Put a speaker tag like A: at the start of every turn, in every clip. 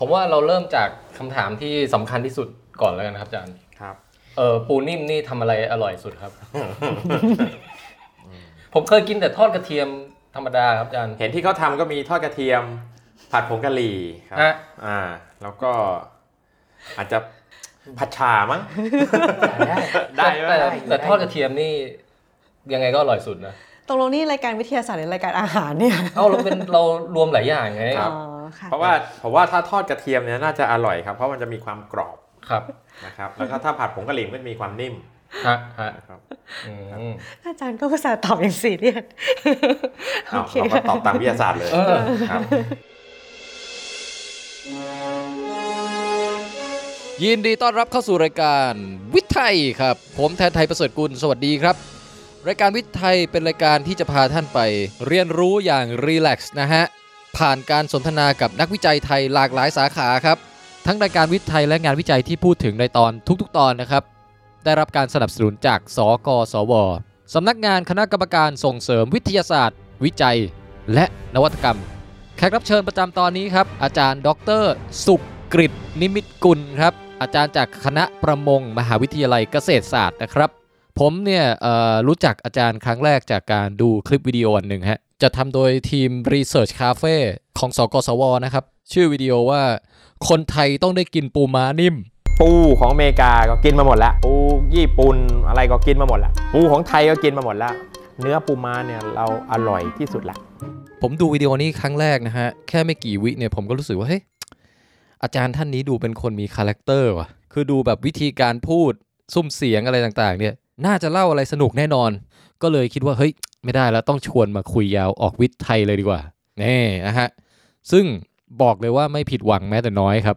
A: ผมว่าเราเริ่มจากคำถามที่สำคัญที่สุดก่อนแล้วกันครับอาจารย์
B: ครับ
A: เออปูนิ่มนี่ทำอะไรอร่อยสุด ครับ ผมเคยกินแต่ทอดกระเทียมธรรมดาครับอาจารย์
B: เห็นที่เขาทำก็มีทอดกระเทียม ผัดผงกะหรี่ครั
A: ฮะ
B: อ่า แล้วก็อาจจะผัดชา มั้ง ได้ไหม
A: แต่
B: ได้
A: แต่แต่ทอดกระเทียมนี่ยังไงก็อร่อยสุดนะ
C: ตรงลงนี่รายการวิทยาศาสตร์หรือรายการอาหารเนี่ย
A: เอ้าเราเป็นเรารวมหลายอย่างไง
B: ครับ
C: อ๋อค่ะ
B: เพราะว่าผมว่าถ้าทอดกระเทียมเนี่ยน่าจะอร่อยครับ เพราะมันจะมีความกรอบ
A: ครับ
B: นะครับ แล้วก็ถ้าผัดผงกะหรี่มันมีความนิ่ม
A: ฮะฮะ
B: นะครับ
A: อืม
C: อาจารย์ก็ภาษาห์ตอบอย่างสี่เรียนโอ
B: อ้าว
C: เค
B: เราก็ตอบตามวิทยาศาสตร์เลย
A: เออ
B: ครับ
D: ยินดีต้อนรับเข้าสู่รายการวิทย์ไทยครับ ผมแทนไทยประเสริฐกุลสวัสดีครับ รายการวิทย์ไทยเป็นรายการที่จะพาท่านไป เรียนรู้อย่างรีแลกซ์นะฮะ ผ่านการสนทนากับนักวิจัยไทยหลากหลายสาขาครับ ทั้งรายการวิทย์ไทยและงานวิจัยที่พูดถึงในตอนทุกๆ ตอนนะครับ ได้รับการสนับสนุนจากสกสวสำนักงานคณะกรรมการส่งเสริมวิทยาศาสตร์ วิจัย และนวัตกรรม แขกรับเชิญประจำตอนนี้ครับ อาจารย์ดร สุกฤตนิมิตกุลครับ อาจารย์จากคณะประมง มหาวิทยาลัยเกษตรศาสตร์นะครับ ผมเนี่ยเอ่อรู้จักอาจารย์ครั้งแรกจากการดูคลิปวิดีโออันหนึ่งฮะจะทำโดยทีม Research Cafe ของสกสวนะครับ ชื่อวิดีโอว่า คนไทยต้องได้กินปูม้านิ่ม
B: ปูของอเมริกาก็กินมาหมดแล้ว ปูญี่ปุ่นอะไรก็กินมาหมดแล้ว ปูของไทยก็กินมาหมดแล้ว เนื้อปูม้าเนี่ยเราอร่อยที่สุดละ
D: ผมดูวิดีโอนี้ครั้งแรกนะฮะ แค่ไม่กี่วิเนี่ยผมก็รู้สึกว่า เฮ้ย อาจารย์ท่านนี้ดูเป็นคนมีคาแรคเตอร์ว่ะ คือดูแบบวิธีการพูดซุ้มเสียงอะไรต่างๆ เนี่ย น่าจะเล่าอะไรสนุกแน่นอน ก็เลยคิดว่า เฮ้ย ไม่ได้แล้วต้องชวนมาคุยยาวออกวิทย์ไทยเลยดีกว่าแน่นะฮะ ซึ่งบอกเลยว่าไม่ผิดหวังแม้แต่น้อยครับ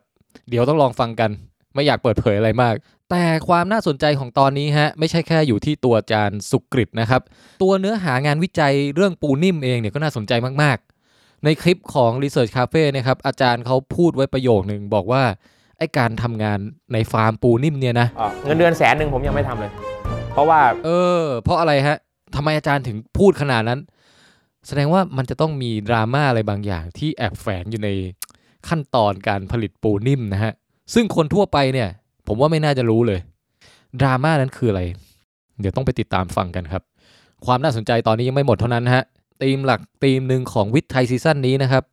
D: เดี๋ยวต้องลองฟังกัน ไม่อยากเปิดเผยอะไรมาก แต่ความน่าสนใจของตอนนี้ฮะ ไม่ใช่แค่อยู่ที่ตัวอาจารย์สุกฤตนะครับ ตัวเนื้อหางานวิจัยเรื่องปูนิ่มเองเนี่ยก็น่าสนใจมาก ๆ ในคลิปของ Research Cafe นะครับ อาจารย์เขาพูดไว้ประโยคหนึ่งบอกว่า ไอ้การทำงานในฟาร์มปูนิ่มเนี่ยนะ
B: อ่ะเงินเดือนแสนหนึ่งผมยังไม่ทำเลย เพราะว่า
D: เออ เพราะอะไรฮะทำไมอาจารย์ถึงพูดขนาดนั้น แสดงว่ามันจะต้องมีดราม่าอะไรบางอย่างที่แอบแฝงอยู่ในขั้นตอนการผลิตปูนิ่มนะฮะ ซึ่งคนทั่วไปเนี่ย ผมว่าไม่น่าจะรู้เลย ดราม่านั้นคืออะไร เดี๋ยวต้องไปติดตามฟังกันครับ ความน่าสนใจตอนนี้ยังไม่หมดเท่านั้นฮะธีมหลักธีมหนึ่งของวิทย์ไทยซีซั่นนี้นะครับ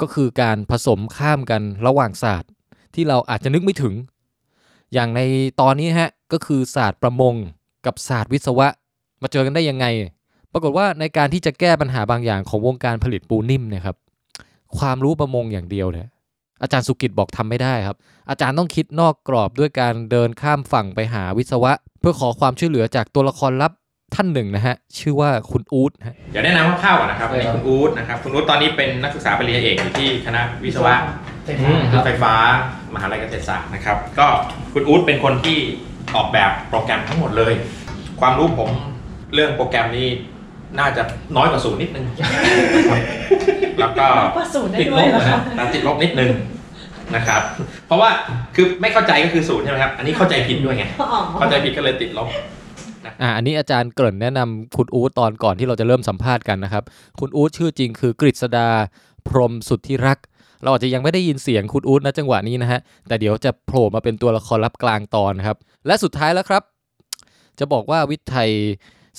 D: ก็คือการผสมข้ามกันระหว่างศาสตร์ ที่เราอาจจะนึกไม่ถึง อย่างในตอนนี้ฮะก็คือศาสตร์ประมง กับศาสตร์วิศวะ มาเจอกันได้ยังไง ปรากฏว่าในการที่จะแก้ปัญหาบางอย่างของวงการผลิตปูนิ่มเนยครับความรู้ประมงอย่างเดียวเนี่ยอาจารย์สุกิจบอกทำไม่ได้ครับ อาจารย์ต้องคิดนอกกรอบด้วยการเดินข้ามฝั่งไปหาวิศวะ เพื่อขอความช่วยเหลือจากตัวละครลับท่านหนึ่งนะฮะชื่อว่าคุณอู๊ดฮะ
B: เดี๋ยวแนะนำคร่าวๆก่อนนะครับอันนี้คุณอู๊ดนะครับ คุณอู๊ดตอนนี้เป็นนักศึกษาปริญญาเอกอยู่ที่คณะวิศวะ
A: อืมครับ
B: ไฟฟ้ามหาลัยเกษตรศาสตร์นะครับ ก็คุณอู๊ดเป็นคนที่ออกแบบโปรแกรมทั้งหมดเลย ความรู้ผมเรื่องโปรแกรมนี้น่าจะน้อยกว่าศูนย์นิดนึง แล้วก็
C: ว่าสูตรได้
B: ติด
C: ด้
B: ล
C: วย
B: บ
C: เหรอ
B: นะนะติดลบนิดนึงนะครับ เพราะว่าคือไม่เข้าใจก็คือศูนย์ใช่ไหมครับ อันนี้เข้าใจผิดด้วยไง
C: อ๋อ
B: เข้าใจผิดก็เลยติดลบ
D: อ่าอันนี้อาจารย์เกริ่นแนะนำคุณอู๊ดตอนก่อนที่เราจะเริ่มสัมภาษณ์กันนะครับ คุณอู๊ดชื่อจริงคือกฤษดา พรหมสุทธิรักษ์เราอาจจะยังไม่ได้ยินเสียงคุณอู๊ดนะจังหวะนี้นะฮะ แต่เดี๋ยวจะโผล่มาเป็นตัวละครลับกลางตอนนะครับ และสุดท้ายแล้วครับ จะบอกว่าวิทย์ไทย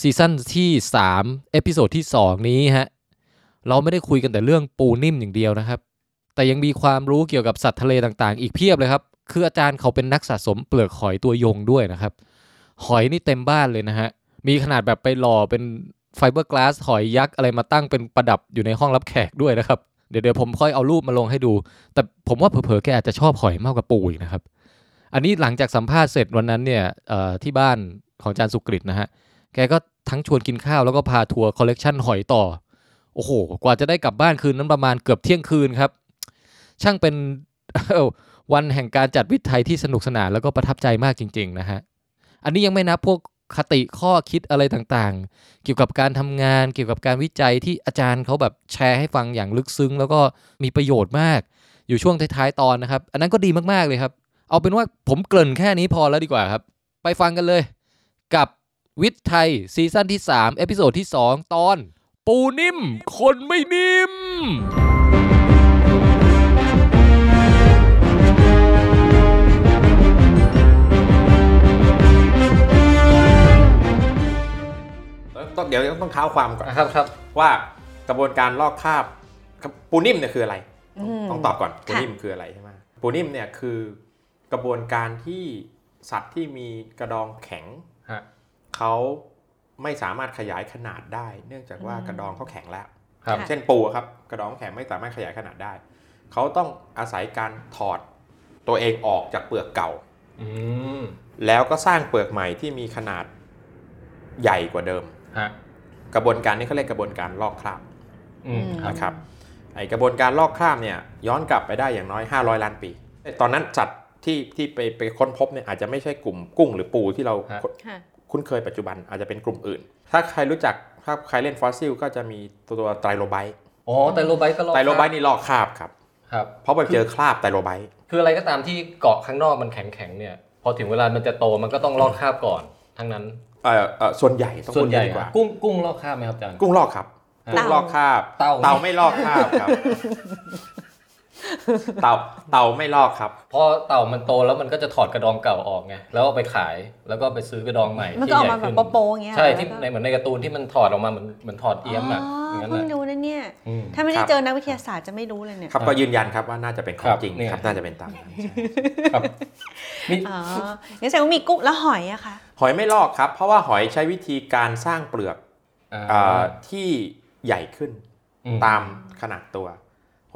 D: ซีซั่นที่3เอพิโซดที่ 2 นี้ฮะ เราไม่ได้คุยกันแต่เรื่องปูนิ่มอย่างเดียวนะครับ แต่ยังมีความรู้เกี่ยวกับสัตว์ทะเลต่างๆ อีกเพียบเลยครับ คืออาจารย์เขาเป็นนักสะสมเปลือกหอยตัวยงด้วยนะครับ หอยนี่เต็มบ้านเลยนะฮะ มีขนาดแบบไปหล่อเป็นไฟเบอร์กลาสหอยยักษ์อะไรมาตั้งเป็นประดับอยู่ในห้องรับแขกด้วยนะครับ เดี๋ยวเดี๋ยวผมค่อยเอารูปมาลงให้ดู แต่ผมว่าเผลอๆแกอาจจะชอบหอยมากกว่าปูอีกนะครับ อันนี้หลังจากสัมภาษณ์เสร็จวันนั้นเนี่ยเอ่อที่บ้านของอาจารย์สุกฤตนะฮะ แกก็ทั้งชวนกินข้าวแล้วก็พาทัวร์คอลเลกชันหอยต่อ โอ้โห กว่าจะได้กลับบ้านคืนนั้นประมาณเกือบเที่ยงคืนครับ ช่างเป็น เอ้าวันแห่งการจัดวิทย์ไทยที่สนุกสนานแล้วก็ประทับใจมากจริง ๆ นะฮะ อันนี้ยังไม่นับพวกคติข้อคิดอะไรต่างๆ เกี่ยวกับการทำงานเกี่ยวกับการวิจัยที่อาจารย์เขาแบบแชร์ให้ฟังอย่างลึกซึ้ง แล้วก็มีประโยชน์มาก อยู่ช่วงท้ายๆตอนนะครับ อันนั้นก็ดีมากๆเลยครับ เอาเป็นว่าผมเกริ่นแค่นี้พอแล้วดีกว่าครับ ไปฟังกันเลย กับวิทย์ไทยซีซั่นที่ 3 เอพิโซดที่ 2 ตอน ปูนิ่ม คนไม่นิ่ม
B: ต้องต้องเท้าความก่อน
E: อ่ะครับครับ
B: ว่ากระบวนการลอกคราบครับปูนิ่มเนี่ยคืออะไร
C: ม
B: ต้องตอบก่อนปู
C: ค่ะ
B: นิ่มคืออะไรใช่ไหมปูนิ่มเนี่ยคือกระบวนการที่สัตว์ที่มีกระดองแข็ง
E: ฮะ
B: เขาไม่สามารถขยายขนาดได้ เนื่องจากว่ากระดองเขาแข็งแล้ว
E: ครับ
C: ค่ะ
B: เช่นปูอะครับกระดองแข็งไม่สามารถขยายขนาดได้ เขาต้องอาศัยการถอดตัวเองออกจากเปลือกเก่า
E: อืม
B: แล้วก็สร้างเปลือกใหม่ที่มีขนาดใหญ่กว่าเดิม
E: ฮะ
B: กระบวนการนี้เขาเรียกกระบวนการลอกคราบ
E: อืมครับ
B: นะครับไอกระบวนการลอกคราบเนี่ยย้อนกลับไปได้อย่างน้อย 500 ล้านปี ตอนนั้นสัตว์ที่ที่ไปไปค้นพบเนี่ยอาจจะไม่ใช่กลุ่มกุ้งหรือปูที่เรา
E: ฮะ
C: ค่ะ
B: คุ้นเคยปัจจุบันอาจจะเป็นกลุ่มอื่น ถ้าใครรู้จักถ้าใครเล่นฟอสซิลก็จะมีตัวตัวไตรโลไบต์
E: อ๋อไตรโลไบต์ก็ลอก
B: ไตรโลไบต์นี่ลอกคราบครับ
E: ครับ
B: เพราะไปเจอคราบไตรโลไบต์
E: คืออะไรก็ตามที่เกาะข้างนอกมันแข็งแข็งๆเนี่ย พอถึงเวลามันจะโตมันก็ต้องลอกคราบก่อน ทั้งนั้น
B: เอ่อเอ่อส่วนใหญ่ต้อง
E: ส่วน
B: พูด
E: ใหญ่
B: ดีกว่า
E: กุ้งกุ้งลอกคราบไหมครับอาจารย์
B: กุ้งลอกครับ
E: ฮะ
B: กุ้งลอกคราบ
E: เต่า
B: เต่าไม่ลอกคราบครับ เต่าเต่าไม่ลอกครับ
E: พอเต่ามันโตแล้วมันก็จะถอดกระดองเก่าออกไง แล้วเอาไปขาย แล้วก็ไปซื้อกระดองใหม่
C: มัน
E: ที่
C: ก็ออ
E: ใหญ่
C: กมาแบ
E: ขึ้
C: บ
E: น
C: โป๊ะๆอย่างเงี้ย
E: ใช่
C: แล้วก็
E: ที่ในเหมือนในการ์ตูนที่มันถอดออกมาเหมือนเหมือนถอด
C: อ๋
E: เอี้ยมอ่ะอ
C: อย่าง
E: นั้น
C: เพิ่
E: แห
C: ง
E: ละ
C: รู้นะเนี่ย
E: อืม
C: ถ้าไม่
B: ค
C: ได้
B: รับ
C: เจอนักวิทยาศาสตร์จะไม่รู้เลยเนี่ย
B: ครับก็ยืนยันครับว่าน่าจะเป็นขอ
E: ครั
B: ง
E: บ
B: จริง
E: เนี่ย
B: ครับน่าจะเป็นตามนั้น
E: ครับมี
C: อ๋องั้นแสดงว่ามีกุ้งแล้วหอยอะค่ะ
B: หอยไม่ลอกครับ เพราะว่าหอยใช้วิธีการสร้างเปลือก
E: อ่า
B: เออที่ใหญ่ขึ้น
E: อืม
B: ตามขนาดตัว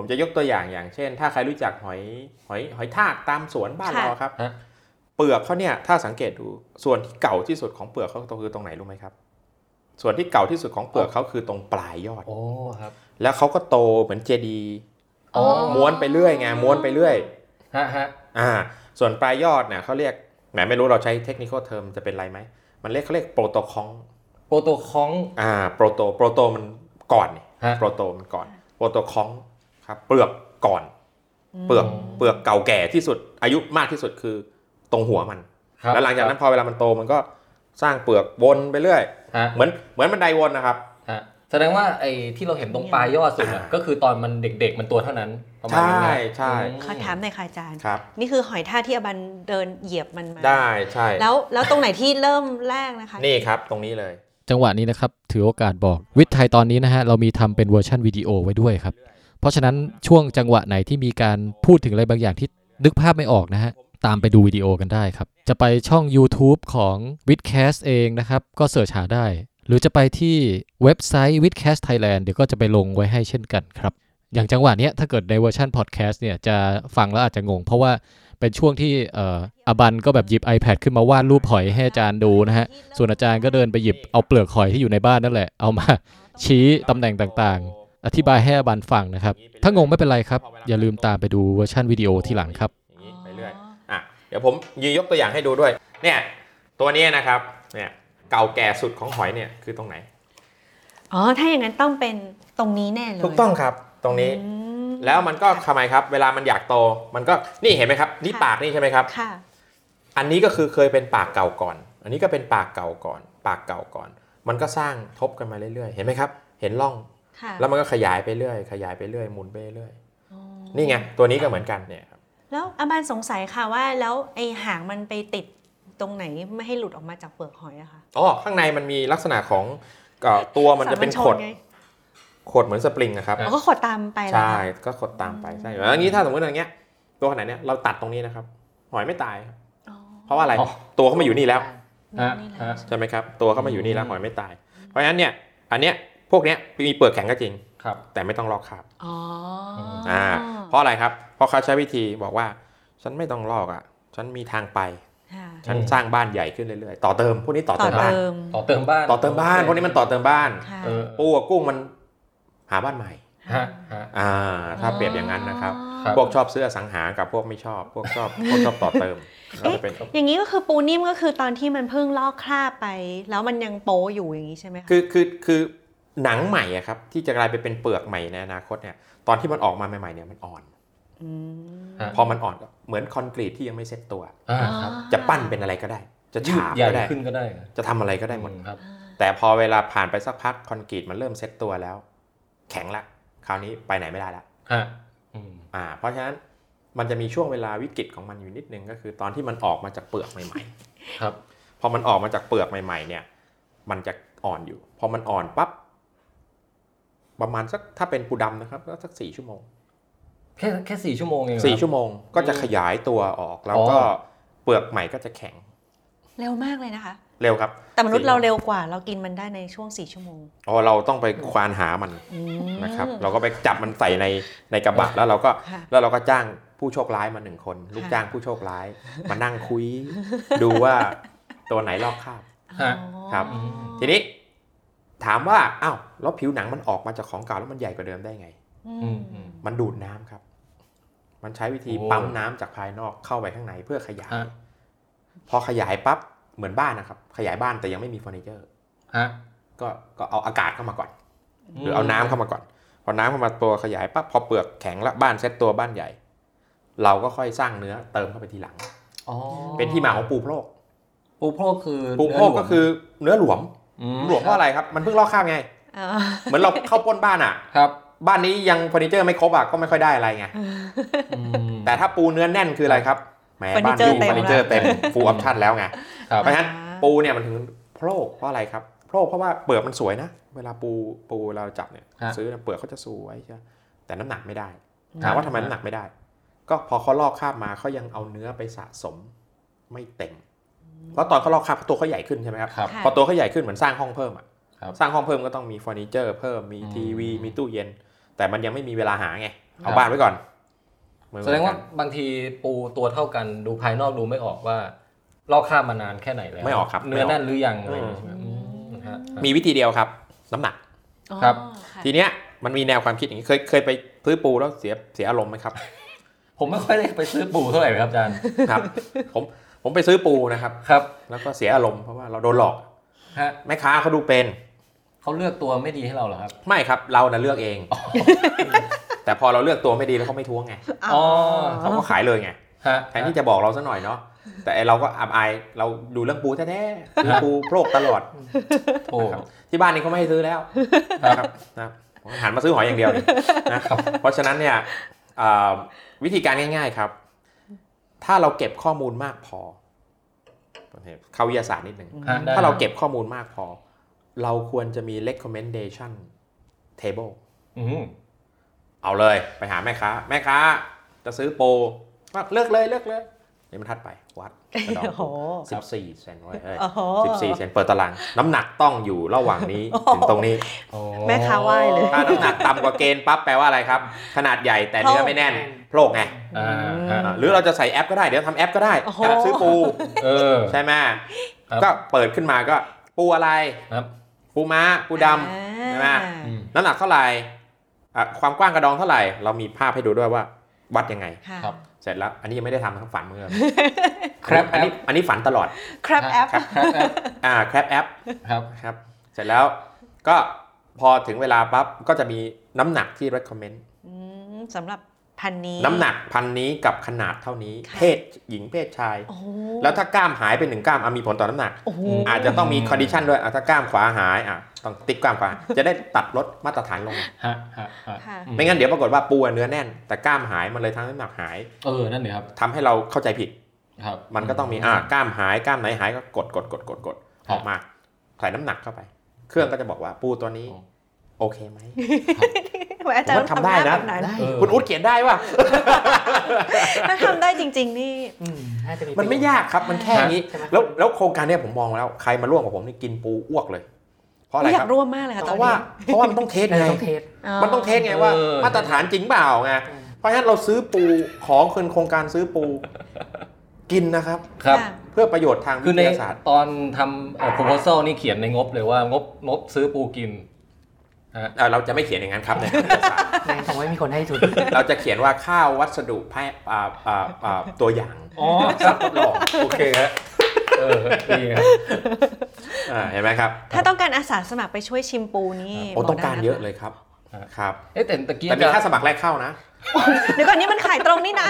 B: ผมจะยกตัวอย่างอย่างเช่น ถ้าใครรู้จักหอยหอยหอยทากตามสวนบ้าน
C: ค่ะ
B: เราครับ
E: ฮะ
B: เปลือกเขาเนี่ยถ้าสังเกตดูส่วนที่เก่าที่สุดของเปลือกเขาตรงคือตรงไหนรู้ไหมครับ ส่วนที่เก่าที่สุดของเปลือกเขาคือตรงปลายยอด
E: โอ้ครับ
B: แล้วเขาก็โตเหมือนเจดีย์
C: อ๋อ
B: ม้วนไปเรื่อยไงม้วนไปเรื่อย
E: ฮะฮะ
B: อ่าส่วนปลายยอดเนี่ยเขาเรียกแหมไม่รู้เราใช้เทคนิคอลเทอมจะเป็นไรไหมมันเรียกเขาเรียกโปรโตคอง
E: โปรโตคอง
B: อ่าโปรโตโปรโตมันก่อนนี่
E: ฮะ
B: โปรโตมันก่อนโปรโตคองครับเปลือกก่อน เปลือก
E: อืม
B: เปลือกเก่าแก่ที่สุด อายุมากที่สุดคือตรงหัวมัน
E: ครับ
B: แล้วหลังจากนั้นพอเวลามันโตมันก็สร้างเปลือกวนไปเรื่อย
E: ฮะ
B: เหมือนเหมือนบันไดวนนะครับ
E: ฮะแสดงว่าไอ้ที่เราเห็นตรงปลายยอดสุดอะ
B: อ่า
E: ก็คือตอนมันเด็กๆมันตัวเท่านั้นประมาณ
B: ใช่
E: นั้นนะ
B: ใช่
E: ม
C: ขอถามหน่อยค่ะอาจารย์
B: ครับ
C: นี่คือหอยท่ากที่อบันเดินเหยียบมันมา
B: ได้ใช่
C: แล้วแล้วตรงไหนที่เริ่มแรกนะคะ
B: นี่ครับตรงนี้เลย
D: จังหวะนี้นะครับ ถือโอกาสบอกวิทย์ไทยตอนนี้นะฮะ เรามีทำเป็นเวอร์ชั่นวิดีโอไว้ด้วยครับ เพราะฉะนั้นช่วงจังหวะไหนที่มีการพูดถึงอะไรบางอย่างที่นึกภาพไม่ออกนะฮะ ตามไปดูวิดีโอกันได้ครับ จะไปช่อง YouTube ของ w i t c a s t เองนะครับ ก็เสิร์ชหาได้ หรือจะไปที่เว็บไซต์ w i t c a s t Thailand เดี๋ยวก็จะไปลงไว้ให้เช่นกันครับ อย่างจังหวะเนี้ยถ้าเกิดในเวอร์ชันพอดแคสต์เนี่ยจะฟังแล้วอาจจะงง เพราะว่าเป็นช่วงที่เอ่ออบันก็แบบหยิบ iPad ขึ้นมาวาดรูปหอยให้อาจารย์ดูนะฮะ ส่วนอาจารย์ก็เดินไปหยิบเอาเปลือกหอยที่อยู่ในบ้านนั่นแหละ เอามา ชี้ตำแหน่งต่างๆ อธิบายให้อบันฟังนะครับ ถ้างงไม่เป็นไรครับ อย่าลืมตามไปดูเวอร์ชันวิดีโอที่หลังครับ
B: อย่างนี้ไปเรื่อยอ่ะเดี๋ยวผมยืนยกตัวอย่างให้ดูด้วย เนี่ย ตัวเนี้ยนะครับ เนี่ยเก่าแก่สุดของหอยเนี่ยคือตรงไหน
C: อ๋อ ถ้าอย่างนั้นต้องเป็นตรงนี้แน่เลย
B: ถูกต้องครับตรงนี้
C: อืม
B: แล้วมันก็ทำไมครับ เวลามันอยากโต มันก็นี่เห็นไหมครับ นี่
C: ค่ะ
B: ปากนี่ใช่ไหมครับ
C: ค่ะ
B: อันนี้ก็คือเคยเป็นปากเก่าก่อน อันนี้ก็เป็นปากเก่าก่อน ปากเก่าก่อน มันก็สร้างทบกันมาเรื่อยๆ เห็นไหมครับ เห็นร่อง
C: ค่ะ
B: แล้วมันก็ขยายไปเรื่อย ขยายไปเรื่อย หมุนไปเรื่อย
C: อ๋อ
B: นี่ไง ตัวนี้ก็เหมือนกันเนี่ยครับ
C: แล้วอบันสงสัยค่ะว่าแล้วไอหางมันไปติดตรงไหนไม่ให้หลุดออกมาจากเปลือกหอยอะคะ
B: อ๋อ ข้างในมันมีลักษณะของเอ่อตัวมันจะเป็น
C: สา
B: ข
C: ช
B: ด
C: ไง
B: ขดเหมือนสปริงนะครับ
C: อ๋อก็ขดตามไปเหรอ
B: ใช่
C: คะ
B: ก็กดตามไปใช่แล้วอย่างนี้ถ้าสมมติอย่างเงี้ยตัวขนาดเนี้ยเราตัดตรงนี้นะครับ หอยไม่ตายครับ
C: อ๋อ
B: เพราะว่าอะไร
E: อ๋อ
B: ตัวเขามาอยู่นี่แล้ว
E: ฮะ
C: นี่แหละ
E: ฮะ
B: ใช่ไหมครับตัวเขามาอยู่นี่แล้ว
E: อืม
B: หอยไม่ตาย เพราะฉะนั้นเนี่ยอันเนี้ยพวกเนี้ยมีเปลือกแข็งก็จริง
E: ครับ
B: แต่ไม่ต้องลอกคราบ
C: อ๋ออ
B: อ่าเพราะอะไรครับเพราะเขาใช้วิธีบอกว่า ฉันไม่ต้องลอกอ่ะฉันมีทางไป
C: ค่ะ
B: ฉัน
E: อืม
B: สร้างบ้านใหญ่ขึ้นเรื่อยๆต่อเติมพวกนี้ต่อ
C: ต่
B: เติ
C: อ
B: มบ้าน
C: เติม
E: ต่อเติมบ้าน
B: ต่อเติมบ้านพวกนี้มันต่อเติมบ้าน
C: ค่ะ
E: เออ
B: ปูกับกุ้งมันหาบ้านใหม่
E: ฮะฮะ
B: อ่าถ้าเปรียบอย่างนั้นนะครับ
E: ครับ
B: พวกชอบเสื้อสังหารกับพวกไม่ชอบ พวก ชอบ พวกชอบต่อเติมก็จะเป็น
C: อย่างนี้ก็คือปูนิ่มก็คือตอนที่มันเพิ่งลอกคราบไป แล้วมันยังโป๊อยู่อย่างนี้ใช่ไหมคะ
B: คือคือคือหนังใหม่อะครับ ที่จะกลายไปเป็นเปลือกใหม่ในอนาคตเนี่ยตอนที่มันออกมาใหม่ๆเนี่ยมันอ่อน
C: ม
E: ฮะ
B: พอมันอ่อนก็เหมือนคอนกรีตที่ยังไม่เซ็ตตัว
E: อ่าครับ
B: จะปั้นเป็นอะไรก็ได้ จะ
E: ยืด
B: ฉาบ
E: ใหญ่
B: ก็ได้
E: ขึ้นก็ได้นะ
B: จะทำอะไรก็ได้หมด
E: อืครับ
C: อ่า
B: แต่พอเวลาผ่านไปสักพักคอนกรีตมันเริ่มเซ็ตตัวแล้ว แข็งละคราวนี้ไปไหนไม่ได้ละ
E: ฮะอืม
B: อ่า เพราะฉะนั้นมันจะมีช่วงเวลาวิกฤตของมันอยู่นิดนึงก็คือตอนที่มันออกมาจากเปลือกใหม่ ๆ
E: ครับ
B: พอมันออกมาจากเปลือกใหม่ ๆ เนี่ย มันจะ อ่อนอยู่ พอมันอ่อนปั๊บประมาณสักถ้าเป็นปูดำนะครับก็สักสี่ชั่วโมง
D: แค่แค่สี่ชั่วโมงเองเหรอ
B: สี่
D: ครับ
B: ชั่วโมงก็จะขยายตัวออกแล้วก็
D: อ๋อ
B: เปลือกใหม่ก็จะแข็ง
C: เร็วมากเลยนะคะ
B: เร็วครับ
C: แต่มนุษย์เราเร็วกว่า เรากินมันได้ในช่วงสี่ชั่วโมง
B: อ๋อเราต้องไปควานหามัน
C: อืม
B: นะครับเราก็ไปจับมันใส่ในในกระบะแล้วเราก็
C: ค่ะ
B: แล้วเราก็จ้างผู้โชคร้ายมาหนึ่งคน ลูก
C: ค่ะ
B: จ้างผู้โชคร้าย มานั่งคุย ดูว่าตัวไหนลอกคราบ
D: ฮะ
C: อ๋อ
B: ครับ ทีนี้ถามว่าอ้าวแล้วผิวหนังมันออกมาจากของเก่าแล้วมันใหญ่กว่าเดิมได้ไง
C: อื
D: อื
C: ม
D: มอืม
B: มันดูดน้ำครับ มันใช้วิธี
D: โอ้
B: ปั๊มน้ำจากภายนอกเข้าไปข้างในเพื่อขยาย
D: ฮะ
B: พอขยายปั๊บเหมือนบ้านนะครับ ขยายบ้านแต่ยังไม่มีเฟอร์นิเจอร์
D: ฮะ
B: ก็ก็เอาอากาศเข้ามาก่อน หรือเอาน้ำเข้ามาก่อน พอน้ำเข้ามาตัวขยายปั๊บพอเปลือกแข็งแล้วบ้านเซ็ตตัวบ้านใหญ่ เราก็ค่อยสร้างเนื้อเติมเข้าไปทีหลัง
D: อ๋อ
B: เป็นที่มาของปูโพรก
D: ปูโพรกคือ
B: ปูโพรกก็คือเนื้อหลวม
D: ม
B: หลวมเพราะอะไรครับ มันเพิ่งลอกข้ามไง
C: เอ่อ
B: เหมือนเราเข้าปล้นบ้านอ่ะ
D: ครับ
B: บ้านนี้ยังเฟอร์นิเจอร์ไม่ครบอ่ะก็ไม่ค่อยได้อะไรไง
D: อืม
B: แต่ถ้าปูเนื้อแน่นคืออะไรครับแหมบ้านนี้เฟอร์นิเจอร์เต็มฟูลออปชั่นแล้วไง
D: ครับ
B: เพราะฉะนั้นปูเนี่ยมันถึงโพรกเพราะอะไรครับโพรกเพราะว่าเปลือกมันสวยนะ เวลาปูปูเราจับเนี่ย
D: ฮะ
B: ซื้อเนี่ยเปลือกเขาจะสวยใช่ไหมแต่น้ำหนักไม่ได้
D: ครั
B: ถา
D: บ
B: มว่าทำไมน้ำหนักไม่ได้ ก็พอเขาลอกคราบมาเขายังเอาเนื้อไปสะสมไม่เต็มเพราะตอนเขาลอกคราบตัวเขาใหญ่ขึ้นใช่ไหมครับ
D: ครับ
C: ค่ะ
B: พอตัวเขาใหญ่ขึ้นเหมือนสร้างห้องเพิ่มอ่ะ
D: ครับ
B: สร้างห้องเพิ่มก็ต้องมีเฟอร์นิเจอร์เพิ่มมี
D: อืม
B: ทีวีมีตู้เย็น แต่มันยังไม่มีเวลาหาไง
D: ครั
B: เอา
D: บ
B: บ้านไว้ก่อนเหมือน
D: แสดงว่า
B: กัน
D: บางทีปูตัวเท่ากันดูภายนอกดูไม่ออกว่าลอกข้ามมานานแค่ไหนแล้ว
B: ไม่ออกครับ
D: เนื้อ
B: ไม่ก
D: แน่นหรือยังอะไรอย่างเงี้ยใช่ไหม
C: อืม
D: อืมฮะ
B: มีวิธีเดียวครับ น้ำหนัก
C: อ๋อ
D: ครับ
C: ะ
B: ทีเนี้ยมันมีแนวความคิดอย่างนี้เคยเคยไปซื้อปูแล้วเสียเสียอารมณ์ไหมครับ
D: ผมไม่ค่อยได้ไปซื้อปูเท่าไหร่ครับอาจารย์
B: ครับ ผมผมไปซื้อปูนะครับ
D: ครับ
B: แล้วก็เสียอารมณ์เพราะว่าเราโดนหลอก
D: ฮะ
B: แม่ค้าเขาดูเป็น
D: เขาเลือกตัวไม่ดีให้เราเหรอครับ
B: ไม่ครับเราน่ะเลือกเอง แต่พอเราเลือกตัวไม่ดีแล้วเขาไม่ท้วงไง
D: อ๋อ
B: เขาก็ขายเลยไง
D: ฮะ
B: แทนที่จะบอกเราซะหน่อยเนาะแต่ไอ้เราก็อับอายเราดูเรื่องปูแท้ๆซื้อปูโพรกตลอด
D: โอ้
B: นะครับที่บ้านนี้เขาไม่ให้ซื้อแล้วนะครับนะครับผมหันมาซื้อหอยอย่างเดียวเลยนะครับเพราะฉะนั้นเนี่ยเอ่อวิธีการง่าย ๆครับ ถ้าเราเก็บข้อมูลมากพอเข้าวิทยาศาสตร์นิดหนึ่ง
D: ฮะได้
B: ถ้าเราเก็บข้อมูลมากพอ เราควรจะมี recommendation table
D: อืม
B: เอาเลย ไปหาแม่ค้า แม่ค้าจะซื้อโปรว่าเลือกเลยเลือกเลยนี่มันทัดไป วัดกระดอ
C: โอ้โห
B: งสิบสี่เซนไว้ยเอ้ย
C: โอ้โห
B: สิบสี่เซนเปิดตาราง น้ำหนักต้องอยู่ระหว่าง นี้ ถึงตรงนี้
D: โอ้
C: แม่ค้าไหว้เลย
B: ถ้าน้ำหนักต่ำกว่าเกณฑ์ปั๊บแปลว่าอะไรครับ ขนาดใหญ่แต่เนื้อไม่แน่นโพรกไง
D: อ่าฮะ
B: อ่ะหรือเราจะใส่แอปก็ได้เดี๋ยวทำแอปก็ได้
C: โอ้โห
B: แอปซื้อปู
D: เออ
B: ใช่ไหม
D: ครับ
B: ก็เปิดขึ้นมาก็ปูอะไร
D: ครับ
B: ปูม้าปูดำ ใช่ไหม
C: อ่า
D: อืม
B: น้ำหนักเท่าไหร่อ่ะความกว้างกระดองเท่าไหร่ เรามีภาพให้ดูด้วยว่าวัดยังไง
C: ค่ะ
D: ครับ
B: เสร็จแล้ว อันนี้ยังไม่ได้ทำทั้งฝันมือ
D: ครับ
B: อันนี้อันนี้อันนี้ฝันตลอด
C: ครับแอป
D: ครับครับ
B: อ่าแคปแอป
D: ครับ
B: ครับ เสร็จแล้วก็พอถึงเวลาปั๊บก็จะมีน้ำหนักที่ recommend
C: อืมสำหรับพันนี้
B: น้ำหนักพันนี้กับขนาดเท่านี้
C: ค่ะ
B: เพศหญิงเพศชาย
C: โอ้โห
B: แล้วถ้ากล้ามหายไปหนึ่งกล้ามอ่ะมีผลต่อน้ำหนัก
C: โอ้โห
B: อาจจะต้องมี condition ด้วยอ่ะถ้ากล้ามขวาหายอ่ะต้องติ๊กกล้ามขวาจะได้ตัดลดมาตรฐานลง
D: ฮะฮะฮะ
C: ค่ะ
B: ไม่งั้นเดี๋ยวปรากฏว่าปูอ่ะเนื้อแน่น แต่กล้ามหายมันเลยทำให้น้ำหนักหาย
D: เออนั่นเลยครับ
B: ทำให้เราเข้าใจผิด
D: ครับ
B: มันก็ต้องมีอ่ากล้ามหายกล้ามไหนหายก็กดกดกดกดกด
D: ครับ
B: ออกมาใส่น้ำหนักเข้าไป เครื่องก็จะบอกว่าปูตัวนี้
D: อ๋อ
B: โอเคไหม
C: ทำไมอาจารย์
B: ผมว่าทำได้นะ
C: หาแบบ
D: ได้เออ
B: คุณอุ๊ดเขียนได้ว่า
C: ถ้าทำได้จริง ๆ นี่
B: มันไม่ยากครับมันแค่นี้ แล้วแล้วโครงการเนี้ยผมมองแล้วใครมาร่วมกับผมนี่กินปูอ้วกเลย เพราะอะไร
C: อ
B: ค
C: ยา
B: รั
C: ก
B: บ
C: ร่วมมากเลยค่ะ
B: เพ
C: ตอน
B: ราะว่า
C: นี้
B: เพราะว่ามันต้องเทสไงมันต้องเทสไงว่า
D: เออ
B: มาตรฐานจริงเปล่าไงเพราะฉะนั้นเราซื้อปูของคนโครงการซื้อปูกินนะครับ
D: ครับ
C: ะ
B: เพื่อประโยชน์ทางวิ
D: คือ
B: ท
D: ใน
B: ยาศาสตร์
D: ตอนทำเอ่อ proposal นี่เขียนในงบเลยว่างบงบซื้อปูกิน
B: เอ่อเราจะไม่เขียนอย่างนั้นครับใน
A: นายคงไม่มีคนให้ทุน
B: เราจะเขียนว่าข้าววัสดุแพะอ่าอ่าอ่าตัวอย่าง
D: อ๋อ
B: ครับทดลอง
D: โอเคฮะเออดีครับ
B: อ่าเห็นไหมครับ
C: ถ้าต้องการอาสาสมัครไปช่วยชิมปูนี่
B: โอ้
C: บ
B: ต้องการ
C: ได้นค
B: เยอะเลยครับ
D: ฮะ
B: ครับ
D: เอ๊ะแต่ตะกี้
B: แต่มี
D: จะ
B: ค่าสมัครแรกเข้านะ
C: เดี๋ยวก่อนนี้มันขายตรงนี่นา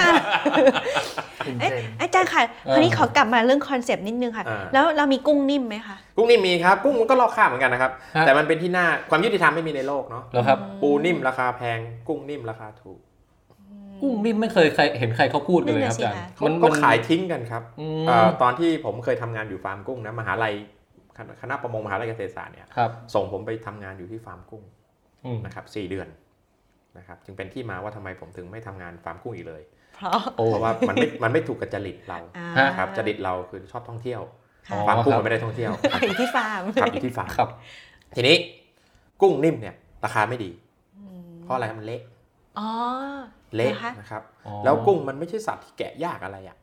C: เอ๊ะอาจารย์ค่ะคราวนี้ขอกลับมาเรื่องคอนเซปต์นิดนึงค่ะ
B: อ่า
C: แล้วเรามีกุ้งนิ่มไหมคะ
B: กุ้งนี่มีครับ กุ้งมันก็ลอกข้ามเหมือนกันนะครับ
D: ะ
B: แต่มันเป็นที่น่าความยุติธรรมไม่มีในโลกเนาะ
D: แล้วครับ
B: ปูนิ่มราคาแพง กุ้งนิ่มราคาถูก
D: กุ้งนี่ไม่เคยใครเห็นใครเขาพูดกันเลยครับอาจารย์
C: นั่นน่ะสิคะ
B: เขาก็ขายทิ้งกันครับ
D: อืม
B: เอ่อตอนที่ผมเคยทำงานอยู่ฟาร์มกุ้งนะมหาลัย คณะประมงมหาวิทยาลัยเกษตรศาสตร์เนี่ย
D: ครับ
B: ส่งผมไปทำงานอยู่ที่ฟาร์มกุ้ง
D: อืม
B: นะครับสี่เดือนนะครับจึงเป็นที่มาว่าทำไมผมถึงไม่ทำงานฟาร์มกุ้งอีกเลย
C: เพราะ
B: เพราะว่ามันไม่ มันไม่ถูกกับจริตเรา
C: อ่า
B: นะครับจริตเราคือชอบท่องเที่ยว
C: ค่ะ
B: ฟาร์มกุ้งมันไม่ได้ท่องเที่ยวครับ
C: อยู่ที่ฟาร์ม
B: ครับอยู่ที่ฟาร์ม
D: ครับ
B: ทีนี้กุ้งนิ่มเนี่ยราคาไม่ดี
C: อืม
B: เพราะอะไรครับมันเละ
C: อ๋อ
B: เละ
C: เหรอคะ
B: นะครับ
D: อ๋อ
B: แล้วกุ้งมันไม่ใช่สัตว์ที่แกะยากอะไรอ่ะ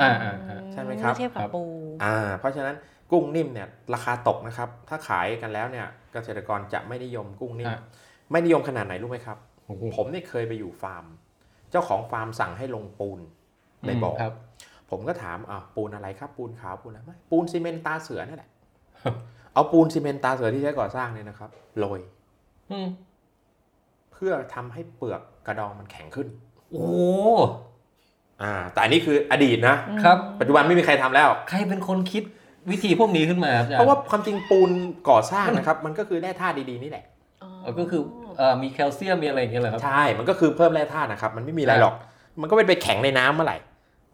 D: อ่า
C: อ
D: อ่าอ่า
B: ใช่ไหมครับ
C: เทียบกับปู
B: อ่าเพราะฉะนั้นกุ้งนิ่มเนี่ยราคาตกนะครับ ถ้าขายกันแล้วเนี่ยเกษตรกรจะไม่นิยมกุ้งนิ่ม
D: อ่ะ
B: ไม่นิยมขนาดไหนรู้ไหมครับ
D: โอ้โห
B: ผมเนี่ยเคยไปอยู่ฟาร์ม เจ้าของฟาร์มสั่งให้ลงปูนในบ่อ
D: ครับ
B: ผมก็ถามอ่าวปูนอะไรครับปูนขาวปูนอะไรไม่ปูนซีเมนต์ตาเสือนั่นแหละ เอาปูนซีเมนต์ตาเสือที่ใช้ก่อสร้างเนี่ยนะครับโรย
D: อืม
B: เพื่อทำให้เปลือกกระดองมันแข็งขึ้น
D: โอ้โห
B: อ่าแต่อันนี้คืออดีตนะ
D: ครับ
B: ปัจจุบันไม่มีใครทำแล้ว
D: ใครเป็นคนคิดวิธีพวกนี้ขึ้นมาคบอจย์
B: เพราะว่าความจริงปูนก่อสร้างนะครับ มันก็คือแร่ธาตุดีๆนี่แหละ
D: อ๋อก็คือเอ่อมีแคลเซียมมีอะไรอย่างเงี้ยเหรอครับ
B: ใช่ มันก็คือเพิ่มแร่ธาตุนะครับ มันไม่มีอะไรหรอก มันก็ไม่ไปแข็งในน้ำเมื่อไหร่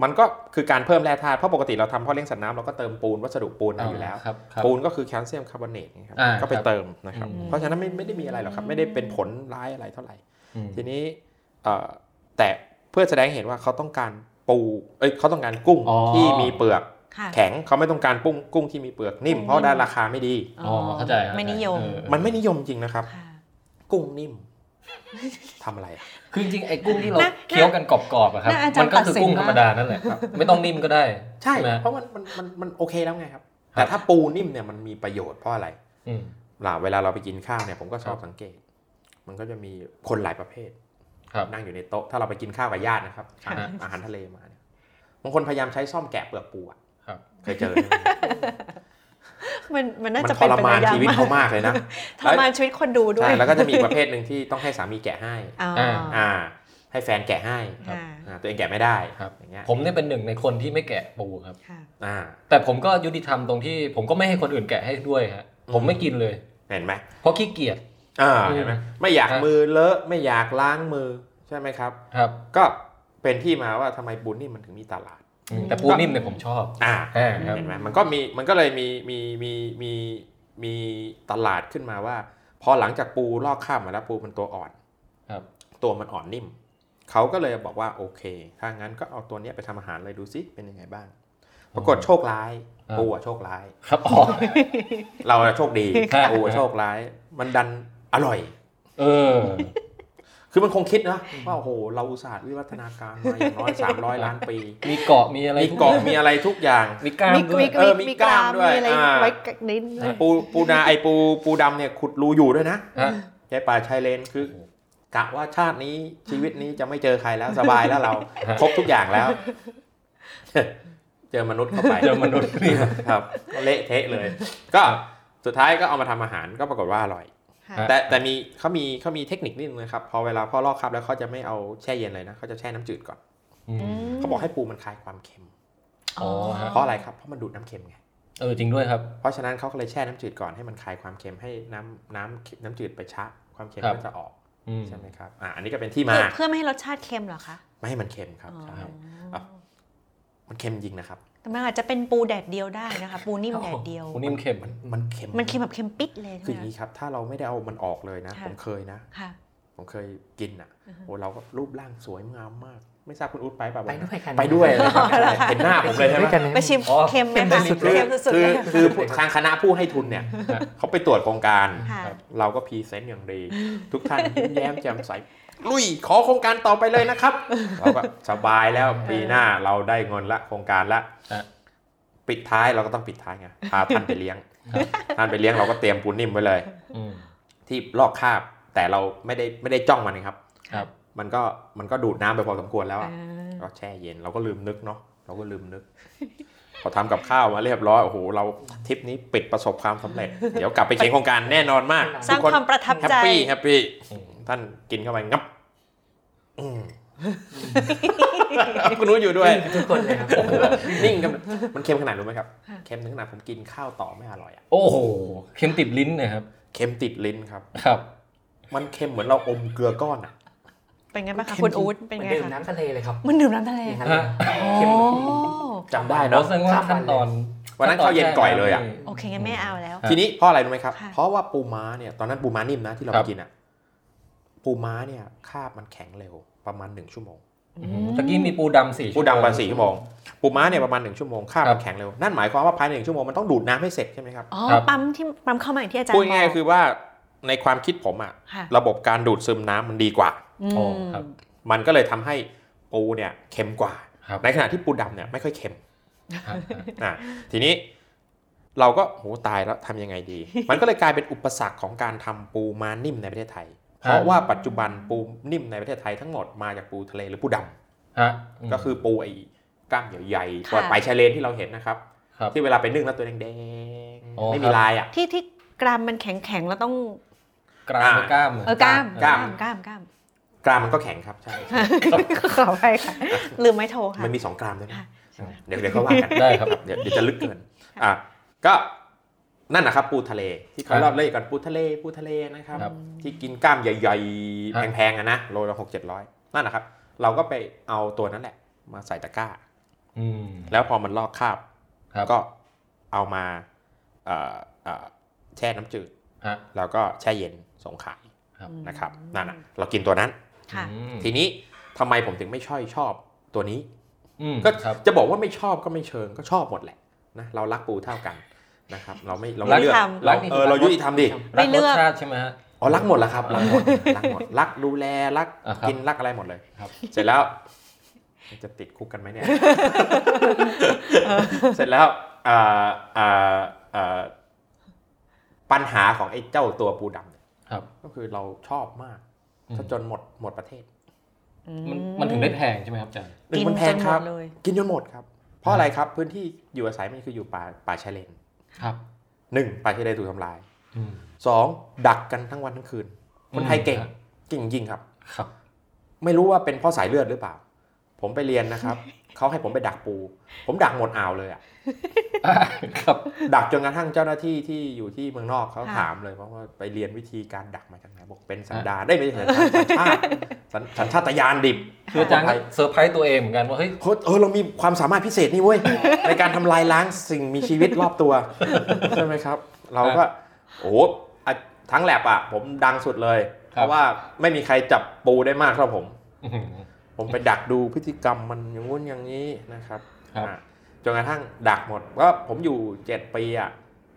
B: มันก็คือการเพิ่มแร่ธาตุ เพราะปกติเราทำพ่อเลี้ยงสัตว์น้ำเราก็เติมปูนวัสดุปูนมาอยู่แล้ว
D: ครับครับ
B: ปูนก็คือแคลเซียมคาร์บอเนตนะครับ
D: อ่า
B: ก็ไป
D: ครับ
B: เติมนะครับ
D: อืม
B: เพราะฉะนั้นไม่ไม่ได้มีอะไรหรอกครับ ไม่ได้เป็นผลร้ายอะไรเท่าไหร่
D: อืม
B: ทีนี้เอ่อแต่เพื่อแสดงให้เห็นว่าเขาต้องการปู เอ้ยเขาต้องการกุ้งที่มีเปลือก
C: ค่ะ
B: แข็ง เขาไม่ต้องการกุ้งกุ้งที่มีเปลือกนิ่ม เพราะได้ราคาไม่ดี
D: อ๋อเข้าใจเข้าใจ
C: ไม่นิยม
D: เออ
B: มันไม่นิยมจริงนะครับ
C: ค่ะ
B: กุ้งนิ่มทำอะไรอะ
D: คือจริงๆไอ้กุ้งที่เรา
C: น่า
D: เคี้ยวกันกรอบๆอะครับ
C: น่าอาจารย์
D: มันก็คือ
C: ตัดสิน
D: กุ้งธ
C: มาก
D: รรมดานั่นแหละ ครับ ไม่ต้องนิ่มก็ได้
B: ใช่
D: ไหม
B: เพราะมันมันมันมันโอเคแล้วไงครับ
D: ครั
B: แต่
D: บ
B: ถ้าปูนิ่มเนี่ยมันมีประโยชน์เพราะอะไร
D: อืม
B: ล่ะเวลาเราไปกินข้าวเนี่ยผมก็ชอ
D: ค
B: บ
D: รับ
B: สังเกต มันก็จะมีคนหลายประเภท
D: ครับ
B: นั่งอยู่ในโต๊ะ ถ้าเราไปกินข้าวกับญาตินะครับอาหารอาหารทะเลมาเนี่ยบางคนพยายามใช้ซ่อมแกะเปลือกปูอะ
D: ครับ
B: เคยเจอไหม
C: มัน มันน่า
B: มัน
C: จะ
B: ท
C: เป็น
B: ร
C: ไป
B: มาน
C: ได้ยาก
B: ชีวิต
C: มาก
B: เขามากเลยนะ
C: ทรมานชีวิตคนดูด้ว
B: ใช่
C: ย
B: แล้วก็จะมีประเภทหนึ่งที่ต้องให้สามีแกะให้
C: อ๋ออ่า
B: อ่า ให้แฟนแกะให้
C: ค่ะ
B: อ่าตัวเองแกะไม่ได้
D: ครับ
B: อย่างเงี้ย
D: ผมเนี่ยเป็นหนึ่งในคนที่ไม่แกะปูครับ
C: ค่ะ
B: อ่า
D: แต่ผมก็ยุติธรรมตรงที่ผมก็ไม่ให้คนอื่นแกะให้ด้วยฮะ ผมไม่กินเลย
B: เห็นไหม
D: เพราะขี้เกียจ
B: อ่าเห็นไหม
D: อืม
B: ไม่อยาก
D: ครับ
B: มือเลอะไม่อยากล้างมือใช่ไหมครับ
D: ครับ
B: ก็เป็นที่มาว่าทำไมปูนิ่มมันถึงมีตลาด
D: อืมแต่ปูนิ่มเนี่ยผมชอบ
B: อ่า
D: อ่าครับ
B: เห็นไหมมันก็มีมันก็เลยมีมีมีมีมีตลาดขึ้นมาว่า พอหลังจากปูลอกข้ามมาแล้วปูมันตัวอ่อน
D: ครับ
B: ตัวมันอ่อนนิ่มเขาก็เลยบอกว่าโอเค ถ้างั้นก็เอาตัวเนี้ยไปทำอาหารเลยดูซิเป็นยังไงบ้าง ปรากฏโชคร้ายปูอะโชคร้าย
D: ครับอ๋อ
B: เราอะโชคดี
D: ครับ
B: ปูอะโชคร้าย มันดันอร่อย
D: เออ
B: คือมันคงคิดนะว่าโอ้โหเราอุตส่าห์วิวัฒนาการมาอย่างน้อย 300 ล้านปี
D: มีเกาะมีอะไร
B: มีเกาะมีอะไรทุกอย่าง
D: มีกล้าม
C: มี
D: ด้วย
C: มี
B: เออมี
C: มี
B: กล้ามด้วย
C: มีอะไร
B: อ่า
C: ไว้กับนิ้นเลย
B: ปูปูนาไอปูปูดำเนี่ยขุดรูอยู่ด้วยนะ
D: ฮะ
B: ยายป่าชายเลนคือกะว่าชาตินี้ชีวิตนี้จะไม่เจอใครแล้วสบายแล้ว เรา ครบทุกอย่างแล้ว เจอมนุษย์เข้าไป
D: เจอมนุษย์นี่
B: ครับก็เละเทะเลย ก็สุดท้ายก็เอามาทำอาหารก็ปรากฏว่าอร่อย
C: ค่ะ
B: แต่แต่มีเขามีเขามีเทคนิคนิดนึงนะครับพอเวลาพ่อลอกครับแล้วเขาจะไม่เอาแช่เย็นเลยนะเขาจะแช่น้ำจืดก่อน
D: อืม
C: ม
B: เขาบอกให้ปูมันคลายความเค็ม
D: อ๋อฮะ
B: เพราะอะไรครับ เพราะมันดูดน้ำเค็มไง
D: เออจริงด้วยครับ
B: เพราะฉะนั้นเขาก็เลยแช่น้ำจืดก่อนให้มันคลายความเค็มให้น้ำน้ำน้ำจืดไปชะ ความเค็ม
D: ครับ
B: ก็จะออก
D: อืม
B: ใช่ไหมครับ อ่าอันนี้ก็เป็นที่มา
C: เพื่อเพื่อไม่ให้รสชาติเค็มเหรอคะ
B: ไม่ให้มันเค็มครับใช่
C: อ๋
B: อ่ะ
C: อ
B: มันเค็มจริงนะครับ
C: แต่มันอาจจะเป็นปูแดดเดียวได้นะคะ ปูนิ่มแดดเดียว
D: ปูนิ่มเค็ม
B: มันมันเค็ม
C: มันเค็มแบบเค็มปิดเลย
B: คืออ
C: ใช่ไห
B: ย่าม งนี้ครับ ถ้าเราไม่ได้เอามันออกเลยนะ
C: ค่ะ
B: ผมเคยนะ
C: ค่ะ
B: ผมเคยกินอ่ะ
C: อือฮะ
B: โอ้เราก็รูปร่างสวยงามมาก ไม่ทราบคุณอุ๊ดไปแบบ
A: ไปด้วยกัน
B: ไปด้วยเลยครับ
C: อ๋อเหรอคะ
B: เห็นหน้าผมเลยใช่ไหม
A: ด้วยกันเลย
C: ไปชิม
D: อ๋อ
C: เค็มไหม
A: เป็น
C: คะ
A: สุด
B: คือ
A: เลย
C: เค็มสุดๆ
B: คือ
C: เลย
B: คือทางคณะผู้ให้ทุนเนี่ย
D: ฮะ
B: เขาไปตรวจโครงการ
C: ค่ะ
B: เราก็พรีเซนต์อย่าง ดี ทุกท่านยิ้มแย้มแจ่มใส ลุยขอโครงการต่อไปเลยนะครับ เราก็สบายแล้วปีหน้าเราได้เงินละโครงการละ
D: ฮะ
B: ปิดท้ายเราก็ต้องปิดท้ายไงพาท่านไปเลี้ยง
D: ครับ
B: ท่านไปเลี้ยงเราก็เตรียมปูนิ่มไว้เลย
D: อืม
B: ที่ลอกคราบแต่เราไม่ได้ไม่ได้จ้องมันนะครับ
D: ครับ
B: มันก็มันก็ดูดน้ำไปพอสมควรแล้วอะ
C: อ่า
B: ก็แช่เย็นเราก็ลืมนึกเนาะเราก็ลืมนึก พอทำกับข้าวมาเรียบร้อยโอ้โหเราทริปนี้ปิดประสบความสำเร็จ เดี๋ยวกลับไปเขียนโครงการแน่นอนมาก
C: สร้าง
B: ทุก
C: ความประทับ
B: แฮป
C: ใจ
B: ปี้แฮปปี้
D: อืม
B: ท่านกินเข้าไปงับอืม คุณรู้อยู่ด้วย
A: ทุกคนเลยครับ
B: โอ้โหนิ่งกันมันเค็มขนาดรู้ไหมครับ
C: ค่ะ
B: เค็มถึงขนาดผมกินข้าวต่อไม่อร่อยอะ
D: โอ้โห เค็มติดลิ้นนะครับ
B: เค็มติดลิ้นครับ
D: ครับ
B: มันเค็มเหมือนเราอมเกลือก้อนอะ
C: เป็นไงบ้างคะคุณอู๊ดเป็น
A: เหมือน
C: ไง
A: ดื่ม
C: คะ
A: น้ำทะเลเลยครับ
C: มันดื่มน้ำทะเล
A: อย่าง
C: ค่ะ
A: นั้นเลยครับ
C: โอ้
A: เค็ม
B: จำได้
D: ได้
B: เนอะ
D: เนาะแสดงว่าขั้นตอน
B: วันนั้นข้าวเย็นก่อยเลยอ่ะ
C: โอเคงั้นไม่เอาแล้ว
D: ครับ
B: ทีนี้เพราะอะไรรู้ไหมครับ
C: ค่ะ
B: เพราะว่าปูม้าเนี่ยตอนนั้นปูม้านิ่มนะที่เรา
D: ครั
B: ไป
D: บ
B: กินอ่ะ ปูม้าเนี่ยคาบมันแข็งเร็วประมาณหนึ่งชั่วโมง
D: อืมตะกี้มีปูดำสี่
B: ปูดำประมา
D: ว
B: ณ
D: โ
B: สี่ชั่วโมง ปูม้าเนี่ยประมาณหนึ่งชั่วโมงคาบ
D: ครั
B: มัน
D: บ
B: แข็งเร็ว นั่นหมายความว่าภายในหนึ่งชั่วโมงมันต้องดูดน้ำให้เสร็จใช่ไหมครับ
C: อ๋อ
D: ครับ
C: ปั๊มที่ปั๊มเข้ามาอย่างที่อาจารย์
B: พูดง่าย
C: บก
B: ๆคือว่าในความคิดผมอะ
C: ค่ะ
B: ระบบการดูดซึมน้ำมันดีกว่า
C: ม
D: อ๋อครับ
B: มันก็เลยทำให้ปูเนี่ยเค็มกว่า
D: ครับ
B: ในขณะที่ปูดำเนี่ยไม่ค่อยเค็ม
D: ครับ
B: อ่ะทีนี้เราก็โหตายแล้วทำยังไง ดี มันก็เลยกลายเป็นอุปสรรคของการทำปูม้านิ่มในประเทศไทย เพราะว่าปัจจุบันปูนิ่มในประเทศไทยทั้งหมดมาจากปูทะเลหรือปูดำ
D: ฮะ
B: ก็คือปูไอ้กล้ามใหญ่ๆกว่าปลายชายเลนที่เราเห็นนะครับ
D: ครับ
B: ที่เวลาไปนึ่งแล้วตัวแดง
D: อ๋อ
B: ๆไม่
D: ค
B: มี
D: รับ
B: ลายอ่ะ
C: ที่ที่กรามมันแข็งแข็งๆแล้วต้อง
D: กรามหรือกล้าม
C: เออกล้าม
B: กล้าม
C: กล้ามกล้าม
B: กรามมันก็แข็งครับใช่
C: ขอไปค่ะ ลืมไม่โทรค่ะ
B: มันมี 2 กรามด้วยนะ
C: ค่ะ
B: เดี๋ยวเดี๋ยวเขาว่ากัน
D: ได้ครับ
B: เดี๋ยวเดี๋ยวจะลึกเกินอ่ะก็นั่นนะครับปูทะเลที่
D: ค
B: เขา
D: รับ
B: เล่าเล่นกันปูทะเลปูทะเลนะครับ
D: ครับ
B: ที่กินกล้ามใหญ่
D: ครับ
B: ๆ แพงๆอะนะโลละหกเจ็ดร้อยนั่นนะครับ เราก็ไปเอาตัวนั้นแหละ มาใส่ตะกร้า
D: อืม
B: แล้วพอมันลอกคราบ
D: ครับ
B: ก็เอามาเอ่อเอ่อแช่น้ำจืด
D: ฮะ
B: แล้วก็แช่เย็นส่งขาย
D: ครับ
B: นะครับนั่นน่ะเรากินตัวนั้น
C: ค่ะ
D: อืม
B: ทีนี้ทำไมผมถึงไม่ช่อยชอบตัวนี้
D: อืม
B: ก็
D: ครับ
B: จะบอกว่าไม่ชอบก็ไม่เชิงก็ชอบหมดแหละนะเรารักปูเท่ากันนะครับเราไม่เรา
C: รั
B: ไม่
C: ก
B: เลือก
C: ท
D: รั
B: เรา
D: นี่
B: เออเรายุติธรรมดิ
C: ไม่เลือ
D: รัร
C: ก
D: สชาติใช่ไหมฮะ
B: อ๋อรักหมดแล้วครับรักหมดรักหมดรักดูแลรัก
D: อ่ะครับ
B: กินรักอะไรหมดเลย
D: ครับ
B: เสร็จแล้ว จะติดคุกกันไหมเนี่ย เสร็จแล้วอ่าอ่าอ่าปัญหาของไอ้เจ้าตัวปูดำเนี่ย
D: ครับ
B: ก็คือเราชอบมาก
D: อืม
B: จนหมดหมดประเทศ
C: อื
D: มันมันถึงได้แพงใช่ไหมครับอาจารย์
B: หนึ่ง
C: กิน
B: มันแพ
C: จ
B: ง
C: นห
B: ค
C: ม
B: รับ
C: ดเลย
B: กินจนหมดครับ เพราะอะไรครับพื้นที่อยู่อาศัยมันคืออยู่ป่าป่าชายเลน
D: ครับ
B: หนึ่งป่าชายเลนถูกทำลาย
D: อืม
B: สองดักกันทั้งวันทั้งคืน คนไทยเก่ง
D: อืม
B: เก่งจริงครับ
D: ครับ
B: ไม่รู้ว่าเป็นเพราะสายเลือดหรือเปล่า ผมไปเรียนนะครับ เขาให้ผมไปดักปู ผมดักหมดอ่าวเลยอะ
D: ครับ
B: ดักจนกระทั่งเจ้าหน้าที่ที่อยู่ที่เมืองนอกเขาถามเลยเพราะว่าไปเรียนวิธีการดักมาจากไหนบอกเป็นสันดานได้ยไม่ใช่สันดานสัญชาติสัญชาตญาณดิบ
D: คืออาจารย์ก็เซอร์ไพรส์ตัวเองเหมือนกันว่าเฮ้ย
B: โค้ชเออเรามีความสามารถพิเศษนี่เว้ย ในการทำลายล้างสิ่งมีชีวิตรอบตัว ใช่ไหมครับ เราก็โอ้โหอ่ะทั้งแลบอ่ะ ผมดังสุดเลย
D: ครับ
B: เพราะว่าไม่มีใครจับปูได้มากเท่าผม
D: อื้อหือ
B: ผมไปดักดูพฤติกรรมมันอย่างงู้นอย่างนี้นะครับ
D: ครับ
B: อ่ะจนกระทั่งดักหมดก็ผมอยู่เจ็ดปีอ่ะ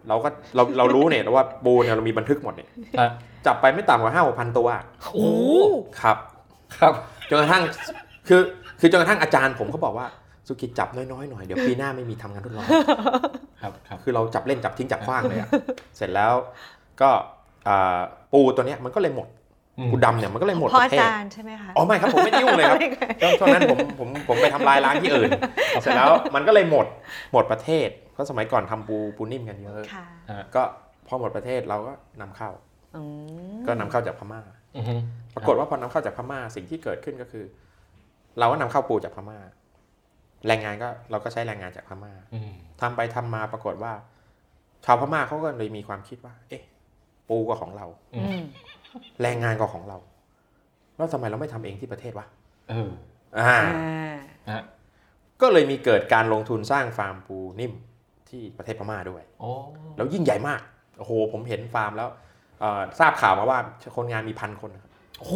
B: เราก็เราเรารู้เนี่ยว่าปูเนี่ยเรามีบันทึกหมดเนี่ย
D: ครับ
B: จับไปไม่ต่ำกว่าห้าหกพันตัว
D: โอ้โห
B: ครับ
D: ครับ
B: จนกระทั่งคือคือจนกระทั่งอาจารย์ผมเขาบอกว่าสุกิจจับน้อยๆหน่อยเดี๋ยวปีหน้าไม่มีทำงานทดลอง
D: ครับครับ
B: คือเราจับเล่นจับทิ้งจับขว้างเลยอะเสร็จแล้วก็อ่าปูตัวเนี้ยมันก็เลยหมด
D: อืม
B: ปูดำเนี่ยมันก็เลยหมด
C: เพราะ
B: ประ
C: อา
B: เทศ
C: จารย์ใช่ไหมคะ
B: อ๋อไม่ครับผมไม่ได้ยุ่งเลย ครับช่วงช่วงนั้นผมผมผมไปทำลายล้างที่อื่นเสร็จแล้วมันก็เลยหมดหมดประเทศเพราะสมัยก่อนทำปูปูนิ่มกันเยอะ
C: ค่ะ
B: ก็พอหมดประเทศเราก็นำเข้า
C: อืม
B: ก็นำเข้าจากพม่า
D: อื้อหือ
B: ปรากฏว่าพอนำเข้าจากพม่าสิ่งที่เกิดขึ้นก็คือ เราก็นำเข้าปูจากพม่า แรงงานก็เราก็ใช้แรงงานจากพม่า
D: อืม
B: ทำไปทำมาปรากฏว่า ชาวพม่าเขาก็เลยมีความคิดว่า เอ๊ะ ปูก็ของเรา
C: อืม
B: แรงงานก็ของเรา แล้วทำไมเราไม่ทำเองที่ประเทศวะ
D: เออ
B: อ่า
C: อ่า
D: ฮะ
B: ก็เลยมีเกิดการลงทุนสร้างฟาร์มปูนิ่มที่ประเทศพม่าด้วย
D: โอ้
B: แล้วยิ่งใหญ่มากโอ้โหผมเห็นฟาร์มแล้วเอ่อทราบข่าวมาว่าคนงานมีพันคนนะครับ
D: โอ้โห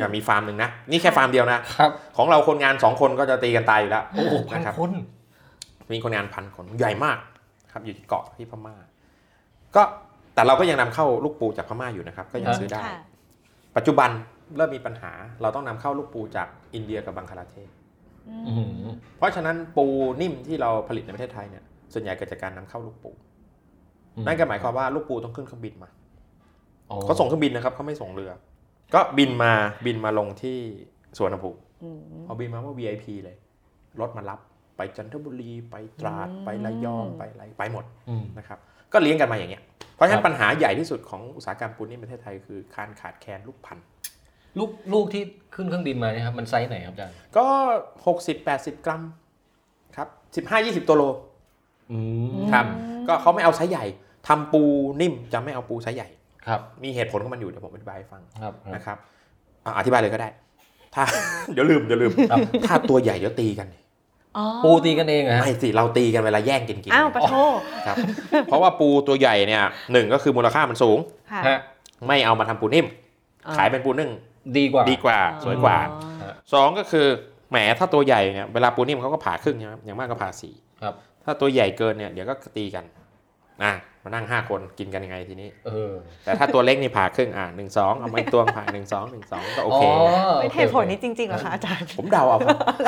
B: อ่ะมีฟาร์มหนึ่งนะนี่แค่ฟาร์มเดียวนะ
D: ครับ
B: ของเราคนงาน 2 คนก็จะตีกันตายอยู่แล้ว
D: โอ้โหพัน
B: นะครับ
D: คน
B: มีคนงานพันคนใหญ่มากครับอยู่ที่เกาะที่พม่า ก็แต่เราก็ยังนำเข้าลูกปูจากพม่าอยู่นะครับ ก็ยัง
D: ครับ
B: ซื้อได้
C: ค่ะ
B: ปัจจุบันเริ่มมีปัญหา เราต้องนำเข้าลูกปูจากอินเดียกับบังคลาเทศ
C: อื
D: อื้อ
C: ม
D: หือ
B: เพราะฉะนั้นปูนิ่มที่เราผลิตในประเทศไทยเนี่ยส่วนใหญ่เกิดจากการนำเข้าลูกปูนั่นก็หมายความว่าลูกปูต้องขึ้นเครื่องบินมา
D: อ๋อ
B: เขาส่งเครื่องบินนะครับเขาไม่ส่งเรือ ก็บินมาบินมาลงที่สวนภูมิ
C: อืม
B: เอาบินมาว่า VIP เลย รถมารับไปจันทบุรีไปตราด ไประยอง
C: อืม
B: ไปอะไรไปหมด
D: อืม
B: นะครับก็เลี้ยงกันมาอย่างเงี้ยเพราะฉะ
D: ครั
B: นั้น
D: บ
B: ปัญหาใหญ่ที่สุดของอุตสาหกรรมปูนในประเทศไทยคือการขาดแคลนลูกพันธุ์
D: ลูกลูกที่ขึ้นเครื่องบินมาเนี่ยครับมันไซส์ไหนครับอาจารย์
B: ก็ 60 80 กรัมครับ15 20 ตัวโล
D: อืม
B: ครับก็เขาไม่เอาไซส์ใหญ่ทำปูนิ่มจะไม่เอาปูไซส์ใหญ่
D: ครับ
B: มีเหตุผลของมันอยู่เดี๋ยวผมอธิบายให้ฟัง
D: ครับครับ
B: นะครับอ่ะอธิบายเลยก็ได้ ถ้า เดี๋ยวลืมเดี๋ยวลืม
D: ครับ
B: ถ้าตัวใหญ่เดี๋ยวตีกัน
C: อ อ๋อ
D: ปูตีกันเองเหรอฮะ
B: ไม่สิเราตีกันเวลาแย่งกินกิน
C: อ้าวปะโท
B: ครับ เพราะว่าปูตัวใหญ่เนี่ยหนึ่งก็คือมูลค่ามันสูง
C: ค่ะ
D: ฮะ
B: ไม่เอามาทำปูนิ่ม
C: อ๋อ
B: ขายเป็นปูนึ่ง
D: ดีกว่า
B: ดีกว่าสวยกว่า
D: อ๋อ
B: สองก็คือแหมถ้าตัวใหญ่เนี่ยเวลาปูนิ่มเขาก็ผ่าครึ่งใช่ไหมอย่างมากก็ผ่าสี่
D: ครับ
B: ถ้าตัวใหญ่เกินเนี่ยเดี๋ยวก็ตีกันอ่ะมานั่งห้าคนกินกันยังไงทีนี้
D: เออ
B: แต่ถ้าตัวเล็กนี่ผ่าครึ่งอ่ะหนึ่งสองเอามาอีกตัวผ่าหนึ่งสองหนึ่งสองก็โอเค
C: เป็นเหตุผลนี้จริงๆเหรอคะอาจารย์
B: ผมเดาเอาครับ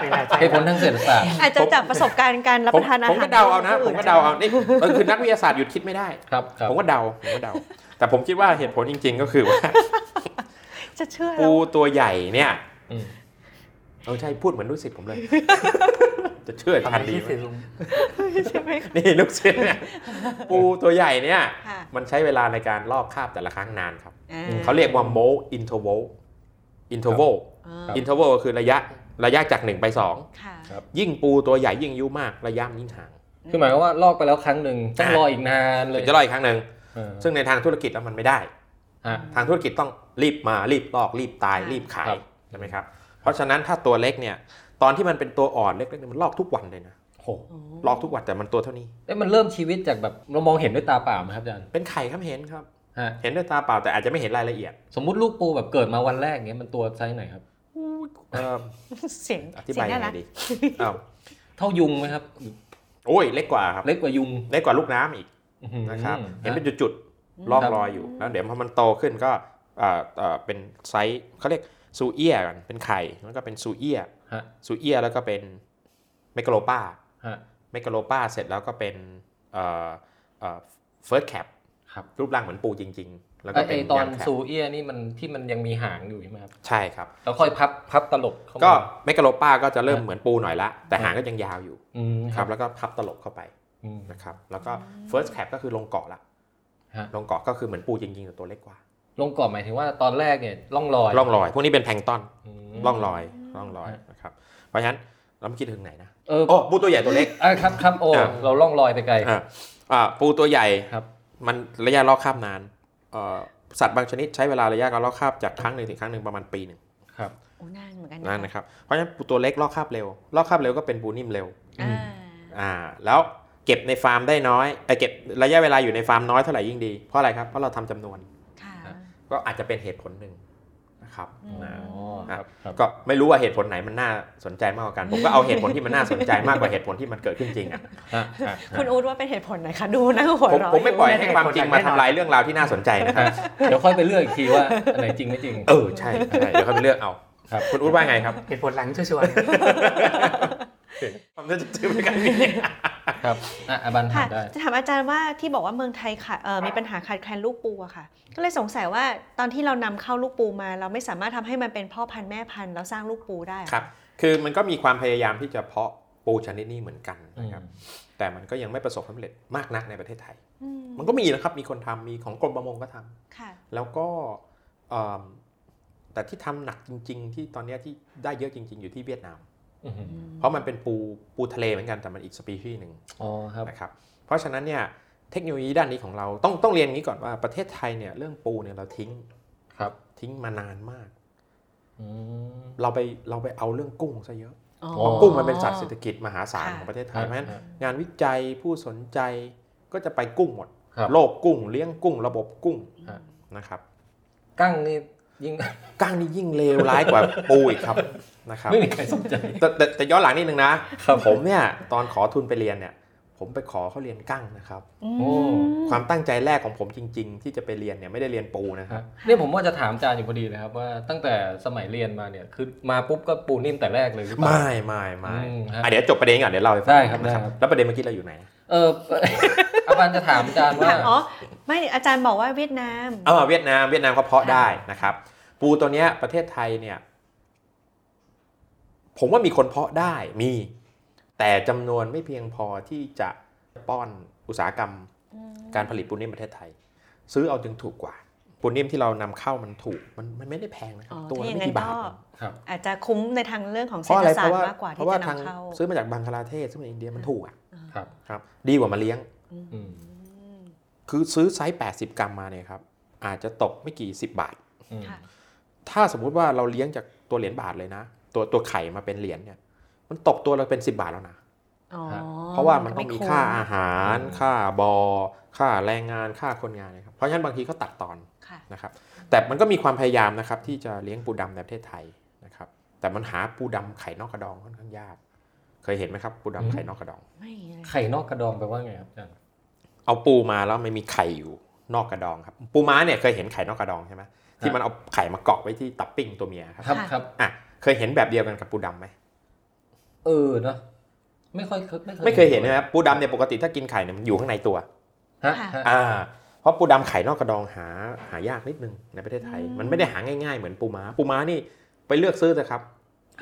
A: ไม่น่าใช่
D: เหตุผลทางเศรษฐศาสตร์
C: อาจจะจากประสบการณ์การรับ
B: ผ
C: ป
B: ม
C: ระทานอาหาร
B: ผมก็เดาเอานะ ผมก็เดาเอานี่เออคือนักวิทยาศาสตร์หยุดคิดไม่ได้
D: ครับครับ
B: ผมก็เดาผมก็เดา แต่ผมคิดว่าเหตุผลจริง ๆ ก็คือว่า
C: จะเชื่อ
B: ปูตัวใหญ่เนี่ย
D: อืม
B: เออใช่พูดเหมือนลูกศิษย์ผมเลย จะเชื่อทันดีไหม
C: ใช่ไหม
B: นี่ลูกศิษย์ เนี่ยปูตัวใหญ่เนี่ย
C: ค่ะ
B: มันใช้เวลาในการลอกคราบแต่ละครั้งนานครับ
C: อ่
B: เขาเรียกว่า m o interval interval
C: อ่า
B: interval ก็คือระยะระยะจาก 1 ไป
C: ค่ะ
B: 2 ยิ่งปูตัวใหญ่ยิ่งอายุมากระยะมันยิ่งห่าง
D: คือหมายความว่าลอกไปแล้วครั้งหนึ่งต้องรออีกนานเลย
B: ถึงจะลอกอีกครั้งหนึ่ง
D: เออ
B: ซึ่งในทางธุรกิจแล้วมันไม่ได้
D: ฮะ
B: ทางธุรกิจต้องรีบมารีบลอกรีบตาย
C: ครับ
B: รีบขา
D: ครั
B: ย
D: บ
B: ใช่ไหมครับ เพราะฉะนั้นถ้าตัวเล็กเนี่ยตอนที่มันเป็นตัวอ่อนเล็กๆเนี่ยมันลอกทุกวันเลยนะ
D: โห
C: โอ้
B: ลอกทุกวันแต่มันตัวเท่านี้
D: เอ้ยมันเริ่มชีวิตจากแบบเรามองเห็นด้วยตาเปล่าไหมครับอาจารย์
B: เป็นไข่ครับเห็นครับ
D: ฮะ
B: เห็นด้วยตาเปล่าแต่อาจจะไม่เห็นรายละเอียด
D: สมมุติลูกปูแบบเกิดมาวันแรกเงี้ยมันตัวไซส์ไหนครับ
B: เอิ่ม
C: เสียง
B: อธิบาย
C: เสี
B: ยัง
C: น่
B: ไง
C: รัก
B: ดีอ้าว
D: เท่ายุงไหมครับ
B: โอ้ยเล็กกว่าครับ
D: เล็กกว่ายุง
B: เล็กกว่าลูกน้ำอีก
D: อื้อหือ
B: นะครับเห็นเป็น
D: ฮะ
B: จุดๆล่องรอยอยู่แล้วเดี๋ยวพอมันโตขึ้นก็เอ่อเอ่อเป็นไซส์เขาเรียกซูเอียกันเป็นไข่แล้วก็เป็นซูเอีย
D: ฮะ
B: ซูเอียแล้วก็เป็นเมกะโลป้า
D: ฮะ
B: เมกะโลป้าเสร็จแล้วก็เป็นเอ่อเอ่อเฟิร์สแคป
D: ครับ
B: รูปร่างเหมือนปูจริง ๆ แล้วก็
D: ไอ้
B: เป็น
D: ไอ้ตอน
B: ยางแคป
D: ซูเอียนี่มันที่มันยังมีหางอยู่ใช่ไหมครับ
B: ใช่ครับ
D: แล้วค่อยพับพับตลบเข้ามา
B: ก็เมกะโลป้าก็จะเริ่มเหมือนปูหน่อยละ แต่หางก็ยังยาวอยู่
D: อืม
B: ครับแล้วก็พับตลบเข้าไป
D: อืม
B: นะครับแล้วก็เฟิร์สแคปก็คือลงเกาะละ
D: ฮะ
B: ลงเกาะก็คือเหมือนปูจริงๆแต่ตัวเล็กกว่า
D: ลงกรอบหมายถึงว่าตอนแรกเนี่ยล่องลอย
B: ร่องรอย พวกนี้เป็นแพลงก์ตอน
D: อืม
B: ร่องรอยร่องรอยนะครับเพราะฉะนั้นเราไม่คิดถึงไหนนะ
D: เออ
B: โอ้ปูตัวใหญ่ตัวเล็ก
D: อ่ะครับครับโอ้
B: อ่ะ
D: เราล่องลอยไปไกล
B: อ่ะอ่ะปูตัวใหญ่
D: ครับ
B: มันระยะลอกคราบนานเอ่อสัตว์บางชนิดใช้เวลาระยะการลอกคราบจากครั้งหนึ่งถึงครั้งหนึ่งประมาณปีหนึ่ง
D: ครับ
C: โอ้นานเหมือนกัน
B: นั่นนะครับเพราะฉะนั้นปูตัวเล็กลอกคราบเร็วลอกคราบเร็วก็เป็นปูนิ่มเร็ว
C: อ่า
B: อ่าแล้วเก็บในฟาร์มได้น้อยเอ่อเก็บระยะเวลาอยู่ในฟาร์มน้อยเท่าไหร่ยิ่งดีเพราะอะไรครับเพราะเราทำจำนวน
C: ค่ะ
B: ก็อาจจะเป็นเหตุผลหนึ่งนะครับ
C: อืม
B: นะ
D: อ๋อครับครับ
B: ก็ไม่รู้ว่าเหตุผลไหนมันน่าสนใจมากกว่ากันผมก็เอาเหตุผลที่มันน่าสนใจมากกว่าเหตุผลที่มันเกิดขึ้นจริงอ่ะ
D: ฮะฮะ
C: คุณอู๊ดว่าเป็นเหตุผลไหนคะดูนะหัว
B: ผม
C: เราะ
B: ผมไม่ปล่อยให้ความจริงมา
A: แน่นอน
B: ทำลายเรื่องราวที่น่าสนใจนะครับ
D: เดี๋ยวค่อยไปเลือกอีกทีว่าอันไหนจริงไม่จริง
B: เออใช่ใช่เดี๋ยวเขาไปเลือกเอา
D: ครับ
B: คุณอุ้ดว่าไงครับ
A: เหตุผลหลังชัวร์ๆ
B: ผมจะจือไม่กัน
D: ครับอ่ะอาบัน
C: ค่ะ
D: ถามได้
C: จะถามอาจารย์ว่าที่บอกว่าเมืองไทยค่ะเอ่อมีปัญหาขาดแคลนลูกปูอะค่ะ ก็เลยสงสัยว่าตอนที่เรานำเข้าลูกปูมา เราไม่สามารถทำให้มันเป็นพ่อพันธุ์แม่พันธุ์แล้วสร้างลูกปูได้อะ
B: ครับ คือมันก็มีความพยายามที่จะเพาะปูชนิดนี้เหมือนกันนะครับ แต่มันก็ยังไม่ประสบความสำเร็จมากนักในประเทศไทย
C: อืม
B: มันก็มีนะครับ มีคนทำมีของกรมประมงก็ทำ
C: ค่ะ
B: แล้วก็เอิ่มแต่ที่ทำหนักจริง ๆ ที่ตอนเนี้ยที่ได้เยอะจริง ๆ อยู่ที่เวียดนาม
D: อืมอืม
B: เพราะมันเป็นปูปูทะเลเหมือนกันแต่มันอีกสปีชีส์หนึ่ง
D: อ๋อครับ
B: นะครับเพราะฉะนั้นเนี่ยเทคโนโลยีด้านนี้ของเราต้องต้องเรียนอย่างนี้ก่อนว่าประเทศไทยเนี่ยเรื่องปูเนี่ยเราทิ้ง
D: ครับ
B: ทิ้งมานานมาก
D: อืม
B: เราไปเราไปเอาเรื่องกุ้งซะเยอะ
C: อ๋อ
B: เพราะกุ้งมันเป็นสัตว์เศรษฐกิจมหาศาล
C: ค่ะ
B: ของประเทศไท
D: ค
B: ย
D: รับ
B: เพราะฉะนั้น
D: ครับ
B: งานวิจัยผู้สนใจก็จะไปกุ้งหมด
D: ครับ
B: โลกกุ้งเลี้ยงกุ้งระบบกุ้ง
D: ฮะ
B: นะครับ
D: กั้งนี่ยิ่ง
B: ก้างนี่ยิ่งเลวร้ายกว่า ปูอีกครับ นะครับ
D: ไม่มีใครสนใจ
B: แต่แต่แต่ย้อนหลังนิดนึงนะครับ ผมเนี่ยตอนขอทุนไปเรียนเนี่ยผมไปขอเขาเรียนกั้งนะครับ
C: อืม
D: โอ้
B: ความตั้งใจแรกของผมจริง ๆ ที่จะไปเรียนเนี่ยไม่ได้เรียนปูนะค
D: ค
B: รั
D: รั
B: บบ
D: เนี่ยผมว่าจะถามอาจารย์อยู่พอดีเลยครับว่าตั้งแต่สมัยเรียนมาเนี่ยคือมาปุ๊บก็ปูนิ่มแต่แรกเลยหรือเปล่า
B: ไม่ไม่ไม่
D: อืมฮะ
B: อ่ะเดี๋ยวจบประเด็นก่อนเดี๋ยวเล่าให้ฟัง
D: ได้ครับ
B: นะ
D: ได้ครับ
B: แล้วประเด็นเมื่อกี้เราอยู่ไหน
D: เออ อาบันจะถามอาจารย์ว่า
C: ถ ามอ๋อไม่อาจารย์บอกว่าเวียดนาม
B: เออเวียดนามเวียดนามเขาเพาะได้นะครับ ปูตัวเนี้ยประเทศไทยเนี่ย ผมว่ามีคนเพาะได้มี แต่จำนวนไม่เพียงพอที่จะป้อนอุตสาหกรรม
C: ม
B: การผลิตปูนิ่มประเทศไทย ซื้อเอาจึงถูกกว่าปูนิ่มที่เรานำเข้ามันถูกมันมันไม่ได้แพงนะครับ
C: อ๋อ
B: ตัวละ
C: ถ้าอย่าง
B: ไม่
C: นั้น
B: กี่บาท
C: ก็
B: เอง
C: อาจจะคุ้มในทางเรื่องของ
B: เพ
C: เศร
B: ราะอะไร
C: ษฐ
B: เพ
C: ศาสต
B: ราะว่าม
C: ร์ากกว่า
B: เพ
C: ที่
B: ราะว่า
C: จะ
B: ทาง
C: นำเข้า
B: ซื้อมาจากบังคลาเทศซึ่งเป็นอินเดียมันถูกอ่ะ
D: ครับ
B: ครับดีกว่ามาเลี้ยง
C: อืม
D: อืม
B: คือซื้อไซส์ 80 กรัมมาเนี่ยครับอาจจะตกไม่กี่ 10 บาท
D: อืม
C: ค่ะ
B: ถ้าสมมุติว่าเราเลี้ยงจากตัวเหรียญบาทเลยนะ ตัวตัวไข่มาเป็นเหรียญเนี่ย มันตกตัวเราเป็น 10 บาทแล้วนะ
C: อ๋อ
B: เพราะว่ามันต้องมี
C: ไคุ้
B: ค่าอาหาร
F: อืม
B: ค่าบอ ค่าแรงงาน ค่าคนงานนะครับ เพราะฉะนั้นบางทีก็ตัดตอน
C: ค่ะ
B: นะครับ แต่มันก็มีความพยายามนะครับที่จะเลี้ยงปูดำในประเทศไทยนะครับ แต่มันหาปูดำไข่นอกกระดองค่อนข้างยาก เคยเห็นไหมครับปูดำไข่นอกกระดอง
C: ไม่เลย
D: ไข่นอกกระดองแปลว่าไงครับอาจารย์
B: เอาปูมาแล้วมันมีไข่อยู่นอกกระดองครับ ปูม้าเนี่ยเคยเห็นไข่นอกกระดองใช่ไหมที่มันเอาไข่มาเกาะไว้ที่ตับปิ้งตัวเมียครับ
D: ครับครับ
B: อ่ะเคยเห็นแบบเดียวกันกับปูดำไหม
D: เออเนอะไม่ค่อยไม่เคย
B: ไม่เคยเห็นนะครับปูดำเนี่ยปกติถ้ากินไข่เนี่ยมันอยู่ข้างในตัว
D: ฮะฮะ
B: อ่า เพราะปูดำไข่นอกกระดองหาหายากนิดนึงในประเทศไทย มันไม่ได้หาง่ายๆเหมือนปูม้า ปูม้านี่ไปเลือกซื้อเถอะครับ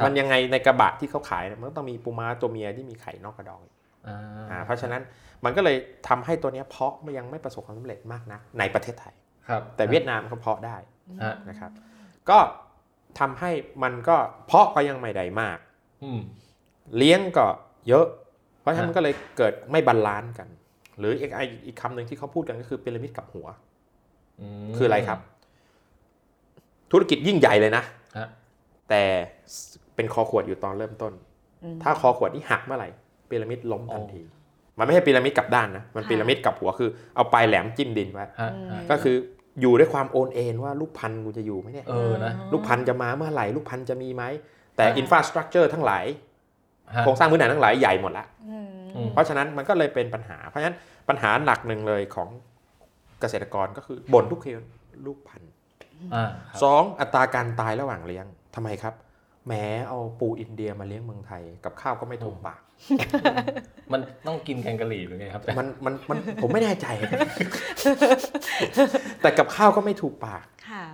B: มันยังไงในกระบะที่เขาขายเนี่ยมันก็ต้องมีปูม้าตัวเมียที่มีไข่นอกกระดอง
D: อ่
B: อ่า
D: า
B: เพราะฉะนั้นมันก็เลยทำให้ตัวเนี้ยเพาะมันยังไม่ประสบความสำเร็จมากนะในประเทศไทย
D: ครับ
B: แต่เวียดนามเขาเพาะได้
D: ฮะ
B: นะครับก็ทำให้มันก็เพาะก็ยังไม่ได้มาก
D: อืม
B: เลี้ยงก็เยอะ เพราะฉะนั้
D: ฮะ
B: นมันก็เลยเกิดไม่บาลานซ์กัน หรืออีกไอ้อีกคำหนึ่งที่เขาพูดกันก็คือพีระมิดกับหัว
D: ม
B: คืออะไรครับ ธุรกิจยิ่งใหญ่เลยนะ
D: ฮะ
B: แต่เป็นคอขวดอยู่ตอนเริ่มต้น
C: อืม
B: ถ้าคอขวดนี่หักเมื่อไหร่พีระมิดล้มทันที
D: อ๋
B: มันไม่ใช่พีระมิดกลับด้านนะมันพีระมิดกลับหัวคือเอาปลายแหลมจิ้มดินไว้
D: อฮะฮะ
B: ก็คืออยู่ด้วยความโอนเอ็นว่าลูกพันธุ์กูจะอยู่ไหมเนี่ย
D: เออนะ
B: ลูกพันธุ์จะมาเมื่อไหร่ ลูกพันธุ์จะมีไหม แต่
C: อ่า
B: อินฟราสตรักเจอร์ทั้งหลาย
D: ฮะ
B: โครงสร้างพื้นฐานทั้งหลายใหญ่หมดละ
C: อืม
D: อืม
B: เพราะฉะนั้นมันก็เลยเป็นปัญหา เพราะฉะนั้นปัญหาหนักหนึ่งเลยของเกษตรกรก็คือบ่นลูกเคนลูกพันธุ์
D: อ่า
B: สองอัตราการตายระหว่างเลี้ยงทำไมครับแหมเอาปูอินเดียมาเลี้ยงเมืองไทย กับข้าวก็ไม่ถูกปาก
D: มันต้องกินแกงกะหรี่หรือไงครับอาจารย์
B: มันมันมันผมไม่แน่ใจ แต่กับข้าวก็ไม่ถูกปาก
C: ค่ะ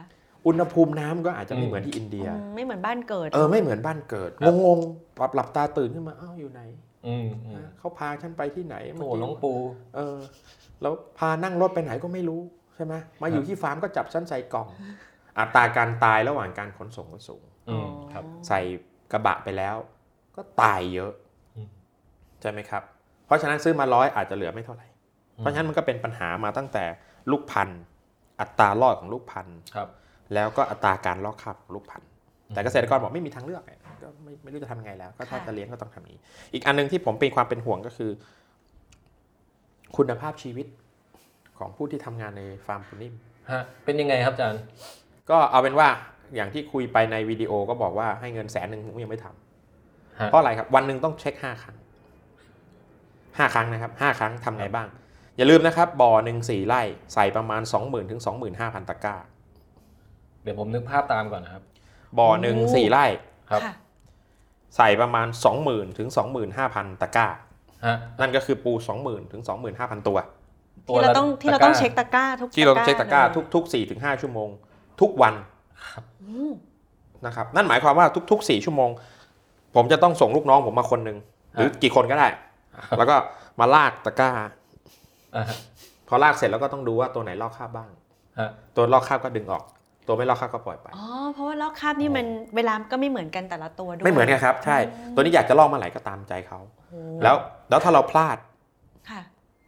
B: อุณหภูมิน้ำก็อาจจะไม่เหมือนที่อินเดีย
C: อืมไม่เหมือนบ้านเกิด
B: เออไม่เหมือนบ้านเกิดงงๆหลับหลับตาตื่นขึ้นมาอ้าวอยู่ไหน
D: อืมอืม
B: เขาพาฉันไปที่ไหนเมื่
D: โอ้
B: อ
D: โห
B: กี้
D: น้องปู
B: เออ แล้วพานั่งรถไปไหนก็ไม่รู้ใช่ไหมมาอยู่ที่ฟาร์มก็จับฉันใส่กล่อง อัตราการตายระหว่างการขนส่งก็สูง
D: อืมครับ
B: ใส่กระบะไปแล้ว ก็ตายเยอะ
D: อืม
B: ใช่ไหมครับ เพราะฉะนั้นซื้อมาร้อยอาจจะเหลือไม่เท่าไหร่
D: อืม
B: เพราะฉะนั้นมันก็เป็นปัญหามาตั้งแต่ลูกพันธุ์อัตรารอดของลูกพันธุ์
D: ครับ
B: แล้วก็อัตราการลอกคราบของลูกพันธุ์แต่เกษตรกรบอกไม่มีทางเลือกไงก็ไม่ไม่รู้จะทำยังไงแล้ว ก็ถ้า
C: ค่ะ
B: จะเลี้ยงก็ต้องทำอย่างนี้ อีกอันหนึงที่ผมเป็นความเป็นห่วงก็คือ คุณภาพชีวิตของผู้ที่ทำงานในฟาร์มปูนิ่ม
D: ฮะเป็นยังไงครับอาจารย์
B: ก็เอาเป็นว่าอย่างที่คุยไปในวิดีโอก็บอกว่าให้เงินแสนหนึ่งผมยังไม่ทำ
D: ฮะ
B: เพราะอะไรครับ วันหนึ่งต้องเช็ค 5 ครั้ง 5 ครั้งนะครับ 5 ครั้งทำไงบ้าง อย่าลืมนะครับ บ่อหนึ่งสี่ไร่ใส่ประมาณ 20,000ถึง25,000 ตะกร้า
D: เดี๋ยวผมนึกภาพตามก่อนนะครับ
B: บ่อหนึ่งสี่ไร่
D: ครับ
C: ค่ะ
B: ใส่ประมาณ 20,000ถึง25,000 ตะกร้า
D: ฮะ
B: นั่นก็คือปู 20,000ถึง25,000 ตัว
D: ว
C: ที่
D: ละ
C: เราต้องที่เราต้องเช็คตะกร้าทุก
B: ที่เราต้องเช็คตะกร้า
C: ลย
B: ทุก ๆ4ถึง5ชั่วโมง ทุกวัน
C: อืม
B: นะครับ นั่นหมายความว่าทุก ๆ 4 ชั่วโมง ผมจะต้องส่งลูกน้องผมมาคนหนึ่งหรือกี่คนก็ได้ แล้วก็มาลากตะกร้า
D: อ่าฮะ
B: พอลากเสร็จแล้วก็ต้องดูว่าตัวไหนลอกคราบบ้าง
D: ฮะ
B: ตัวลอกคราบก็ดึงออก ตัวไม่ลอกคราบก็ปล่อยไป
C: อ๋อเพราะว่าลอกคราบนี่มันเวลาก็ไม่เหมือนกันแต่ละตัวด้วย
B: ไม่เหมือนกันครับ ใช่ ตัวนี้อยากจะลอกเมาไหลก็ตามใจเขา
C: โอ้โห
B: แล้วแล้วถ้าเราพลาด
C: ค่ะ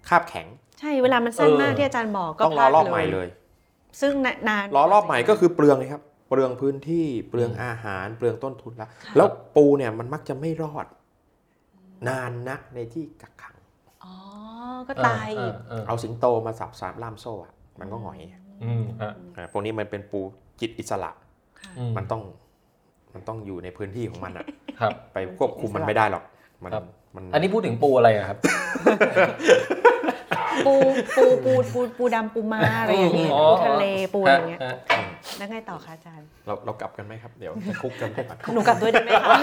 B: คราบแข็ง
C: ใช่เวลามันสั้นมากที่อาจารย์บอกก็
B: ต้องรอ
C: พาด
B: รอบใหม่เลย
C: ซึ่งนาน
B: รอรอบใหม่ก็คือเปลืองเลยครับ เปลืองพื้นที่เปลืองอาหารเปลืองต้นทุนละแล้วปูเนี่ยมันมักจะไม่รอด นานนักในที่กักขัง
C: อ๋อก็ตายอีก
D: เออเออ
B: เอาสิงโตมาสับสามล่ามโซ่อะมันก็หงอย
D: อืมฮะ
B: อ่าพวกนี้มันเป็นปูจิตอิสระ
C: ค่ะ
D: อืม
B: มันต้องมันต้องอยู่ในพื้นที่ของ มันอะ
D: ครับ
B: ไปควบคุมมันไม่ได้หรอก มัน
D: ครับ
B: มัน
D: อันนี้พูดถึงปูอะไรอะครับ
C: ปูปูปูปูปูดำปูมาอะไรอย่างเงี้ย
D: อ๋อ
C: ปูทะเลปูอะไรอย่างเงี้ย
D: ฮะฮะ
C: แล้วไงต่อคะอาจารย์
B: เราเรากลับกันไหมครับ เดี๋ยวจะคุกกันก่อน
C: หนูกลับด้วยได้ไหมคะ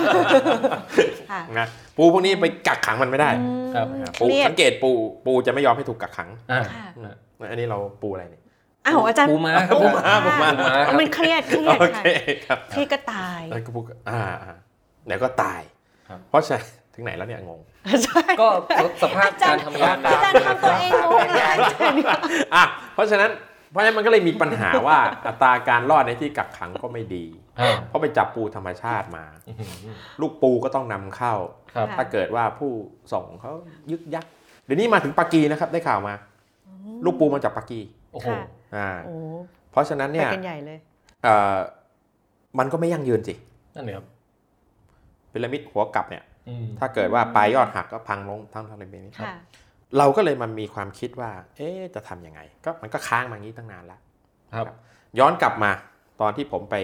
C: ค่ะ
B: นะปูพวกนี้ไปกักขังมันไม่ได้
D: ครับ
B: นะ
C: เค
B: ปู
C: รียด
B: สังเกตปูปูจะไม่ยอมให้ถูกกักขัง
D: อ่า
C: ค่ะ
B: อืมอันนี้เราปูอะไรเนี่ย
C: อ้าวอาจารย์
D: ปูม้าครับ
B: ปูม้าปูม้า
D: ปูม้าครับ
C: มันเครียดเครียด
B: โอ
C: ค่ะ
B: เคครับ
C: เครียดก็ตาย
B: แล้วก็ปูอ่าอ่าเดี๋ยวก็ตาย
D: ครับ
B: เพราะฉะนั้นถึงไหนแล้วเนี่ยงง
C: ใช่
D: ก็สภาพการทำงาน
C: อาจารย์ทำตัวเองงงเลยอาจารย์เนี่ย
B: อ่ะเพราะฉะนั้นเพราะฉะนั้นมันก็เลยมีปัญหาว่า อัตราการรอดในที่กักขังก็ไม่ดี
D: อ่า
B: เพราะไปจับปูธรรมชาติมา
D: อื้อหือ
B: ลูกปูก็ต้องนำเข้า
D: ครับ
B: ถ้าเกิดว่าผู้ส่งเขายึกยัก เดี๋ยวนี้มาถึงปากีนะครับ ได้ข่าวมา ลูกปูมาจากปากี
D: โอ้โห
C: ค่ะ
B: อ่า
C: โอ้
B: เพราะฉะนั้น
C: ไป
B: เนี่ย
C: กันใหญ่เลย
B: เอ่อมันก็ไม่ยั่งยืนสิ
D: นั่นเลยครับ
B: พีระมิดหัวกลับเนี่ย
D: อืม
B: ถ้าเกิดว่าปลายยอดหักก็พังลงทั้งทะเลแบบนี้
C: ค่ะ
B: เราก็เลยมันมีความคิดว่า เอ๊ะจะทำยังไง ก็มันก็ค้างมางี้ตั้งนานละ
D: ครับ
B: ย้อนกลับมาตอนที่ผมไป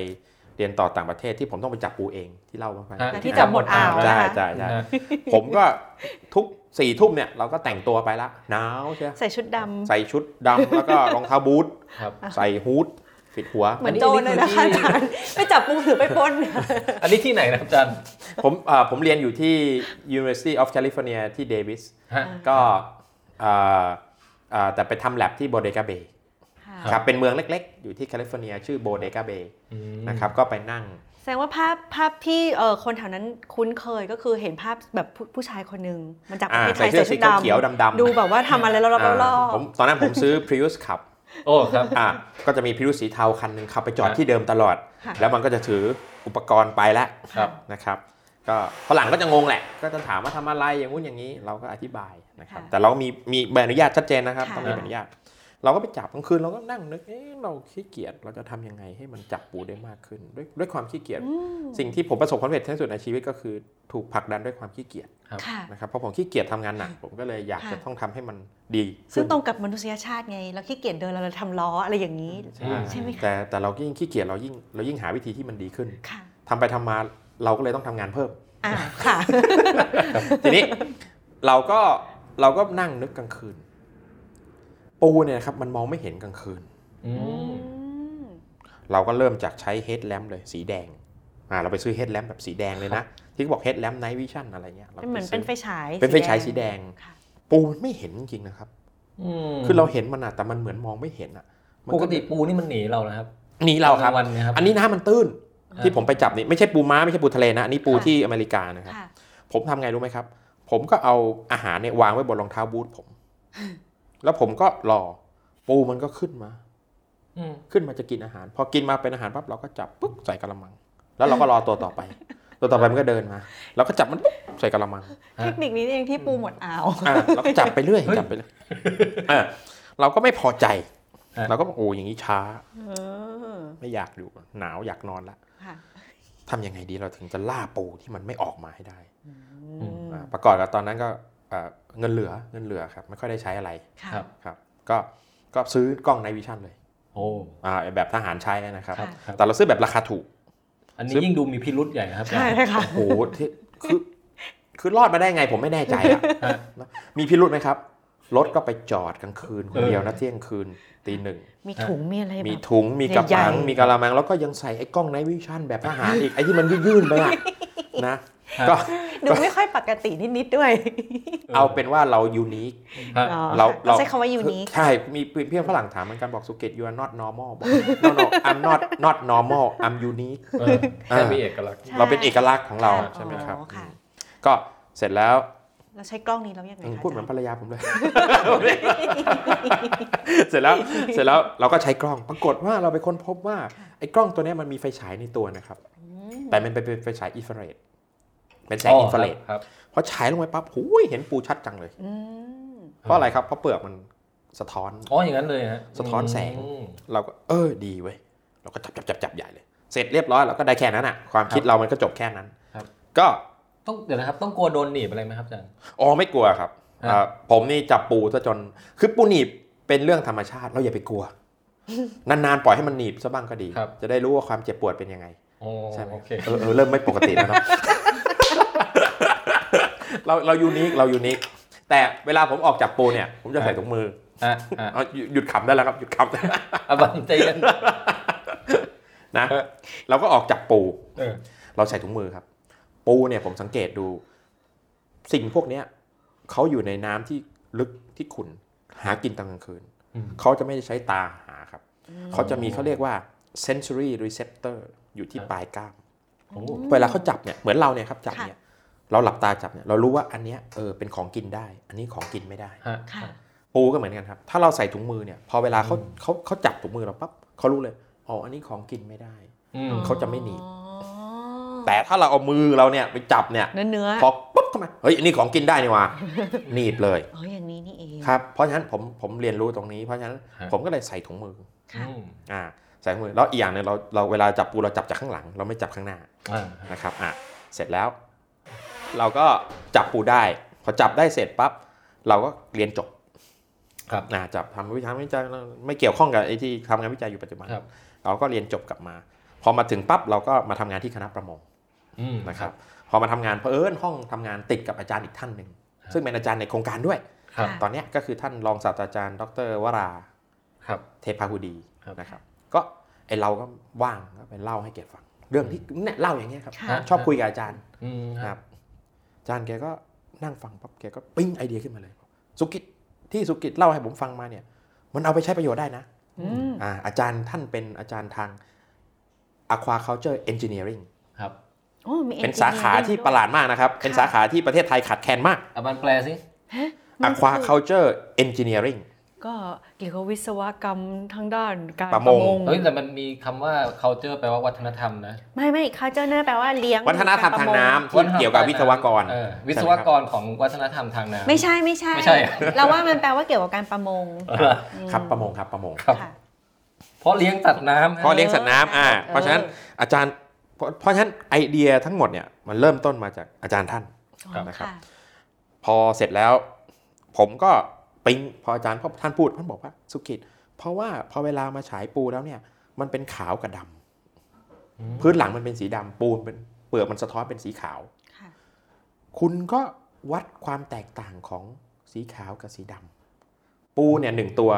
B: เรียนต่อต่างประเทศที่ผมต้องไปจับปูเองที่เล่ามาไป
D: ฮะ
C: ที่จับหมดอ่าว
B: ใช่
C: นะคะ
B: ใช่ใช่
D: นะ
B: ผมก็ทุกสี่ทุ่มเนี่ยเราก็แต่งตัวไปละหนาวใช่ไหม
C: ใส่ชุดด
B: ใส่ชุดดำแล้วก็รองเท้าบูท
D: ครับ
B: ใส่ฮู้ดปิดหัว
C: เหมือนโจรเลยนะคะอาจารย์ไปจับปูหรือไปปล้น
D: อันนี้ที่ไหนนะครับอาจารย์
B: ผมเอ่อผมเรียนอยู่ที่ University of California ที่เดวิส
D: ฮะ
B: ก็เอ่อเอ่อแต่ไปทำแ a บที่โบเดกาเบย์
C: ค่ะ
B: ครับเป็นเมืองเล็กๆ อยู่ที่แคลิฟอร์เนียชื่อโบเดกาเบย์นะครับก็ไปนั่ง
C: แสดงว่าภาพภาพที่เอ่อคนแถวนั้นคุ้นเคยก็คือเห็นภาพแบบผู้ผู้ชายคนหนึ่งมันจับประ
B: อ่า
C: เทศไท
B: ใส่
C: ย
B: เสื้อ
C: ใส่ชุ
B: สี
C: ดด
B: เขียวๆดำ
C: ำดูแบบว่าทำอะไรรอบๆร
B: อ่า
C: อบ
B: ผมตอนนั้นผมซื้อ Prius ขับ
D: โอ้ครับ
B: อ่ะก็จะมี Prius สีเทาคันหนึ่งขับไปจอด
D: ครับ
B: ที่เดิมตลอด
C: ๆค่ะ
B: แล้วมันก็จะถืออุปกรณ์ไปแล้ว
D: ครับ
B: นะครับก็ฝรั่งก็จะงงแหละ ก็จะถามว่าทำอะไรอย่างงู้นอย่างนี้เราก็อธิบายนะครับ
C: ค่ะ
B: แต่เรามีมีใบอนุญาตชัดเจนนะครับ
C: ค่ะ
B: ต้องมีใบอนุญาต เราก็ไปจับกลางคืนเราก็นั่งนึกเอ๊ะเราขี้เกียจเราจะทำยังไงให้มันจับปูได้มากขึ้น ด้วยด้วยความขี้เกียจ
C: อืม
B: สิ่งที่ผมประสบความสำเร็จที่สุดในชีวิตก็คือถูกผลักดันด้วยความขี้เกียจ
C: ค่ะ
B: นะครับเพราะผมขี้เกียจทำงานหนัก ผมก็เลยอยาก
C: ค่ะ
B: จะต้องทำให้มันดี
C: ซึ่ง
B: ขึ้น
C: ตรงกับมนุษยชาติไงเราขี้เกียจเดินเราเลยทำล้ออะไรอย่างนี้
B: ใช่
C: ใช่ไหมคะ
B: แต่แต่เรายิ่งขี้เกียจเรายิ่งเรายิ่งหาวิธีที่มันดีขึ้น
C: ค่ะ
B: ทำไปทำมาเราก็เลยต้องทำงาน เพิ่ม
C: อ่าค่ะ
B: ทีนี้เราก็เราก็นั่งนึกกลางคืน ปูเนี่ยนะครับมันมองไม่เห็นกลางคืน
D: อืม
B: เราก็เริ่มจากใช้เฮดแลมเลยสีแดงอ่าเราไปซื้อเฮดแลมแบบสีแดงเลยนะ ที่เขาบอกเฮดแลมไนท์วิชั่นอะไรเงี้ยรา
C: เป็นเหมือน
B: ซื้
C: เป็นไฟฉาย
B: เป็นไฟฉายสีแดง
C: ค่ะ
B: ปูมันไม่เห็นจริงๆนะครับ คือเราเห็นมันอะแต่มันเหมือนมองไม่เห็นอะมัน
D: ปกติปูนี่มันหนีเรานะครับ
B: หนีเราครับ
D: วันนะครับ
B: อันนี้น้ำมันตื้น
D: อ่า
B: ที่ผมไปจับนี่ไม่ใช่ปูม้าไม่ใช่ปูทะเลนะอันนี้ปู
C: ค่ะ
B: ที่อเมริกานะครับ
C: ค่ะ
B: ผมทำไงรู้ไหมครับ ผมก็เอาอาหารเนี่ยวางไว้บนรองเท้าบูทผม แล้วผมก็รอปูมันก็ขึ้นมา
D: อืม
B: ขึ้นมาจะกินอาหาร พอกินมาเป็นอาหารปั๊บเราก็จับปุ๊บใส่กระมัง แล้วเราก็รอตัวต่อไป ตัวต่อไปมันก็เดินมาเราก็จับมันปุ๊บใส่กระมัง
C: เทคนิคนี้เองที่ปูหมดอ่าว
B: อ่าเราก็จับไปเรื่อยจับไปเรื่อยอ่าเราก็ไม่พอใจ
D: ะ
B: เราก็บอกโอ้อย่างนี้ช้า
C: เออ
B: ไม่อยากอยู่หนาวอยากนอนละ
C: ค่ะ
B: ทำยังไงดีเราถึงจะล่าปูที่มันไม่ออกมาให้ได้
C: อืม
B: อ่าประกอบกับตอนนั้นก็เอ่อเงินเหลือเงินเหลือครับ ไม่ค่อยได้ใช้อะไร
C: ค่ะ
D: ครับ
B: ครับก็ก็ซื้อกล้องไนวิชั่นเลย
D: โอ้
B: อ่าแบบทหารใช้นะครับ
C: ครับ
D: ครับ
B: แต่เราซื้อแบบราคาถูก
D: อันนี้
B: ซึ่ง
D: ยิ่งดูมีพิรุษใหญ่นะครับอาจา
C: ใช่
D: รย์
C: เลยค่ะ
B: โอ้โหที่คือคือรอดมาได้ไงผมไม่แน่ใจอะ
D: ฮะ
B: นะมีพิรุธไหมครับ รถก็ไปจอดกลางคืนคนเดียวนะเที่ยงคืนตีหนึ่ง
C: มีถุงมีอะไรแบ
B: มี
C: บ
B: ถุงมีกระ
C: ใหญ่
B: ปัง
C: ๆ
B: มีกะละมัง แล้วก็ยังใส่ไอ้กล้องไนวิชั่นแบบทหารอีกไอ้ที่มันยื่นๆไปอะ นะก็
C: ดูไม่ค่อยปกตินิด ๆ ด้วย
B: เอาเป็นว่าเรายูนิค
D: ฮะ
C: อ๋อ
B: เรา
C: ค่ะต้องใช้คำว่ายูนิค
B: ใช่ มีเพื่อนฝรั่งถามเหมือนกันบอกสุเกต you are not normal บอก no no I'm not not normal I'm unique
D: เออแค่มีเอกลักษณ์
C: ใช่
B: เราเป็นเอกลักษณ์ของเรา
C: ค่ะ
B: ใช่ไหมครับ
C: อ๋อค่ะ
B: อืมก็เสร็จแล้ว
C: เราใช้กล้องนี้แล้วยังไง
B: อืม
C: คะ
B: พูดเหมือนภรรยาผมเลย
C: อ
B: เสร็จแล้วเสร็จแล้วเราก็ใช้กล้องปรากฏว่าเราไปค้นพบว่า
C: ค่ะ
B: ไอ้กล้องตัวเนี้ยมันมีไฟฉายในตัวนะครับ
C: ืม
B: แต่มันเป็นไฟฉายอินฟราเรดเป็นแสงอินฟราเรด
D: ครับ
B: พอฉายลงไปปั๊บหูยเห็นปูชัดจังเลย
C: อืม
B: เพราะอะไรครับเพราะเปลือกมันสะท้อน
D: อ๋ออย่างนั้นเลยฮะ
B: สะท้อนแสง
D: อืม
B: เราก็เออดีเว้ยเราก็จับจับจับจับใหญ่เลย เสร็จเรียบร้อยเราก็ได้แค่นั้นอ่ะ ความคิดเรามันก็จบแค่นั้น
D: ครับ
B: ก็
D: ต้องเดี๋ยวนะครับ ต้องกลัวโดนหนีบอะไรไหมครับอาจารย์
B: อ๋อไม่กลัวครับ
D: ครับ
B: เอ่อผมนี่จับปูซะจนคือปูหนีบเป็นเรื่องธรรมชาติเราอย่าไปกลัว นานๆปล่อยให้มันหนีบซะบ้างก็ดี จะได้รู้ว่าความเจ็บปวดเป็นยังไง
D: อ๋อ
B: ใช่ไหม
D: โอเค
B: เออเออเริ่มไม่ปกติแล้วเนาะ เราเรายูนิคเรายูนิคแต่เวลาผมออกจับปูเนี่ย ผมจะใส่ถุงมือ
D: อ่ะอ่ะ
B: เอาหยุดหยุดขำได้แล้วครับหยุดขำ ได้แล้ว
D: อ่ะบันใจเย็ น
B: นะเราก็ออกจับปู
D: เออ
B: เราใส่ถุงมือครับ ปูเนี่ยผมสังเกตดู สิ่งพวกเนี้ยเขาอยู่ในน้ำที่ลึกที่ขุ่นหากินตอนกลางคืน
D: อืม
B: เขาจะไม่ได้ใช้ตาหาครับ เขาจะมี
D: อ๋อ
B: เขาเรียกว่า sensory receptor อยู่ที่ปลายกล้าม
D: โอ้
B: เวลาเขาจับเนี่ยเหมือนเราเนี่ยครับจับเนี่ยเราหลับตาจับเนี่ยเรารู้ว่าอันเนี้ยเออเป็นของกินได้ อันนี้ของกินไม่ได้
D: ฮะ
C: ค่ะ
B: ปูก็เหมือนกันครับ ถ้าเราใส่ถุงมือเนี่ยพอเวลาเขาเขาเขาจับถุงมือเราปั๊บเขารู้เลยอ๋ออันนี้ของกินไม่ได้
D: อืม
B: เขาจะไม่หนีบ
C: อ๋อ
B: แต่ถ้าเราเอามือเราเนี่ยไปจับเนี่ย
C: เนื้อเนื้อ
B: พอปุ๊บเข้ามา เฮ้ยอันนี่ของกินได้นี่หว่า หนีบเลย
C: อ๋ออย่างนี้นี่เอง
B: ครับ เพราะฉะนั้นผมผมเรียนรู้ตรงนี้ เพราะฉะนั้นผมก็เลยใส่ถุงมือ
C: ค่ะ
D: อืม
B: อ่า ใส่ถุงมือ แล้วอีกอย่างหนึงเราเราเวลาจับปูเราจับจากข้างหลัง เราไม่จับข้างหน้า
D: อ่า
B: นะครับ อ่ะ เสร็จแล้ว เราก็จับปูได้ พอจับได้เสร็จปั๊บเราก็เรียนจบ
D: ครับ
B: นะจับทำวิจัยวิจัยไม่เกี่ยวข้องกับไอ้ที่ทำงานวิจัยอยู่ปัจจุบัน
D: ครับ
B: เราก็เรียนจบกลับมา พอมาถึงปั๊บเราก็มาทำงานที่คณะประมง
D: อืม
B: นะครับพอมาทำงานเพอเอิญห้องทำงานติดกับอาจารย์อีกท่านหนึ่ง
D: ครับ
B: ซึ่งเป็นอาจารย์ในโครงการด้วย
D: ครับ
B: ตอนเนี้ยก็คือท่านรองศาสตราจารย์ดรวรา
D: ครับ
B: เทพาหุดี
D: ครับ
B: นะครับก็ไอเราก็ว่างก็ไปเล่าให้แกฟัง เรื่องที่เนี่ยเล่าอย่างเงี้ยครับ
C: ค่ะ
B: ชอบคุยกับอาจารย์
D: อืมค
B: ครับ รับอาจารย์แกก็นั่งฟังปั๊บแกก็ปิ้งไอเดียขึ้นมาเลยสุกิจที่สุกิจเล่าให้ผมฟังมาเนี่ย มันเอาไปใช้ประโยชน์ได้นะ
C: อืม
B: อ่าอาจารย์ท่านเป็นอาจารย์ทาง aquaculture engineering
D: ครับ
C: โอ้มี
B: เป็นสาขาที่ประหลาดมากนะครับ เป็น
C: ค่ะ
B: สาขาที่ประเทศไทยขาดแคลนมาก
D: เอามันแปลสิ
C: มันคือ
B: Aquaculture Engineering
C: ก็เกี่ยวกับวิศวกรรมทางด้านการ
B: ประมง
D: เฮ้ยแต่มันมีคำว่า culture แปลว่าวัฒนธรรมนะ
C: ไม่ไม่เขาเจ้าหน้าแปลว่าเลี้ยง
B: วัฒนธรรมทางน้ำที่เกี่ยวกับวิศวกร
D: เออวิศวกรของวัฒนธรรมทางน้ำ
C: ไม่ใช่ไม่ใช่
D: ไม่ใช่อะ
C: เราว่ามันแปลว่าเกี่ยวกับการประมง
B: ครับประมงครับประมง
D: ครับ
C: ค่ะ
D: เพราะเลี้ยงสัตว์น้ำนะ
B: เพราะเลี้ยงสัตว์น้ำอ่า
C: เออ
B: เพราะฉะนั้นอาจารย์เพราะเพราะฉะนั้นไอเดียทั้งหมดเนี่ยมันเริ่มต้นมาจากอาจารย์ท่าน นะครับ พอเสร็จแล้ว ผมก็ปิ๊งพออาจารย์พอท่านพูดท่านบอกว่าสุกิตเพราะว่าพอเวลามาฉายปูแล้วเนี่ยมันเป็นขาวกับดำพื้นหลังมันเป็นสีดำปูนเป็นเปลือกมันสะท้อนเป็นสีขาว
C: ค่ะ
B: คุณก็วัดความแตกต่างของสีขาวกับสีดำปูเนี่ยหนึ่งตัว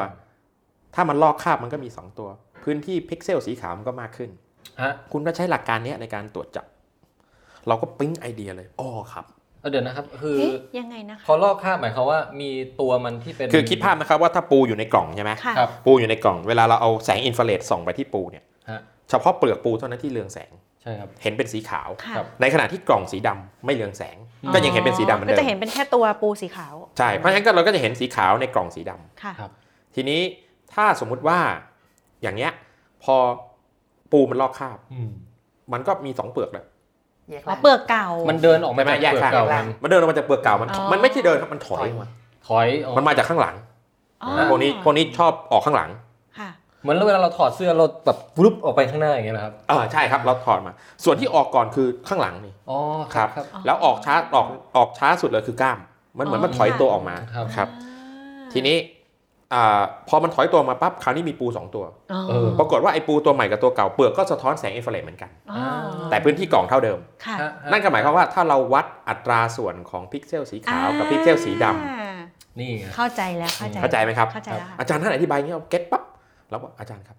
B: ถ้ามันลอกคราบมันก็มี 2 ตัว พื้นที่พิกเซลสีขาวมันก็มากขึ้น
D: ฮะ
B: คุณก็ใช้หลักการเนี้ยในการตรวจจับ เราก็ปิ๊งไอเดียเลยอ๋อครับ
D: เอาเดี๋ยวนะครับ คือ
C: เอ๊ะยังไงนะคะ
D: พอลอกคราบหมายความว่ามีตัวมันที่เป็น
B: คือคิดภาพนะครับว่าถ้าปูอยู่ในกล่องใช่ไหม
C: ค่ะ
D: ครับ
B: ปูอยู่ในกล่องเวลาเราเอาแสงอินฟราเรดส่องไปที่ปูเนี่ย
D: ฮะ
B: เฉพาะเปลือกปูเท่านั้นที่เรืองแสง
D: ใช่ครับ
B: เห็นเป็นสีขาว
C: ค่ะ
D: ครับ
B: ในขณะที่กล่องสีดำไม่เรืองแสง ก็ยังเห็นเป็นสีดำเหมือน
C: ก็
B: เดิ
C: จะเห็น
B: ม
C: เป็นแค่ตัวปูสีขาว
B: ใช่เพราะฉะนั้นก็เราก็จะเห็นสีขาวในกล่องสีดำ
C: ค่ะ
D: ครับ
B: ทีนี้ถ้าสมมุติว่าอย่างเงี้ยพอปูมันลอกคราบ
D: อืม
B: มันก็มีสองเปลือกเลย
A: แยก
C: อ๋อ
A: ร่าง
C: เปลือกเก่า
D: มันเดินออกมาจาก
B: ไม่ไม่แยก
D: เปลือก
B: ข้าง
D: เก่ามัน
B: มันเดินออกมาจากเปลือกเก่ามัน
C: อ๋อ
B: มันไม่ใช่เดินครับมันถอยอ
A: ถอย
B: อกมา
D: ถอยออก
B: มันมาจากข้างหลัง
C: อ๋อ
B: พวกนี้พวกนี้ชอบออกข้างหลัง
C: ค่ะ
D: เหมือนเวลาเราถอดเสื้อเราแบบวรุบออกไปข้างหน้าอย่างเงี้ยนะครับ
B: เออใช่ครับเราถอดมา ส่วนที่ออกก่อนคือข้างหลังนี่
D: อ๋อ
B: ครับ
D: ครับ
B: แล้วออกช้าออกออกช้าสุดเลยคือกล้าม มันเหมือนมันถอยตัวออกมา
D: ครับ
B: ทีนี้อ่าพอมันถอยตัวมาปั๊บคราวนี้มีปูสองตัว
C: อ๋อ
D: เออ
B: ปรากฏว่าไอ้ปูตัวใหม่กับตัวเก่าเปลือกก็สะท้อนแสงอินฟราเรดเหมือนกัน
C: อ๋อ
B: แต่พื้นที่กล่องเท่าเดิม
C: ค่ะ
D: ฮะฮะ
B: นั่นก็หมายความว่าถ้าเราวัดอัตราส่วนของพิกเซลสีขาวกับพิกเซลสีดำ
C: อ่า
D: นี่ไง
C: เข้าใจแล้วเข้าใจ
B: เข้าใจไหมครับ
C: เข้าใจแล้วค่ะ
B: อาจารย์ท่านอธิบายอย่างเงี้ยเราเก็ตปั๊บแล้วบอกอาจารย์ครับ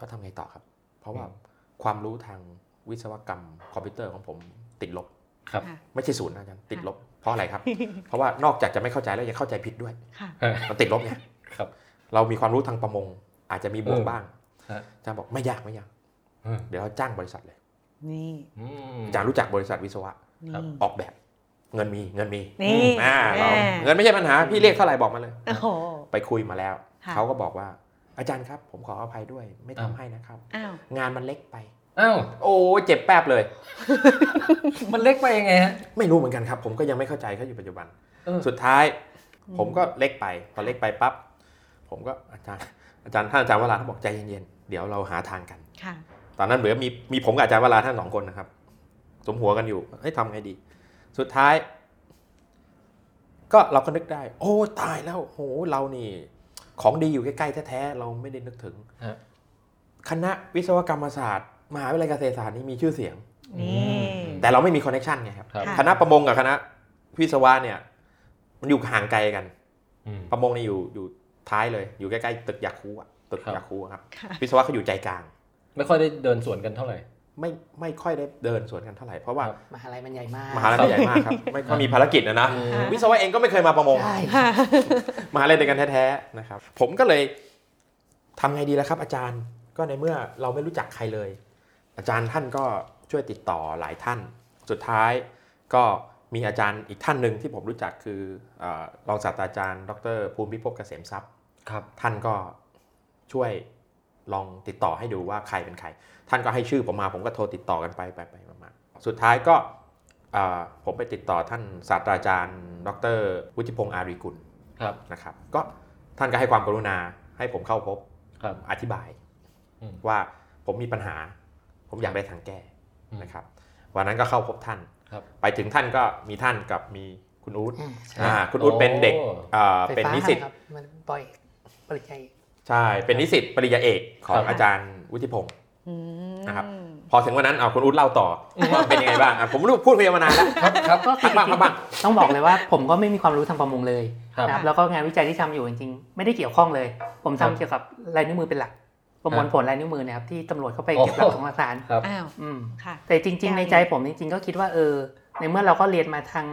B: ก็ทำไงต่อครับ เพราะว่าความรู้ทางวิศวกรรมคอมพิวเตอร์ของผมติดลบ
D: ครับ
C: ค่ะ
B: ไม่ใช่ศูนย์นะอาจารย์ติดลบ เพราะอะไรครับ เพราะว่านอกจากจะไม่เข้าใจแล้วยังเข้าใจผิดด้วย
C: ค่ะ
B: มันติดลบไง
D: ครับ
B: เรามีความรู้ทางประมง อาจจะมีบวก
D: เออ
B: บ้าง
D: ฮะ
B: อาจารย์บอกไม่ยากไม่ยาก
D: เออ
B: เดี๋ยวเราจ้างบริษัทเลย
A: นี่
D: อืม
B: อาจารย์รู้จักบริษัทวิศวะ
A: นี่
D: ครับ
B: ออกแบบเงินมีเงินมี
C: นี่
B: อ่าเรา
C: แน่
B: เงินไม่ใช่ปัญหา พี่เรียกเท่าไหร่บอกมาเลย
C: โอ้โห
B: ไปคุยมาแล้ว
C: ค่ะ
B: เขาก็บอกว่าอาจารย์ครับ ผมขออภัยด้วยไม่ทำให้นะครับ
C: อ้าว
B: งานมันเล็กไป
D: อ้าว
B: โอ้เจ็บแป๊บเลย
D: มันเล็กไปยังไงฮะ
B: ไม่รู้เหมือนกันครับ ผมก็ยังไม่เข้าใจเขาอยู่ปัจจุบัน
D: เออ
B: สุดท้าย
C: อืม
B: ผมก็เล็กไปพอเล็กไปปั๊บผมก็อาจารย์อาจารย์ท่านอาจารย์วราท่านบอกใจเย็นๆเดี๋ยวเราหาทางกัน
C: ค่ะ
B: ตอนนั้นเหลือมีมีผมกับอาจารย์วราท่านสองคนนะครับสมหัวกันอยู่เฮ้ยทำไงดี สุดท้าย ก็เราก็นึกได้ โอ้ตายแล้วโหเรานี่ ของดีอยู่ใกล้ๆแท้ๆเราไม่ได้นึกถึง
D: ฮะ
B: คณะวิศวกรรมศาสตร์มหาวิทยาลัยเกษตรศาสตร์นี่มีชื่อเสียง
C: นี่
B: แต่เราไม่มีคอนเนคชันไงครับ
D: ครับ
C: ค่ะ
B: คณะประมงกับคณะวิศวะเนี่ย มันอยู่ห่างไกลกัน
D: อืม
B: ประมงเนี่ยอยู่อยู่ท้ายเลย อยู่ใกล้ๆตึกยาคูอะตึก
D: ครับ
B: ยาคูอะครับ
C: ค่ะ
B: วิศวะเขาอยู่ใจกลาง
D: ไม่ค่อยได้เดินสวนกันเท่าไหร่
B: ไม่ไม่ค่อยได้เดินสวนกันเท่าไหร่เพราะว่า
D: ครับ
A: มหาลัยมันใหญ่มาก
B: มหาลัยไม่ใหญ่มากครับ ไม่ค่อยมีภารกิจนะนะ
C: ค่ะ
B: วิศวะเองก็ไม่เคยมาประมง
A: ใช่
B: มหาลัยเดียวกันแท้ๆนะครับ ผมก็เลยทำไงดีแล้วครับ อาจารย์ก็ในเมื่อเราไม่รู้จักใครเลย อาจารย์ท่านก็ช่วยติดต่อหลายท่าน สุดท้ายก็มีอาจารย์อีกท่านหนึ่งที่ผมรู้จักคือเอ่อรองศาสตราจารย์ ดรภูมิพิภพเกษมทรัพย์
D: ครับ
B: ท่านก็ช่วยลองติดต่อให้ดูว่าใครเป็นใคร ท่านก็ให้ชื่อผมมาผมก็โทรติดต่อกันไปไปไปมาๆสุดท้ายก็เอ่อผมไปติดต่อท่านศาสตราจารย์ ดรวุฒิพงษ์อารีกุล
D: ครับ
B: นะครับก็ท่านก็ให้ความกรุณาให้ผมเข้าพบ
D: ครับ
B: อธิบาย
D: อืม
B: ว่าผมมีปัญหา ผมอยากได้ทางแก้
D: อืม
B: นะครับวันนั้นก็เข้าพบท่าน
D: ครับ
B: ไปถึงท่านก็มีท่านกับมีคุณอู๊ด
A: อืมใช่
B: อ่าคุณอู๊ดเป็นเด็กอ่า
A: ไฟ
B: เป็น
A: ฟ้า
B: นิสิต
A: ครับมันปล่อยปริญญาเอก
B: ใช่ เป็นนิสิตปริญญาเอกขอ
D: ครั
B: ง
D: บ
B: อาจารย์วุฒิพงศ์
C: อืม
B: นะครับ พอถึงวันนั้นเอาคุณอุ๊ดเล่าต่อว่าเป็นยังไงบ้างอ่ะผมรู้พูดคุยกันมานานแล้ว
D: ครับครับ
A: ก็
B: พักบ้างพักบ้าง
A: ต้องบอกเลยว่า ผมก็ไม่มีความรู้ทางประมงเลย
D: ครับ
A: นะครับ แล้วก็งานวิจัยที่ทำอยู่จริงๆ ไม่ได้เกี่ยวข้องเลย ผม
D: ครั
A: ทำ
D: บ
A: เกี่ยวกับลายนิ้วมือเป็นหลัก ประมวลผลลายนิ้วมือนะครับที่ตำรวจเข้าไปเก็บหลักฐานหลักฐาน
D: ครับ
C: อ้าว
A: อืม
C: ค่ะ
A: แต่จริง ๆ ในใจผมจริง ๆ ก็คิดว่าเออ ในเมื่อเราก็เรียนมาทาง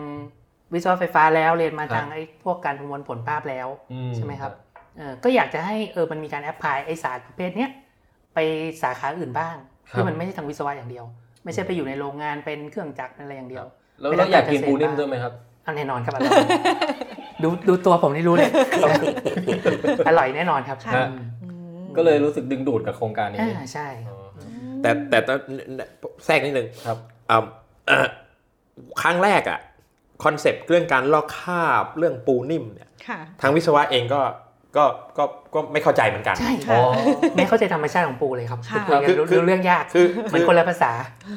A: วิศวะไฟฟ้าแล้วเรียนมาทางไอ้พวกการประมวลผลภาพแล้ว
D: อื
A: ใช่ไหมครับเออก็อยากจะให้เออมันมีการแอพพลายไอศาสตร์ประเภทเนี้ยไปสาขาอื่นบ้างที่มันไม่ใช่ทางวิศวะอย่างเดียว ไม่ใช่ไปอยู่ในโรงงานเป็นเครื่องจักรเป็นอะไรอย่างเดียว
D: แล้วแล้วอยากกินปูนิ่มด้วยไหมครับ
A: เอาแน่นอนครับอร่อย ดูดูตัวผมนี่รู้เลย อร่อยแน่นอนครับ
C: ค่ะ
A: อืม
C: อืม
D: ก็เลยรู้สึกดึงดูดกับโครงการนี้
A: อ่าใช่
D: อ๋อ
B: แต่แต่ตอนแทรกนิดนึง
D: ครับ
B: อ่าเอ่อ ครั้งแรกอ่ะคอนเซปต์เรื่องการลอกคราบเรื่องปูนิ่มเนี่ย
C: ค่ะ
B: ทางวิศวะเองก็ก็ก็ก็ไม่เข้าใจเหมือนกัน
A: ใช่
C: อ๋
A: ค่ะ
C: อ
A: ไม่เข้าใจธรรมชาติของปูเลยครับ
C: ค่ะ
A: คุยกัน
B: คือคือ
A: รู้เรื่องยาก
B: คือ
A: มัน
B: คือ
A: คนละภาษา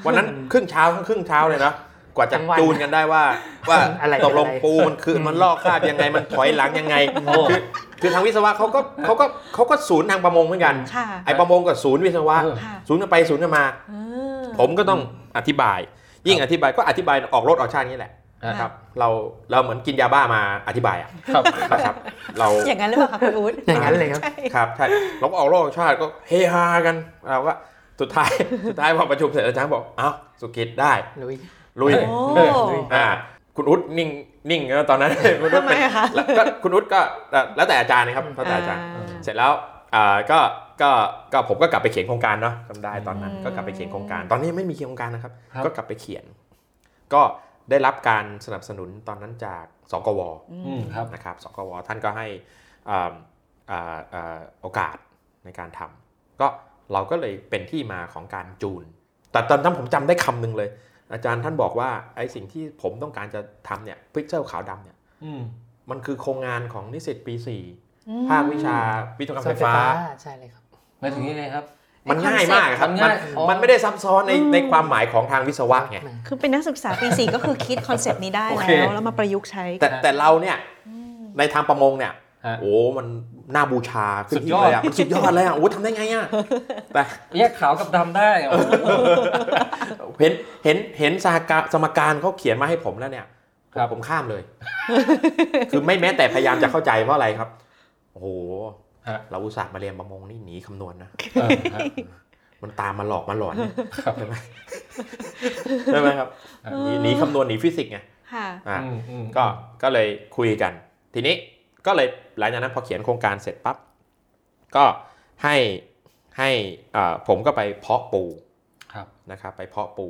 B: วันนั้นครึ่งเช้าทั้งครึ่งเช้าเลยนะกว่าจะ
A: ทั้งวัน
B: จูนกันได้ว่า ว่า
A: อะไร
B: ตกลง
A: อะไร
B: ปูมันคือ
A: อืม
B: มันลอกคราบยังไงมันถอยหลังยังไง
D: โอ้
B: คือคือทางวิศวะเขาก็เขาก็เขาก็ศูนย์ทางประมงเหมือนกัน
C: ค่ะ
B: ไอ้ประมงกับศูนย์วิศวะ
D: เออ
C: ค่ะ
B: ศูนย์กันไปศูนย์กันมา
C: อ่า
B: ผมก็ต้องอธิบาย ยิ่งอธิบายก็อธิบายออกรถออกชาตินี่แหละ
D: อ่ะ
B: นะครับ เราเราเหมือนกินยาบ้ามาอธิบายอะ
D: ครับ
B: นะครับ เรา
C: อย่างนั้นหรือเปล่าคะคุณอู๊ด
A: อย่างนั้นเลยครับ
B: ครับใช่เราก็ออกรถออกชาติก็เฮฮากัน เราก็สุดท้าย สุดท้ายพอประชุมเสร็จอาจารย์บอกเอ้าสุกิจได้
A: ลุย
B: ลุยเลย
C: โอ้
B: อ่า คุณอุ๊ดนิ่งนิ่งนะตอนนั้น คุณอุ๊ด
C: ทำไม
B: เป็น
C: อะคะ
B: แล้วก็คุณอุ๊ดก็แล้วแต่อาจารย์นะครับแล้วแต่อาจารย์
C: อ่
B: เสร็จแล้วอ่าก็ ก็ ก็ผมก็กลับไปเขียนโครงการเนาะจำได้ตอนนั้น
C: อืม
B: ก็กลับไปเขียนโครงการ ตอนนี้ไม่มีเขียนโครงการนะครับ
D: ครับ
B: ก็กลับไปเขียน ก็ได้รับการสนับสนุนตอนนั้นจาก สกว
D: อืมครับ
B: นะครับ สกว ท่านก็ให้อ่าอ่าอ่าโอกาสในการทำ ก็เราก็เลยเป็นที่มาของการจูน แต่ตอนนั้นผมจำได้คำหนึงเลย อาจารย์ท่านบอกว่าไอ้สิ่งที่ผมต้องการจะทำเนี่ยพิกเซลขาวดำเนี่ย
D: อืม
B: มันคือโครงงานของนิสิตปีสี่
C: อืม
B: ภาควิชาวิศวกรรมไฟฟ้า
A: ใช่เลยครับ
D: หมายถึงยังไงครับ
B: มันง่ายมากครับ
D: มัน
B: มั
D: ง่าน ยอ๋อ
B: มันไม่ได้ซับซ้อนใน
C: อืม
B: ในความหมายของทางวิศวะไง
C: คือเป็นนักศึกษาปี สี่ก็คือคิดคอนเซปต์นี้ได้
D: โอเค
C: แล้ว แล้วมาประยุกต์ใช้
B: แต่แต่เราเนี่ย
C: อืม
B: ในทางประมงเนี่ย
D: ฮะ
B: โอ้ มันน่าบูชาขึ้น
D: สุด
B: ที่
D: ยอด
B: เลยอ่ะมันสุดยอดเลยอ่ะ โอ้ทำได้ไงอ่ะ แต่
D: แยกขาวกับดำได้เหรอ
B: เห็นเห็นเห็นสหกาสมการเขาเขียนมาให้ผมแล้วเนี่ย
D: ครับ
B: ผมข้ามเลย คือไม่แม้แต่พยายามจะเข้าใจเพราะอะไรครับ โอ้โห
D: ฮะ
B: เราอุตส่าห์มาเรียนประมงนี่หนีคำนวณนะ
D: เออฮะ
B: มันตามมาหลอกมาหลอนเนี่ย
D: ครับ
B: ใช่ไหมใช่ไหมครับ
C: เอ
B: ห
C: อ
B: นีหนีคำนวณหนีฟิสิกส์ไง
C: ค่ะ
B: อ่า
D: อืมอืม
B: ก็ ก็เลยคุยกัน ทีนี้ก็เลยหลังจากนั้นพอเขียนโครงการเสร็จปั๊บ ก็ให้ ให้อ่าผมก็ไปเพาะปู
D: ครับ
B: นะครับ ไปเพาะปู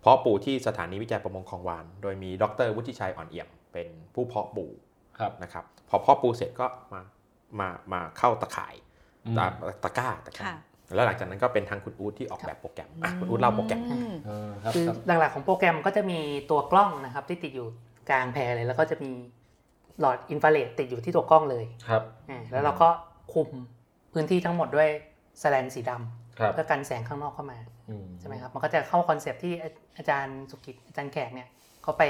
B: เพาะปูที่สถานีวิจัยประมงคลองวาน โดยมีดรวุฒิชัยอ่อนเอี่ยมเป็นผู้เพาะปู
D: ครับ
B: นะครับ พอเพาะปูเสร็จก็มา มา มาเข้าตะข่าย
D: อืม
B: ตาตะกร้าตะกร้า
C: ค่ะ
B: แล้วหลังจากนั้นก็เป็นทางคุณอู๊ดที่ออกแบบโปรแกรมอ่ะคุณอู๊ดเล่าโปรแกรม
C: อืม
D: เออครับ
A: คือ
D: ครับ
A: หลักๆของโปรแกรมก็จะมีตัวกล้องนะครับ ที่ติดอยู่กลางแพรเลย แล้วก็จะมีหลอดอินฟราเรดติดอยู่ที่ตัวกล้องเลย
D: ครับ
A: อ่าแล้วเราก็คุมพื้นที่ทั้งหมดด้วยแสลนสีดำ
D: ครับ
A: เพื่อกันแสงข้างนอกเข้ามา
D: อื
A: ใช่ไหมครับมันก็จะเข้าคอนเซปต์ที่อาอาจารย์สุกิจอาจารย์แขกเนี่ยเขาไป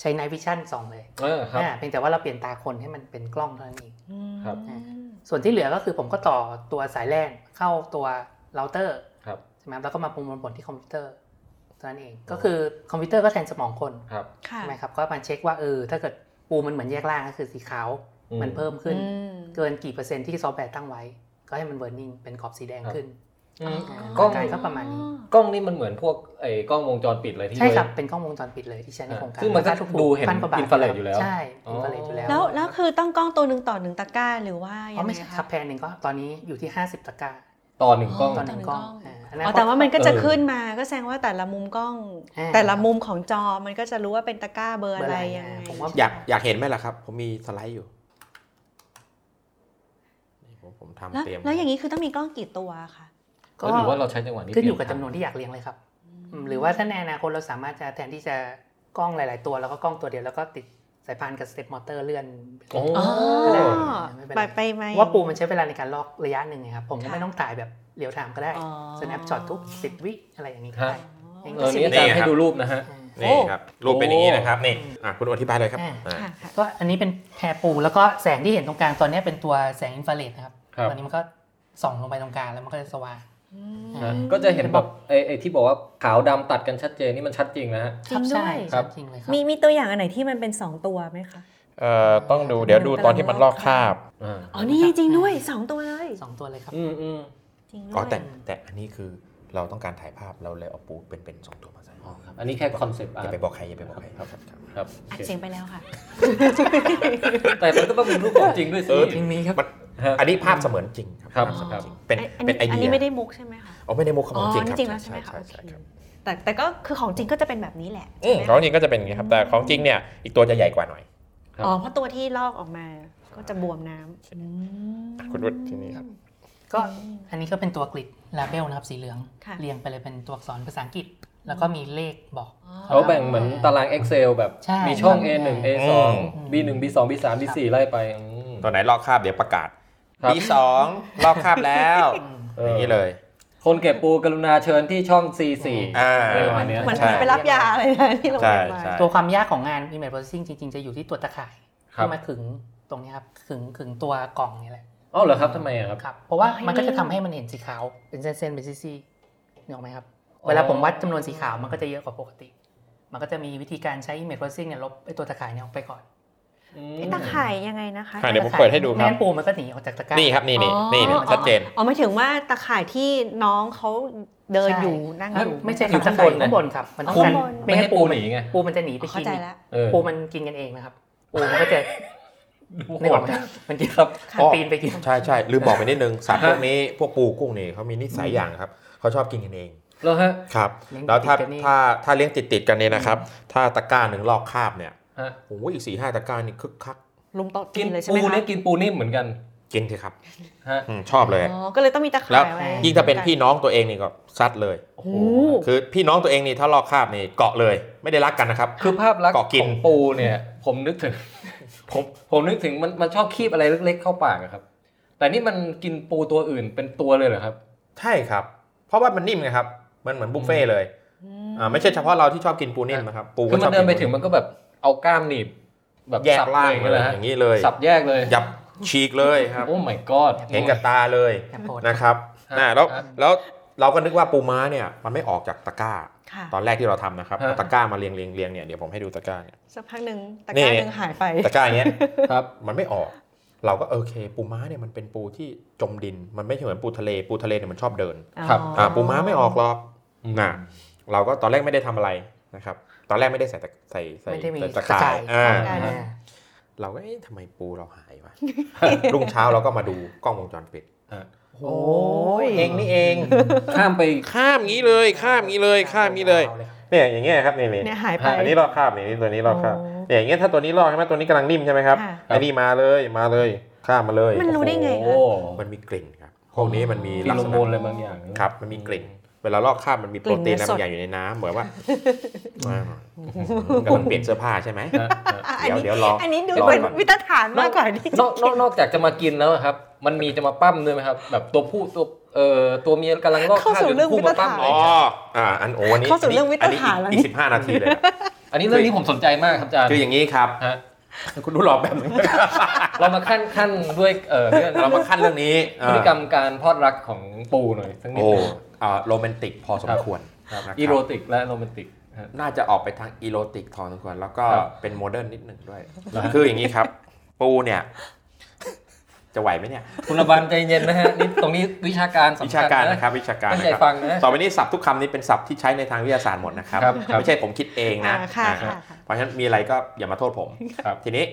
A: ใช้ไนวิชั่นส่องเลย
D: เออครับ
A: อ่าเพียงแต่ว่าเราเปลี่ยนตาคนให้มันเป็นกล้องเท่านั้นเอง
D: ครับ
C: อืม
A: ส่วนที่เหลือก็คือผมก็ต่อตัวสายแลนเข้าตัวเราเตอร์
D: ครับ
A: ใช่ไหมครับแล้วก็มาประมวลผลที่คอมพิวเตอร์เท่านั้นเอง ก็คือคอมพิวเตอร์ก็แทนสมองคน
D: ครับ
C: ค่ะ
A: ใช่ไหมครับ ก็มาเช็คว่าเออถ้าเกิดปูมันเหมือนแยกล่างก็คือสีขาว
D: อื
A: มันเพิ่มขึ้น
C: อืม
A: เกินกี่เปอร์เซ็นต์ที่ซอฟต์แวร์ตั้งไว้ ก็ให้มันเวิร์นิ่งเป็นกรอบสีแดง
D: ครับ
A: ขึ้น
D: อืม
A: าก
D: ล้อง
A: กายก็ประมาณนี้
D: กล้องนี่มันเหมือนพวกไอ้กล้องวงจรปิดอะไรที่
A: ใช่ครับ
D: ไว้
A: เป็นกล้องวงจรปิดเลยที่ใช้ในโครงการ
D: ซึ่งมันก็
A: ราคาถูๆ
D: ดูเห็น
A: พักว่าบาท
D: infrared อยู่แล้ว
A: ใช่
D: อ๋ออิ
A: อินฟาเรอยู่แล้ว
C: แล้วแล้วคือต้องกล้องตัวหนึ่งต่อหนึ่งตะกร้าหรือว่า
A: เพ
C: ยัง
A: ราะ
C: ไง
A: ไม่ใช่ค
C: คะ
A: รับแพนหนึ่งก็ตอนนี้อยู่ที่ 50ตะกร้า
D: ต่อหนึ่งกล้อง
A: ตอนหนึ่งกล้องนนั้น
C: อ๋อแต่ว่ามันก็จะ
D: เออ
C: ขึ้นมาก็แสดงว่าแต่ละมุมกล้อง
A: อ่า
C: แต่ละมุมของจอมันก็จะรู้ว่าเป็นตะกร้าเบอร์อะไร
A: เบอร์อะไร
C: ยังไง
A: ผมว่า
B: อยาก อยากเห็นไหมล่ะครับ ผมมีสไลด์อยู่นี่ผมผม
C: แล้
B: ทำ
C: ว
B: เตรียม
C: แล้วอย่างนี้คือต้องมีกล้องกี่ตัวคะ
A: ก็
D: หรือว่าเราใช้จังหวะนี้
A: ขึ้นอยู่กับจำนวนที่อยากเลี้ยงเลยครับอืมหรือว่าถ้าในอนาคตเราสามารถจะแทนที่จะกล้องหลาย ๆ ตัวแล้วก็กล้องตัวเดียวแล้วก็ติดสายพานกับสเต็ปมอเตอร์เลื่อน
D: โอ้
C: อ๋อ
A: ได้ไม่เป็น
C: ไป
A: ไร
C: ไปไหม
A: ว่าปูมันใช้เวลาในการลอกระยะหนึ่งไงครับผมก็
C: ค่ะ
A: ไม่ต้องถ่ายแบบเรียวไทม์ก็ได้
C: อ๋อ
A: snapshot ทุก 10 วิอะไรอย่างนี้ก็ได้
C: อ๋อ
A: อย่าง
D: เออนี่อาจารย์ให้ดูรูปนะฮะ
A: อ่า
B: นี่ครับรูปเป็นอย่างนี้นะครับนี่อ่ะคุณอธิบายเลยครับ
A: อ่า
B: อ่า
C: ค่ะค่ะ
A: ก็อันนี้เป็นแพรปูแล้วก็แสงที่เห็นตรงกลางตอนนี้เป็นตัวแสงอินฟราเรดนะครับ
D: ครับ
A: ตอนนี้มันก็ส่องลงไปตรงกลางแล้วมันก็จะสว่าง อืม
D: ก็จะเห็นแบบไอ้ไอ้ที่บอกว่าขาวดำตัดกันชัดเจนนี่มันชัดจริงนะฮะ
C: จริงด้วย
A: ใช่
D: ครับ
A: จริงเลยครับ
C: มีมีตัวอย่างอันไหนที่มันเป็น 2 ตัวไหมคะ
B: เอ่อต้องดูเดี๋ยวดูตอนที่มันลอกคราบ
D: อ่า
C: อ๋อ นี่
A: ครับ
C: จริงด้วย 2 ตัวเลย
A: สองตัวเลยครับ
D: อืมอืม
C: จริงด้วย
B: อ๋อแต่แต่อันนี้คือเราต้องการถ่ายภาพเราเลยเอาปูเป็นเป็นสองตัวมาใส่
D: อ๋อครับอันนี้แค่คอนเซปต์อา
B: อย่า
D: ร์
B: ไป
D: ต
B: บอกใครอย่าไปบอกใครครับ
D: ครับโอ
C: อัด
D: เค
C: เสียงไปแล้วค่ะ
D: แต่มันก็ต้องเป็นรูปของจริงด้วยสิ
A: จริงนี้ครับ
B: มัน
D: ฮะ
B: อันนี้ภาพเสมือนจริงครับ
D: ครับ
B: ภาพเสมือนจริง
C: อ๋อ
B: เป็น
C: อัน
B: เป็น
C: นี้
B: ไอ
C: อัน
B: เดีย
C: นี้ไม่ได้มุกใช่ไหมคะ
B: อ๋อไม่ได้มุกของ
C: อ๋อ
B: จริงครับ
C: นี่จริงแล้วใช่ไหมคะ
B: ใช่
C: โอเค
B: ใช่ครับ
C: แต่แต่ก็คือของจริงก็จะเป็นแบบนี้แหละ
B: อืมของจริงก็จะเป็นอย่างนี้ครับแต่ของจริงเนี่ยอีกตัวจะใหญ่กว่าหน่อย
D: ครับ
C: อ๋อ เพราะตัวที่ลอกออกมาก็จะบวมน้ำอืม
B: คุณวุฒิทีนี้ครับ
A: ก็อันนี้ก็เป็นตัวกริดลาเบลนะครับสีเหลือง
C: ค่ะ
A: เรียงไปเลยเป็นตัวอักษรภาษาอังกฤษ แล้วก็มีเลขบอก
D: เขาแบ่งเหมือนตาราง Excel แบบ
A: ใช่
D: มีช่อง
A: ใช่
D: A1 A2
B: อืม
D: B1 B2 B3 B4 ไล่ไปอืม
B: ตัวไหนลอกคราบเดี๋ยวประกาศ
D: ครับ
B: ปีสองลอกคราบแล้วอย่างนี้เลย
D: คนเก็บปูกรุณาเชิญที่ช่อง C4
B: อ่า
D: เออ
C: เหมือนเหมือน
B: ใช่
C: ไปรับยาอะไรนะที่โรงพ
B: ใช่
C: ยาบาล
B: ใช่
A: ตัวความยากของงาน image processing จริงๆ จะอยู่ที่ตัวตะข่าย
D: ครับ
A: ที่มาขึงตรงเนี้ยครับขึงขึงตัวกล่องนี่แหละ
D: อ๋อเหรอครับทำไมอะครับ
A: ครับ เพราะว่ามันก็จะทำให้มันเห็นสีขาวเป็นเส้นๆเป็นซี่ๆนึกออกไหมครับ เวลาผมวัดจำนวนสีขาวมันก็จะเยอะกว่าปกติ มันก็จะมีวิธีการใช้ image processing เนี่ยลบไอ้ตัวตะข่ายเนี่ยออกไปก่อน
C: ไอ้ตาข่ายยังไงนะคะ
B: อ่ะเดี๋ยวผมเปิดให้ดูครับ
A: แม่งั้นปูมันก็หนีออกจากตะกร้า
B: นี่ครับนี่นี่
C: อ๋อ
B: นี่เนี่ยชัดเจน
C: อ๋อหมายถึงว่าตาข่ายที่น้องเขาเดิน
A: ใช่
C: อยู่นั่งอยู่
A: ไม่ใช่
D: อยู่
A: ครับ
D: ข้าง
A: ตะข่า
D: บ
A: ย
D: น
A: อ
D: นะ
A: ยู่ข้างบนครับ มันต้อง
C: คุ
A: กั
C: ม
A: น
D: ไม่
A: ไม่
D: ให้
A: ให้
D: ปู
A: ปู
D: ห
A: ห
D: นี
A: นี
D: ไง
A: ปูมันจะหนีไป
C: อ๋อเข้า
A: กิน
C: ใจแล้ว
D: เออ
A: ปูมันกินกันเองนะครับ ปูมันก็จะนึกออกไหมมันกินครับ
B: อ๋อ
A: ปีนไปกิน
B: ใช่ใช่ลืมบอกไปนิดนึงสัตว์พวกนี้พวกปูกุ้งนี่เขามีนิสัยอย่างครับเขาชอบกินกันเอง
D: แล้วฮะ
B: ครับ
A: เลี้ยง
B: แล้วถ้า
A: ติดกันนี่
B: ถ้าถ้าเลี้ยงติดติดๆกันเนี่ยนะครับ ถ้าตะกร้าหนึ่งลอกคราบเนี่ย
D: ฮะ
B: โอ้โหอีกสี่ห้าตะกร้านี่คึกคัก
C: ลุมโต๊ะกิ
D: กิ
C: น
D: น
C: เลยใช่ไห
D: ปู
C: มคะ
D: นี่กินปูนิ่มเหมือนกัน
B: กินสิครับ
D: ฮะ
B: อืมชอบเลย
C: อ๋อก็เลยต้องมีตา
B: แล้
C: ข่า
B: วย
C: ไว้
B: ยิ่งถ้าเป็นพี่น้องตัวเองนี่ก็ซัดเลย
C: โอ้โห
B: คือพี่น้องตัวเองนี่ถ้าลอกคราบนี่เกาะเลยไม่ได้รักกันนะครับ
D: คือภาพลักษณ์
B: เกาะกิน
D: ของปูเนี่ย ผมนึกถึง ผมผมนึกถึงมันมันชอบคีบอะไรเล็ก ๆ เข้าปากอะครับ แต่นี่มันกินปูตัวอื่นเป็นตัวเลยเหรอครับ
B: ใช่ครับ เพราะว่ามันนิ่มไงครับมันเหมือนบุฟเฟ่ต์เลยอ่าไม่ใช่เฉพาะเราที่ชอบกินปูนิ่มนะครับปู
D: คือ
B: ช
D: มัน
B: อบ
D: เดินไป
B: ปู
D: ถึงมันก็แบบเอาก้ามหนีบแบบ
B: แยก
D: สับ
B: ล่าง
D: เล
B: มาย เลย
D: นะฮะ
B: อย่างนี้เลย
D: สับแยกเลย
B: ยับฉีกเลยครับ
D: โอ้ my god
B: เห็นกับตาเลย
A: แอบโพสต์
B: นะครับ
D: ฮะ
B: นะแล้ว
D: ฮะ
B: แล้วเราก็นึกว่าปูม้าเนี่ยมันไม่ออกจากตะกร้า
C: ค่ะ
B: ตอนแรกที่เราทำนะครับ
D: ฮะ
B: เอาตะกร้ามาเรียงเรียงเรียงเนี่ยเดี๋ยวผมให้ดูตะกร้าเนี่ย
C: สักพักหนึ่งตะ
B: นี่
C: กร้าหนึ่งหายไป
B: ตะกร้าเนี้ย
D: ครับ
B: มันไม่ออก เราก็โอเค ปูม้าเนี่ยมันเป็นปูที่จมดิน มันไม่ใช่เหมือนปูทะเลปูทะเลเนี่ยมันชอบเดิน
D: ครับ
C: อ๋ออ่
B: ่าปูม้าไม่ออกหรอกนะเราก็ตอนแรกไม่ได้ทำอะไรนะครับตอนแรกไม่ได้ใส่ตะใส่ใส่
A: ไม่ได้มี
B: ใส่ตะ
A: ตะข่า
B: ข่าย ยอ่า
C: ใช่
A: อ่า
B: เราก็เอ๊ะทำไมปูเราหายวะ รุ่งเช้าเราก็มาดูกล้องวงจรปิด
D: ฮะ
B: โอ้ยเองนี่เอง
D: ข้ามไป
B: ข้ามงี้เลยข้ามงี้เลยข้ามงี้เลยเนี่ยอย่างเงี้ยครับนี่นี่
C: เนี่ยหายไป
B: อันนี้ลอกข้ามนี่นี่ตัวนี้ลอกข้าม
C: โอ้
B: เนี่ยอย่างเงี้ยถ้าตัวนี้ลอกใช่ไหมตัวนี้กำลังนิ่มใช่ไหมครับ
C: ค่ะ
B: ไอ้นี่มาเลยมาเลยข้ามมาเลย
C: มันรู้ได้ไง
D: โอ้
B: มันมีกลิ่นครับพวกนี้มันมี
D: ฟี
B: ลัก
D: โร
B: ษ
D: โม
B: ณะ
D: นอะไรบางอย่าง
B: ครับมันมีกลิ่น เวลาลอกข้ามมันมีโปรตีนอะไรบางอย่างอยู่ในน้ำเหมือนว่าอ่ากำลังเปลี่ยนเสื้อผ้าใช่ไหม
D: ฮะฮะ
C: อันนี้
B: เดี๋ยวเดี๋ยวรอ
C: อันนี้ดู
B: รอ
C: เป็น
B: ก่อน
C: วิตฐานมากกว่าที่
D: นอกนอกนอกจากจะมากินแล้วอะครับ มันมีจะมาปั้มด้วยไหมครับ แบบตัวผู้ตัวเอ่อตัวเมียกำลังลอกข้าวเดี๋ยวผู้มาปั้มอะไร
B: อ๋อ
D: อย่างเงี้ย
B: อ่าอันโอ้อันนี้
C: เข้าสู่เรื่องวิตฐาน
B: อั
C: แล้ว
B: อีก
C: นี่
B: สิบห้านาทีเลยนะ
D: อันนี้เรื่องนี้ผมสนใจมากครับอาจารย์
B: คืออย่างนี้ครับ
D: ฮะ
B: คุณรู้หรอแบบนึง
D: เรามาขั้นขั้นด้วยเอ่อเรื่อง
B: เรามาขั้นเรื่องนี้
D: พฤติกรรมการพลอดรักของปูหน่อยสักนิด
B: โอ้
D: หนึ่ง
B: อ่าโรแมนติกพอสมควร
D: ครับ
B: นะครับ
D: อีโรติกและโรแมนติกฮะ
B: น่าจะออกไปทางอีโรติกพอสมควรแล้วก็
D: ครับ
B: เป็นโมเดิร์นนิดหนึ่งด้วย
D: เหรอฮะ
B: คืออย่างนี้ครับ ปูเนี่ย จะไหวไหมเนี่ย
D: คุณระบันใจเย็นนะฮะนี่ตรงนี้วิชาการ
B: วิ
D: สำคั
B: ชา
D: ญ
B: การ
D: นะ
B: นะครับ วิชาการ
D: ตั้ง
B: นะ
D: ใจ
B: ค
D: ฟั
B: รับ
D: งนะ
B: ต่อไปนี้ศัพท์ทุกคำนี้เป็นศัพท์ที่ใช้ในทางวิทยาศาสตร์หมดนะครับ
D: ครับครับ
B: ไม่ใช่ผมคิดเอง
C: อ่า
B: นะ
C: ค่ะ
B: อ่า
C: ค่ะ
B: เพราะฉะนั้นมีอะไรก็อย่ามาโทษผม
D: ครับ
B: ทีนี้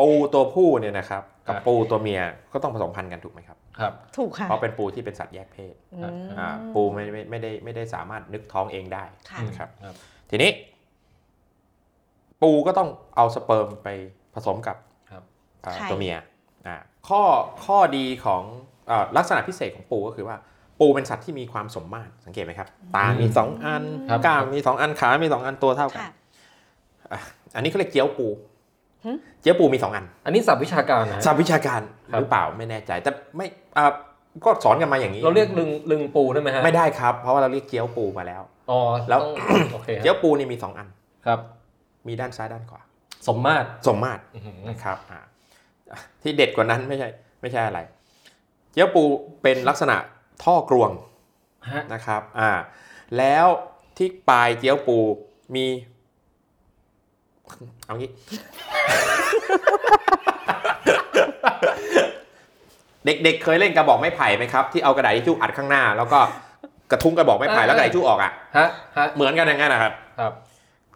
B: ปูตัวผู้เนี่ยนะครับ กับปูตัวเมียก็ต้องผสมพันธุ์กันถูกไหมครับ
D: ครับ
C: ถูกค่ะ
B: เพราะเป็นปูที่เป็นสัตว์แยกเพศ
C: อืม
B: อ่าปูไม่ไม่ไม่ได้ไม่ได้สามารถนึกท้องเองได้
C: ค่ะ
B: ครับ
D: ครับ
B: ทีนี้ ปูก็ต้องเอาสเปิร์มไปผสมกับ
D: ครับ
B: อ่าตัวเมียอ่าข้อข้อดีของเออลักษณะพิเศษของปูก็คือว่า ปูเป็นสัตว์ที่มีความสมมาตรสังเกตไหมครับตามีสองอัน
D: ครับ
B: กล้ามมีสองอันขา มีสองอันตัวเท่ากัน
C: ค่ะ
B: อันนี้เขาเรียกเจียวปู
C: หึ
B: เจียวปูมีสองอัน
D: อันนี้ศัพท์วิชาการนะฮะ
B: สาวิชาการ
D: ครับ
B: หรือเปล่าไม่แน่ใจ แต่ไม่อ่าก็สอนกันมาอย่างนี้
D: เราเรียกลึงลึงปูได้ไหมฮะ
B: ไม่ได้ครับ เพราะว่าเราเรียกเจียวปูมาแล้ว
D: อ๋อ
B: แล้ว
D: ต้องโอเคฮะ
B: เจียวปูนี่มีสองอัน
D: ครับ
B: มีด้านซ้ายด้านขวา
D: สมมาตร
B: สมมาตร
D: อื้อหือ
B: นะครับอ่า ที่เด็ดกว่านั้นไม่ใช่ไม่ใช่อะไร เกี๊ยวปูเป็นลักษณะท่อกรวง
D: ฮะ
B: นะครับอ่าแล้วที่ปลายเกี๊ยวปูมี เอางี้ เด็กๆเคยเล่นกระบอกไม้ไผ่ไหมครับ ที่เอากระดาษทิชชู่อัดข้างหน้า แล้วก็กระทุ้งกระบอกไม้ไผ่แล้วกระดาษทิชชู่ออกอ่ะ
D: ฮะฮะ
B: เหมือนกันอย่างนั้นนะครับ
D: ครับ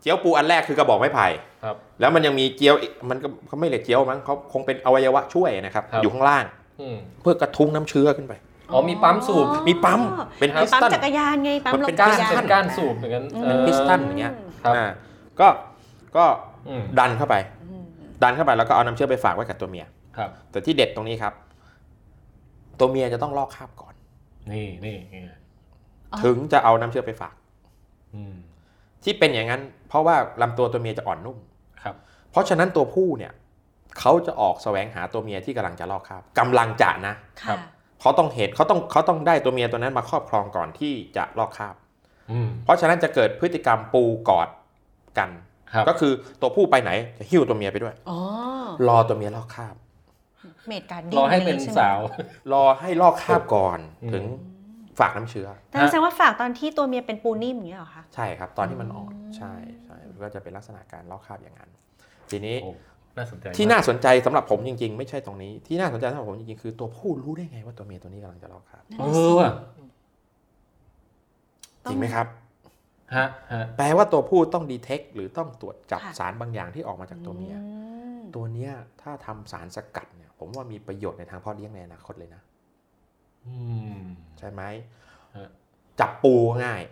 B: เกี๊ยวปูอันแรกคือกระบอกไม้ไผ่
D: ครับ
B: แล้วมันยังมีเกี๊ยวอีกมันก็เขาไม่เรียกเกี๊ยวมั้งเขาคงเป็นอวัยวะช่วยนะครับ
D: ครับ
B: อยู่ข้างล่าง
D: อืม
B: เพื่อกระทุ้งน้ำเชื้อขึ้นไป
D: อ๋อมีปั๊มสูบ
B: มีปั๊มเป็น
D: ครับ
B: พิส
C: ปั๊ม
B: ตัน
C: จักรยานไงปั๊ม
B: มัน
C: ล
B: เป็
C: ม
B: น
C: จั
D: ก้าก น
C: รยาน
D: เป็นก้านสูบอย่างนั้น
C: อืม
D: อ่อ
B: พิสตันอย่างเงี้ย
D: ครับ
B: อ่าก็ก็
D: อืม
B: ดันเข้าไป
C: อืม
B: ดันเข้าไปแล้วก็เอาน้ำเชื้อไปฝากไว้กับตัวเมีย
D: ครับ
B: แต่ที่เด็ดตรงนี้ครับ ตัวเมียจะต้องลอกคราบก่อน
D: นี่นี่นี่
B: ถึงจะเอาน้ำเชื้อไปฝาก
D: อืม
B: ที่เป็นอย่างนั้น เพราะว่าลำตัวตัวเมียจะอ่อนนุ่ม
D: ครับ
B: เพราะฉะนั้นตัวผู้เนี่ยเขาจะออกแสวงหาตัวเมียที่กำลังจะลอกคราบกำลังจะนะ
D: ครั
C: ค่ะ
D: บ
B: เขาต้องเห็นเขาต้องเขาต้องได้ตัวเมียตัวนั้นมาครอบครองก่อนที่จะลอกคราบ
D: อืม
B: เพราะฉะนั้นจะเกิดพฤติกรรมปูกอดกัน
D: ครับ
B: ก็คือตัวผู้ไปไหนจะหิ้วตัวเมียไปด้วย
C: อ๋อ
B: รอตัวเมียลอกคราบ
C: เมดการดิ้ง
D: รอให้เป็น
C: ช่ไม
D: สาว
B: รอให้ลอกคราบก่อน
D: อืม
B: ถึง
C: อืม
B: ฝากน้ำเชื้อ
C: แต่แสดงว่าฝากตอนที่ตัวเมียเป็นปูนิ่มอย่างเงี้ยเหรอคะ
B: ใช่ครับ ตอนที่มันอ่อน
C: อืม
B: ใช่ใช่มันก็จะเป็นลักษณะการลอกคราบอย่างนั้น ทีนี้
D: โอ้น่าสนใจ
B: ที่
D: มก
B: น่าสนใจสำหรับผมจริง ๆ ไม่ใช่ตรงนี้ ที่น่าสนใจสำหรับผมจริงๆคือตัวผู้รู้ได้ไงว่าตัวเมียตัวนี้กำลังจะลอกคราบ
D: เออว่ะ
B: จริงไหมครับ
D: ฮะฮะ
B: แปลว่าตัวผู้ต้องดีเทคหรือต้องตรวจจับ
C: ค่ะ
B: สารบางอย่างที่ออกมาจากตัวเมีย
C: อืม
B: ตัวเนี้ยถ้าทำสารสกัดเนี่ยผมว่ามีประโยชน์ในทางเพ่อเลี้ยงในอนาคตเลยนะ
D: อืม
B: ใช่ไหม
D: ฮะ
B: จับปูก็ง่าย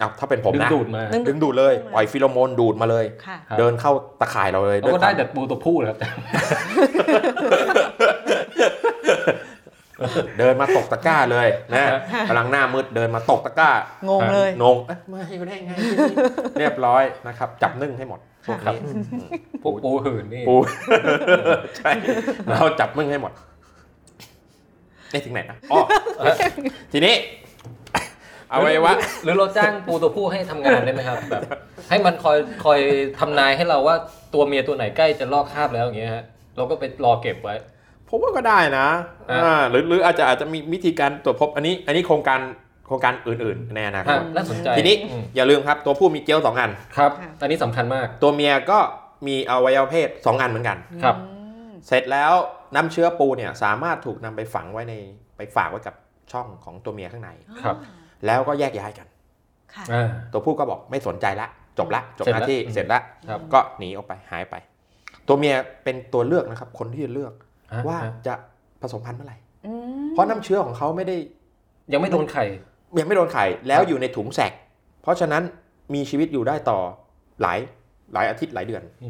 B: อ่ะถ้าเป็นผม
D: ดึง
B: นะ
D: ดูดมา
C: นึก
B: ดึงดูดเลย
C: ดึงดูด
B: ปล่อยฟิโลโมนดูดมาเลย
C: ค่ะ
D: ครับ
B: เดินเข้าตะข่ายเราเลย
D: เราก็
B: วย
D: ได้
B: ควม
D: แต่ปูตัวผู้เลยครับ
B: เดินมาตกตะกร้าเลยนะ
C: ฮะ
B: กำลังหน้ามืดเดินมาตกตะกร้าง
C: งเลย
B: งงเอ๊ะมาอยู่ได้ไง เรียบร้อยนะครับ จับนึ่งให้หมดพวกนี้
D: พวกปูหื่นนี่
B: ปู ใช่เราจับนึ่งให้หมดนี่ถึงไหนนะอ๋อทีนี้ อวัยวะ
D: หรือเราจ้างปูตัวผู้ให้ทำงานได้ไหมครับแบบให้มันคอยคอยทำนายให้เราว่าตัวเมียตัวไหนใกล้จะลอกคราบแล้วอย่างเงี้ยฮะเราก็ไปรอเก็บไว้
B: ผมว่าก็ได้นะ
D: อ่ะ
B: อ่าหรือหรืออาจจะอาจจะมีวิธีการตรวจพบอันนี้ อันนี้โครงการโครงการอื่นๆในอนาค
D: ฮะ
B: ต
D: น่าสนใจ
B: ทีนี้
D: อืม
B: อย่าลืมครับ ตัวผู้มีเกลียวสองอัน
D: ครับอันนี้สำคัญมาก
B: ตัวเมียก็มีอวัยวะเพศสองอันเหมือนกัน
D: ครับ
C: อืม
B: เสร็จแล้วน้ำเชื้อปูเนี่ยสามารถถูกนำไปฝังไว้ในไปฝากไว้กับช่องของตัวเมียข้างใน
D: ครับ
B: แล้วก็แยกย้ายกัน
C: ค่ะ
D: อ่า
B: ตัวผู้ก็บอกไม่สนใจละ จบละจบ
D: เสร็จ
B: หน้า
D: ละ
B: ที่
D: อืม
B: เสร็จละ
D: ครับ
B: ก็หนีออกไปหายไป ตัวเมียเป็นตัวเลือกนะครับ คนที่จะเลือก
D: ฮะ
B: ว่า
D: ฮะ
B: จะผสมพันธุ์เมื่อไหร่
C: อืม
B: เพราะน้ำเชื้อของเขาไม่ได้
D: ยังไม่โดนไข่
B: ยังไม่โดนไข่แล้
D: คว รับ
B: อยู่ในถุงแสก เพราะฉะนั้นมีชีวิตอยู่ได้ต่อหลายหลายอาทิตย์หลายเดือน
D: อื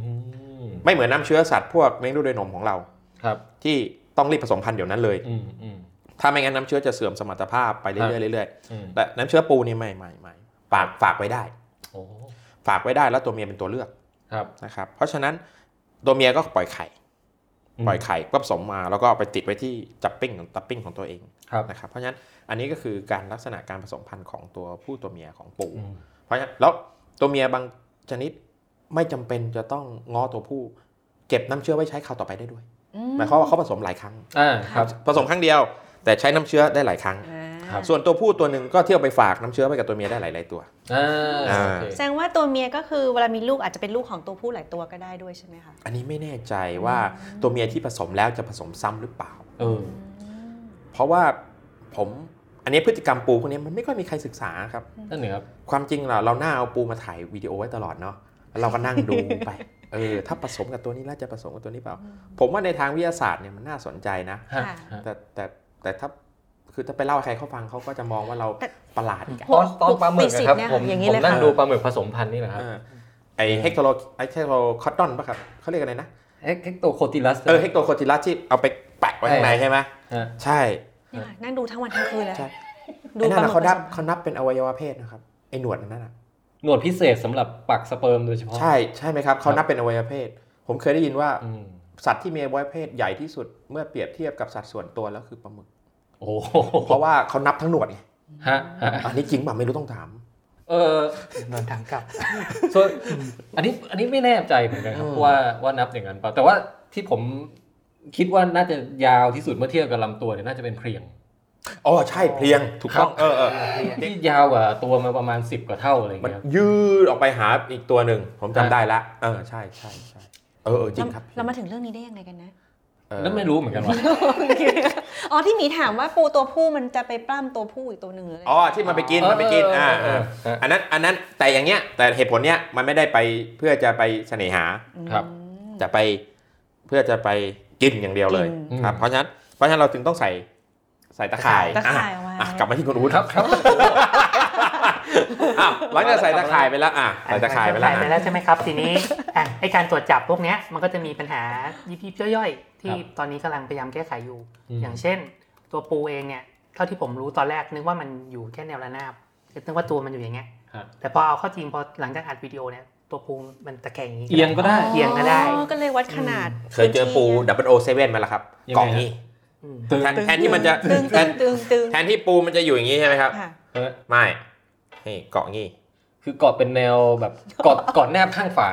D: ม
B: ไม่เหมือนน้ำเชื้อสัตว์พวกเลี้ยงด้วยนมของเรา
D: ครับ
B: ที่ต้องรีบผสมพันธุ์เดี๋ยวนั้นเลย
D: อืมอืม
B: ถ้าไม่งั้นน้ำเชื้อจะเสื่อมสมรรถภาพไปเรื่
D: ครั
B: อบ ยๆเรื่อย
D: อืม
B: ๆแต่น้ำเชื้อปูนี่ไม่ไม่ไม่ฝากฝากไว้ได้
D: โอ้
B: ฝากไว้ได้แล้วตัวเมียเป็นตัวเลือก
D: ครับ
B: นะครับ เพราะฉะนั้นตัวเมียก็ปล่อยไข่ปล่อยไข่ก็ผสมมาแล้วก็ไปติดไว้ที่จับปิ้งของตับปิ้งของตัวเอง
D: ครับ
B: นะครับ เพราะฉะนั้นอันนี้ก็คือการลักษณะการผสมพันธุ์ของตัวผู้ตัวเมียของปู
D: อืม
B: เพราะฉะนั้นแล้วตัวเมียบางชนิดไม่จำเป็นจะต้องง้อตัวผู้ เก็บน้ำเชื้อไว้ใช้คราวต่อไปได้ด้วย
C: อื
B: หมายความว่าเขาผสมหลายครั้ง
D: อ่าครับ
B: ผสมครั้งเดียว แต่ใช้น้ำเชื้อได้หลายครั้ง
C: อ่า
D: ครับ
B: ส่วนตัวผู้ตัวหนึ่งก็เที่ยวไปฝากน้ำเชื้อไปกับตัวเมียได้หลายๆตัว
D: อ่า
B: อ่า
D: โอเค
C: แสดงว่าตัวเมียก็คือเวลามีลูกอาจจะเป็นลูกของตัวผู้หลายตัวก็ได้ด้วยใช่ไหมคะ
B: อันนี้ไม่แน่ใจว่าตัวเมียที่ผสมแล้วจะผสมซ้ำหรือเปล่า
D: เออ
B: เพราะว่าผมอันนี้พฤติกรรมปูพวกนี้มันไม่ค่อยมีใครศึกษาครับ
D: นั่นเหนือครับ
B: ความจริงเราเราหน้าเอาปูมาถ่ายวิดีโอไว้ตลอดเนาะแล้วเราก็นั่งดูไป เออ ถ้าผสมกับตัวนี้แล้วจะผสมกับตัวนี้เปล่า ผมว่าในทางวิทยาศาสตร์เนี่ยมันน่าสนใจนะ
D: ฮะ
C: ค่ะ
D: ฮะ
B: แต่แต่แต่ถ้าคือถ้าไปเล่าให้ใครเขาฟังเขาก็จะมองว่าเรา
C: แต่
B: ประหลาดอีกอะ
D: ตอนตอนปลาหมึก
C: ปิดสิ
D: นะ
C: ท
D: ครับ
C: ธิ์เนี่ย
D: ผม
C: อย่างนี้
D: ผม
C: เลย
D: นั่ง
C: ค่ะ
D: ดูปลาหมึกผสมพันธุ์นี่แหละครับ
B: เออไอเฮกโตโลไอเฮกโตคอตตอนปะครับเขาเรียกอะไรนะ
D: เอ็กเอ็กโตโคติลัส
B: เออเฮกโตโคติลัสที่เอาไปแปะไว้ข้างในใช่ไหม
D: ฮะ
B: ใช่
C: เนี่ยนั่งดูทั้งวันทั้งคืนเลย
B: ใช่
C: ดู
B: ไอ้นั่น
C: ปลาห
B: นะ
C: มึก
B: เขานับ
C: ผสม
B: เขานับเป็นอวัยวะเพศนะครับไอหนวดนั่นน่ะ
D: หนวดพิเศษสำหรับปักสเปิร์มโดยเฉพาะ
B: ใช่ใช่ไหมครับเขานับเป็นอวัยวะเพศ ผมเคยได้ยินว่า
D: อืม
B: สัตว์ที่มีอวัยวะเพศใหญ่ที่สุดเมื่อเปรียบเทียบกับสัตว์ส่วนตัวแล้วคือปลาหมึก
D: โอ้โห
B: เพราะว่าเขานับทั้งหนวดไง
D: ฮะฮะ
B: อันนี้จริงป่ะไม่รู้ต้องถาม
D: เ เออ
A: เดินทางกลับ
D: ส่วนอันนี้อันนี้ไม่แน่ใจเหมือนกันครับ
B: อืม
D: ว่าว่านับอย่างนั้นเปล่าแต่ว่าที่ผมคิดว่าน่าจะยาวที่สุดเมื่อเทียบกับลำตัวเนี่ยน่าจะเป็นเพลียง
B: อ๋อใช่เพลียงถูกต้องเออเออ
D: ที่ยาวกว่าตัวมาประมาณ 10 กว่าเท่าอะไร
B: มัน
D: เงี้ยครับ
B: ยืดออกไปหาอีกตัวหนึ่งผมจำได้ละเออใช่ใช่ใช่เออเออจริงครับ
C: เรามาถึงเรื่องนี้ได้ยังไงกันนะ
B: เออ
D: แล้วไม่รู้เหมือนกันว่า
C: อ๋อที่หมีถามว่าปูตัวผู้มันจะไปปล้ำตัวผู้อีกตัวหนึ่งหรืออะไร
B: อ๋อที่มันไปกินมันไปกินอ่า
D: เออ
B: อ่า
D: เออ
B: อันนั้นอันนั้นแต่อย่างเงี้ยแต่เหตุผลเนี้ยมันไม่ได้ไปเพื่อจะไปเสน่หา
C: อืม
D: ครับ
B: จะไปเพื่อจะไปกินอย่างเดียวเลย
D: กิน
B: ครับเพราะฉะนั้นเพราะฉะนั้นเราจึงต้องใส่ใส่ตะข่าย
C: ตะข่ายเอาไว้
B: อ่ะกลับมาที่คุณอู๊ด
D: ครับครับ
B: อ้าวหลังจากใส่ตะข่ายไปแล้วอ่ะใส่ตะข่ายไปแล้ว
A: ใส่ไป
B: อ่ะ
A: แล้วใช่ไหมครับ ทีนี้อ่ะไอการตรวจจับพวกเนี้ยมันก็จะมีปัญหายิบยิบย่อยๆ ที่
D: ครับ
A: ตอนนี้กำลังพยายามแก้ไขอยู่
D: อืม
A: อย่างเช่น ตัวปูเองเนี่ยเท่าที่ผมรู้ตอนแรกนึกว่ามันอยู่แค่แนวระนาบนึกว่าตัวมันอยู่อย่างเงี้ยแต่พอเอาเข้าจริงพอหลังจากอัดวิดีโอเนี่ยตัวปูมันตะแคงอย่างงี้
D: เอียงก็ได้
A: เอียงก็ได้
C: อ๋อก็เลยวัดขนาด
B: เคยเจอปูดับเบิลโอเซเว่นมาแล้วครับ
D: ยังไง
B: กล่องนี้
A: อืม
B: แทนแทนที่มันจะ
C: ตึง
B: แท
C: ตึ
B: น
C: งตึงตึง
B: แทนที่ปูมันจะอยู่อย่างนี้ใช่ไหมครับ
C: ค่ะ
D: เออ
B: ไม่นี่เกาะงี้
D: คือเกาะเป็นแนวแบบเกาะเกาะแนบข้างฝา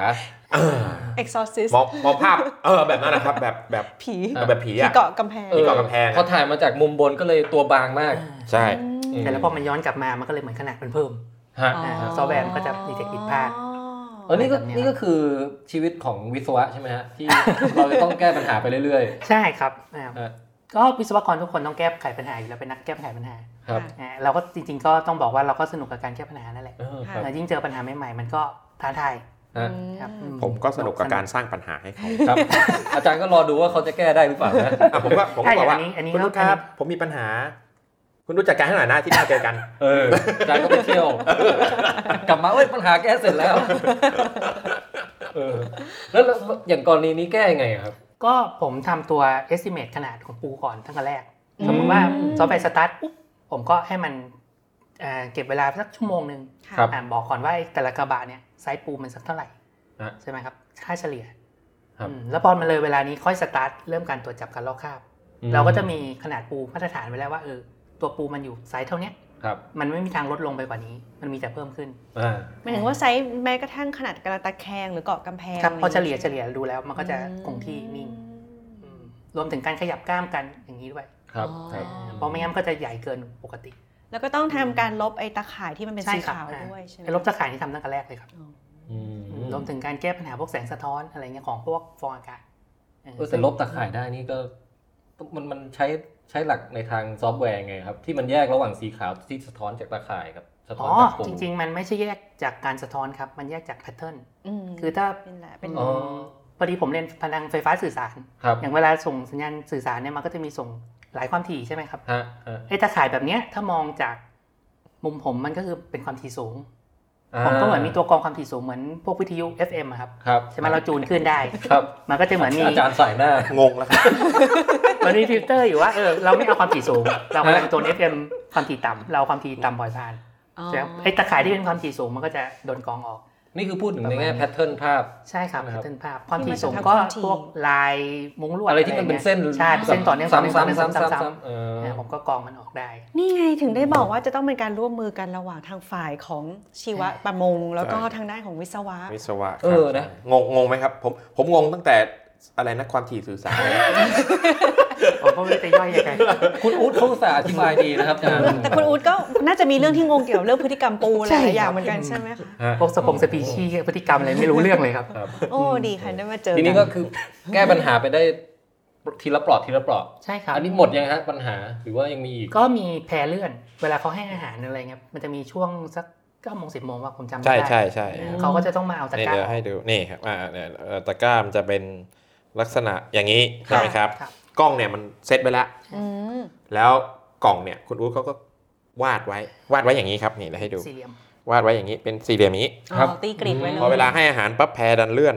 B: เออ
C: เอ็กซอร์ซิส
B: มองมองภาพเออแบบนั้นนะครับ แบบแบบ
C: ผี
D: อ่
B: แบบผี
C: ผี
B: อ่ะ
C: เกาะกำแพง
B: ที่เกาะกำแพงอะ
D: พอถ่ายมาจากมุมบนก็เลยตัวบางมาก
B: ใช่
C: อืม
A: แต่แล้วพอมันย้อนกลับมามันก็เลยเหมือนขนาดมันเพิ่ม
D: ฮะ
A: อ่าซอฟต์แวร์มันก็จะมีเทคนิคพลาด
C: อ๋อ
D: เออนี่ก็
A: แบบเนี้ย
D: นี่ก็คือชีวิตของวิศวะใช่ไหมฮะ ที่ เราจะต้องแก้ปัญหาไปเรื่อย
A: ใช่ครับอ่า
D: ๆฮะ
A: ก็วิศวกรทุกคนต้องแก้ไขปัญหาอยู่แล้วเป็นนักแก้ปัญหาปัญหา
D: ครับ
A: อ่าเราก็จริงๆก็ต้องบอกว่าเราก็สนุกกับการแก้ปัญหานั่นแหละ
D: เออครับ
A: แต่ยิ่งเจอปัญหาใหม่ๆ มันก็ท้าทาย
D: ฮะ
A: ครับอื
B: ผมก็สนุกกับการสร้างปัญหาให้เขา
D: ครับ อาจารย์ก็รอดูว่าเขาจะแก้ได้หรือเปล่านะ
B: อ่ะผมก็ผมก็
A: ใช่
B: บอก
A: อั
B: ว่า
A: นนี้อันนี้
B: คุณลูกครับ ผมมีปัญหา คุณรู้จักการให้หน่อยนะที่หน้าเจอกัน
D: เอออาจารย์ก็ไปเที่ยว กลับมาเอ้ยปัญหาแก้เสร็จแล้วเออแล้วแล้วอย่างกรณีนี้แก้ยังไงอะครับ
A: ก็ผมทำตัว estimate ขนาดของปูก่อนตั้งแต่แรก
C: อืม
A: สมมติว่าซอฟต์แวร์สตาร์ทปุ๊บผมก็ให้มันเอ่อเก็บเวลาสักชั่วโมงหนึ่ง
D: ครับ
A: อ่านบอกก่อนว่าไอ้แต่ละกระบะเนี่ยไซส์ปูมันสักเท่าไหร่
D: นะ
A: ใช่ไหมครับ ค่าเฉลี่ย
D: ครับ
A: อืมแล้วพอมันเลยเวลานี้ค่อยสตาร์ทเริ่มการตรวจจับการลอกคราบ เราก็จะมีขนาดปูมาตรฐานไว้แล้วว่าเออตัวปูมันอยู่ไซส์เท่าเนี้ย
D: ครับ
A: มันไม่มีทางลดลงไปกว่านี้ มันมีแต่เพิ่มขึ้น
D: อ่า
C: หมายถึงว่าไซส์แม้กระทั่งขนาดกระตะแคงหรือเกาะกำแพง
A: ครับพอเฉ
C: ะไร
A: ลี่ย
C: ย่าง
A: เฉลี่ยดูแล้วมันก็จะ
C: อืม
A: คงที่นิ่งอืมรวมถึงการขยับกล้ามกันอย่างนี้ด้วย
D: ครับ
C: อ๋อ
D: ครับ
A: เพราะไม่งั้นมันก็จะใหญ่เกินปกติ
C: แล้วก็ต้องทำการลบไอ้ตะข่ายที่มันเป็นสี
A: ครับ
C: ขาว
A: อ่
C: ด้วยใช่ไหม
A: ไอ้ลบตะข่ายที่ทำตั้งแต่แรกเลยครับ
C: อ๋อ
D: อืม
A: รวมถึงการแก้ปัญหาพวกแสงสะท้อนอะไรเงี้ยของพวกฟองอากาศเออ
D: เออแต่ลบตะข่ายได้นี่ก็มันมันใช้ใช้หลักในทางซอฟต์แวร์ไงครับ ที่มันแยกระหว่างสีขาวที่สะท้อนจากตะข่ายกับสะท้อ
A: อ๋อน
D: จากกลุ่
A: จ
D: ม
A: ริง ๆ มันไม่ใช่แยกจากการสะท้อนครับ มันแยกจากแพทเทิร์น
C: อืม
A: คือถ้า
C: เป็นแหละเป็น
D: อ๋อ
A: พอดีผมเรียนพลังไฟฟ้าสื่อสาร
D: ครับ
A: อย่างเวลาส่งสัญญาณสื่อสารเนี่ยมันก็จะมีส่งหลายความถี่ใช่ไหมครับ
D: ฮะฮะ
A: ไอ้ตาข่ายแบบเนี้ยถ้ามองจากมุมผมมันก็คือเป็นความถี่สูง ผมก็เหมือนมีตัวกรองความถี่สูงเหมือนพวกวิทยุ FM อะครับ
D: ครับ
A: ใช่ไหมเราจูนขึ้น ได้
D: ครับ
A: มันก็จะเหมือนมี
D: อาจารย์ใส่หน้า
B: งงแล้วครับ
A: มันมีฟิลเตอร์อยู่ว่าเออเราไม่เอาความถี่ สูง เรากำลังโจน FM ความถี่ต่ำเราเอาความถี่ต่ำบ่อยผ่าน
C: อ๋อ
A: ใช่ไหมไอ้ตาข่ายที่เป็นความถี่สูงมันก็จะโดนกรองออก
D: นี่คือพูดถึงในแง่
A: ประมาณนี้
D: แพทเทิร์นภาพ
A: ใช่ครับ
D: ครับ
A: เป็นภาพความถี่สูงก็พวกลายมุ้งลวด
D: อะไรที่มันเป็นเส้น
A: ใช่เป็นเส้นต่อเนื่อง
D: ซ้ำ
A: ต่อเนื่อง
D: ซ้ำซ้ำซ้ำซ้ำ
A: ซ้ำ
D: เออ
A: ๆอ่าผมก็กรองมันออกได้
C: นี่ไงถึงได้บอกว่าจะต้องเป็นการร่วมมือกันระหว่างทางฝ่ายของชีวะประมง แล้วก็
B: ใช่
C: ทางด้านของวิศวะ
B: วิศวะครับ
D: เออนะ
B: งงงงไหมครับ ผมผมงงตั้งแต่อะไรนะความถี่สื่อสาร
A: ผมก็ไม่รู้จะย่อยยังไง
D: คุณอู๊ดเขาอุตสาห์อธิบายดีนะครับอาจารย์
C: แต่คุณอู๊ดก็น่าจะมีเรื่องที่งงเกี่ยวกับเรื่องพฤติกรรมปูห
A: ใช่
C: ลายอ
A: ครั
C: ย่าง
A: บ
C: เหมือนกันใช่ไหมคะ
D: ฮะ
A: พวกสปงสปีชีส์พฤติกรรมอะไรไม่รู้เรื่องเลยครับ
D: ครับ
C: โอ้ดีค่ะได้มาเจอ
D: ทีนี้ก็คือแก้ปัญหาไปได้ทีละเปลอดทีละเปลอด
A: ใช่ครับ
D: อันนี้หมดยังฮะปัญหาหรือว่ายังมีอีก
A: ก็มีแพรเลื่อน เวลาเขาให้อาหารอะไรเงี้ยมันจะมีช่วงสักเก้าโมงสิบโมงว่าผมจำไม่
B: ใช่
A: ได้
B: ใช่ใช่
A: เขาก็จะต้องมาเอาตะ
B: นี่
A: กร้า
B: เดี๋ยวให้ดูนี่ครับอ่าเนี่ยเอ่อตะกร้ามันจะเป็นลักษณะอย่างนี้ใช่ไหมครับ
A: ครับ
B: กล้องเนี่ยมันเซตไว้แล้ว
C: อืม
B: แล้วกล่องเนี่ยคุณอู๊ดเขาก็วาดไว้วาดไว้อย่างนี้ครับนี่เดี๋ยวให้ดู
A: สี่เหลี่ยม
B: วาดไว้อย่างนี้เป็นสี่เหลี่ยมอย่างนี้
D: ครับ
C: อ๋อตีกริดไว้เล
B: พอเวย ลาให้อาหารปั๊บแพรดันเลื่อน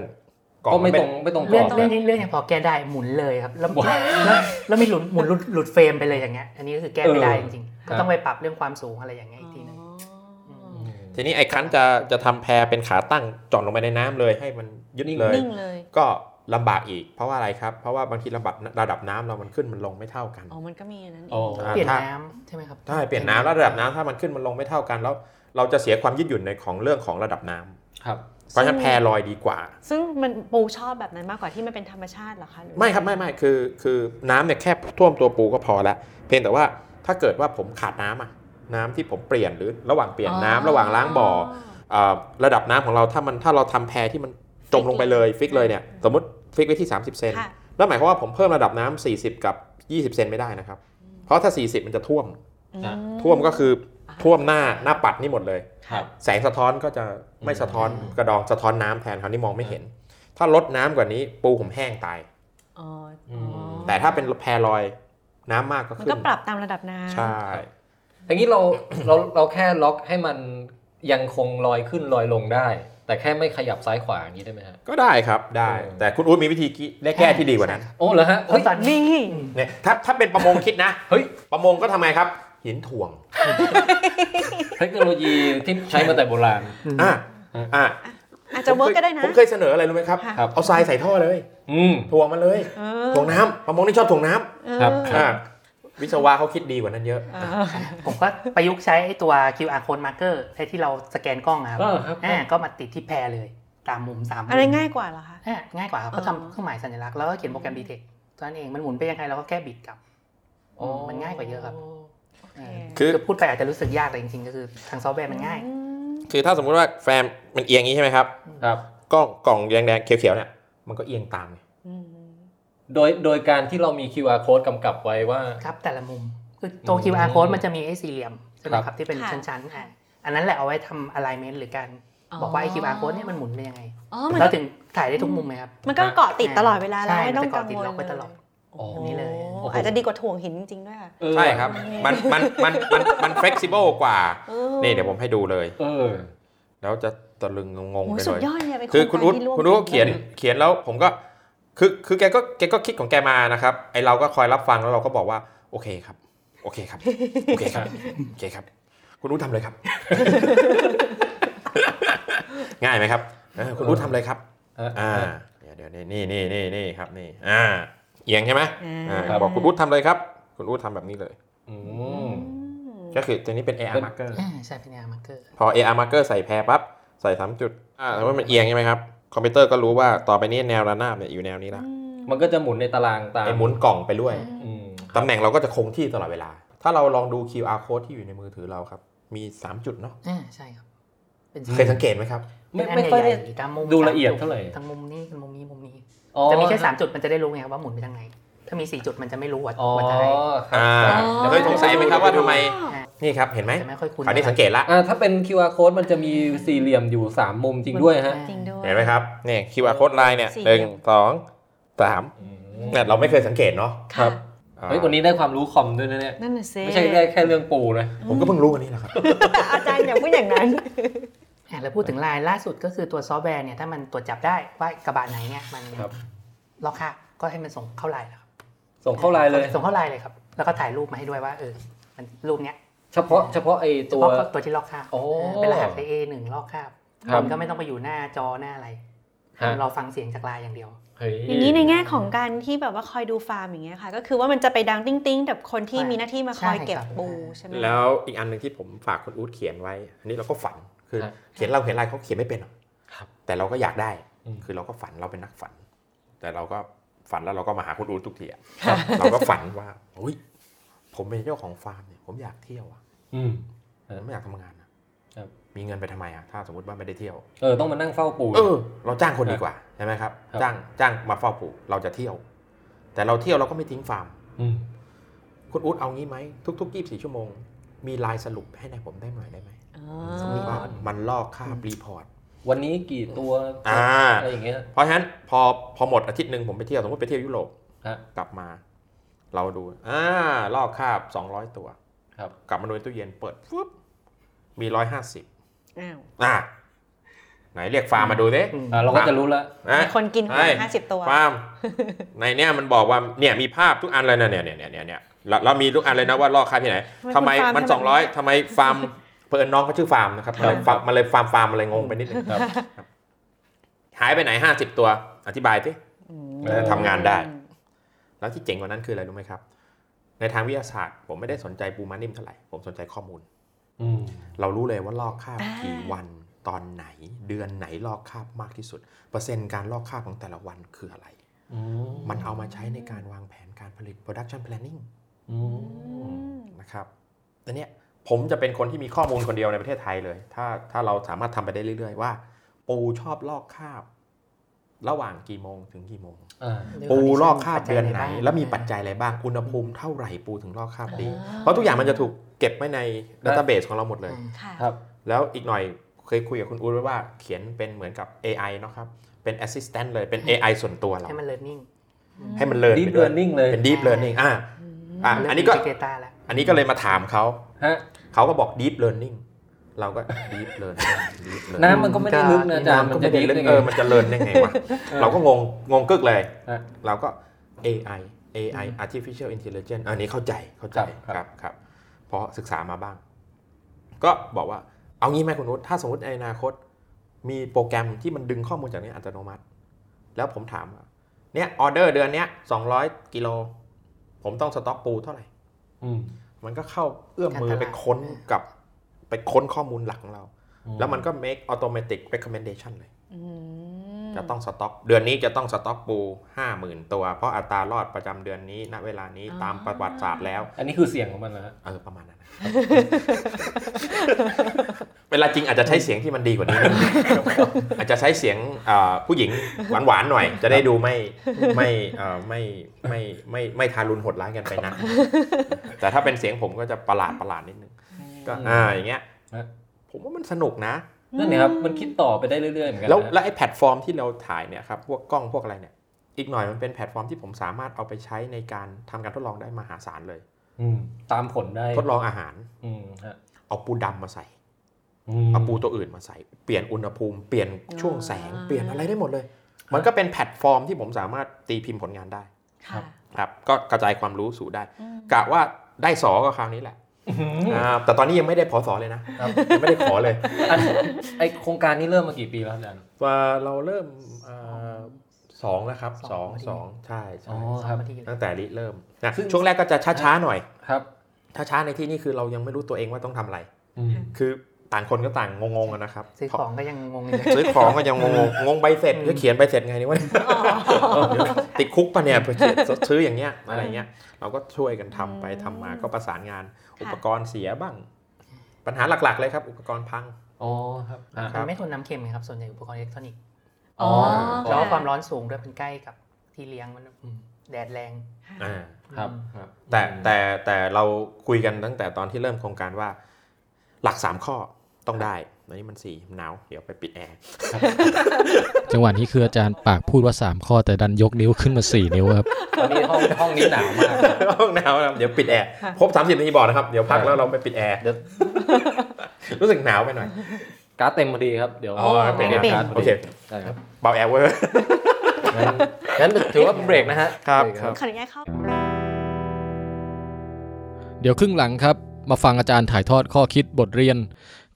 B: กล่อง
D: ก็
B: มั
D: ไม่
B: น
D: ต
B: เป็
D: ร
B: น
D: งไม่ตรงกร
A: เลื่อ
D: อน บ
A: เลื่อน
D: นะ
A: เลื่อนยังพอแก้ได้หมุนเลยครับแล้ว
D: ว้าย
A: แล้วแล้วไม่หลุดหมุนหลุดหลุดเฟรมไปเลยอย่างเงี้ยอันนี้ก็คือแก้ไม่ได้
D: เออ
A: จริง
D: ครับ
A: ๆก็ต้องไปปรับเรื่องความสูงอะไรอย่างเงี้ยอีกทีหนึง อืม
B: ทีนี้ไอ้คันจะจะทำแพรเป็นขาตั้งจอดลงไปในน้ำเลยให้มันยึด
D: นิ่ง
B: เลย
C: นิ่งเลย
B: ก็ลำบากอีก เพราะว่าอะไรครับ เพราะว่าบางทีระดับระดับน้ำเรามันขึ้นมันลงไม่เท่ากัน
C: อ๋อมันก็มีอันนั้น
D: อ๋อ
B: อ่า
A: เปลี่ยนน้ำใช่ไหมครับ
B: ถ้าเปลี่ยนน้ำแล้วระดับน้ำถ้ามันขึ้นมันลงไม่เท่ากันแล้ว เราจะเสียความยืดหยุ่นในของเรื่องของระดับน้ำ
D: ครับ
B: เพราะฉะนั้นแพลอยดีกว่า
C: ซึ่งมันปูชอบแบบนั้นมากกว่าที่มันเป็นธรรมชาติเหรอคะหอ
B: ไม่ครับไม่ไม่คือคือน้ำเนี่ยแค่ท่วมตัวปูก็พอละเพียงแต่ว่าถ้าเกิดว่าผมขาดน้ำอะน้ำที่ผมเปลี่ยนหรือระหว่างเปลี่ยนน้ำระหว่างล้างบ่อเอ่อระดับน้ำของเราถ้ามันถ้าเราทำแพรที่มันจมลงไปเลยฟิกเลยเนี่ยสมมติฟิกไว้ที่ 30 เซน
C: ค่ะ
B: แล้วหมายความว่าผมเพิ่มระดับน้ำ40 กับ 20 เซนไม่ได้นะครับ เพราะถ้า 40 มันจะท่วม
C: อืม
B: ท่วมก็คือท่วมหน้าหน้าปัดนี่หมดเลย
D: ครับ
B: แสงสะท้อนก็จะไม่สะท้อน
D: อืม
B: กระดองสะท้อนน้ำแทนคราวนี้มองไม่เห็น ถ้าลดน้ำกว่านี้ปูผมแห้งตาย
C: อ๋ออ
D: ม
B: แต่ถ้าเป็นแพรลอยน้ำมากก็
C: มัน
B: ขึ้น
C: ก็ปรับตามระดับน้ำ
B: ใช่
D: อย่างนี้เรา เราเราแค่ล็อกให้มันยังคงลอยขึ้นลอยลงได้ แต่แค่ไม่ขยับซ้ายขวาอย่างนี้ได้ไหมฮะ
B: ก็ได้ครับได้
D: เออ
B: แต่คุณอู๊ดมีวิธีคิดได้แก้ที่ดีกว่านั้น
D: โอ้เหรอฮะ
A: เพราะ
D: เฮ้ย
A: ตอนนี้
C: นี่
B: เนี่ยถ้าถ้าเป็นประมงคิดนะ
D: เฮ้ย
B: ประมงก็ทำไมครับ หินถ่วง
D: เทคโนโลยีที่ใช้มาแต่โบราณ
B: อ่ะอ่ะ
C: อาจจะเวิร์กก็ได้นะ
B: ผมเคยเสนออะไรรู้ไหมครับ
C: ค่ะ
B: เอาทรายใส่ท่อเลย
D: อืม
B: ถ่วงมาเลย
C: เออ
B: ถ่วงน้ำประมงนี่ชอบถ่วงน้ำ
C: เออ
D: ครับ
B: อ่ะวิศวะเขาคิดดีกว่านั้นเยอะ
C: เออ
A: ผมก็ประยุกต์ใช้ไอ้ตัว QR code marker ไอ้ที่เราสแกนกล้องอะครับ
D: เออครับ
A: อ่าก็มาติดที่แพรเลย ตามมุมสามมุม
C: อะไรง่ายกว่าเหรอคะ
A: อ่ะง่ายกว่าครับ
C: อ๋อ
A: ก็ทำเครื่องหมายสัญลักษณ์แล้วก็เขียนโปรแกรมดีเทคตัวนั้นเองมันหมุนไปยังไงเราก็แค่บิดกลับ
D: อ๋อ
A: มันง่ายกว่าเยอะครับเออ
B: คือ
A: จะพูดไปอาจจะรู้สึกยากแต่จริงๆก็คือทางซอฟต์แวร์มันง่าย
C: อืม
B: คือถ้าสมมุติว่าแฟมมันเอียงอย่างนี้ใช่ไหมครับ
D: ครับ
B: กล้องกล่องแดงๆเขียวๆเนี่ยมันก็เอียงตามไง
C: อืม
D: โดยโดยการที่เรามี QR code กำกับไว้ว่า
A: ครับแต่ละมุมคือตัว
D: อืม
A: QR code มันจะมีไอ้สี่เหลี่ยมใช่ไหม
D: ค
A: ค
D: รั
A: รับ บที่เป็นชั้นๆอ่ะอันนั้นแหละเอาไว้ทำ alignment หรือการบอกว่าไอ้ QR code เนี่ยมันหมุนไปยังไง
C: อ๋อมัน
A: เรา
C: ก็
A: ถึงถ่ายได้ทุกมุมไหมครับ
C: มันก็เกาะติดตลอดเวลาแล้ว
A: ใช่
C: ไม่ต้องกัง
A: มันจะเกาะติด
C: วล
A: ล็อกไว้ตลอด
C: โอ้โห
A: แบบนี้เลย
C: อาจจะดีกว่าถ่วงหินจริงๆด้วยค่ะ
D: เออ
B: ใช่ครับ มันมันมันมันมัน flexible กว่า
C: ออ
B: นี่เดี๋ยวผมให้ดูเลย
D: เออ
B: แล้วจะตะลึงงงๆ
C: โอ้โห
B: ไป
C: สุ
B: เล
C: ด
B: ย
C: ยอดเนี่ยเป็นโ
B: คือคุณ
C: ร
B: อุ๊
C: ง
B: ด
C: การที่ร่วม
B: คุณอุ๊ดก็เขียนเขียนแล้วผมก็คือคือแกก็แกก็คิดของแกมานะครับไอเราก็คอยรับฟังแล้วเราก็บอกว่าโอเคครับ โอเคครับ โอเคครับโอเคครับ คุณอุ๊ดทำเลยครับ ง่ายไหมครับเออคุณอุ๊ดทำเลยครับ
D: เอออ่
B: อ่า เดี๋ยวเดี๋ยวนี่นี่นี่นี่นี่ครับนี่อ่าเอียงใช่ไหมอ่า
C: า
B: บอกคุณอุ๊ดทำเลยครับ คุณอุ๊ดทำแบบนี้เลย
D: อื
C: อื
D: ม
C: ม
B: ก็คือตัวนี้เป็น AR marker
A: อ่าใช่เป็น AR marker
B: พอ AR marker ใส่แพรปั๊บ ใส่สามจุดอ่าสมมติมันเอียงใช่ไหมครับ คอมพิวเตอร์ก็รู้ว่าต่อไปนี้แนวระนาบเนี่ยอยู่แนวนี้ละ
D: มันก็จะหมุนในตารางตาม
B: ไอ้หมุนกล่องไปด้วย
D: อืม
B: ตำแหน่งเราก็จะคงที่ตลอดเวลา ถ้าเราลองดู QR code ที่อยู่ในมือถือเราครับ มี 3 จุดเนาะ
A: อ่าใช่ครับเป็น
B: เคยสังเกตไหมครับ
D: ไม่
A: เป็นอัน
D: ไม่ค่อย
A: ให
D: ได้
A: ญ่ๆตามมุม
D: ดูละเอียดเท่าไหร่
A: ทั้งมุมนี้ทั้งมุมนี้มุมนี้
D: อ๋อ
A: จะมีแค่ 3 จุดมันจะได้รู้ไงว่าหมุนไปทางไหน ถ้ามี 4 จุดมันจะไม่รู้ว่า
D: อ๋อ
A: ว่าจะ
D: ค
A: ให้
D: รับ
B: อ่า
D: ดี๋ว
B: เคยสงสัยไหมครับว่าทำไม
A: อ่า
B: นี่ครับ เห็นไหม
A: จะไม่ค่อยคุ้น
B: คราวนี้สังเกตละ
D: อ่าถ้าเป็น QR code มันจะมีสี่เหลี่ยมอยู่ 3 มุมจริงด้วยฮะ
C: จริงด้วย
B: เห็นไหมครับนี่ QR code ลายเนี่ย
C: สี่
B: หนึ่ง
C: เหลี่ยม
B: สองสามเนี่ยเราไม่เคยสังเกตเนาะ
D: ครั
C: ค่ะ
D: บเฮ้ยวันนี้ได้ความรู้คอมด้วยนะเนี่ย
C: นั่นน่ะสิ
D: ไม่ใช่ได้แค่เรื่องปูนะ
B: ผมก็เพิ่งรู้วันนี้แหละครับ
C: แต่อาจารย์อย่าพูดอย่างนั้น
A: อ่าแล้วพูดถึงลายล่าสุดก็คือตัวซอฟต์แวร์เนี่ยถ้ามันตรวจจับได้ว่ากระบะไหนเนี่ยมัน
D: ครับ
A: ล็อกค่าบก็ให้มันส่งเข้าไลน์แล้วครับ
D: ส่งเข้าไลน์เลย
A: ส่งเข้าไลน์เลยครับ แล้วก็ถ่ายรูปมาให้ด้วยว่าเออมันรูปเนี้ย
D: เฉพาะเฉพาะไอตัว
A: เฉพาะตัวที่ล็อกค่าบ
D: โอ้
A: เป็นรหัส A หนึ่งล็อกค่าบ
D: ครับ
A: มันก็ไม่ต้องไปอยู่หน้าจอหน้าอะไร
D: ฮะ
A: เราฟังเสียงจากไลน์อย่างเดียว
D: เฮ้ย
C: อย่างนี้ในแง่ของการที่แบบว่าคอยดูฟาร์มอย่างเงี้ยค่ะ ก็คือว่ามันจะไปดังติ้งติ้งๆกับคนที่
A: ใช่
C: มีหน้าที่มาคอย
A: ใช่
C: เก็บ
A: ครับ
C: ปูใช่ไหม
B: แล้วอีกอันหนึ่งที่ผมฝากคุณอู๊ดเขียนไว้ อันนี้เราก็ฝัน คือ
D: ครับ
B: เขียนเราเขียนลายเขาเขียนไม่เป็นหรอกแต่เราก็อยากได้
D: อืม
B: คือเราก็ฝันเราเป็นนักฝัน แต่เราก็ฝันแล้วเราก็มาหาคุณอู๊ดทุกทีอะเราก็ฝันว่าอุยผมเป็นเจ้าของฟาร์มเนี่ยผมอยากเที่ยวอะ
D: อืม
B: ผมไม่อยากทำงานอะ
D: ครับ
B: มีเงินไปทำไมอะถ้าสมมติว่าไม่ได้เที่ยว
D: เออต้องมานั่งเฝ้าปู
B: เออ เราจ้างคนดีกว่าใช่ไหมครับ
D: ครับ
B: จ้างจ้างมาเฝ้าปู่เราจะเที่ยว แต่เราเที่ยวเราก็ไม่ทิ้งฟาร์ม
D: ม
B: คุณอู๊ดเอางี้ไหมทุกๆ24ชั่วโมง มีลายสรุปให้นายผมได้หน่อยได้ไหม
C: อ๋อ
B: สมมติว่ามันลอกค่ารีพอร์ต
D: วันนี้กี่ตัว
B: อ่า
D: อะไรอย่างเงี้ย
B: เพราะฉะนั้นพอพอหมดอาทิตย์หนึ่งผมไปเที่ยวสมมติไปเที่ยวยุโรป
D: ฮะ
B: กลับมา เราดูอ่าลอกค่าบ200 ตัว
D: ครับ
B: กลับมาดูในตู้เย็นเปิดปุ๊บมี 150
C: อ้าว
B: อ่าไหนเรียกฟาร์มมาดูดิ
D: อ่าเราก็จะรู้ละ
B: นะ
C: มีคนกิน
B: เฮ้ย
C: ห้าสิบตัว
B: ฟาร์ม ในเนี้ยมันบอกว่าเนี่ยมีภาพทุกอันเลยนะเนี่ยเนี่ยเนี่ยเนี่ยเนี่ยแล้วแล้วมีทุกอันเลยนะว่าลอกค่าบที่ไหน
C: ทำ
B: ทำ
C: ไม
B: ไม
C: คุณฟาร์ม
B: มัน
C: ทำแบบนี้
B: 200ทำไมฟาร์มเพิ่นน้องเขาชื่อฟาร์มนะครับมันเลยฟาร์มมันเลยฟาร์มฟาร์มอะไรงงไปนิดนึง
D: ครับ
B: หายไปไหน 50 ตัวอธิบายสิ
C: อืม
B: เออทำงานได้ แล้วที่เจ๋งกว่านั้นคืออะไรรู้ไหมครับ ในทางวิทยาศาสตร์ ผมไม่ได้สนใจปูมานิ่มเท่าไหร่ ผมสนใจข้อมูล
D: อืม
B: เรารู้เลยว่าลอกคราบ
C: อ่า
B: กี่วันตอนไหน เดือนไหนลอกคราบมากที่สุด เปอร์เซ็นต์การลอกคราบของแต่ละวันคืออะไร มันเอามาใช้ในการวางแผนการผลิต production planning นะครับแต่เนี้ยผมจะเป็นคนที่มีข้อมูลคนเดียวในประเทศไทยเลย ถ้าถ้าเราสามารถทำไปได้เรื่อยๆ ว่า ปูชอบลอกคราบ ระหว่างกี่โมงถึงกี่โมง
D: อ่า
B: ปูลอกคราบเดือนไหน
A: ปัจจัยใบ้าง
B: แล้วมีปัจจัยอะไรบ้างอุณหภูมิเท่าไหร่ปูถึงลอกคราบดี
A: อ่า
B: เพราะทุกอย่างมันจะถูกเก็บไว้ในดัตเตอร์เบสของเราหมดเลย
A: อืม
C: ค่ะ
D: ครับ
B: แล้วอีกหน่อยเคยคุยกับคุณอู๊ดไว้ว่าเขียนเป็นเหมือนกับ AI เนอะครับ เป็น assistant เลยเป็น AI ส่วนตัวเรา
A: ให้มัน learning
B: ให้มันเรียน
D: deep learning เลย
B: เป็น deep learning อ่าอ่ะ
A: มัเริ่ม
B: อันนี้ก็
A: integrate แล้ว
B: อันนี้ก็เลยมาถามเขา
D: ฮะ
B: เขาก็บอก deep learning เราก็ deep learning deep learning
D: น้ำมันก็ไม่ได้ลึกนะอาจารย์
B: น้ำ
D: มั
B: ก็
D: นจะ
B: ไม่ได้
D: ดี
B: ลึ
D: ได้
B: ก
D: ไง
B: เออมันจะเลินได้ไงวะ เราก็งงงงกึกเลย
D: ฮะ
B: เราก็ AI AI artificial intelligence อันนี้เข้าใจเข้าใจ
D: ครับครั
B: ครับบ ครับเพราะศึกษามาบ้าง ก็บอกว่าเอางี้ไหมคุณนุชถ้าสมมติในอนาคต มีโปรแกรมที่มันดึงข้อมูลจากนี้อัตโนมัติ แล้วผมถามว่าเนี่ยออเดอร์เดือนเนี้ยสองร้อยกิโล ผมต้องสต็อกปูเท่าไหร่
D: อืม
B: มันก็เข้าเอื้อมมือ
A: การตลาด
B: ไปค้นกับไปค้นข้อมูลหลักของเรา
D: อื
B: แล้วมันก็ make automatic recommendation เลย
C: อืม
B: จะต้องสต็อก เดือนนี้จะต้องสต็อกปู 50,000 ตัว เพราะอัตรารอดประจำเดือนนี้ณเวลานี้ตามประวัติศาสตร์แล้ว
D: อันนี้คือเสียงของมันนะฮะ
B: เออประมาณนั้น นะ เวลาจริงอาจจะใช้เสียงที่มันดี กว่านี้นะ อาจจะใช้เสียงเอ่อผู้หญิงหวานๆหน่อย จะได้ดูไม่ไม่เอ่อไม่ไม่ไม่ไม่ทารุณโหดร้ายกันไปนะแต่ถ้าเป็นเสียงผมก็จะประหลาดประหลาดๆนิดนึงก็อ่าอย่างเงี้ย
D: ฮะ
B: ผมว่ามันสนุกนะ
D: นั่นเนี่ยครับมันคิดต่อไปได้เรื่อยๆเหมือนกัน
B: แล้ว
D: นะ
B: แล้วไอ้แพลตฟอร์มที่เราถ่ายเนี่ยครับพวกกล้องพวกอะไรเนี่ยอีกหน่อยมันเป็นแพลตฟอร์มที่ผมสามารถเอาไปใช้ในการทำการทดลองได้มหาศาลเลย
D: อืมตามผลได้
B: ทดลองอาหาร
D: อืมฮะ
B: เอาปูดำมาใส่
D: ม
B: เอาปูตัวอื่นมาใส่ เปลี่ยนอุณหภูมิเปลี่ยนช่วงแสงเปลี่ยนอะไรได้หมดเลย มันก็เป็นแพลตฟอร์มที่ผมสามารถตีพิมพ์ผลงานได้
D: ครั
C: ค่ะ
D: บ
B: ครับก็กระจายความรู้สู่ได้
C: อืม
B: กะว่าได้สอก็คราวนี้แหละ
D: อื้อหือ
B: อ่าแต่ตอนนี้ยังไม่ได้พอสอเลยนะครับ ยังไม่ได้ขอ เลย
D: อันไอโครงการนี้เริ่มมากี่ปีแล้วครับอาจารย์
B: ว่าเราเริ่มอ่าสองแล้วครับสองสองใช่
D: อ๋อ
B: ใช่
A: สองนาทีเลย
B: ตั้งแต่ริเริ่มนะ
D: ซึ่ง
B: ช่วงแรกก็จะช้าๆหน่อย
D: ครับ
B: ถ้าช้าในที่นี่คือเรายังไม่รู้ตัวเองว่าต้องทำอะไร
D: อืม
B: คือต่างคนก็ต่างงงๆกันนะครับ
A: ซื้อของก็ยังงงอยู่
B: ซื้อของก็ยังงง ๆงงใบเสร็จ
A: อืม
B: จะเขียนใบเสร็จไงนี่วะ
C: อ๋อ
B: ติดคุกปะเนี่ยซื้ออย่างเงี้ยอะไรเงี้ยเราก็ช่วยกันทำไปทำมาก็ประสานงาน อุปกรณ์เสียบ้าง ปัญหาหลักๆเลยครับ อุปกรณ์พัง
D: อ๋อครับอ่ะ
B: ครับ
A: มันไม่ทนน้ำเค็มไงครับ ส่วนใหญ่อุปกรณ์อิเล็กทรอนิกส์
C: อ๋อ
A: แล้วก็ความร้อนสูงด้วยมันใกล้กับที่เลี้ยงมันอืมแดดแรง
B: อ่า
D: ครับ
A: อืม
D: ครับ
B: แต่แต่แต่เราคุยกันตั้งแต่ตอนที่เริ่มโครงการว่า หลัก 3 ข้อต้องได้อันนี้มันสี่หนาวเดี๋ยวไปปิดแอร์
G: จังหวะนี้คืออาจารย์ปากพูดว่า 3 ข้อแต่ดันยกนิ้วขึ้นมา 4 นิ้วครับ
D: ตอนนี้ห้องห้องนี้หนาวมาก
B: ห้องหนาวนะครับเดี๋ยวปิดแอร์
C: ค่ะ
B: ครบ30นาทีบอกนะครับ เดี๋ยวพัก
D: ครับ
B: แล้ว เราไปปิดแอร์
D: เดี๋ยว
B: รู้สึกหนาวไปหน่อย
D: การ์ดเต็มพอดีครับเดี๋ยว
B: อ๋อเปลี่ยน
D: การ์ดพ
B: โอ
D: อ
B: เค
D: ดีได้ครับ
B: เบาแอร์เวอร์
D: งั้นงั้นถือว่าเบรกนะฮะ
B: ครับ
D: เกนะ
B: ครับ
C: ขออนุญาตเข้า
G: เดี๋ยวครึ่งหลังครับ มาฟังอาจารย์ถ่ายทอดข้อคิดบทเรียน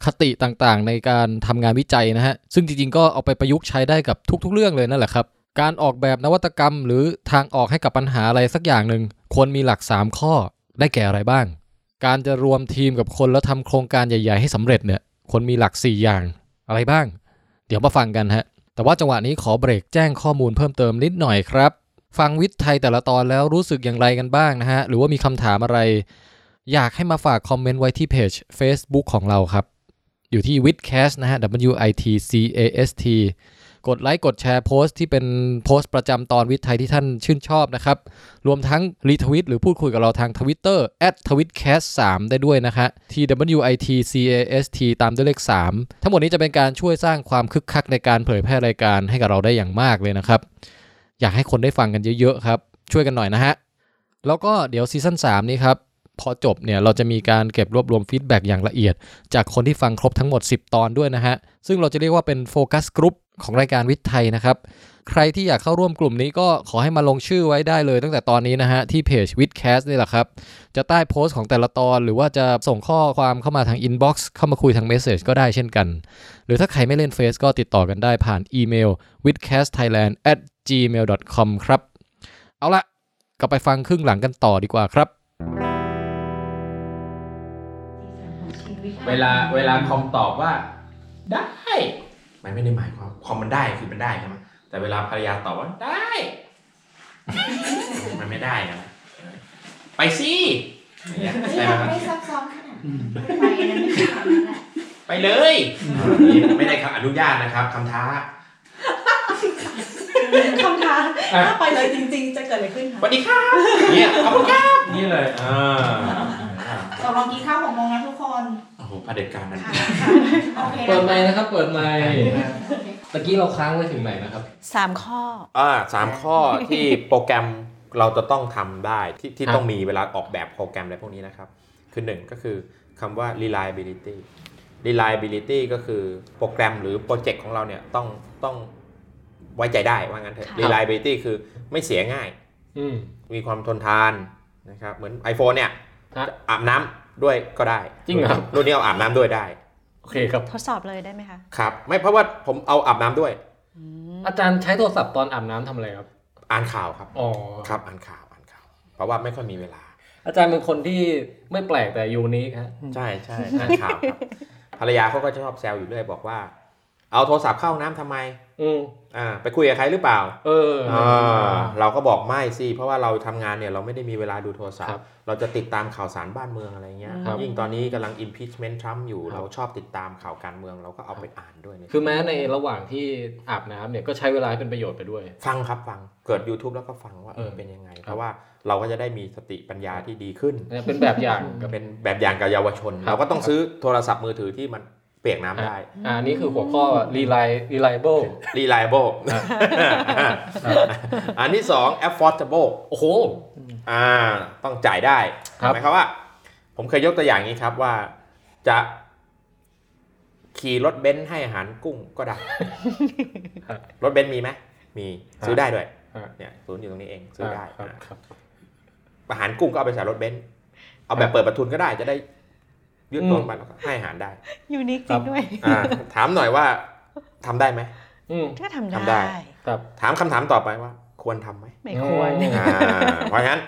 G: คติต่างๆ ในการทำงานวิจัยนะฮะ ซึ่งจริงๆ ก็เอาไปประยุกต์ใช้ได้กับทุกๆ เรื่องเลยนั่นแหละครับ การออกแบบนวัตกรรม หรือทางออกให้กับปัญหาอะไรสักอย่างหนึ่งควรมีหลัก 3 ข้อได้แก่อะไรบ้าง การจะรวมทีมกับคนแล้วทำโครงการใหญ่ๆให้สำเร็จเนี่ยควรมีหลัก 4 อย่างอะไรบ้าง เดี๋ยวมาฟังกันฮะ แต่ว่าจังหวะนี้ขอเบรกแจ้งข้อมูลเพิ่มเติมนิดหน่อยครับ ฟังวิทย์ไทยแต่ละตอนแล้วรู้สึกอย่างไรกันบ้างนะฮะ หรือว่ามีคำถามอะไร อยากให้มาฝากคอมเมนต์ไว้ที่เพจ Facebook ของเราครับ อยู่ที่ w i t c a s t นะฮะ W I T C A S T กดไลค์กดแชร์โพสต์ที่เป็นโพสต์ประจำตอนวิทย์ไทยที่ท่านชื่นชอบนะครับ รวมทั้งรีทวิตหรือพูดคุยกับเราทาง Twitter t w i t c a s t 3ได้ด้วยนะฮะ T W I T C A S T ตามด้วยเลข 3 ทั้งหมดนี้จะเป็นการช่วยสร้างความคึกคักในการเผยแพร่รายการให้กับเราได้อย่างมากเลยนะครับ อยากให้คนได้ฟังกันเยอะๆครับ ช่วยกันหน่อยนะฮะ แล้วก็เดี๋ยวซีซั่น3 นี้ครับ พอจบเนี่ยเราจะมีการเก็บรวบรวมฟีดแบ็กอย่างละเอียด จากคนที่ฟังครบทั้งหมด 10 ตอนด้วยนะฮะ ซึ่งเราจะเรียกว่าเป็นโฟกัสกลุ่มของรายการวิทย์ไทยนะครับ ใครที่อยากเข้าร่วมกลุ่มนี้ก็ขอให้มาลงชื่อไว้ได้เลยตั้งแต่ตอนนี้นะฮะ ที่เพจวิดแคสต์นี่แหละครับ จะใต้โพสต์ของแต่ละตอน หรือว่าจะส่งข้อความเข้ามาทางอินบ็อกซ์เข้ามาคุยทางเมสเซจก็ได้เช่นกัน หรือถ้าใครไม่เล่นเฟซก็ติดต่อกันได้ผ่านอีเมล w i t h c a s t t h a i l a n d gmail com ครับ เอาละกลับไปฟังครึ่งหลังกันต่อดีกว่าครับ
H: สีสันของชีวิต
F: เวลาเวลาคอมตอบว่า ได้มันไม่ได้หมายความคอมมันได้คือมันได้ใช่ไหมแต่เวลาภรรยาตอบว่าได้ มันไม่ได้นะไปสิอย่างเงี้ย
H: ไม่
F: ใช่ไหมครับ
H: ไม่ซับซ้อนขนาดนั้นไปนั้นไม่ขนาดนั้นแหละ
F: ไปเลยอันนี้ไม่ได้ครับอนุญาตนะครับคำท้า
H: คำถาม
F: อ่ะ
H: ถ้าไปเลยจริง ๆ จะเกิดอะไรขึ้น
F: ส
H: คะ
F: วัสดีครับเนี่ยขอบคุณครับนี่เลยอ่า
H: ตกลงกินข้าวหกโมงนะทุกคน
F: โอ้โหประเผด็จการนั้น
H: ค่ะโอเค
D: เปิดไม
H: นะ
D: ค์นะครับ เปิดไมค์ตะกี้เราค้างไว้ถึงไหนนะครับ
C: สามข้อ
B: อ่าสามข้อที่โปรแกรมเราจะต้องทำได้ที่ที่
D: ครับ
B: ต้องมีเวลาออกแบบโปรแกรมอะไรพวกนี้นะครับ คือหนึ่งก็คือคำว่า reliability reliability ก็คือโปรแกรมหรือโปรเจกต์ของเราเนี่ยต้องต้องไว้ใจได้ว่างั้นเถอะ
C: ค่ะ
B: reliability คือไม่เสียง่าย
D: อืม
B: มีความทนทานนะครับเหมือน iPhone เนี่ย
D: ฮะ
B: จะอาบน้ำด้วยก็ได้
D: จริงเหรอ
B: รุ่นนี้เอาอาบน้ำด้วยได้
D: โอเคครับ
C: ทดสอบเลยได้ไหมคะ
B: ครับ ไม่เพราะว่าผมเอาอาบน้ำด้วย
D: อาจารย์ใช้โทรศัพท์ตอนอาบน้ำทำอะไรครับ
B: อ่านข่าวครับ
D: อ๋อ
B: ครับอ่านข่าวอ่านข่าวเพราะว่าไม่ค่อยมีเวลา
D: อาจารย์เป็นคนที่ไม่แปลกแต่ยูนิคฮะ
B: ใช่ใช่อ่านข่าวครับภรรยาเขาก็ชอบแซวอยู่เรื่อยบอกว่า เอาโทรศัพท์เข้าห้องน้ำทำไม
D: อืม
B: อ่าไปคุยกับใครหรือเปล่า
D: เออ
B: อ่าเราก็บอกไม่สิเพราะว่าเราทำงานเนี่ยเราไม่ได้มีเวลาดูโทรศัพ
D: ครั
B: ท์
D: บ
B: เราจะติดตามข่าวสารบ้านเมืองอะไรเงี้ย
D: ครับ
B: ยิ่งตอนนี้กำลัง impeachment ทรัมป์อยู่
D: ครับ
B: เราชอบติดตามข่าวการเมืองเราก็เอาไปอ่านด้วยเนี่ย
D: คือแม้ในระหว่างที่อาบน้ำเนี่ยก็ใช้เวลาให้เป็นประโยชน์ไปด้วย
B: ฟังครับฟังเกิด YouTube แล้วก็ฟังว่าเออ
D: เออ
B: เป็นยังไง
D: ครับ
B: เพราะว่าเราก็จะได้มีสติปัญญาที่ดีขึ้น
D: เนี่ยเป็นแบบอย่างกับ
B: เป็นแบบอย่างกับเยาวชน
D: ครับ
B: เราก็ต้องซื้อโทรศัพท์มือถือที่มันเปียกน้ำได้
D: อ่าอันนี้คือหัวข้อ reli- reliable
B: reliable อันที่สอง affordable
D: โอ้โห
B: อ่าต้องจ่ายได้
D: ครับ
B: หมายความว่า ผมเคยยกตัวอย่างนี้ครับว่าจะขี่รถเบนซ์ให้อาหารกุ้งก็ได้ รถเบนซ์มีไหมมีซื้อได้ด้วยเนี่ยศูนย์อยู่ตรงนี้เองซื้อได้
D: ครับ
B: อ่า
D: ครับ
B: อาหารกุ้งก็เอาไปใส่รถเบนซ์เอาแบบเปิดประทุนก็ได้จะได้ยืดตัวไปแล้วก็ให้อาหารได้
C: ยูนิค
D: ค
C: จ
D: รั
C: ริ
D: บ
C: งด้วย
B: อ่าถามหน่อยว่าทำได้ไหม
D: อืม
C: ก็ทำ
B: ทำได้
C: ได้
D: ครับ
B: ถามคำถามต่อไปว่า ควรทำไหม
C: ไม่ควร
D: อืม
B: อ่าเพราะฉะนั้น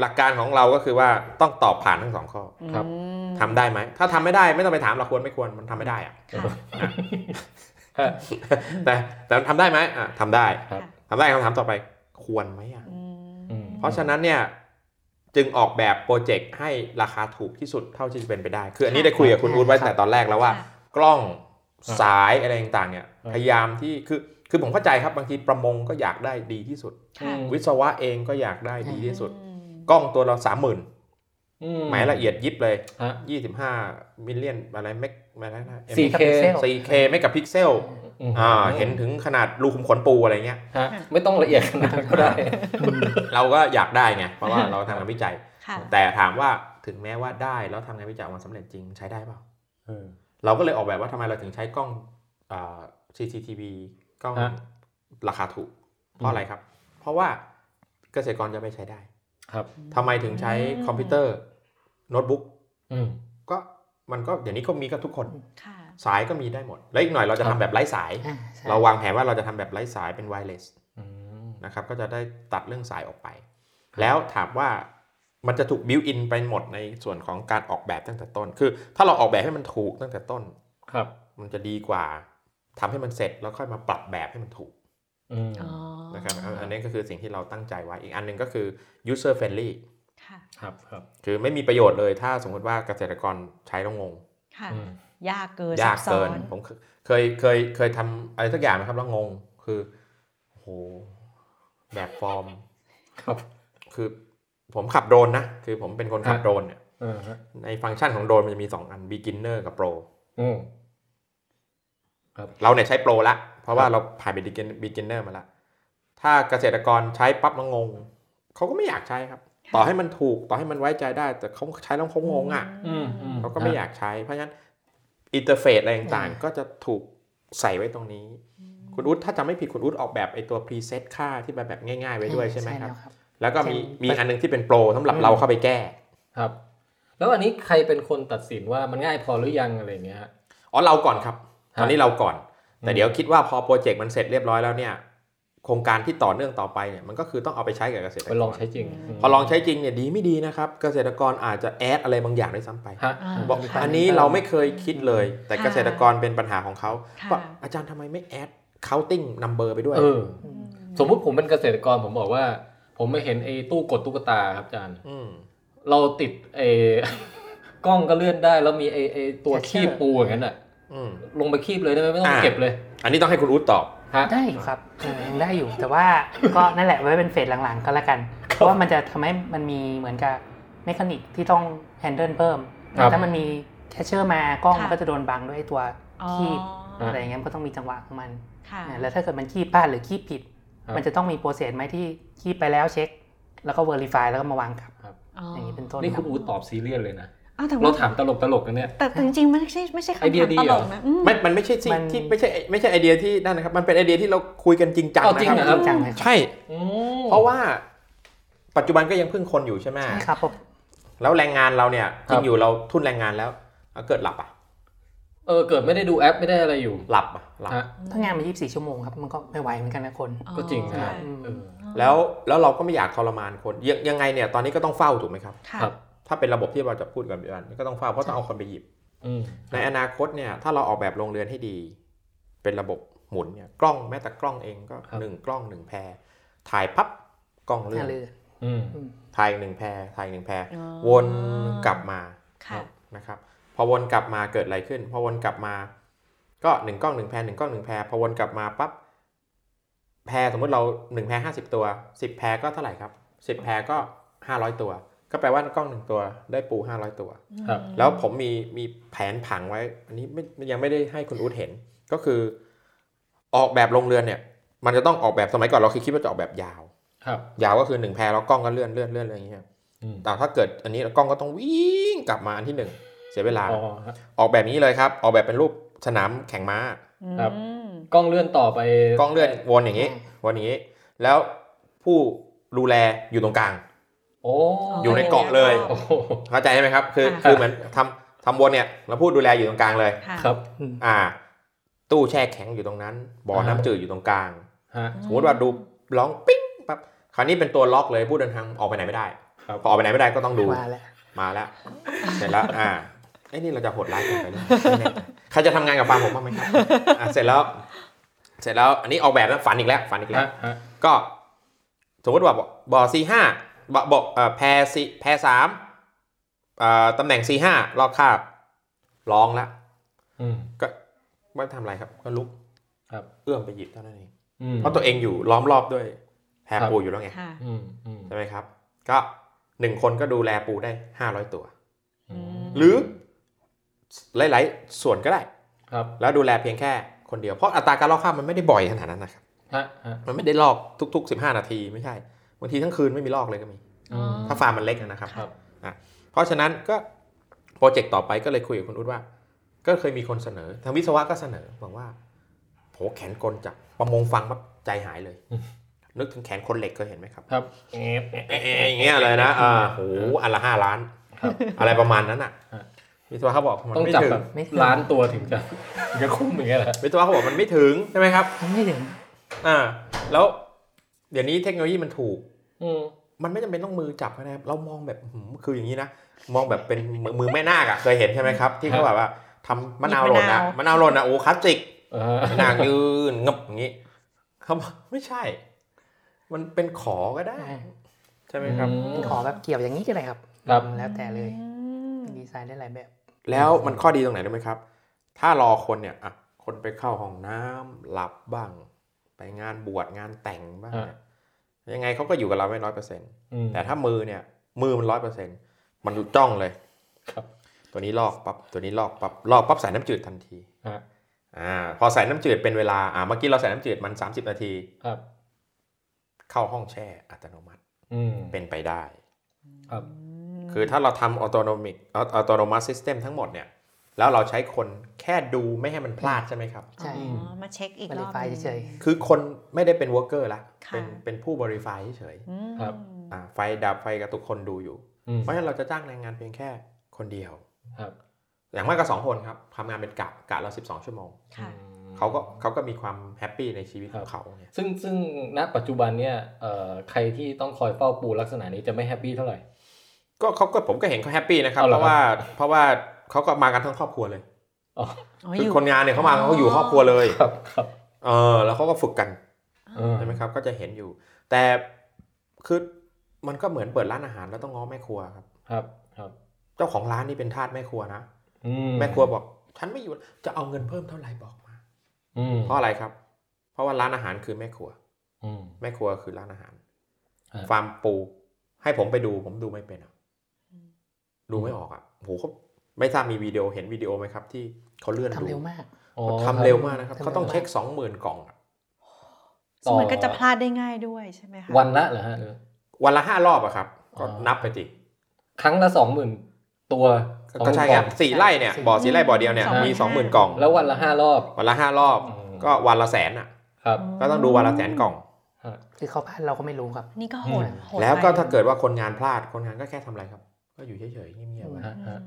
B: หลักการของเราก็คือว่าต้องตอบผ่านทั้งสองข้อ
D: ครับ
C: อืม
B: ทำได้ไหม ถ้าทำไม่ได้ไม่ต้องไปถามเราควรไม่ควรมันทำไม่ได้อะ
C: ค่ะ
D: ฮะ
B: แต่แต่มันทำได้ไหมอ่ะทำได้
D: ครับ
B: ทำได้คำถามต่อไปควรไหมอ่ะ
C: อื
D: อืม
C: ม
B: เพราะฉะนั้นเนี่ยจึงออกแบบโปรเจกต์ให้ราคาถูกที่สุดเท่าที่จะเป็นไปได้ คืออันนี้ได้คุยกับคุณอูดไว้แต่ตอนแรกแล้วว่า
C: ค่ะ
B: กล้อง
D: ครับ
B: สายอะไรต่างๆเนี่ย
D: ครับ
B: พยายามที่คือคือผมเข้าใจครับบางทีประมงก็อยากได้ดีที่สุด
C: ค่ะ
B: วิศวะเองก็อยากได้ดีที่สุด
C: อืม
B: กล้องตัวเราสามหมื่น
D: อื
B: หมายละเอียดยิบเลย
D: ฮะ
B: 25 มิลเลียนอะไรเมกอะไรนะ
D: สี่ 4K
B: 4K เมกะพิกเซล
D: อืม
B: อ่าเห็นถึงขนาดรูขุมขนปูอะไรเงี้ย
D: ฮะไม่ต้องละเอียดขนาดนั้นก็ได้
B: เราก็อยากได้ไง เพราะว่าเราทำงานวิจัย
C: ค่ะ
B: แต่ถามว่าถึงแม้ว่าได้แล้วทำงานวิจัยออกมาสำเร็จจริงใช้ได้เปล่า
D: เออ
B: เราก็เลยออกแบบว่าทำไมเราถึงใช้กล้องอ่า CCTV กล้อง
D: ฮะ
B: ราคาถูก เพราะอะไรครับ เพราะว่าเกษตรกรจะไม่ใช้ได้
D: ครับ
B: ทำไมถึงใช้คอมพิวเตอร์โน้ตบุ๊ก
D: อืม
B: ก็มันก็เดี๋ยวนี้ก็มีกับทุกคน
C: ค่ะ
B: สายก็มีได้หมด และอีกหน่อยเราจะ
D: ครั
B: ทำ
D: บ
B: แบบไร้สาย
A: อ่าใช่
B: เราวางแผนว่าเราจะทำแบบไร้สายเป็นไวเลส
D: อืม
B: นะครับก็จะได้ตัดเรื่องสายออกไป
D: ครับ
B: แล้วถามว่ามันจะถูกบิวอินไปหมดในส่วนของการออกแบบตั้งแต่ต้น คือ ถ้าเราออกแบบให้มันถูกตั้งแต่ต้น
D: ครับ
B: มันจะดีกว่าทำให้มันเสร็จแล้วค่อยมาปรับแบบให้มันถูก
D: อืม
C: อ๋อ
B: นะครับอันอันนี้ก็คือสิ่งที่เราตั้งใจไว้อีกอันหนึ่งก็คือ user friendly
C: ค่ะ
D: ครับครับ
B: คือไม่มีประโยชน์เลย ถ้าสมมติว่าเกษตรกรใช้แล้วงง
C: ค่ะ
D: อืม
C: ยากเกิน
B: ยาก
C: ซับซ้อ
B: เกินผมเคเคยเคยเคยทำอะไรสักอย่างนะครับแล้วงงคือโอ้โหแบบฟอร์ม
D: ครับ
B: คือผมขับโดรนนะ คือผมเป็นคนขับ
D: ฮะ
B: โดรนเนี่ย
D: เออฮะ
B: ในฟังก์ชันของโดรนมันจะมี 2 อัน beginner กับ pro
D: อืม
B: เราเนี่ยใช้ pro ละเพราะ
D: ค
B: ว่า
D: รับ
B: เราผ่าน begin- beginner มาละถ้าเกษตรกรใช้ปั๊บแล้วงงเขาก็ไม่อยากใช้ครับ ต่อให้มันถูกต่อให้มันไว้ใจได้ แต่เขาใช้แล้วเขางงอ่ะ
D: อืมอืม
B: เขาก็ไม่อยากใช้ เพราะฉะนั้นอินเทอร์เฟซอะไรต่างๆ ก็จะถูกใส่ไว้ตรงนี้ คุณอุ๊ดถ้าจำไม่ผิดคุณอุ๊ดออกแบบไอตัว preset ค่าที่แบบแบบง่ายๆไว้ด้วยใช่ไหมครับ
A: แล้วครับ
B: แล้วก็มี
A: ใช่
B: มีอันหนึงที่เป็นโปรสำหรับเราเข้าไปแก้
D: ครับ แล้วอันนี้ใครเป็นคนตัดสินว่ามันง่ายพอหรือยังอะไรอย่างเงี้ยฮะ
B: อ๋อเราก่อนครับ
D: ฮะ
B: ตอนนี้เราก่อน
D: อืม
B: แต่เดี๋ยวคิดว่าพอโปรเจกต์มันเสร็จเรียบร้อยแล้วเนี่ย โครงการที่ต่อเนื่องต่อไปเนี่ยมันก็คือต้องเอาไปใช้กับเกษตร
D: ไป
B: กร
D: ลองใช้จริง
B: พอลองใช้จริงเนี่ยดีไม่ดีนะครับ เกษตรกรอาจจะแอดอะไรบางอย่างด้วยซ้ำไป
D: ฮะ
C: อ่า
B: บอกอันนี้เราไม่เคยคิดเลย แต่
C: ค่ะ
B: เกษตรกรเป็นปัญหาของเขา
C: ค่ะ
B: บอกอาจารย์ทำไมไม่แอด counting number ไปด้วย
D: เออ สมมุติผมเป็นเกษตรกรผมบอกว่า ผมไม่เห็นไอ้ตู้กดตุ๊กตาครับอาจารย์
B: อืม
D: เราติดไอ้ กล้องก็เลื่อนได้แล้วมีไอ้ไอ้ตัวขี้ปูอย่างนั้นอ่ะ
B: อืม
D: ลงไปคีบเลยได้ไหมไม่ต้อง
B: อ่า
D: เก็บเลย
B: อันนี้ต้องให้คุณอู๊ดตอบ
D: ฮะ
A: ได้อยู่ครับเออยังได้อยู่ แต่ว่าก็นั่นแหละไว้เป็นเฟสหลังๆก็แล้วกัน เพราะว่ามันจะทำให้มันมีเหมือนกับเมคานิกที่ต้องแฮนเดิลเพิ่ม
D: ครับ
A: ถ้ามันมีแคชเชอร์มากล้อง
C: ค่ะ
A: มันก็จะโดนบังด้วยไอ้ตัว
C: อ๋อ
A: คีบ
D: อ่า
A: อะไรอย่างเงี้ยมันก็ต้องมีจังหวะของมัน
C: ค่ะ
A: อ่าแล้วถ้าเกิดมันคีบพลาดหรือคีบผิด
D: ครับ
A: มันจะต้องมีโปรเซสไหมที่คีบไปแล้วเช็ค แล้วก็เวอร์ฟายแล้วก็มาวางกลับ อย่างนี้เป็นต้น
D: นี่คุณ
A: รับ
D: อูดตอบซีเรียสเลยนะ
C: อ้าวแต่
D: เรา
C: ว่า
D: ถามตลกตลกๆนะเนี่ย
C: แต่จริงๆ มันไม่ใช่ไม่ใช่คำ
D: ไอเดีย
C: ถาม
D: ดี
C: ต
D: เห
C: ล
D: รอ
C: กนะอืม
B: ไม่ มันไม่ใช่สิ่งที่ไม่ใช่ไม่ใช่ไอเดียที่นั่นนะครับ มันเป็นไอเดียที่เราคุยกันจริงจัง
D: เอา
B: นะ
D: จริง
B: ค
D: เหรอ
B: รับ
D: ครับ
A: จังเลยครับ
B: ใช่
D: อืม
B: เพราะว่าปัจจุบันก็ยังพึ่งคนอยู่ใช่ไหม
A: ใช่ครับผม
B: แล้วแรงงานเราเนี่ย
D: ค
B: จ
D: รับ
B: ริงอยู่เราทุ่นแรงงานแล้วเอาเกิดหลับอ่ะ
D: เออเกิดไม่ได้ดูแอปไม่ได้อะไรอยู่
B: หลับอ่ะหลับ
D: ฮะ
A: ถ้างานมัน24 ชั่วโมงครับ มันก็ไม่ไหวเหมือนกันนะคน
D: ก็จริงนะ
C: ค่ะ
A: อืม
D: เออ
B: แล้วแล้วเราก็ไม่อยากทรมานคนยังยังไงเนี่ยตอนนี้ก็ต้องเฝ้าถูกไหมครับ
C: ค่ะ
D: ครับ
B: ถ้าเป็นระบบที่เราจะพูดกันปัจจุบันก็ต้องเฝ้าเพราะต้องเอาคนไปหยิบ
D: อืม
B: ในอนาคตเนี่ยถ้าเราออกแบบโรงเรือนให้ดี เป็นระบบหมุนเนี่ยกล้องแม้แต่กล้องเองก็หนึ่งกล้องหนึ่งแพรถ่ายพับกล้องเลื่อน
A: น่าลือ
D: อืม
A: อืม
B: ถ่ายหนึ่งแพรถ่ายหนึ่งแพร
C: อ๋อ
B: วนกลับมา
C: ค่ะ
B: นะครับพอวนกลับมาเกิดอะไรขึ้น พอวนกลับมา ก็หนึ่งกล้องหนึ่งแพรหนึ่งกล้องหนึ่งแพรพอวนกลับมาปั๊บแพรสมมติเราหนึ่งแพรห้าสิบตัวสิบแพรก็เท่าไหร่ครับสิบแพรก็ห้าร้อยตัว ก็แปลว่ากล้องหนึ่งตัวได้ปูห้าร้อยตัว
D: ครับ
C: อื
B: แล้วผมมีมีแผนผังไว้ อันนี้ไม่ยังไม่ได้ให้คุณอู๊ดเห็น ก็คือ ออกแบบโรงเรือนเนี่ย มันจะต้องออกแบบสมัยก่อนเราเคยคิดว่าจะออกแบบยาว
D: ครับ
B: ยาวก็คือหนึ่งแพรแล้วกล้องก็เลื่อนเลื่อนเลื่อนเลื่อนอย่างเงี้ย
D: อืม
B: แต่ถ้าเกิดอันนี้กล้องก็ต้องวิ่งกลับมาอันที่หนึ่งเสียเวลา
D: อ๋อฮะ
B: ออกแบบนี้เลยครับ ออกแบบเป็นรูปสนามแข่งม้า
D: ครับ
C: อืม
D: กล้องเลื่อนต่อไป
B: กล้องเลื่อนวนอย่างนี้วนอย่างนี้ แล้วผู้ดูแลอยู่ตรงกลาง
D: โอ้
B: อยู่ในกล่องเลย
D: โอ้โห
B: เข้าใจไหมครับ คือคือเหมือนทำทำวนเนี่ยแล้วผู้ดูแลอยู่ตรงกลางเลย
C: ค่ะ
D: ครับ
B: อ่า ตู้แช่แข็งอยู่ตรงนั้น บ่อน้ำจืดอยู่ตรงกลาง
D: ฮะ
B: สมมติว่าดูร้องปิ๊งปั๊บคราวนี้เป็นตัวล็อกเลยผู้เดินทางออกไปไหนไม่ได้
D: ครับ
B: พอออกไปไหนไม่ได้ก็ต้องดู
A: ว่าแล้ว
B: มาแล้ว เสร็จแล้วอ่าไอ้ยนี่เราจะโหดร้ายเกันไป หรือเปล่าไม่แน่ใจใครจะทำงานกับฟาร์มผมบ้างไหมครับอ่ะเสร็จแล้ว เสร็จแล้วอันนี้ออกแบบแล้วฝันอีกแล้วฝันอีกแล้
D: ฮะ
B: ว
D: ฮะ
B: ก็ สมมติว่าบ่อบ่อ C ห้าบ่อบ่อเอ่อแพรสแพรสามอ่าตำแหน่ง C ห้าลอกคาบร้องละ
D: อืม
B: ก็ไม่ทำอะไรครับ ก็ลุก
D: ครับ
B: เอื้อมไปหยิบเท่านั้นเอง
D: อืม
B: เพราะตัวเองอยู่ล้อมรอบด้วยแพร
D: ครับ
B: ปูอยู่แล้วไง
C: ค่ะ
D: อืมอืม
B: ใช่ไหมครับ ก็หนึ่งคนก็ดูแลปูได้ 500 ตัว
D: อืม
B: หรือหลายๆ ส่วนก็ได้
D: ครับ
B: แล้วดูแลเพียงแค่คนเดียว เพราะอัตราการลอกคราบมันไม่ได้บ่อยขนาดนั้นนะครับ
D: ฮะฮะ
B: มันไม่ได้ลอกทุก ๆ 15 นาทีไม่ใช่บางทีทั้งคืนไม่มีลอกเลยก็มี
D: อืม
B: ถ้าฟาร์มมันเล็กนะครับ
D: ครับ
B: อ่ะเพราะฉะนั้นก็โปรเจกต์ต่อไปก็เลยคุยกับคุณอุ๊ดว่า ก็เคยมีคนเสนอ ทางวิศวะก็เสนอบอกว่าโหแขนกลจับประมงฟังปั๊บใจหายเลย นึกถึงแขนคนเหล็กเคยเห็นไหมครับ
D: ครับเอฟเอฟ
B: เอ๊ะเอ๊ะอย่างเงี้ยเลยนะอ่าโหอันละห้าล้าน
D: ครับ
B: อะไรประมาณนั้นอ่ะ
D: ฮะ
B: วิศวะเขาบอกมัน
D: ต้อง
B: ไม่
D: จับ
B: ถึง
D: แบบล้านตัวถึงจะถึงจะคุ้มอย่างเงี้ยแหละ
B: วิศวะเขาบอกมันไม่ถึงใช่ไหมครับ
A: มันไม่ถึง
B: อ่าแล้วเดี๋ยวนี้เทคโนโลยีมันถูก
D: อืม
B: มันไม่จำเป็นต้องมือจับก็ได้ครับเรามองแบบหืมคืออย่างนี้นะ มองแบบเป็นมือมือแม่นาคอะเคยเห็นใช่ไหมครับ ที่เขาแบบว่าทำมะนาวหล่นนะมะนาวหล่นนะโอ้คลาสสิก
D: เออ
B: มะนาวยืนงบอย่างนี้เขาบอกไม่ใช่ มันเป็นขอก็ได้ ใช่ไหมครับ
D: อืม
A: ขอแบบเกี่ยวอย่างนี้ก็ได้ครับ
D: ครับ
A: แล้วแต่เลย
C: อืม
A: ดีไซน์ได้หลายแบบ
B: แล้วมันข้อดีตรงไหนรู้ไหมครับ ถ้ารอคนเนี่ยอ่ะคนไปเข้าห้องน้ำหลับบ้าง ไปงานบวชงานแต่งบ้างเนี่ยยังไงเขาก็อยู่กับเราไม่ร้อยเปอร์เซ็นต์
D: อืม
B: แต่ถ้ามือเนี่ยมือมันร้อยเปอร์เซ็นต์มันจ้องเลย
D: ครับ
B: ตัวนี้ลอกปั๊บตัวนี้ลอกปั๊บลอกปั๊บใส่น้ำจืดทันที
D: ฮะ
B: อ่าพอใส่น้ำจืดเป็นเวลาอ่าเมื่อกี้เราใส่น้ำจืดมัน 30 นาที
D: ครับ
B: เข้าห้องแช่อัตโนมัติ
D: อืม
B: เป็นไปได้
D: ครับ
B: คือถ้าเราทำออโตโนมิกออโตโนมัสซิสเต็มทั้งหมดเนี่ยแล้วเราใช้คนแค่ดูไม่ให้มันพลาดใช่ไหมครับ
A: ใช่
C: อ๋อมาเช็คอีกรอบ
A: Verify เฉย
B: คือคนไม่ได้เป็นวอร์เกอร์ละ
C: ค่ะ
B: เป็นเป็นผู้บริไฟเฉย
C: ๆ
D: ครับ
B: ๆอ่าไฟดับไฟกระตุกคนดูอยู่
D: อืม
B: เพราะฉะนั้นเราจะจ้างแรงงานเพียงแค่คนเดียว
D: ครับ
B: อย่างมากก็สองคนครับทำงานเป็นกะกะละสิบสองชั่วโมง
C: ค่ะ
D: อืม
B: เขาก็เขาก็มีความแฮปปี้ในชีวิตของเขาเนี่ย
D: ซึ่งซึ่งณปัจจุบันเนี่ยเอ่อใครที่ต้องคอยเฝ้าปูลักษณะนี้จะไม่แฮปปี้เท่าไหร่
B: ก็เขาก็ผมก็เห็นเขาแฮปปี้นะครับ
D: เอาเหร
B: เพ
D: อ
B: ราะว่าเพราะว่าเขาก็มากันทั้งครอบครัวเลย
D: อ๋อ
B: คือคนงานเนี่ยเขามาเขาก็อยู่ครอบครัวเลย
D: ครับครับ
B: เออแล้วเขาก็ฝึกกัน
D: เออ
B: ใช่ไหมครับ ก็จะเห็นอยู่ แต่คือมันก็เหมือนเปิดร้านอาหารแล้วต้องง้อแม่ครัวครับ
D: ครับครับ
B: เจ้าของร้านนี่เป็นทาสแม่ครัวนะ
D: อื
B: แม่ครัวบอก ฉันไม่อยู่จะเอาเงินเพิ่มเท่าไหร่บอกมา
D: อืม
B: เพราะอะไรครับ เพราะว่าร้านอาหารคือแม่ครัว
D: อืม
B: แม่ครัวคือร้านอาหาร
D: ฮะ
B: ฟาร์มปู ให้ผมไปดูผมดูไม่เป็นอะดูไม่ออกอ่ะโหเขาไม่ทราบมีวิดีโอเห็นวิดีโอไหมครับ ที่เขาเลื่อน
A: ทำ
B: ดู
A: เร็วมาก
D: อ๋อค
B: เขา
D: บ
B: ทำเร็วมากนะครับ
A: ทำเร็ว
B: เขาต้องเช็คสองหมื่นกล่องอะ
D: ต่อ
C: เหมือนก็จะพลาดได้ง่ายด้วยใช่ไหมคะ
D: วันละเหรอฮะหรือ
B: วันละห้ารอบอะครับ ก็
D: อ๋อ
B: นับไปสิ
D: ครั้งละสองหมื่นตัว
B: ก็ใช่ครับ
D: 20,000
B: สี่ไร่เนี่ยบ่อสี่ไร่บ่อเดียวเนี่ยมีสองหมื่นกล่อง
D: แล้ววันละห้ารอบ
B: วันละห้ารอบ
D: อืม
B: ก็วันละแสนอ่ะ
D: ครับ
B: ก็ต้องดูวันละแสนกล่อง
D: ฮะ
A: คือเขาพลาดเราก็ไม่รู้ครับ
C: นี่ก็โหดโหด
B: แล้วก็
C: ไป
B: ถ้าเกิดว่าคนงานพลาดคนงานก็แค่ทำอะไรครับ ก็อยู่เฉยๆเงียบๆไว้
D: ฮะ
C: อื
D: ฮะ
C: ม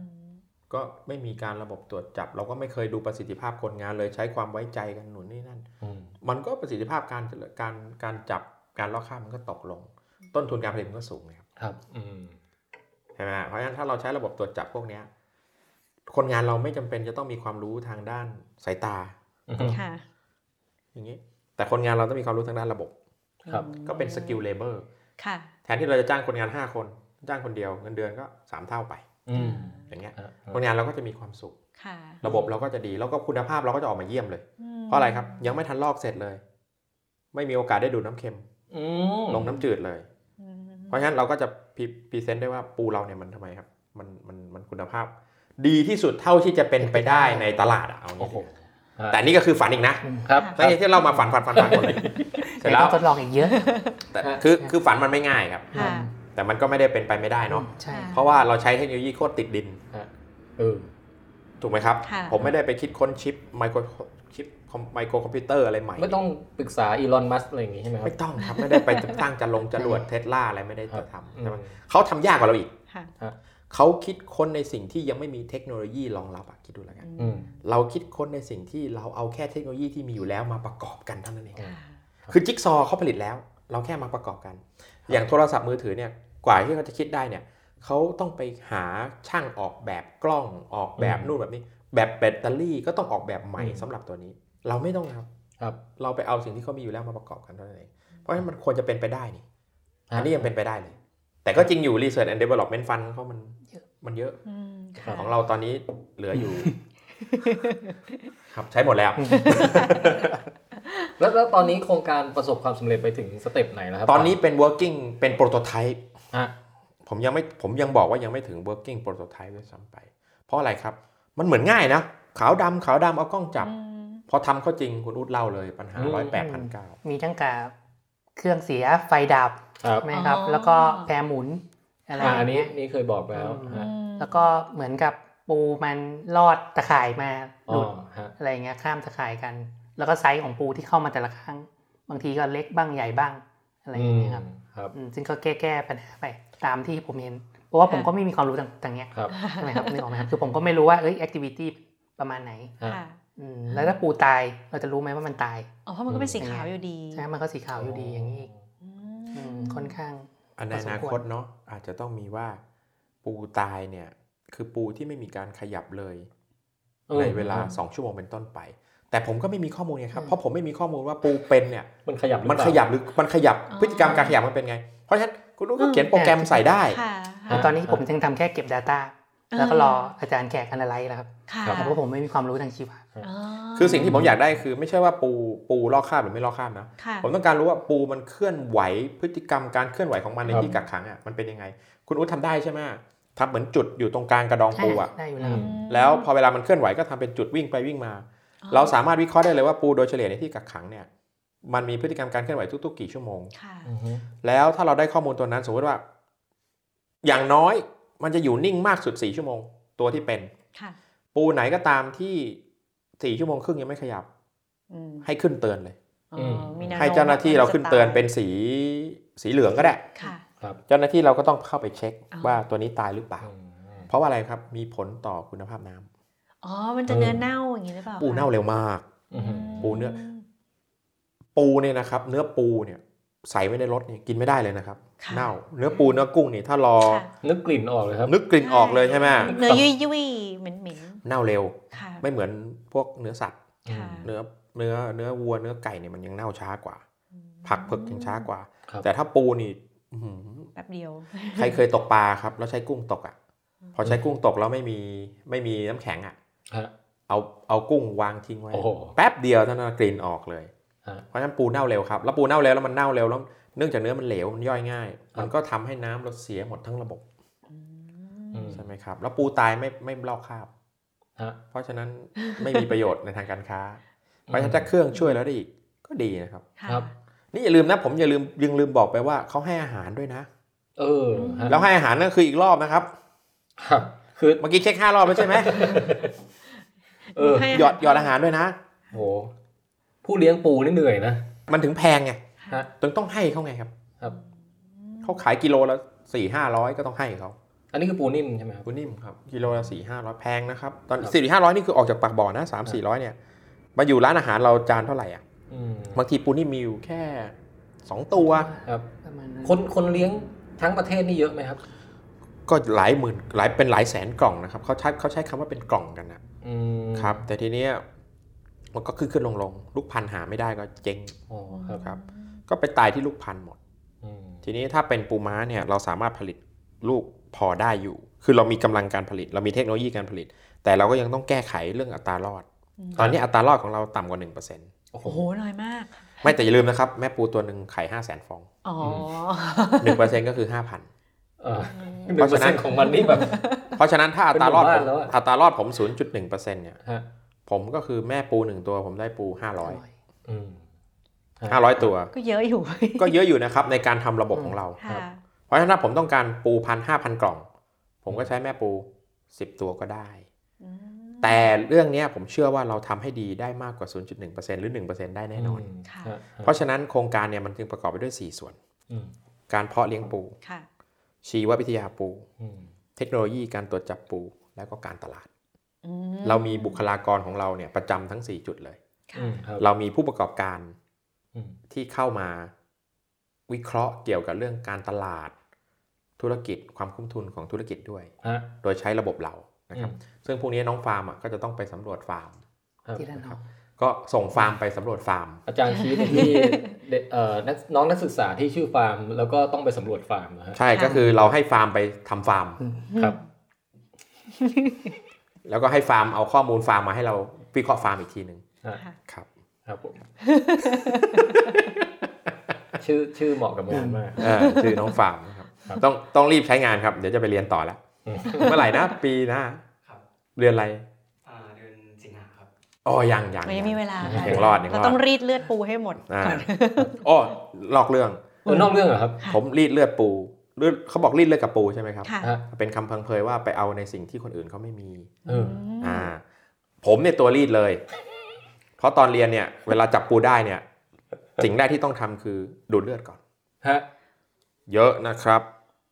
B: ก็ไม่มีการระบบตรวจจับ เราก็ไม่เคยดูประสิทธิภาพคนงานเลยใช้ความไว้ใจกันหนุนนี่นั่น
D: อืม
B: มันก็ประสิทธิภาพการการการจับการลอกข้ามมันก็ตกลง ต้นทุนการผลิตมันก็สูงนะครับ
D: ครับอืม
B: ใช่ไหมเพราะฉะนั้นถ้าเราใช้ระบบตรวจจับพวกเนี้ยคนงานเราไม่จำเป็นจะต้องมีความรู้ทางด้านสายตา
D: อืม
C: ค่ะ
B: อย่างนี้แต่คนงานเราต้องมีความรู้ทางด้านระบบ
D: ครับ
B: ก็เป็นสกิลเลเบอร์
C: ค่ะ
B: แทนที่เราจะจ้างคนงาน 5 คน จ้างคนเดียวเงินเดือนก็ 3 เท่าไป
D: อืม
B: อย่างเงี้ย
D: ฮะ
B: คนงานเราก็จะมีความสุข
C: ค่ะ
B: ระบบเราก็จะดีแล้วก็คุณภาพเราก็จะออกมาเยี่ยมเลย
C: ม
B: เพราะอะไรครับ ยังไม่ทันลอกเสร็จเลย ไม่มีโอกาสได้ดูดน้ำเค็ม
D: อืม
B: ลงน้ำจืดเลย
C: อืม
B: เพราะฉะนั้นเราก็จะพรีพรีเซนต์ได้ว่าปูเราเนี่ยมันทำไมครับ มันมันมันคุณภาพ ดีที่สุดเท่าที่จะเป็นไปได้ในตลาดอะเอางี้
D: โอ้โห
B: ดีกว่าแต่นี่ก็คือฝันอีกนะครับ แต่ที่เรามาฝันฝันฝันฝันหมดเลยเสร็จ
A: เดี๋ยว
B: แล้
A: ต้
B: ว
A: องทดลองอีกเยอะ
B: แต่คือคือฝันมันไม่ง่ายครับ
C: ค่ะ
B: แต่มันก็ไม่ได้เป็นไปไม่ได้เนาะ
A: ใช่
B: เพราะว่าเราใช้เทคโนโลยีโคตรติดดิน
D: เออ
B: ถูกไหมครับ
C: ค่ะ
B: ผมไม่ได้ไปคิดค้นชิปไมโครชิปไมโครคอมพิวเตอร์อะไรใหม่
D: ไม่ต้องปรึกษาอีลอนมัสอะไรอย่างงี้ใช่ไหมครับ
B: ไม่ต้องครับ ไม่ได้ไปตั้งจะลงจรวดเทสลาอะไรไม่ได้
D: ครับ
B: จะทำ
D: อืม
B: ใช่ไหมเขาทำยากกว่าเราอีก
C: ค่ะ
B: เขาคิดค้นในสิ่งที่ยังไม่มีเทคโนโลยีรองรับอะคิดดูแล้วกัน
D: อืม
B: เราคิดค้นในสิ่งที่เราเอาแค่เทคโนโลยีที่มีอยู่แล้วมาประกอบกันเท่านั้นเอง
D: ครับ
B: คือจิ๊กซอว์เขาผลิตแล้ว เราแค่มาประกอบกัน อย่างโทรศัพท์มือถือเนี่ยกว่าที่เขาจะคิดได้เนี่ยเขาต้องไปหาช่างออกแบบกล้องออกแบบ
D: อืม
B: นู่นแบบนี้ แบบแบตเตอรี่ก็ต้องออกแบบใหม่
D: อืม
B: สำหรับตัวนี้ เราไม่ต้องครับ
D: ครับ
B: เราไปเอาสิ่งที่เขามีอยู่แล้วมาประกอบกันเท่านั้นเองเพราะฉะนั้นมันควรจะเป็นไปได้นี่ อันนี้ยังเป็นไปได้เลย แต่ก็จริงอยู่ Research and Development Fund ของเขามัน
A: เยอะ
B: มันเยอะ
C: อืมค่ะ
B: ของเราตอนนี้เหลือ อยู่ ครับใช้หมดแล้ว
D: แล้วแล้วตอนนี้โครงการประสบความสำเร็จไปถึงสเต็ปไหนแล้วครับ
B: ตอนนี้เป็น working เป็น prototype
D: ฮะ
B: ผมยังไม่ผมยังบอกว่ายังไม่ถึง working prototype ด้วยซ้ำไป เพราะอะไรครับ มันเหมือนง่ายนะ ขาวดำขาวดำเอากล้องจับ
C: อืม
B: พอทำเข้าจริงคุณอุดเล่าเลยปัญหาร้อยแปดพันเก้า
A: มีทั้งกับเครื่องเสียไฟดับ
D: ครับ
A: ใช่ไหมครับ แล้วก็แพรหมุนอะไร
D: อ่า
A: อ
D: อัน
A: ย่าง
D: นี้
A: เงี้ย
D: นี่เคยบอกแล้ว
A: อื
D: ฮะ
A: แล้วก็เหมือนกับปูมันลอดตะข่ายมาห
D: อ๋อ
A: ลุด
D: ฮะ
A: อะไรอย่างเงี้ยข้ามตะข่ายกัน แล้วก็ไซส์ของปูที่เข้ามาแต่ละครั้ง บางทีก็เล็กบ้างใหญ่บ้างอะไรอย่างเงี้ยครับ
D: อืมครับ
A: อืมซึ่งก็แก้แก้ปัญหาไปตามที่ผมเห็น เพราะว่าผมก็ไม่มีความรู้ต่างต่างเนี้ย
D: ครับ
A: ใช่ไหมครับนึกออกไหมครับคือผมก็ไม่รู้ว่าเอ้ยแอคทิวิตี้ประมาณไหน
D: ฮะ
C: ค่ะ
A: อืมแล้วถ้าปูตายเราจะรู้ไหมว่ามันตาย
C: อ๋อเพราะมันก็เป็นสีขาวอยู่ดี
A: ใช่ไหมมันก็สีขาวอยู่ดีอย่างนี้อีก
C: อื
A: อืม
C: ม
A: ค่อนข้าง
B: อันในอนาคตเนาะอาจจะต้องมีว่าปูตายเนี่ย คือปูที่ไม่มีการขยับเลย
D: เออ
B: ในเวลา 2 ชั่วโมงเป็นต้นไป แต่ผมก็ไม่มีข้อมูลไงครับ
A: อืม
B: เพราะผมไม่มีข้อมูลว่าปูเป็นเนี่ย
D: มันขยับหรือ
B: มัน
D: เปล่า
B: ขยับหรือมันขยับพฤติกรรมการขยับมันเป็นไง เพราะฉะนั้นคุณลูกก็เขียนโปรแกรมใส่ได้
C: ค่ะ
D: อ่า
A: ตอนนี้ผมยังทำแค่เก็บ Data แล้วก็รออาจารย์แขกอนาลัยแล้วครับ
C: ค่ะ
A: เพราะผมไม่มีความรู้ทางชีวะ
C: อ๋อ
B: คือสิ่งที่ผมอยากได้คือไม่ใช่ว่าปูปูลอกคราบหรือไม่ลอกคราบนะ
C: ค่ะ
B: ผมต้องการรู้ว่าปูมันเคลื่อนไหวพฤติกรรมการเคลื่อนไหวของมันใน
D: ครับ
B: ที่กักขังอ่ะมันเป็นยังไง คุณอุ๊ดทำได้ใช่ไหมทำเหมือนจุดอยู่ตรงกลางกระดองปูอ่ะ
A: ได้อยู่แล้วครับ
D: อืม
B: แล้วพอเวลามันเคลื่อนไหวก็ทำเป็นจุดวิ่งไปวิ่งมา
C: อ๋อ
B: เราสามารถวิเคราะห์ได้เลยว่าปูโดยเฉลี่ยในที่กักขังเนี่ยมันมีพฤติกรรมการเคลื่อนไหวทุกๆกี่ชั่วโมง
C: ค่ะ
D: อือฮึ
B: แล้วถ้าเราได้ข้อมูลตัวนั้นสมมติว่า อย่างน้อยมันจะอยู่นิ่งมากสุด 4 ชั่วโมง ตัวที่เป็น
C: ค่ะ
B: ปูไหนก็ตามที่ 4 ชั่วโมงครึ่งยังไม่ขยับ
C: อืม
B: ให้ขึ้นเตือนเลย
C: อ๋อมีแนวโม
B: ให้เจ้าหน้าที่เราขึ้นเตือนเป็น
C: จะ
B: สีสีเหลืองก็ได้
C: ตายค่ะ
D: ครับ
B: เจ้าหน้าที่เราก็ต้องเข้าไปเช็ค
C: อ๋อ
B: ว่าตัวนี้ตายหรือเปล่า
D: อืม
B: เพราะว่าอะไรครับมีผลต่อคุณภาพน้ำ
C: อ๋อ มันจะเนื้อเน่าอย่างนี้หรือเปล่า
B: ปูเน่า
C: คะ
B: เร็วมาก
D: อื้อหือ
B: ปูเนื้อ ปูเนี่ยนะครับ เนื้อปูเนี่ยใส่ไว้ในรถเนี่ยกินไม่ได้เลยนะครับ
C: ค่ะ
B: เน่าเนื้อปูเนื้อกุ้งเนี่ยถ้ารอ
C: ค่ะ
D: นึกกลิ่นออกเลยครับ
B: นึกกลิ่นออกเลยใช่ไหม
C: เนื้อยุ่ยยุ่ยๆเหม็นเหม็น
B: เน่าเร็ว
C: ๆค่ะ
B: ไม่เหมือนพวกเนื้อสัตว์
C: ค่ะ
B: เนื้อเนื้อเนื้อวัวเนื้อไก่เนี่ยมันยังเน่าช้ากว่า ผักเผือกยังช้ากว่า
D: ครับ
B: แต่ถ้าปูนี่อื้อหือ
C: แป๊บเดียว
B: ใครเคยตกปลาครับ แล้วใช้กุ้งตกอ่ะ
C: อืม
B: พอใช้กุ้งตกแล้วไม่มีไม่มีน้ำแข็งอ่ะ
D: ฮะ
B: เอาเอากุ้งวางทิ้งไว้
D: โอ้โห
B: แป๊บเดียวเท่านั้นกลิ่นออกเลย
D: ฮะ
B: เพราะฉะนั้นปูเน่าเร็วครับ แล้วปูเน่าเร็วแล้วมันเน่าเร็วแล้วเนื่องจากเนื้อมันเหลวมันย่อยง่าย
D: ครับ
B: มันก็ทำให้น้ำเราเสียหมดทั้งระบบ
C: อื
D: อื
C: ม
D: ม
B: ใช่ไหมครับ แล้วปูตายไม่ไม่ลอกคราบ
D: ฮะ
B: เพราะฉะนั้นไม่มีประโยชน์ในทางการ ค้า เพราะฉะนั้นถ้าเครื่องช่วยแล้วได้อีกก็ดีนะครับ
C: ค่ะ
D: ครับ
B: นี่อย่าลืมนะผมอย่าลืมยังลืมบอกไปว่าเขาให้อาหารด้วยนะ
D: เออฮะ
B: แล้วให้อาหารนั่นคืออีกรอบนะครับ
D: ครับ คือ
B: เมื่อกี้เช็คห้ารอบแล้วใช่ไหม
D: เออ
C: ให้
B: หยอดหยอดอาหารด้วยนะ
D: โหผู้เลี้ยงปูนี่เหนื่อยนะ
B: มันถึงแพงไง
D: ฮะ
B: ถึงต้องให้เขาไงครับ
C: อืม
B: เขาขายกิโลละสี่ห้าร้อยก็ต้องให้เขา
D: อันนี้คือปูนิ่มใช่ไหมครับ
B: คุณนิ่มครับ กิโลละสี่ห้าร้อยแพงนะครับ ตอน
D: ครับ
B: สี่ห้าร้อยนี่คือออกจากปากบ่อนะสามสี่ร้อยเนี่ย มาอยู่ร้านอาหารเราจานเท่าไหร่อ่ะ
D: อืม
B: บางทีปูนิ่มมีอยู่แค่สองตัว
D: ครับ
A: ประมาณนั้น
D: คนคนเลี้ยงทั้งประเทศนี่เยอะไหมครับ
B: ก็หลายหมื่นหลายเป็นหลายแสนกล่องนะครับเขาใช้เขาใช้คำว่าเป็นกล่องกันนะ
D: อืม
B: ครับ แต่ทีเนี้ยมันก็ขึ้นขึ้นลงลงลูกพันธุ์หาไม่ได้ก็เจ๊ง
D: อ๋อครับ
B: ครับ ก็ไปตายที่ลูกพันธุ์หมด
D: อืม
B: ทีนี้ถ้าเป็นปูม้าเนี่ยเราสามารถผลิตลูกพอได้อยู่ คือเรามีกำลังการผลิต เรามีเทคโนโลยีการผลิต แต่เราก็ยังต้องแก้ไขเรื่องอัตรารอด ตอนนี้อัตรารอดของเราต่ำกว่า 1%
D: โอ้โห
C: โอ้โหน้อยมาก
B: ไม่แต่อย่าลืมนะครับ แม่ปูตัวหนึ่งไข่ 5 0 0 0 0 0 ฟอง
C: อ๋อ
B: 1%ก็คือ 5,000
D: เออห
B: เพ
D: นึ่ง
B: ราะ
D: เปอ
B: ฉะ
D: ร์
B: นั้
D: เซ็น
B: น
D: ต์ของมันนี่แบบ
B: เพราะฉะนั้นถ้าอัตรารอด
D: เป็นหมู่บ้าม น
B: ผ
D: แล้วอะ
B: อัตรารอดผม 0.1%เนี่ย
D: ฮะ
B: ผมก็คือแม่ปูหนึ่งตัวผมได้ปู
A: ร้อย
B: 500
D: อืม
B: 500 ตัว
C: ก็เยอะอยู่
B: ก็เยอะอยู่นะครับในการทำระบบของเรา
C: ค่ะ
B: เพราะฉะนั้นถ้าผมต้องการปูพันห้าพันกล่อง ผมก็ใช้แม่ปู 10 ตัวก็ได้
C: อืม
B: แต่เรื่องเนี้ยผมเชื่อว่าเราทำให้ดีได้มากกว่า 0.1%หรือ 1%ได้แน่นอน
D: ฮะ
B: เพราะฉะนั้นโครงการเนี่ยมันจึงประกอบไปด้วย 4 ส่วน
D: อืม
B: การเพาะเลี้ยงปู
C: ค่ะ
B: ชีววิทยาปู
D: อืม
B: เทคโนโลยีการตรวจจับปู แล้วก็การตลาด
C: อื
B: เรามีบุคลากรของเราเนี่ยประจำทั้ง 4 จุดเลย
C: ค่ะ
D: อืมครับ
B: เรามีผู้ประกอบการ
D: อืม
B: ที่เข้ามาวิเคราะห์เกี่ยวกับเรื่องการตลาด ธุรกิจความคุ้มทุนของธุรกิจด้วย
D: ฮะ
B: โดยใช้ระบบเรานะครับ ซึ่งพวกนี้น้องฟาร์มอ่ะก็จะต้องไปสำรวจฟาร์ม
A: ทีละน้อย
B: ก็ส่งฟาร์มไปสำรวจฟาร์ม
D: อาจารย์ชี้ไปที่เด็กเอ่อนักน้องนักศึกษาที่ชื่อฟาร์ม แล้วก็ต้องไปสำรวจฟาร์มนะฮะ
B: ใช่ก็คือเราให้ฟาร์มไปทำฟาร์ม
D: ครับ
B: แล้วก็ให้ฟาร์มเอาข้อมูลฟาร์มมาให้เราวิเคราะห์ฟาร์มอีกทีหนึ่ง
C: ค่ะ
B: ครับ
D: ครับผมชื่อชื่อเหมาะกับงานมาก
B: เออชื่อน้องฟาร์มนะครับ
D: ครับ
B: ต้องต้องรีบใช้งานครับ เดี๋ยวจะไปเรียนต่อแล้ว
D: อืม
B: เมื่อไหร่นะ ปีหนะครับ เรียนอะไร
I: อ่าเดือนสิงหาครับ
B: อ๋อยังยัง
C: มันยังมีเวลาค่ะ
B: ยังรอดยังรอด
C: เราต้องรีดเลือดปูให้หมด
B: อ่า
C: ก่อน
B: อ๋อลอกเรื่อง
D: เออนอกเรื่องเหรอครับ
B: ผมรีดเลือดปูเลือดเขาบอกรีดเลือดกับปูใช่ไหมครับ
C: ค่ะ
D: ฮะ
B: เป็นคำพังเพยว่าไปเอาในสิ่งที่คนอื่นเขาไม่มี
D: เออ
C: ม
B: อ่าผมเนี่ยตัวรีดเลย เพราะตอนเรียนเนี่ยเวลาจับปูได้เนี่ยสิ่งแรกที่ต้องทำคือดูดเลือดก่อน
D: ฮะ
B: เยอะนะครับ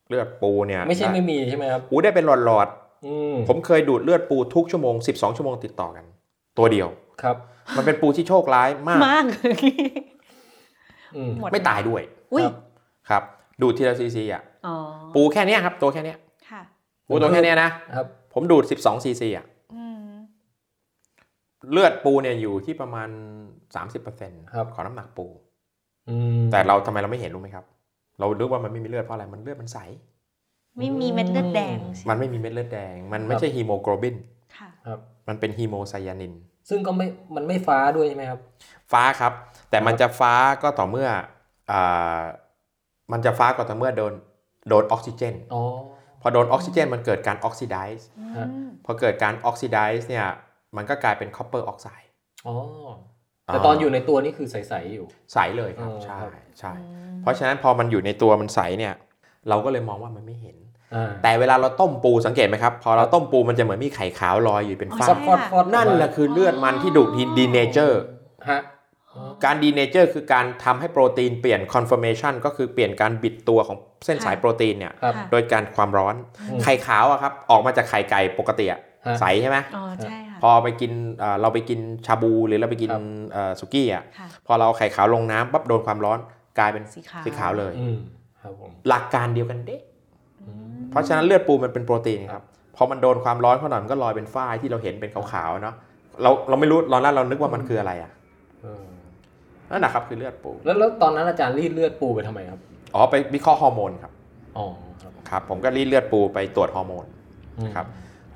B: เลือดปูเนี่ย
D: ไม่ใช่
B: ด้
D: ไม่มีใช่ไหมครับ
B: ปูได้เป็นหลอด
D: อืม
B: ๆผมเคยดูดเลือดปูทุกชั่วโมง 12 ชั่วโมงติดต่อกัน ตัวเดียว
D: ครับ
B: มันเป็นปูที่โชคร้ายมาก
C: มาก
D: อืม
C: หมด
B: ไม่ตายด้วย
C: อุ้ย
D: ครับ
B: ครับ ดูดทีละซีซีอ่ะ
C: อ๋อ
B: ปูแค่เนี้ยครับ ตัวแค่เนี้ย
C: ค่ะ
B: ปูตัวแค่เนี้ยนะครับ ผมดูด 12ซีซีอ่ะ
C: อืม
B: เลือดปูเนี่ยอยู่ที่ประมาณ 30%
D: ครับ
B: ของน้ำหนักปู
D: อืม
B: แต่เราทำไมเราไม่เห็นรู้ไหมครับ เรารู้ว่ามันไม่มีเลือดเพราะอะไร มันเลือดมันใส
C: ไม่มีเม็ดเลือดแดงสิ
B: มันไม่มีเม็ดเลือดแดง มัน
D: ค
B: ไม่
D: รับ
B: ใช่ฮีโมโกลบิน
C: ค่ะ
B: มันเป็นฮีโมไซยานิน
D: ซึ่งก็ไม่มันไม่ฟ้าด้วยใช่ไหมครับ
B: ฟ้าครับ แต่มันจะฟ้าก็ต่อเมื่ออ่ามันจะฟ้าก็ต่อเมื่อโดนโดนออกซิเจน
D: อ๋อ
B: พอโดนออกซิเจนมันเกิดการออกซิไดซ์
D: ฮะ
C: อืม
B: พอเกิดการออกซิไดซ์เนี่ย มันก็กลายเป็นคอปเปอร์ออกไซด์
D: อ๋อ แต่ตอนอยู่ในตัวนี่คือใส ๆ อยู่
B: ใสเลยครับ
D: อ๋อ
B: ใช่
D: ครับ
B: ใช่
C: อืม
B: เพราะฉะนั้นพอมันอยู่ในตัวมันใสเนี่ย เราก็เลยมองว่ามันไม่เห็น
D: อ่า
B: แต่เวลาเราต้มปูสังเกตไหมครับ พอเราต้มปูมันจะเหมือนมีไข่ขาวลอยอยู่เป็นฟ้า
D: ฟอดฟอดฟอด
B: นั่นแหละคือเลือดมันที่ดูดดีเนเจอร์
D: ฮะ
B: การดีเนเจอร์คือการทำให้โปรตีนเปลี่ยนคอนเฟิร์เมชันก็คือเปลี่ยนการบิดตัวของเส้นสายโปรตีนเนี่ย
D: ครับ
C: ะ
B: โดยการความร้อน
D: อืม
B: ไข่ขาวอะครับ ออกมาจากไข่ไก่ปกติอะ
D: ฮะ
B: ใสใช่ไหม
C: อ๋อใช่ค่ะ
B: พอไปกินเอ่อเราไปกินชาบูหรือเราไปกิน
D: ครับ
B: เอ่อสุกี้อ่ะ
C: ค่ะ
B: พอเราเอาไข่ขาวลงน้ำปั๊บโดนความร้อนกลายเป็น
C: สีขาว
B: สีขาวเลย
D: อืมครับผม
B: หลักการเดียวกันเด๊ะ
D: อืม
B: เพราะฉะนั้นเลือดปูมันเป็นโปรตีนครับพอมันโดนความร้อนเข้าหน่อยมันก็ลอยเป็นฝ้ายที่เราเห็นเป็นขาวๆเนาะเราเราไม่รู้ตอนแรกเรานึกว่ามันคืออะไรอ่ะนั่นนะครับคือเลือดปู
D: แล้วแล้วตอนนั้นอาจารย์รีดเลือดปูไปทำไมครับ
B: อ๋อไปวิเคราะห์ฮอร์โมนครับ
D: อ๋อครับ
B: ครับผมก็รีดเลือดปูไปตรวจฮอร์โมน ครับ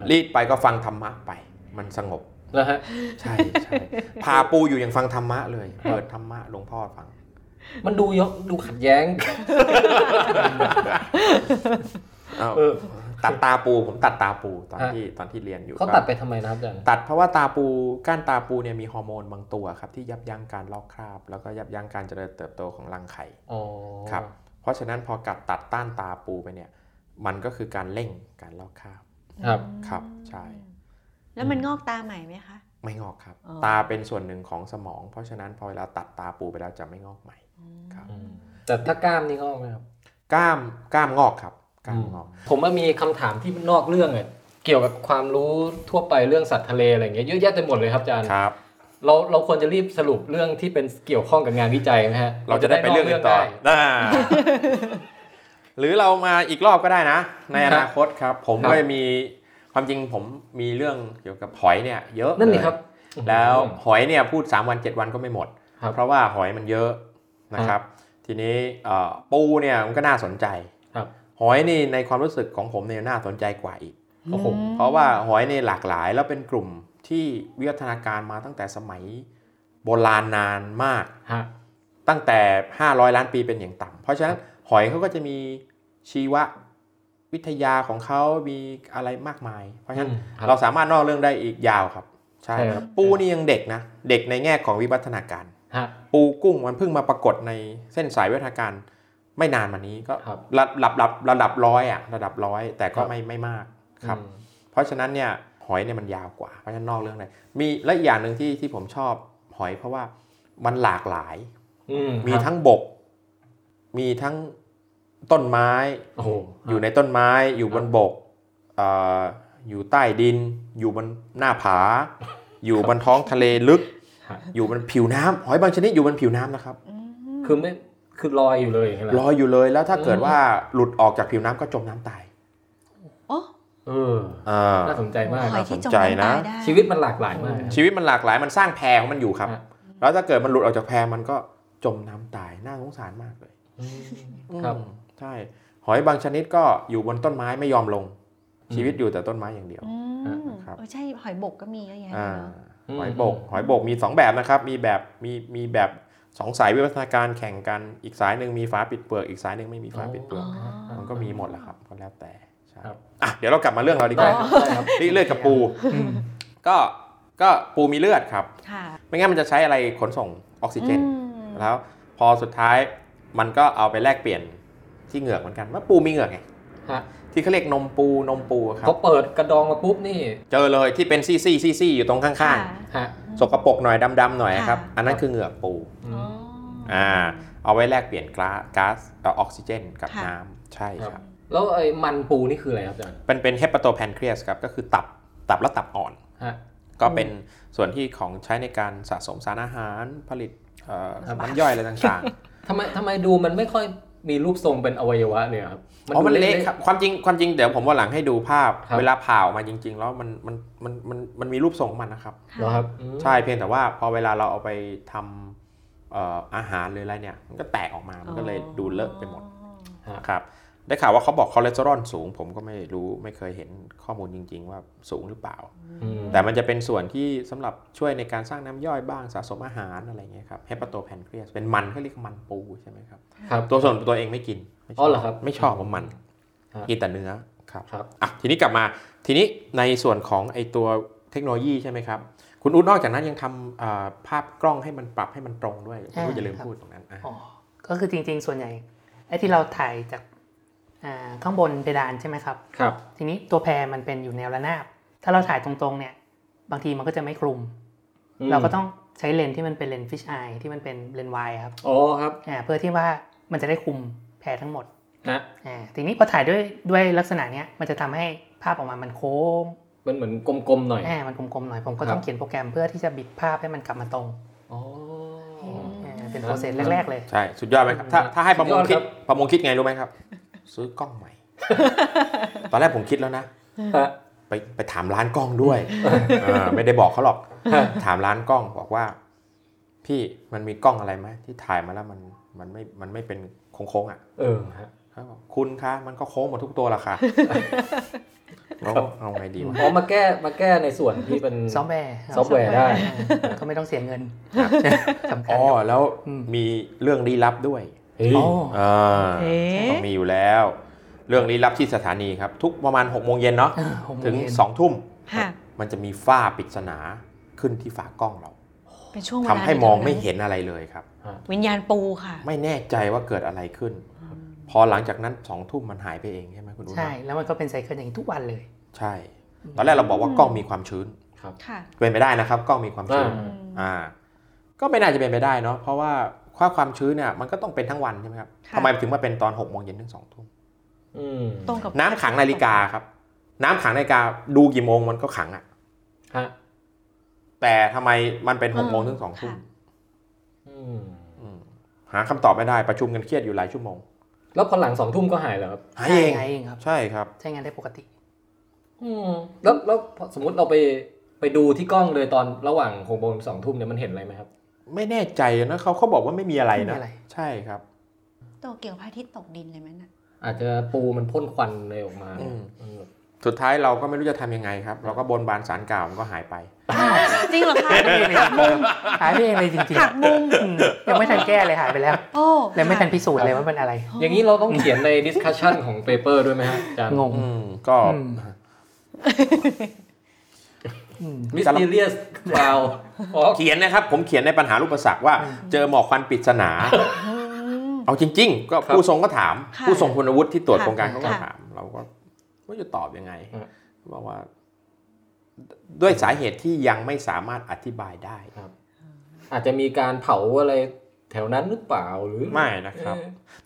B: รีดไปก็ฟังธรรมะไป มันสงบ
D: แล้วฮะ
B: ใช่ใช่ พาปูอยู่อย่างฟังธรรมะเลย เปิดธรรมะหลวงพ่อฟัง
D: มันดูยกดูขัดแย้ง
B: เอ้า
D: เออ
B: ตัดตาปูผมตัดตาปูตอนที่ตอนที่เรียนอยู่
D: เขา
B: ก็
D: ตัดไปทำไมนะครับอาจารย์
B: ตัดเพราะว่าตาปูก้านตาปูเนี่ยมีฮอร์โมนบางตัวครับที่ยับยั้งการลอกคราบ แล้วก็ยับยั้งการเจริญเติบโตของรังไข่
D: อ๋อ
B: ครับ เพราะฉะนั้นพอกัดตัดต้านตาปูไปเนี่ยมันก็คือการเร่งการลอกคราบ
D: ครับ
B: ครับใช่
C: แล้วมันงอกตาใหม่ไหมคะ
B: ไม่งอกครับ
C: อ๋อ
B: ตาเป็นส่วนหนึ่งของสมอง เพราะฉะนั้นพอเวลาตัดตาปูไปแล้วจะไม่งอกใหม่ ครับ
C: อืม
D: แต่ถ้ากล้ามนี่งอกไหมครับ
B: กล้ามกล้ามงอกครับกล้ามงอก
D: ผมว่ามีคำถามที่นอกเรื่องอะเกี่ยวกับความรู้ทั่วไปเรื่องสัตว์ทะเลอะไรอย่างเงี้ยเยอะแยะเต็มหมดเลยครับอาจารย์
B: ครับ
D: เราเราควรจะรีบสรุปเรื่องที่เป็นเกี่ยวข้องกับงานวิจัยนะฮะ
B: เราจะได้ไปเรื่องอื่นต่อ
D: ได้
B: ได้ หรือเรามาอีกรอบก็ได้นะ ในอนาคตครับ ผม
D: ครับ
B: ก็มีความจริงผมมีเรื่องเกี่ยวกับหอยเนี่ยเยอะ
D: นั่นนี่
B: เลย
D: ครับ
B: แล้วหอยเนี่ยพูด 3 วัน 7 วันก็ไม่หมด
D: ครับ
B: เพราะว่าหอยมันเยอะนะครับ ทีนี้เอ่อปูเนี่ยมันก็น่าสนใจ
D: ครับ
B: หอยนี่ในความรู้สึกของผมเนี่ยน่าสนใจกว่าอีก
D: โอ้โห
B: เพราะว่าหอยเนี่ยหลากหลายแล้วเป็นกลุ่มที่วิวัฒนาการมาตั้งแต่สมัยโบราณนานมาก
D: ฮะ
B: ตั้งแต่ 500 ล้านปีเป็นอย่างต่ำ เพราะฉะนั้นหอยเขาก็จะมีชีววิทยาของเขามีอะไรมากมาย เพราะฉะนั้น
D: อืมครับ
B: เราสามารถนอกเรื่องได้อีกยาวครับ ใช่
D: ใช่ครับ
B: ปูนี่ยังเด็กนะ เด็กในแง่ของวิวัฒนาการ
D: ฮะ
B: ปูกุ้งมันเพิ่งมาปรากฏในเส้นสายวิวัฒนาการไม่นานมานี้ก็
D: ครับ
B: ระดับระดับระดับร้อยอะระดับร้อยแต่
D: ค
B: ก็
D: รับ
B: ไม่ไม่มากครับ
D: อืม
B: เพราะฉะนั้นเนี่ยหอยเนี่ยมันยาวกว่าเพราะฉะนั้นนอกเรื่องเลยมีและอีกอย่างหนึ่งที่ที่ผมชอบหอยเพราะว่ามันหลากหลาย
D: อืม
B: มี
D: ครับ
B: ทั้งบก มีทั้งต้นไม้
D: โอ้โห
B: อยู่ในต้นไม้ อยู่บนบกเอ่ออยู่ใต้ดิน อยู่บนหน้า ผา อยู่บนท้องทะเลลึก
D: ครับ
B: อยู่บนผิวน้ำหอยบางชนิดอยู่บนผิวน้ำนะครับ
C: อืม
D: คือไม่คือลอยอยู่เลยใช่ไหม
B: ลอยอยู่เลย แล้วถ้าเกิด
D: อืม
B: ว่าหลุดออกจากผิวน้ำก็จมน้ำตาย
C: โอ้
D: เออ
B: อ่า
D: น่าสนใจมาก
C: ห
D: ค
C: อ
D: รั
C: ย
D: บ
C: ที่จม
B: ใจนะ
C: น้ำตายได้
D: ชีวิตมันหลากหลายมาก
B: ชีวิตมันหลากหลาย มันสร้างแพรของมันอยู่ครับ
D: ฮะ
B: แล้วถ้าเกิดมันหลุดออกจากแพรมันก็จมน้ำตาย น่าสงสารมากเลย
D: อืมครับ
B: อืมใช่ หอยบางชนิดก็อยู่บนต้นไม้ไม่ยอมลง
D: อืม
B: ชีวิตอยู่แต่ต้นไม้อย่างเดียว
C: อืม
B: ครับ
C: เออใช่หอยบกก็มีเยอะแยะ
B: อ่า
C: เนอะ
B: หอยบก หอยบกมี 2 แบบนะครับ มีแบบมีมีแบบสองสายวิวัฒนาการแข่งกันอีกสายหนึ่งมีฝาปิดเปลือกอีกสายหนึ่งไม่มีฝาปิดเปลื
C: อ๋
B: อ
C: อ
B: กมันก็มีหมดแหละครับก็แล้วแต่ใช่
D: ครับ
B: อ่ะเดี๋ยวเรากลับมาเรื่องเราดีก
D: ได้
B: ว่า
D: ครับได้ครับ
B: นี่เลือดกับปู
A: อืม
B: ก็ก็ปูมีเลือดครับ
C: ค่ะ
B: ไม่งั้นมันจะใช้อะไรขนส่งออกซิเจน
C: อืม
B: แล้วพอสุดท้ายมันก็เอาไปแลกเปลี่ยนที่เหงือกเหมือนกันว่าปูมีเหงือกไง
D: ฮะ
B: ที่เขาเรียกนมปูนมปูครับ
D: พอเปิดกระดองมาปุ๊บนี่
B: เจอเลยที่เป็นซี่ซี่ซี่ซี่อยู่ตรงข้
C: ค่ะ
B: าง
D: ฮะ
B: ๆ สกปรกหน่อยดำๆหน่อยครับ
C: ค่ะ
B: อันนั้นคือเหงือกปู
D: อื
C: อ๋อ
D: ม
C: อ
B: อ่าเอาไว้แลกเปลี่ยนก๊าซก๊าซเอ่อออกซิเจนกับ
C: ค่ะ
B: น้ำใช่ค
D: ครั
B: รับ บ
D: แล้วไอ้มันปูนี่คืออะไรครับอาจารย์
B: เป็นเป็นเฮปาโตแพนครี a สครับ ก็คือตับตับและตับอ่อน
D: ฮะ
B: ก็เป็นส่วนที่ของใช้ในการสะสมสารอาหารผลิตเอ่อ
D: ครับ
B: น้ำย่อยอะไรต่างๆ
D: ทำไมทำไมดูมันไม่ค่อยมีรูปทรงเป็นอวัยวะเนี่ยครับ
B: อ๋อ มัน
D: ดู
B: เละครับ ความจริง ความจริง เดี๋ยวผมวันหลังให้ดูภาพ
D: ครับ
B: เวลาผ่าออกมาจริง ๆ แล้วมันมัน มัน มัน มันมีรูปทรงของมันนะครับ
D: เหรอครับอืม
B: ใช่ เพียงแต่ว่าพอเวลาเราเอาไปทำเอ่ออาหารหรืออะไรเนี่ย มันก็แตกออกมา มันก็เลยดูเลอะไปหมดครับ ได้ข่าวว่าเขาบอกคอเลสเตอรอลสูง ผมก็ไม่รู้ ไม่เคยเห็นข้อมูลจริง ๆ ว่าสูงหรือเปล่า
D: อืม
B: แต่มันจะเป็นส่วนที่สำหรับช่วยในการสร้างน้ำย่อยบ้าง สะสมอาหารอะไรเงี้ยครับ เฮปาโตแพนเครียส เป็นมันเขาเรียกมันปูใช่ไหมครับ
D: ครับ
B: ตัวส่วนตัวเองไม่กินไม่ช
D: อ๋อเหรอครับ
B: ไม่ชอบของมัน
D: ฮะ
B: กินแต่เนื้อครับ
D: ครับ
B: อ่ะทีนี้กลับมาทีนี้ในส่วนของไอตัวเทคโนโลยีใช่ไหมครับคุณอุ๊ดนอกจากนั้นยังทำอ่าภาพกล้องให้มันปรับให้มันตรงด้วยคุณอุ๊ด
A: อ่า
B: อย่าลืม
A: ครับ
B: พูดตรงนั้นอ่ะ
A: อ๋อก็คือจริงๆ ส่วนใหญ่ไอ้ที่เราถ่ายจากอ่าข้างบนเพดานใช่ไหมครับ
D: ครับ
A: ทีนี้ตัวแพรมันเป็นอยู่แนวระนาบ ถ้าเราถ่ายตรงๆเนี่ย บางทีมันก็จะไม่คลุม
D: ม
A: เราก็ต้องใช้เลนส์ที่มันเป็นเลนส์ฟิชไอที่มันเป็นเลนส์วายครับ
D: อ๋อครับ
A: อ่าเพื่อที่ว่ามันจะได้คลุมแพรทั้งหมด
D: ฮะ
A: อ่าทีนี้พอถ่ายด้วยด้วยลักษณะเนี้ยมันจะทำให้ภาพออกมามันโค้ง
D: มันเหมือนกลมๆหน่อย
A: แหมมันกลมๆหน่อยผม
D: ค
A: ก็
D: รับ
A: ต้องเขียนโปรแกรมเพื่อที่จะบิดภาพให้มันกลับมาตรง
D: อ๋อ
A: แหมเป็นโปรเซสแรกๆเลย
B: ใช่ สุดยอดไหมครับถ้าถ้าให้ประมง
D: สุดย
B: คิ
D: อดครั
B: ด
D: บ
B: ประมงคิดไงรู้ไหมครับ ซื้อกล้องใหม่ ตอนแรกผมคิดแล้วนะ
D: ฮะ
B: ไปไปถามร้านกล้องด้วยเออไม่ได้บอกเขาหรอก ถามร้านกล้องบอกว่า พี่มันมีกล้องอะไรไหมที่ถ่ายมาแล้วมันมันไม่มันไม่เป็นโค้งๆอ่ะ
D: เออฮะ
B: เขาบอกคุณคะมันก็โค้งหมดทุกตัวละค่ะแล้วเอาไงดีวะ
D: อ๋อมาแก้มาแก้ในส่วนที่เป็น
A: ซอฟต์แวร์
D: ซอฟต์แวร์ได้
A: ก็ไม่ต้องเสียเงิน
B: ครับ
A: สำคัญ
B: อ๋อแล้ว
A: อืม
B: มีเรื่องลี้ลับด้วย
D: เฮ้ย
A: อ๋อ
B: เออ
C: เอ๊ะ
B: ต้องมีอยู่แล้ว เรื่องลี้ลับที่สถานีครับ ทุกประมาณ6กโมงเย็นเนาะ
A: ผม
B: ถึง
A: เห็น
B: สองทุ่ม
C: ค่ะ
B: มันจะมีฝ้าปริศนาขึ้นที่ฝากล้องเรา
C: เป็นช่วงเว
B: ทำ
C: ลา
B: ให้มองไม่
C: ท่า
B: เห็นอะไรเลยครับ
C: วิญญาณปูค่ะ
B: ไม่แน่ใจว่าเกิดอะไรขึ้น พอหลังจากนั้นสองทุ่มมันหายไปเองใช่ไหมคุณอุ้ม
A: ใช่ แล้วมันก็เป็นไซเคิลอย่างนี้ทุกวันเลย
B: ใช่ ตอนแรกเราบอกว่ากล้องมีความชื้น
C: ค่ะ
B: เป็นไปได้นะครับกล้องมีความชื้น
C: อืม
B: อ่า ก็ไม่น่าจะเป็นไปได้เนาะเพราะว่าค่าความชื้นเนี่ยมันก็ต้องเป็นทั้งวันใช่ไหมครับ
C: ะ
B: ทำไมถึงมาเป็นตอน6กโมงเย็นถึงสองทุ่ม
D: อืม
C: ตรงกับ
B: น้ำขังนาฬิกาครับ น้ำขังนาฬิกาดูกี่โมงมันก็ขังอะ
D: ฮะ
B: แต่ทำไมมันเป็น6กโมงถึงสองทุ่ม
C: ค่ะ
D: อืม
B: อืมหาคำตอบไม่ได้ประชุมกันเครียดอยู่หลายชั่วโมง
D: แล้วพอหลังสองทุ่มก็หายแล้วครับ
B: หายเอง
A: ใช่หายเองครับ
B: ใช่ครับ
A: ใช้งานได้ปกติ
D: อืมแล้วแล้วพอสมมติเราไปไปดูที่กล้องเลยตอนระหว่างหกโมงถึงสองทุ่มเนี่ยมันเห็นอะไรไหมครับ
B: ไม่แน่ใจนะเขาเขาบอกว่าไม่มีอะไร
A: ไม่
B: นะ
A: มีอะไร
B: ใช่ครับ
C: โตเกียวพระอาทิตย์ตกดินเลยไหมนะ
D: อาจจะปูมันพ่นควันอะไรออกมา
B: อืม
D: เออ
B: สุดท้ายเราก็ไม่รู้จะทำยังไงครับ เราก็บนบานสารกล่าวมันก็หายไป
C: จริงเหรอคะ
A: หายไปเองเลยจริงๆ
C: หักมุม
A: อืยังไม่ทันแก้เลยหายไปแล้ว
C: โอ้
A: เลยไม่ทัน
C: ค่ะ
A: พิสูจน์เลยว่าเป็นอะไร
D: อย่างนี้เราต้องเขียนใน discussion ของ paper ด้วยไหมฮะอาจารย์
A: งง
B: อืมก็
A: อืม อืม
D: mysterious cloud อ๋อ
B: เขียนนะครับ ผมเขียนในปัญหารูปสรรคว่า เจอหมอกควันปริศนา
C: อืม
B: เอาจริง ๆ ก็ผู้ทรงก็ถาม
C: ค่ะ
B: ผู้ทรงคุณวุฒิที่ตรวจ
C: ค่ะ
B: โครงการเขาก็
C: ค่ะ
B: ถาม เราก็ว่าจะตอบยังไงบอกว่า ด้วยสาเหตุที่ยังไม่สามารถอธิบายได้
D: อาจจะมีการเผาอะไรแถวนั้นหรือเปล่าหรือ
B: ไม่นะครับ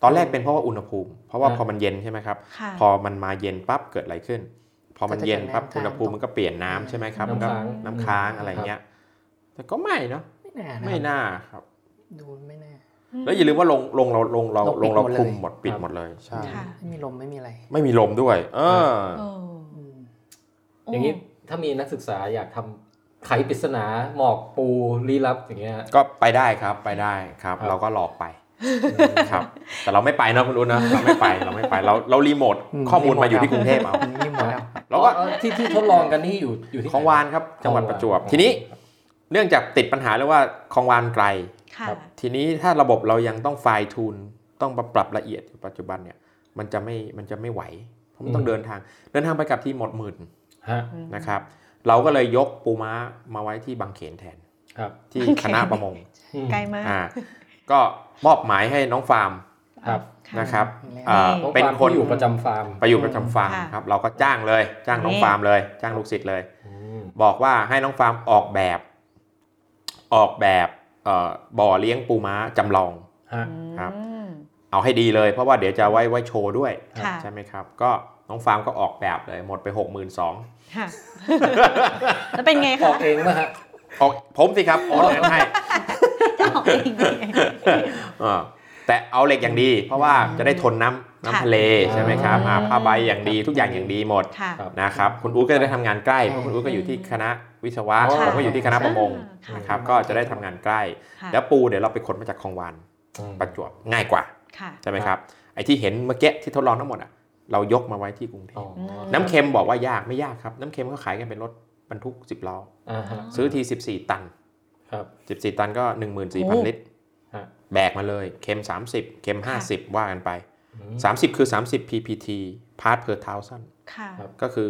B: ตอนแรกเป็นเพราะว่าอุณหภูมิ เพราะว่า
D: อ่ะ
B: พอมันเย็นใช่ไหมครับ
C: ค่ะ
B: พอมันมาเย็นปั๊บเกิดอะไรขึ้น พอมันเย็นปั๊บ
A: ก็จะเกิ
B: อุณ
A: ด
B: ห
A: น้ำค้าง
B: ภูมิมันก็เปลี่ยนน้ำใช่ไหมครับ
D: น้ำค้าง
B: น้ำค้างอะไรเงี้ย แต่ก็ไม่เนาะ
A: ไม่น่านะ
B: ไม่น่าครับ
A: ดูไม่น่า
B: แล้วอย่าลืมว่าลงลงเราลงเราล
A: ล
B: ง
A: ง
B: เรา
A: ปิดหมดเลย
B: คุมหมดปิดหมดเลยใช่
C: ค่ะ
A: ไม่มีลมไม่มีอะไร
B: ไม่มีลมด้วย เออ
C: โอ้
A: อืม
D: อย่างนี้ถ้ามีนักศึกษาอยากทำไขปริศนาหมอกปูลี้ลับอย่างเงี้ย
B: ก็ไปได้ครับไปได้ครับ
D: ครับ
B: เราก็หลอกไปครับ แต่เราไม่ไปนะคุณอุ้นนะเราไม่ไปเราไม่ไปเราเรารีโมทข้อมูลมาอยู่ที่กรุงเทพเอา
A: นี่หมดแล้ว
B: เราก็
D: อ๋อที่ที่ทดลองกันที่อยู่อยู่ที่
B: คลองวานครับ จังหวัดประจวบ ทีนี้เนื่องจากติดปัญหาเรื่องว่าคลองวานไกล
C: ค่ะ
B: ทีนี้ถ้าระบบเรายังต้องไฟล์ทูนต้องปรับละเอียดอยู่ปัจจุบันเนี่ย มันจะไม่มันจะไม่ไหวเพราะมันต้องเดินทาง เดินทางไปกลับที่หมดหมื่น
D: ฮะ
B: นะครับ เราก็เลยยกปูม้ามาไว้ที่บางเขนแทน
D: ครับ
B: ที่
C: บางเขน
B: คณะประมง
D: อืม
C: ไกลมาก
B: อ่า ก็มอบหมายให้น้องฟาร์ม
D: ครับ
C: ค่ะ
B: นะครับ
A: นี่
B: เอ่อ
D: ต้อง
B: เป็น
D: ฟาร์ม
B: คน
D: ที่อยู่ประจำฟาร์ม
B: ไปอยู่ประจำฟาร์ม
C: ค่ะ
B: ครับ เราก็จ้างเลย จ้างน้องฟาร์มเลย จ้างลูกศิษย์เลย
D: อืม
B: บอกว่าให้น้องฟาร์มออกแบบ ออกแบบเอ่อบ่อเลี้ยงปูม้าจำลอง
D: ฮะ
B: ครับ
C: อืม
B: เอาให้ดีเลยเพราะว่าเดี๋ยวจะไว้ไว้โชว์ด้วย
C: ค่ะ
B: ใช่ไหมครับ ก็น้องฟาร์มก็ออกแบบเลยหมดไป 6 2 0 0 0
C: ค่ะ แล้วเป็นไง
D: ออ
C: คะ
D: กเองป่ะฮะ
B: ออกผมสิครับออกแบบ ให้
C: จะออกเองได้ไง
B: เออแต่เอาเหล็กอย่างดี เพราะว่าจะได้ทนน้ำ
C: ค่ะ
B: น้ำทะเลใช่ไหมครับอ่า
C: อืม
B: ผ้าใบอย่างดีทุกอย่างอย่างดีหมด
C: ค่ะ
D: ครับ
B: นะครับคุณอู๋ก็จะได้ทำงานใกล้เพราะคุณอู๋ก็อยู่ที่คณะวิศวะ
D: ค่ะ
B: ผมก็อยู่ที่คณะประมง
C: ค่ะ
B: นะครับก็จะได้ทำงานใกล้
C: ค่ะ
B: แล้วปูเดี๋ยวเราไปขนมาจากคลองวานประจวบง่ายกว่า
C: ค่ะ
B: ใช่ไหมครับไอ้ที่เห็นเมื่อกี้ที่ทดลองทั้งหมดอ่ะเรายกมาไว้ที่กรุงเท
D: อ๋อ
B: พ
C: ม
B: น้ำเค็มบอกว่ายากไม่ยากครับ น้ำเค็มก็ขายกันเป็นรถบรรทุก 10ล้อ
D: อ่าฮะ
B: ซื้อที 14 ตัน
D: ครับ
B: 14 ตันก็
C: โอ้
B: 14,000 ลิตร
D: ฮะ
B: แบกมาเลย เค็ม 30 เค็ม 50 ว่ากันไป
D: อืม
B: 30 คือ 30 ppt part per thousand
C: ค่ะ
D: ครับ
B: ก็คือ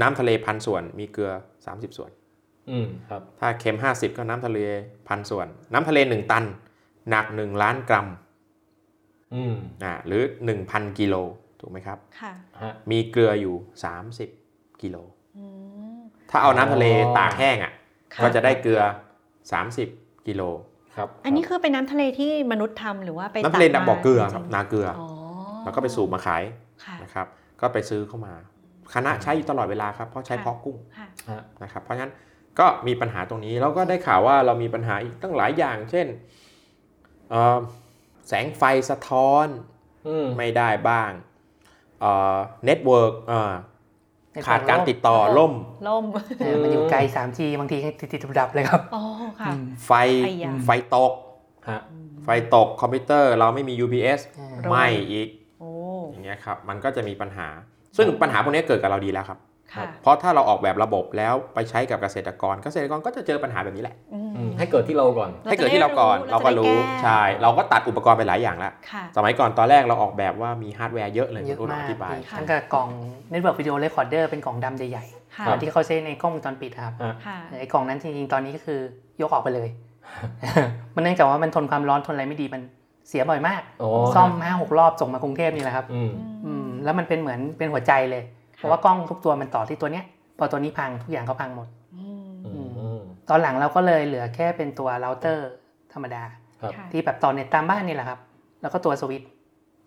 B: น้ำทะเลพันส่วนมีเกลือ 30 ส่วน
D: อืมครับ
B: ถ้าเค็ม 50 ก็น้ำทะเลพันส่วน น้ำทะเล 1 ตัน หนัก 1 ล้านกรัม
D: อืม
B: นะหรือ 1,000 กิโล ถูกไหมครับ
C: ค่ะ
D: ฮะ
B: มีเกลืออยู่ 30 กิโล
C: อืม
B: ถ้าเอาน้ำทะเล
D: อ๋อ
B: ตากแห้งอ่ะ
C: ค่ะ
B: ก็จะได้เกลือ 30 กิโล
D: ครับ
C: อันนี้คือเป็นน้ำทะเลที่มนุษย์ทำหรือว่าไป
B: น้ำทะเลน่ะ
C: ตัมา
B: บ่อเกลือครับ
C: จงๆ
B: นาเกลือ
C: อ๋อ
B: แล้วก็ไปสูบมาขาย
C: ค่ะ
B: นะครับ ก็ไปซื้อเข้ามา คณะใช้อยู่ตลอดเวลาครับเพราะใช้เพาะกุ้ง
C: ค่ะ
B: นะครับเพราะฉะนั้นก็มีปัญหาตรงนี้แล้วก็ได้ข่าวว่าเรามีปัญหาอีกตั้งหลายอย่าง เช่นเอ่อแสงไฟสะท้อน
D: อืม
B: ไม่ได้บ้างเน็ตเวิร์กขาดการติดต่อล่ม
C: ล่ม
A: เออมันอยู่ไกล 3G บางทีติดติดดับๆเลยครับ
C: อ๋อค่ะ
A: อืม
B: ไฟ
C: ไอ้ยา
B: ไฟตก
D: ฮะ
B: ไฟตกคอมพิวเตอร์เราไม่มี UPS
A: อืม
B: ไหม่อีก
C: โอ้
B: อย่างเงี้ยครับมันก็จะมีปัญหา ซึ่งปัญหาพวกนี้เกิดกับเราดีแล้วครับ
C: ค่ะ
B: เพราะถ้าเราออกแบบระบบแล้วไปใช้กับเกษตรกร เกษตรกรก็จะเจอปัญหาแบบนี้แหละ
C: อืม
D: อืมให้เกิดที่เราก่อน
C: เรา
B: ให้เกิดที่เราก่อน
C: จะได้รู้
B: เราก็รู้
C: เราจะได้แก้
B: ใช่เราก็ตัดอุปกรณ์ไปหลายอย่างแล้ว
C: ค่ะ
B: สมัยก่อนตอนแรกเราออกแบบว่ามีฮาร์ดแวร์เยอะเลย
A: เยอะ
B: คุณ
A: มา
B: อก ธิบาย
A: ทั้งกับกล่องเน็ตเวิร์กวิดีโอเรคคอร์เดอร์เป็นกล่องดำใหญ่
C: ค่ะ
A: ๆแบบที่เขาใช้ในกล้องวงจรปิดครับ
C: ค่ะ
A: ไอ้กล่องนั้นจริงๆ ตอนนี้ก็คือยกออกไปเลย มันเนื่องจากว่ามันทนความร้อนทนอะไรไม่ดีมันเสียบ่อยมาก
D: อ๋อ
A: ซ่อมห้าหกรอบส่งมากรุงเทพนี่แหละครับ
D: อืม
A: อืมแล้วมันเป็นเหมือนเป็นหัวใจเลย เพราะว่ากล้องทุกตัวมันต่อที่ตัวเนี้ย พอตัวนี้พังทุกอย่างก็พังหมด
C: อืม
D: อืม
A: ตอนหลังเราก็เลยเหลือแค่เป็นตัวเราเตอร์ธรรมดา
D: ครับ
C: ค่ะ
A: ที่แบบต่อเน็ตตามบ้านนี่แหละครับ แล้วก็ตัวสวิตช์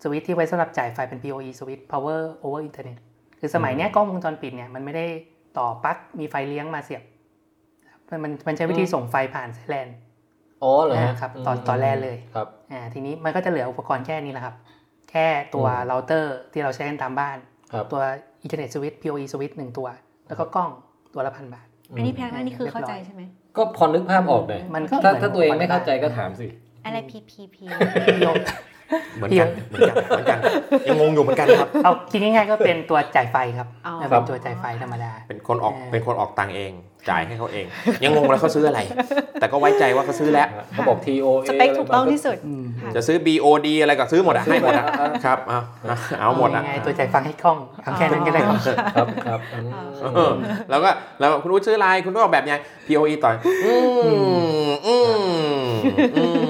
A: สวิตช์ที่ไว้สำหรับจ่ายไฟเป็น POE สวิตช์ power over internet คือสมัยเนี้ยกล้องวงจรปิดเนี่ยมันไม่ได้ต่อปลั๊กมีไฟเลี้ยงมาเสียบครับมันมันมันใช้วิธีส่งไฟผ่านสายแลน
D: อ๋อเหรอฮะ
A: นะครับตอนตอนแรกเลย
D: ครับ
A: อ่าทีนี้มันก็จะเหลืออุปกรณ์แค่นี้แหละครับ แค่ตัว
D: อืม
A: เราเตอร์ที่เราใช้กันตามบ้าน
D: ครับ
A: ตัวอินเทอร์เน็ตสวิตช์ POE สวิตช์หนึ่งตัว แล้วก็กล้องตัวละพันบาท
C: อันนี้แพงมากนี่คือเข้าใจ
A: เรียบร้อย
C: ใช่ไหม
D: ก็พอนึกภาพออกเลย
A: มันก็
D: ถ้า
A: ห
D: ถ้า
A: มือน
D: ตัวเองไม่เข้าใจก็ถามสิ
C: อะไรพีพีพี
A: ยก
B: เหมือนกันเหมือนกันเหมือนกัน ยังงงอยู่เหมือนกันครับ
A: เอาคิดง่ายๆก็เป็นตัวจ่ายไฟครับ
C: อ๋อ
A: เป็นตัวจ่ายไฟธรรมดา
B: เป็นคนออก
A: เออ
B: เป็นคนออกตังค์เอง จ่ายให้เขาเอง ยังงงเลยเขาซื้ออะไร แต่ก็ไว้ใจว่าเขาซื้อแล้ว
D: เขาบอก TOA
C: สเปคถูกต้องที่สุด ค่ะ
B: จะซื้อ BOD อะไรก็ซื้อหมดอะให้หมดอะครับเอาเอาหมดอะ
A: ยังไงตัวจ่ายไฟให้กล้องเอาแค่นั้นก็ได้ครับ
D: ครับครับอืม
B: เออแล้วก็แล้วคุณอู้ชื่ออะไรคุณอู้ออกแบบยัง POE ต่อยอืมอืมอืม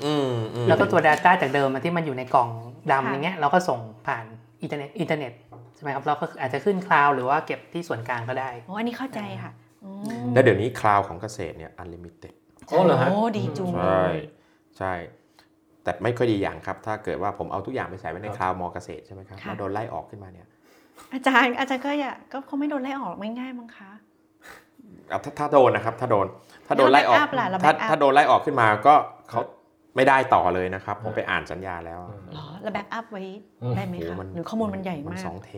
B: อืมอืม
A: แล้วก็ตัว Data จากเดิมอะที่มันอยู่ในกล่อง
C: ค่ะ
A: ดำอย่างเงี้ยเราก็ส่งผ่านอินเทอร์เน็ตอินเทอร์เน็ตใช่ไหมครับเราก็อาจจะขึ้นคลาวหรือว่าเก็บที่ส่วนกลางก็ได้
C: โอ้อันนี้เข้าใจค่ะอืม
B: แล้วเดี๋ยวนี้คลาวของเกษตรเนี่ย u n l i m i t e d
D: อ๋อเหรอฮะ
C: โอ้ดีจุง
B: ใช่ใช่ แต่ไม่ค่อยดีอย่างครับ ถ้าเกิดว่าผมเอาทุกอย่างไปใส่ไว้ในคลาวมอเกษตรใช่ไหมครับแล้วโดนไล่ออกขึ้นมาเนี่ย
C: อาจารย์อาจารย์ก็อย่าก็คงไม่โดนไล่ออกไม่ง่ายมั้งคะ
B: เอาถ้าถ้าโดนนะครับ ถ้าโดน ถ้าโดนไล่ออก
C: แล้ว backup ล่ะแล้ว
B: ถ้า
C: backup
B: ถ้าโดนไล่ออกขึ้นมาก็เขาไม่ได้ต่อเลยนะครับ ผมไปอ่านสัญญาแล้วอะ
C: หรอแล้วแบ็กอัพไว้ได้ไหม
B: โอ้
C: คะ
B: โ
C: หรือข้อมูลมันใหญ่
B: มั
C: มาน ก
B: สองเท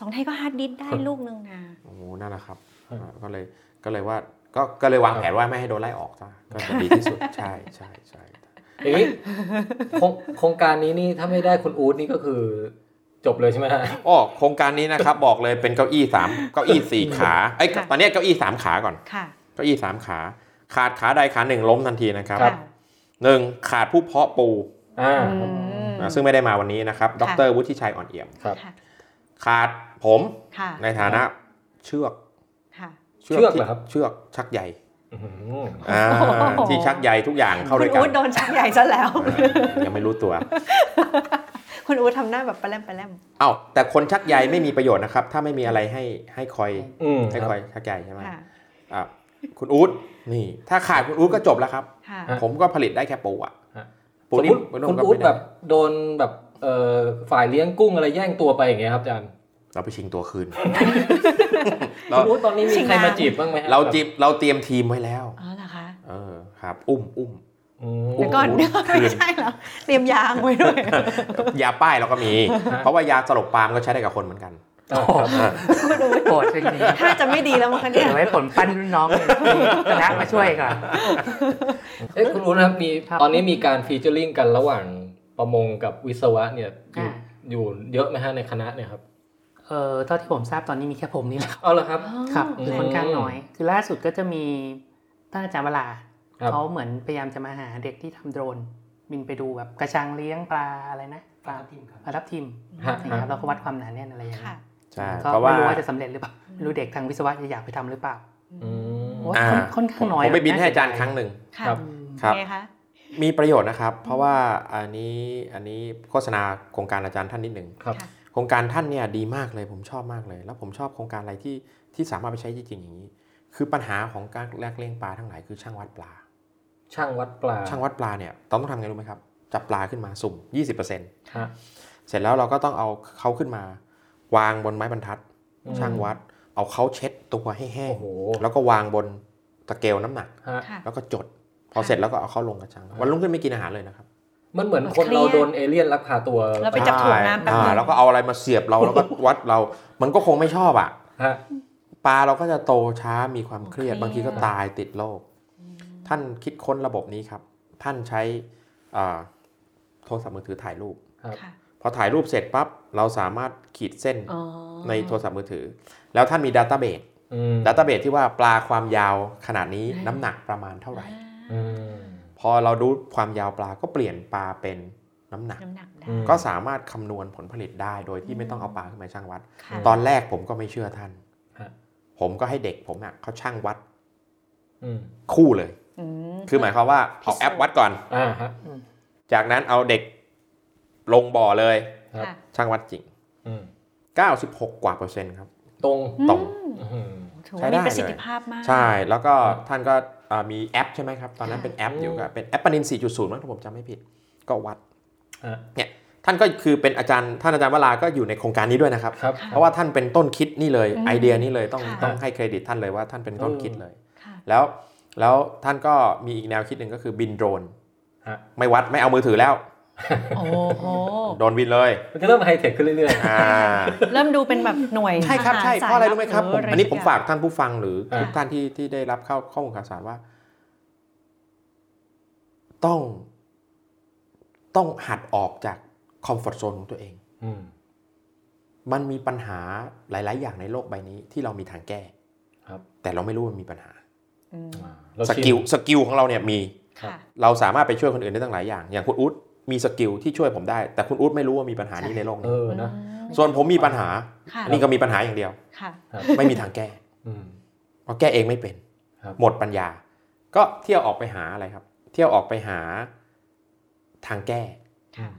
C: สองไทยก็ฮาร์ดดิสก์ได้ลูกนึงนะ
B: โอ้โหนั่นแหละครับ
D: ครับ
B: อ่าก็เลย ก็เลยว่า ก็ ก็เลยวางแผนว่าไม่ให้โดนไล่ออกจ้ะก็จะดีที่ สุด ใช่ ใช่ ใช่
D: อย่างนี้โครงโครงการนี้นี่ถ้าไม่ได้คุณอู๊ดนี่ก็คือจบเลยใช่ไหมฮะ
B: โอ้ โครงการนี้นะครับ บอกเลยเป็นเก้าอี้สามเก้าอี้ สี่ขาไอ้ย
C: ค่ะ
B: ตอนนี้เก้าอี้สามขาก่อน
C: ค่ะ
B: เก้าอี้สามขา ขาดขาใดขาหนึ่งล้มทันทีนะครับ
C: ค่ะ
B: หนึ่งขาดผู้เพาะปู
D: อ่า
C: อืม
B: อ่าซึ่งไม่ได้มาวันนี้นะครับ ด
C: ค่ะ
B: รวุฒิชัยอ่อนเอี่ยม
D: ครับ
C: ค่ะ
B: ขาดผม
C: ค่ะ
B: ในฐานะเชือก
C: ค่ะ
D: เชือกเหรอครับ
B: เชือกชักใย
D: อื้อหือ
B: อ่า
C: โอ้โห
B: ที่ชักใยทุกอย่างเข้าด้วย
C: คุณ
B: กัน
C: อู๊ดโดนชักใหญ่ซะแล้ว
B: อ่ายังไม่รู้ตัว
C: คุณอู๊ดทำหน้าแบบปลาแลมปลาแลม
B: อ้าวแต่คนชักใยไม่มีประโยชน์นะครับ ถ้าไม่มีอะไรให้ให้คอย
D: อืม
B: ให้
D: ค
B: ครับ อยชักใยใช่ไหม
C: ค่ะ
B: อ่ะคุณอู๊ดนี่ ถ้าขาดคุณอู๊ดก็จบแล้วครับ
C: ค่ะ
D: ฮะ
B: ผมก็ผลิตได้แค่ปูอ่ะ
D: ฮะ
B: ปู
D: สม
B: นี่
D: มติ
B: ปูนุ่ม
D: คุณ
B: ก็
D: อู๊ด
B: ไม่
D: แบ
B: ได้
D: บโดนแบบเอ่อฝ่ายเลี้ยงกุ้งอะไรแย่งตัวไปอย่างเงี้ยครับอาจารย์
B: เราไปชิงตัวคืน เรา
D: คุณอู๊ดตอนนี้มี
C: ชิง
D: ใครมา
C: น้ำ
D: จีบบ้างไหมฮะ
B: เราจีบเราเตรียมทีมไว้แล้ว
C: อ๋อเหรอคะ
B: เออครับ อุ้มอุ้ม
D: อืม
B: แล้
C: แล้ว
B: ว
C: ก่อน
B: โอ้โห
C: ไม่ใช่เหรอเตรียมยางไว้ด้วย
B: ยาป้ายเราก็มี
D: ฮะ
B: เพราะว่ายาสลบปามก็ใช้ได้กับคนเหมือนกัน
D: อ่าครับ
A: คุณอู๊ดโกรธจริงๆ
C: ถ้าจะไม่ดีแล้วมั้งคะเนี่ย
A: เดี๋ยวให้ผลปั้นรุ่นน้องเลยคณะมาช่วยก่อน
D: เอ๊ะคุณอู๊ดนะครับมี
A: ครับ
D: ตอนนี้มีการฟีเจอริงกันระหว่างประมงกับวิศวะเนี่ยอยู่อยู่เยอะไหมฮะในคณะเนี่ยครับ
A: เออเท่าที่ผมทราบตอนนี้มีแค่ผมนี่แหละครับ
D: เอาละครับ
A: ครับ
D: อืม
A: คือค่อนข้างน้อย คือล่าสุดก็จะมีท่านอาจารย์วรา
D: ครับ
A: เขาเหมือนพยายามจะมาหาเด็กที่ทำโดรน บินไปดูแบบกระชังเลี้ยงปลาอะไรนะปลา
I: ทีมครับ
A: ปลาทับทิม
D: ฮะ
A: นะ
D: ฮะ
A: ครับเราก็วัดความหนาแน่นอะไรอย่าง
C: ค่ะ
A: เงี้ย
B: ใช่
A: ก็
B: เพราะว่า
A: ไม่รู้ว่าจะสำเร็จหรือเปล่าไม่รู้เด็กทางวิศวะจะอยากไปทำหรือเปล่า
D: อืม
A: ว่าค่อนค่อนข้างน้อย
B: ผมไปบินให้
A: เสี
B: อาย
A: ด
B: จารย์ครั้งหนึ่ง
C: ค่ะ
D: ครับ
B: ครับ
C: ไงคะ
B: มีประโยชน์นะครับ เพราะว่าอันนี้อันนี้โฆษณาโครงการอาจารย์ท่านนิดหนึ่ง
D: ครับ
C: ะ
B: โครงการท่านเนี่ยดีมากเลยผมชอบมากเลย แล้วผมชอบโครงการอะไรที่ที่สามารถไปใช้จริงๆอย่างนี้ คือปัญหาของการแลกเลี้ยงปลาทั้งหลายคือช่างวัดปลา
D: ช่างวัดปลา
B: ช่างวัดปลาเนี่ยต้องต้องทำไงรู้ไหมครับ จับปลาขึ้นมาสุ่ม 20%
D: ฮะ
B: เสร็จแล้วเราก็ต้องเอาเขาขึ้นมา วางบนไม้บรรทัด
D: อืม
B: ช่างวัด เอาเขาเช็ดตัวให้แห้ง
D: โอ้โห
B: แล้วก็วางบนตะเกลน้ำหนัก
D: ฮะ
C: ค่ะ
B: แล้วก็จด พอเสร็จแล้วก็เอาเขาลงกระชัง วันรุ่งขึ้นไม่กินอาหารเลยนะครับ
D: มันเหมือนคน
C: เครียด
D: เราโดนเอเลี่ยนลักพาตัว
C: แล้วไปจับถ่วงน้ำแป๊บ
B: อ่า
C: นึง
B: แล้วก็เอาอะไรมาเสียบเราแล้ว ก็ วัดเรา มันก็คงไม่ชอบอ่ะ
D: ฮะ
B: ปลาเราก็จะโตช้ามีความเครียด บางทีก็ตายติดโรคท่านคิดค้นระบบนี้ครับ ท่านใช้อ่าโทรศัพท์มือถือถ่ายรูป
C: ค่ะ
B: พอถ่ายรูปเสร็จปั๊บเราสามารถขีดเส้น
C: อ๋อ
B: ในโทรศัพท์มือถือ แล้วท่านมีดัตต้าเบส
D: อืม
B: ดัตต้าเบสที่ว่าปลาความยาวขนาดนี้น้ำหนักประมาณเท่าไหร่
D: อืม
B: พอเราดูความยาวปลาก็เปลี่ยนปลาเป็นน้ำหนัก
C: น้ำหนักได้
D: อืม
B: ก็สามารถคำนวณผลผลิตได้โดยที่ไม่ต้องเอาปลาขึ้นมาชั่งวัด
C: ค่ะ
B: ตอนแรกผมก็ไม่เชื่อท่าน
D: ฮะ
B: ผมก็ให้เด็กผมอ่ะเขาชั่งวัด
D: อืม
B: คู่เลย
C: อืม
B: คือหมายความว่าเอาแอปวัดก่อน
D: อ่าฮะ
B: จากนั้นเอาเด็กลงบ่อเลย
D: ครับ
C: ค่ะ
B: ช่างวัดจริง
D: อืม
B: 96 กว่าเปอร์เซ็นต์ครับ
D: ตรง
B: ตรง
C: อืม
D: อืม
C: ถือ
B: ใช้
C: ว่า
B: ได้เลย
C: มีประสิทธิภาพมาก
B: ใช่แล้วก็
D: ครับ
B: ท่านก็อ่ามีแอปใช่ไหมครับ ตอนนั้น
C: ค่ะ
B: เป็นแอป
D: อืม
B: อยู่ก็เป็นแอปปนิน 4.0 มั้งถ้าผมจำไม่ผิด ก็วัด
D: ฮะ
B: เนี่ยท่านก็คือเป็นอาจารย์ท่านอาจารย์วราก็อยู่ในโครงการนี้ด้วยนะครับ
D: ครับ
C: ค่ะ
B: เพราะว่าท่านเป็นต้นคิดนี่เลย
C: อืม
B: ไอเดียนี่เลยต้อง
C: ค่ะ
B: ต้องให้เครดิตท่านเลยว่าท่านเป็นต้นคิดเลย
C: ค่ะ
B: แล้วแล้วท่านก็มีอีกแนวคิดหนึ่งก็คือบินโดรน
D: ฮะ
B: ไม่วัดไม่เอามือถือแล้ว
C: โอ้โห
B: โดรนบินเลย
D: มันจะเริ่มไฮเทคขึ้นเรื่อย
B: อ่า
C: เริ่มดูเป็นแบบหน่วย
B: ใช่ครับ
C: ทห
B: ใช่
C: สย
B: เพราะอะไรรู้ไหมครับผม
C: เะ
B: อันนี้
C: สั
B: ผม
C: ย่ง
B: ฝากท่านผู้ฟังหรือ
D: ค่ะ
B: ทุกท่านที่ที่ได้รับข้อข้อมูลข่าวสารว่า ต้อง ต้องหัดออกจากคอมฟอร์ทโซนของตัวเอง
D: ๆ อืม
B: มันมีปัญหาหลาย ๆ อย่างในโลกใบนี้ที่เรามีทางแก้
D: ครับ
B: แต่เราไม่รู้ว่ามันมีปัญหา
C: อืม
D: เรา
B: ส
D: ชิน
B: กิลสกิลของเราเนี่ยมี
D: ครับ
C: ค่ะ
B: เราสามารถไปช่วยคนอื่นได้ตั้งหลายอย่าง อย่างคุณอุ๊ดมีสกิลที่ช่วยผมได้ แต่คุณอุ๊ดไม่รู้ว่ามีปัญหานี้ในโลก
D: เอ
B: นี้
D: อนะ
C: อืม
B: ส่วนผมมีปัญหา
C: ค่ะ
B: อันนี้ก็มีปัญหาอย่างเดียว
C: ค่ะ
B: ไม่มีทางแก้
D: อืม
B: เพราะแก้เองไม่เป็น
D: ครับ
B: หมดปัญญา ก็เที่ยวออกไปหาอะไรครับ เที่ยวออกไปหาทางแก้
C: ค่ะ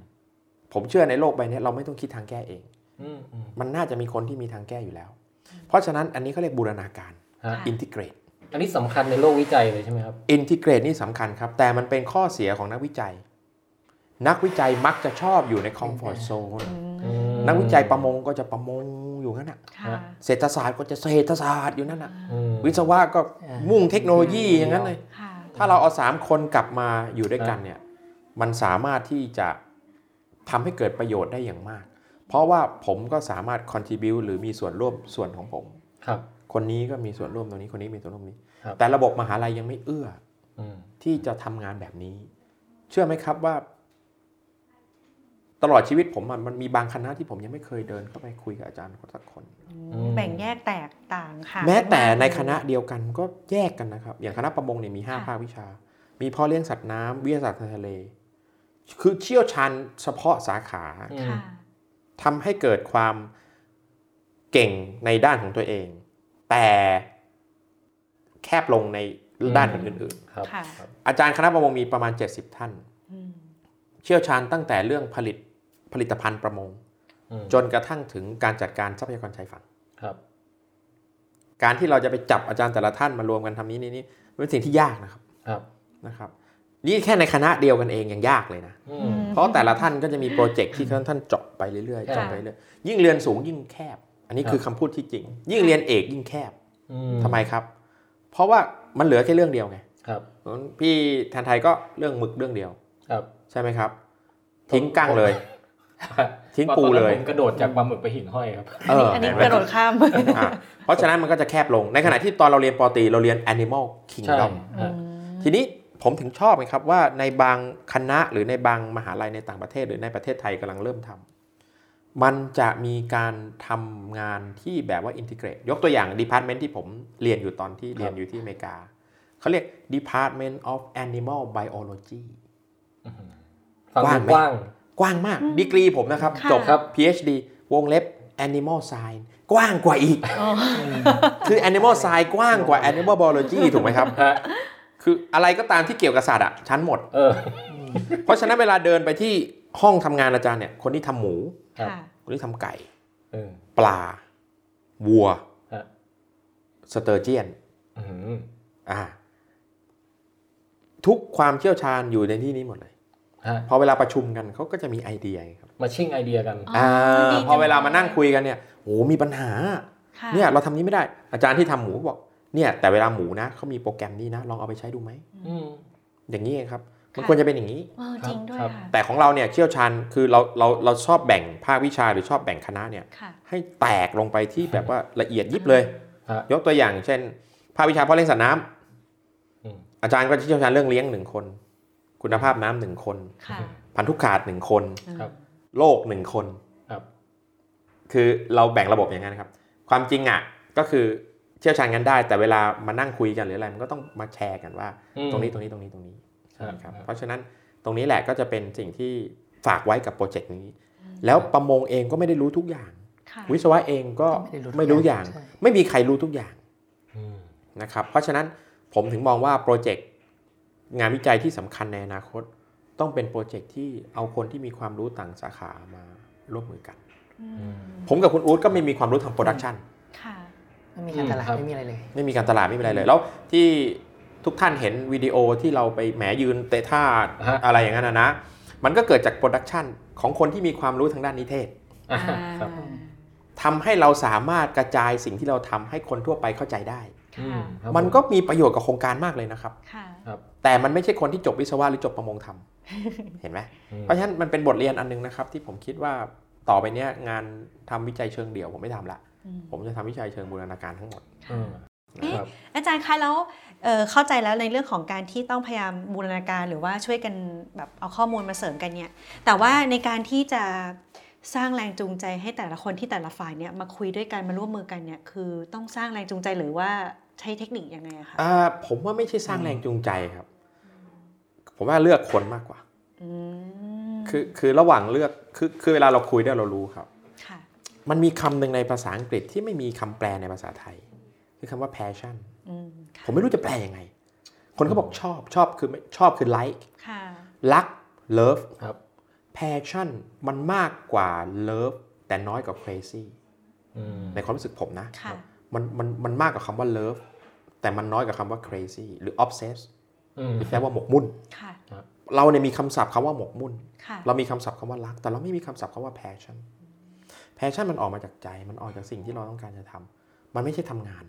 B: ผมเชื่อในโลกใบนี้เราไม่ต้องคิดทางแก้เอง
D: อืมอืม
B: มันน่าจะมีคนที่มีทางแก้อยู่แล้ว เพราะฉะนั้นอันนี้เขาเรียกบูรณาการ
D: ฮะ
B: อินทิเกรต
D: อันนี้สำคัญในโลกวิจัยเลยใช่ไหมครับ
B: อินทิเกรตนี่สำคัญครับ แต่มันเป็นข้อเสียของนักวิจัย นักวิจัยมักจะชอบอยู่ในคอมฟอร์ทโซน
C: อืม
D: ม
B: นักวิจัยประมงก็จะประมงอยู่นั่นน่ะ
C: ค่ะ
B: เศรษฐศาสตร์ก็จะเศรษฐศาสตร์อยู่นั่นน่ะ
D: อืม
B: วิศวะก็มุ่งเทคโนโลยีอย่างนั้นเลย
C: ค่ะ
B: ถ้าเราเอาสามคนกลับมาอยู่ด้วยกันเนี่ย มันสามารถที่จะทำให้เกิดประโยชน์ได้อย่างมาก เพราะว่าผมก็สามารถ contribu หรือมีส่วนร่วมส่วนของผม
D: ครับ
B: คนนี้ก็มีส่วนร่วมตรงนี้คนนี้มีส่วนร่วมนี้
D: ครับ
B: แต่ระบบมหาลัยยังไม่เอื้อ
D: อืม
B: ที่จะทำงานแบบนี้ เชื่อไหมครับว่า ตลอดชีวิตผมอะมันมีบางคณะที่ผมยังไม่เคยเดินเข้าไปคุยกับอาจารย์สักคน
C: แบ่งแยกแตกต่างค่ะ
B: แม้แต่ในคณะเดียวกันก็แยกกันนะครับ อย่างคณะประมงเนี่ยมี 5
C: ค่ะ
B: ภาควิชา มีพ่อเลี้ยงสัตว์น้ำวิทยาศาสตร์ทางทะเล คือเชี่ยวชาญเฉพาะสาขา
D: อืม
C: ค่ะ
B: ทำให้เกิดความเก่งในด้านของตัวเอง แต่แคบลงในด้านอื่น
D: ครับ
C: ค่ะ
D: ครับ
B: ๆอาจารย์คณะประมงมีประมาณ 70 ท่าน
C: อืม
B: เชี่ยวชาญตั้งแต่เรื่องผลิตผลิตภัณฑ์ประมง
D: อืม
B: จนกระทั่งถึงการจัดการทรัพยากรชายฝั่ง
D: ครับ
B: การที่เราจะไปจับอาจารย์แต่ละท่านมารวมกันทำนี้นี่นี่เป็นสิ่งที่ยากนะครับ
D: ครับ
B: นะครับนี่แค่ในคณะเดียวกันเองยังยากเลยนะ
D: อื
C: อื
D: ม
C: ม
B: เพราะแต่ละท่านก็จะมีโปรเจกต์ที่ท่านท่านเจาะไปเรื่อยๆ
D: ค่ะ
B: เจาะไปเรื่อยยิ่งเรียนสูงยิ่งแคบ อันนี้
D: ครับ
B: คือคำพูดที่จริง ยิ่งเรียนเอกยิ่งแคบ
D: อื
B: ทำไมครับ เพราะว่ามันเหลือแค่เรื่องเดียวไง
D: ครับ
B: พี่แทนไทยก็เรื่องหมึกเรื่องเดียว
D: ครับ
B: ใช่ไหมครับ ทิ้งกั้งเลย ทิ้งปูเล
D: ต
B: ย
D: อนนั้นผมกระโดดจากปลาหมึกไปหิ่งห้อยครับ
B: เออ
C: อันนี้
B: เห็นไหม
C: กระโดดข้าม
B: อ่ะเพราะฉะนั้นมันก็จะแคบลง ในขณะที่ตอนเราเรียนปอตรีเราเรียน Animal
D: ใช่
B: Kingdom
D: ฮะ
B: ทีนี้ผมถึงชอบไงครับว่าในบางคณะหรือในบางมหาลัยในต่างประเทศหรือในประเทศไทยกำลังเริ่มทำมันจะมีการทำงานที่แบบว่าอินทิเกรตยกตัวอย่างดีพาร์ตเมนต์ที่ผมเรียนอยู่ตอนที่
D: ครับ
B: เรียนอยู่ที่อเมริกา เขาเรียก Department of Animal Biology
D: ฟังดู
B: ก
D: ก
B: ว้า
D: ว้าง ง
B: ไหม กว้างมากดีกรีผมนะครับ
C: ค่ะ
B: จบ
D: ครับ
B: PhD วงเล็บ Animal Science กว้างกว่าอีก
C: อ๋อ
B: คือ Animal Science กว้างกว่า Animal Biology ถูกไหมครับ
D: ฮะ
B: คืออะไรก็ตามที่เกี่ยวกับสัตว์อะชั้นหมด
D: เออ
B: เพราะฉะนั้นเวลาเดินไปที่ห้องทำงานอาจารย์เนี่ย คนที่ทำหมู
D: ครับ
C: ค่ะ
B: คนที่ทำไก่
D: เออ
B: ปลา วัว
D: ฮะ
B: สเตอร์เจียน
D: อืม
B: อ่า ทุกความเชี่ยวชาญอยู่ในที่นี้หมดเลย
D: ฮะ
B: พอเวลาประชุมกันเขาก็จะมีไอเดียครับ
D: มาชิ่งไอเดียกัน
C: อ๋ออ่
B: า
C: ดีจัง
B: พอเวลามานั่งคุยกันเนี่ยโอ้มีปัญหา
C: ค่ะ
B: เนี่ยเราทำนี้ไม่ได้อาจารย์ที่ทำหมูบอกเนี่ยแต่เวลาหมูนะเขามีโปรแกรมนี้นะลองเอาไปใช้ดูไหม
D: อืม
B: อย่างนี้เองครับมันะ ควรจะเป็นอย่างนี้
C: เออจริงด้วย
D: ครับ
C: ค่ะ
B: แต่ของเราเนี่ยเชี่ยวชาญคือเราเราเราชอบแบ่งภาควิชาหรือชอบแบ่งคณะเนี่ย
C: ค่ะ
B: ให้แตกลงไปที่แบบว่าละเอียดยิบเลย
D: ฮะ
B: ยกตัวอย่างเช่น ภาควิชาเพาะเลี้ยงสัตว์น้ำ
D: อืม
B: อาจารย์ก็จะเชี่ยวชาญเรื่องเลี้ยงหนึ่งคน คุณภาพน้ำหนึ่งคน
C: ค่ะ
B: พันธุขาดหนึ่งคน
D: ครับ
B: โลกหนึ่งคน
D: ครับ
B: คือเราแบ่งระบบอย่างนั้นครับ ความจริงอ่ะก็คือเชี่ยวชาญกันได้ แต่เวลามานั่งคุยกันหรืออะไรมันก็ต้องมาแชร์กันว่า
D: อืม
B: ตรงนี้ตรงนี้ตรงนี้ตรงนี้
D: ครับ
B: นะครับ
D: ครับ
B: เพราะฉะนั้นตรงนี้แหละก็จะเป็นสิ่งที่ฝากไว้กับโปรเจกต์นี้ แล้วประมงเองก็ไม่ได้รู้ทุกอย่าง
C: ค่ะ
B: วิศวะเองก็ไม่รู้อย่าง
A: ใช่
B: ไม่มีใครรู้ทุกอย่าง
D: อืม
B: นะครับ เพราะฉะนั้นผมถึงมองว่าโปรเจกต์งานวิจัยที่สำคัญในอนาคต ต้องเป็นโปรเจกต์ที่เอาคนที่มีความรู้ต่างสาขามาร่วมมือกัน
C: อืม
B: ผมกับคุณอู๊ดก็ไม่มีความรู้ทางโปรดักชัน
C: ค่ะ
A: ไม่มีการตลาดไม่มีอะไรเลย
B: ไม่มีการตลาดไม่มีอะไรเลย แล้วที่ทุกท่านเห็นวิดีโอที่เราไปแหมยืนเตะท่า
D: ฮะ
B: อะไรอย่างนั้นนะนะ มันก็เกิดจากโปรดักชันของคนที่มีความรู้ทางด้านนิเทศ
D: อ่า
C: อ่า
D: ครับ
B: ทำให้เราสามารถกระจายสิ่งที่เราทำให้คนทั่วไปเข้าใจได้
D: อื
C: ค่ะ
D: มครับ
B: มันก็มีประโยชน์กับโครงการมากเลยนะครับ
C: ค่ะ
B: แต่มันไม่ใช่คนที่จบวิศวะหรือจบประมงทำ เห็นไหม
D: อืม
B: เพราะฉะนั้นมันเป็นบทเรียนอันนึงนะครับ ที่ผมคิดว่าต่อไปเนี้ยงานทำวิจัยเชิงเดี่ยวผมไม่ทำละ
C: อืม
B: ผมจะทำวิจัยเชิงบูรณาการทั้งหมด
D: อืมครับ
C: อาจารย์คะแล้วเอ่อเข้าใจแล้วในเรื่องของการที่ต้องพยายามบูรณาการหรือว่าช่วยกันแบบเอาข้อมูลมาเสริมกันเนี่ย แต่ว่าในการที่จะสร้างแรงจูงใจให้แต่ละคนที่แต่ละฝ่ายเนี่ยมาคุยด้วยกันมาร่วมมือกันเนี่ยคือต้องสร้างแรงจูงใจหรือว่าใช้เทคนิคยังไงอะคะ
B: อ่าผมว่าไม่ใช่สร้างแรงจูงใจครับ ผมว่าเลือกคนมากกว่า
C: อืม
B: คือคือระหว่างเลือกคือคือเวลาเราคุยเนี่ยเรารู้ครับ
C: ค่ะ
B: มันมีคำหนึ่งในภาษาอังกฤษที่ไม่มีคำแปลในภาษาไทย คือคำว่า passion
C: อืม
B: ผมไม่รู้จะแปลยังไง คนเขาบอกชอบชอบคือไม่ชอบคือ like
C: ค่ะ
B: รัก love
D: ครับ
B: passion มันมากกว่า love แต่น้อยกว่า crazy
D: อืม
B: ในความรู้สึกผมนะ
C: ค่ะ
B: มันมันมันมากกว่าคำว่า love แต่มันน้อยกว่าคำว่า crazy หรือ obsess
D: อืม
B: หรือแปลว่าหมกมุ่น
C: ค่ะ
B: เราเนี่ยมีคำศัพท์คำว่าหมกมุ่น
C: ค่ะ
B: เรามีคำศัพท์คำว่ารัก แต่เราไม่มีคำศัพท์คำว่า passion passion มันออกมาจากใจ มันออกจากสิ่งที่เราต้องการจะทำมันไม่ใช่ทำงาน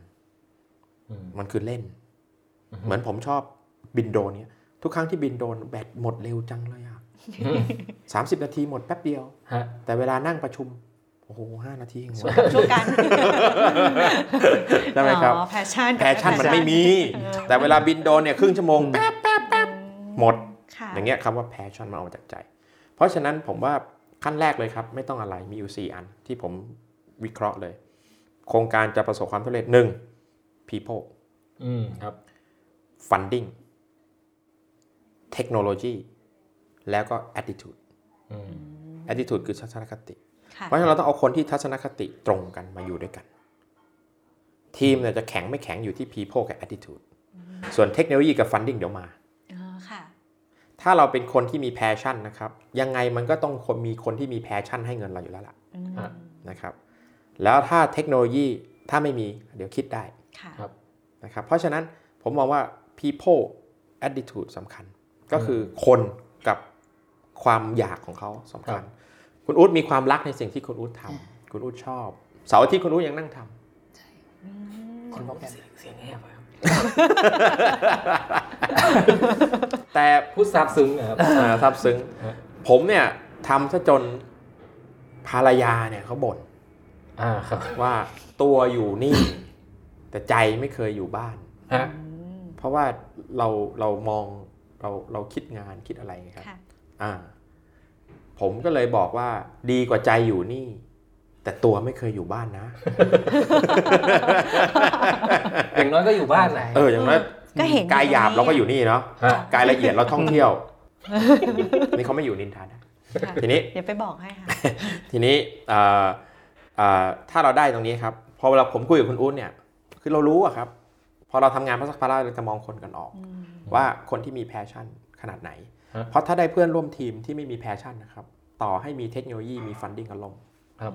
D: อืม
B: มันคือเล่น
D: อือฮึ
B: เหมือนผมชอบบินโดรนเนี่ยทุกครั้งที่บินโดรนแบตหมดเร็วจังเลยอะ
D: อืม
B: สามสิบนาทีหมดแป๊บเดียว
D: ฮะ
B: แต่เวลานั่งประชุม โอ้โหห้านาทีเองวะ
C: ช่วยกัน
B: ใช่ไหมครับ
C: อ๋อแพชชั่น
B: แพชชั่นมันไม่มี แต่เวลาบินโดรนเนี่ยครึ่งชั่วโมงแป๊บแป๊บแป๊บหมด
C: ค่ะ
B: อย่างเงี้ยคำว่า passion มันออกมาจากใจ เพราะฉะนั้นผมว่าขั้นแรกเลยครับ ไม่ต้องอะไรมีอยู่ 4 อันที่ผมวิเคราะห์เลย โครงการจะประสบความสำเร็จหนึ่ง people
D: อืมครับ
B: funding technology แล้วก็ attitude
D: อืม
B: attitude คือทัศนคติ
C: ค่ะ
B: เพราะฉะนั้นเราต้องเอาคนที่ทัศนคติตรงกันมาอยู่ด้วยกัน ทีมเนี่ยจะแข็งไม่แข็งอยู่ที่ people กับ attitude ส่วนเทคโนโลยีกับ funding เดี๋ยวมา
C: อ๋อค่ะ
B: ถ้าเราเป็นคนที่มีแพชชั่นนะครับยังไงมันก็ต้องคนมีคนที่มีแพชชั่นให้เงินเราอยู่แล้วล่ะ
C: อืม
D: ฮะ
B: นะครับแล้วถ้าเทคโนโลยีถ้าไม่มีเดี๋ยวคิดได้
C: ค่ะ
D: ครับ
B: นะครับเพราะฉะนั้นผมมองว่า people attitude สำคัญ ก็คือคนกับความอยากของเขาสำคัญ คุณอู๊ดมีความรักในสิ่งที่คุณอู๊ดทำคุณอู๊ดชอบเสาร์อาที่คุณอู๊ดยังนั่ง ท
C: อืม
A: คนบอกแบบ
I: เสียงแอบอะครับ
B: ำ แต่
D: พูดซาบซึ้งนะครับ
B: อ่าซับซึ้ง
D: ฮะ
B: ผมเนี่ยทำซะจนภรรยาเนี่ยเขาบ่น
D: อ่าครับ
B: ว่าตัวอยู่นี่ แต่ใจไม่เคยอยู่บ้าน
D: ฮะ
C: อืม
B: เพราะว่าเราเรามองเราเราคิดงานคิดอะไรไงครับ
C: ค่ะ
B: อ่า ผมก็เลยบอกว่าดีกว่าใจอยู่นี่ แต่ตัวไม่เคยอยู่บ้าน นะ
D: อย่างน้อยก็อยู่บ้านนะ
B: เอออย่างนั้น
C: ก็เห็น
B: กายหยาบเราก็อยู่นี่เนาะ
D: ฮะ
B: กายละเอียดเราท่องเที่ยว นี่เขาไม่อยู่นินทานะ
C: ค่ะ
B: ทีนี้
C: เดี๋ยวไปบอกให้ค่ะ
B: ทีนี้เอ่อเอ่อถ้าเราได้ตรงนี้ครับ พอเวลาผมคุยกับคุณอุ้นเนี่ยคือเรารู้อะครับ พอเราทำงานพัสพาราเราจะมองคนกันออก
C: อืม
B: ว่าคนที่มีแพชชั่นขนาดไหน
D: ฮะ
B: เพราะถ้าได้เพื่อนร่วมทีมที่ไม่มีแพชชั่นนะครับ ต่อให้มีเทคโนโลยีมีฟันดิ้งกันลง
D: ครับ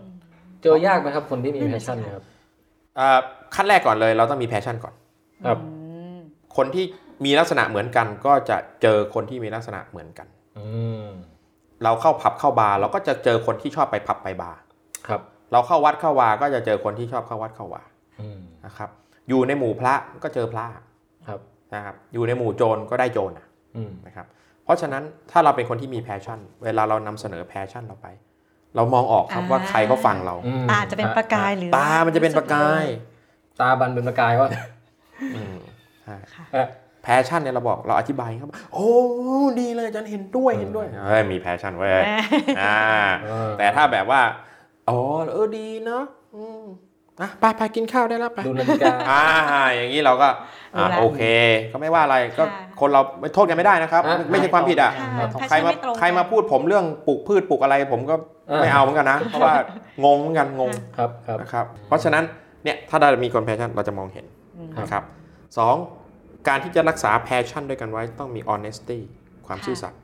D: เจอยากไหมครับ คนที่มีแพชชั่นครับ
B: เอ่อขั้นแรกก่อนเลยเราต้องมีแพชชั่นก่อน
D: ครับ
C: อืม
B: คนที่มีลักษณะเหมือนกัน ก็จะเจอคนที่มีลักษณะเหมือนกัน
D: อืม
B: เราเข้าผับเข้าบาร์เราก็จะเจอคนที่ชอบไปผับไปบาร์
D: ครับ
B: เราเข้าวัดเข้าวาก็จะเจอคนที่ชอบเข้าวัดเข้าวา
D: อืม
B: นะครับ อยู่ในหมู่พระก็เจอพระ
D: ครับ
B: นะครับอยู่ในหมู่โจรก็ได้โจรอะ
D: อืม
B: นะครับเพราะฉะนั้นถ้าเราเป็นคนที่มีแพชชั่น เวลาเรานำเสนอแพชชั่นเราไป เรามองออกครับ
C: อ่า
B: ว่าใครเขาฟังเรา
D: อืม
C: ตาจะเป็นประกายหรือ
B: ตามันจะเป็นประกาย
D: ตาบันเป็นประกายว่า
B: ใช่
C: ค่ะ
B: แพชชั่นเนี่ยเราบอกเราอธิบายครับโอ้ดีเลยอาจารย์เห็นด้วยเห็นด้วย
D: อืม
B: เอ้ยมีแพชชั่นเว้ยอ่าแต่ถ้าแบบว่าอ๋อเออดีเนาะอืมอ่ะไปไปกินข้าวได้แล้วไป
D: ดูนาฬิกา
B: อ่าอย่างนี้เราก็อ่ะ
C: รู้ละ
B: โอเค ก็ไม่ว่าอะไรก็
C: ค่ะ
B: คนเราไม่โทษกันไม่ได้นะครับ
D: อ่ะ
B: ไม่ใช่ความผิดอ่ะ
C: ค่ะ
D: ครับ
C: ถ้
B: ใครมา
C: ไตงกัน
B: ใครมาพูดผมเรื่องปลูกพืชปลูกอะไรผมก็
D: เออ
B: ไม่เอาเหมือนกันนะ เพราะว่างงเหมือนกันงง
D: ครับครับ
B: นะครับเพราะฉะนั้นเนี่ยถ้าเรามีคนแพชชั่นเราจะมองเห็น
C: อืม
B: นะครับสองการที่จะรักษาแพชชั่นด้วยกันไว้ต้องมี honesty ความซื่อสัตย์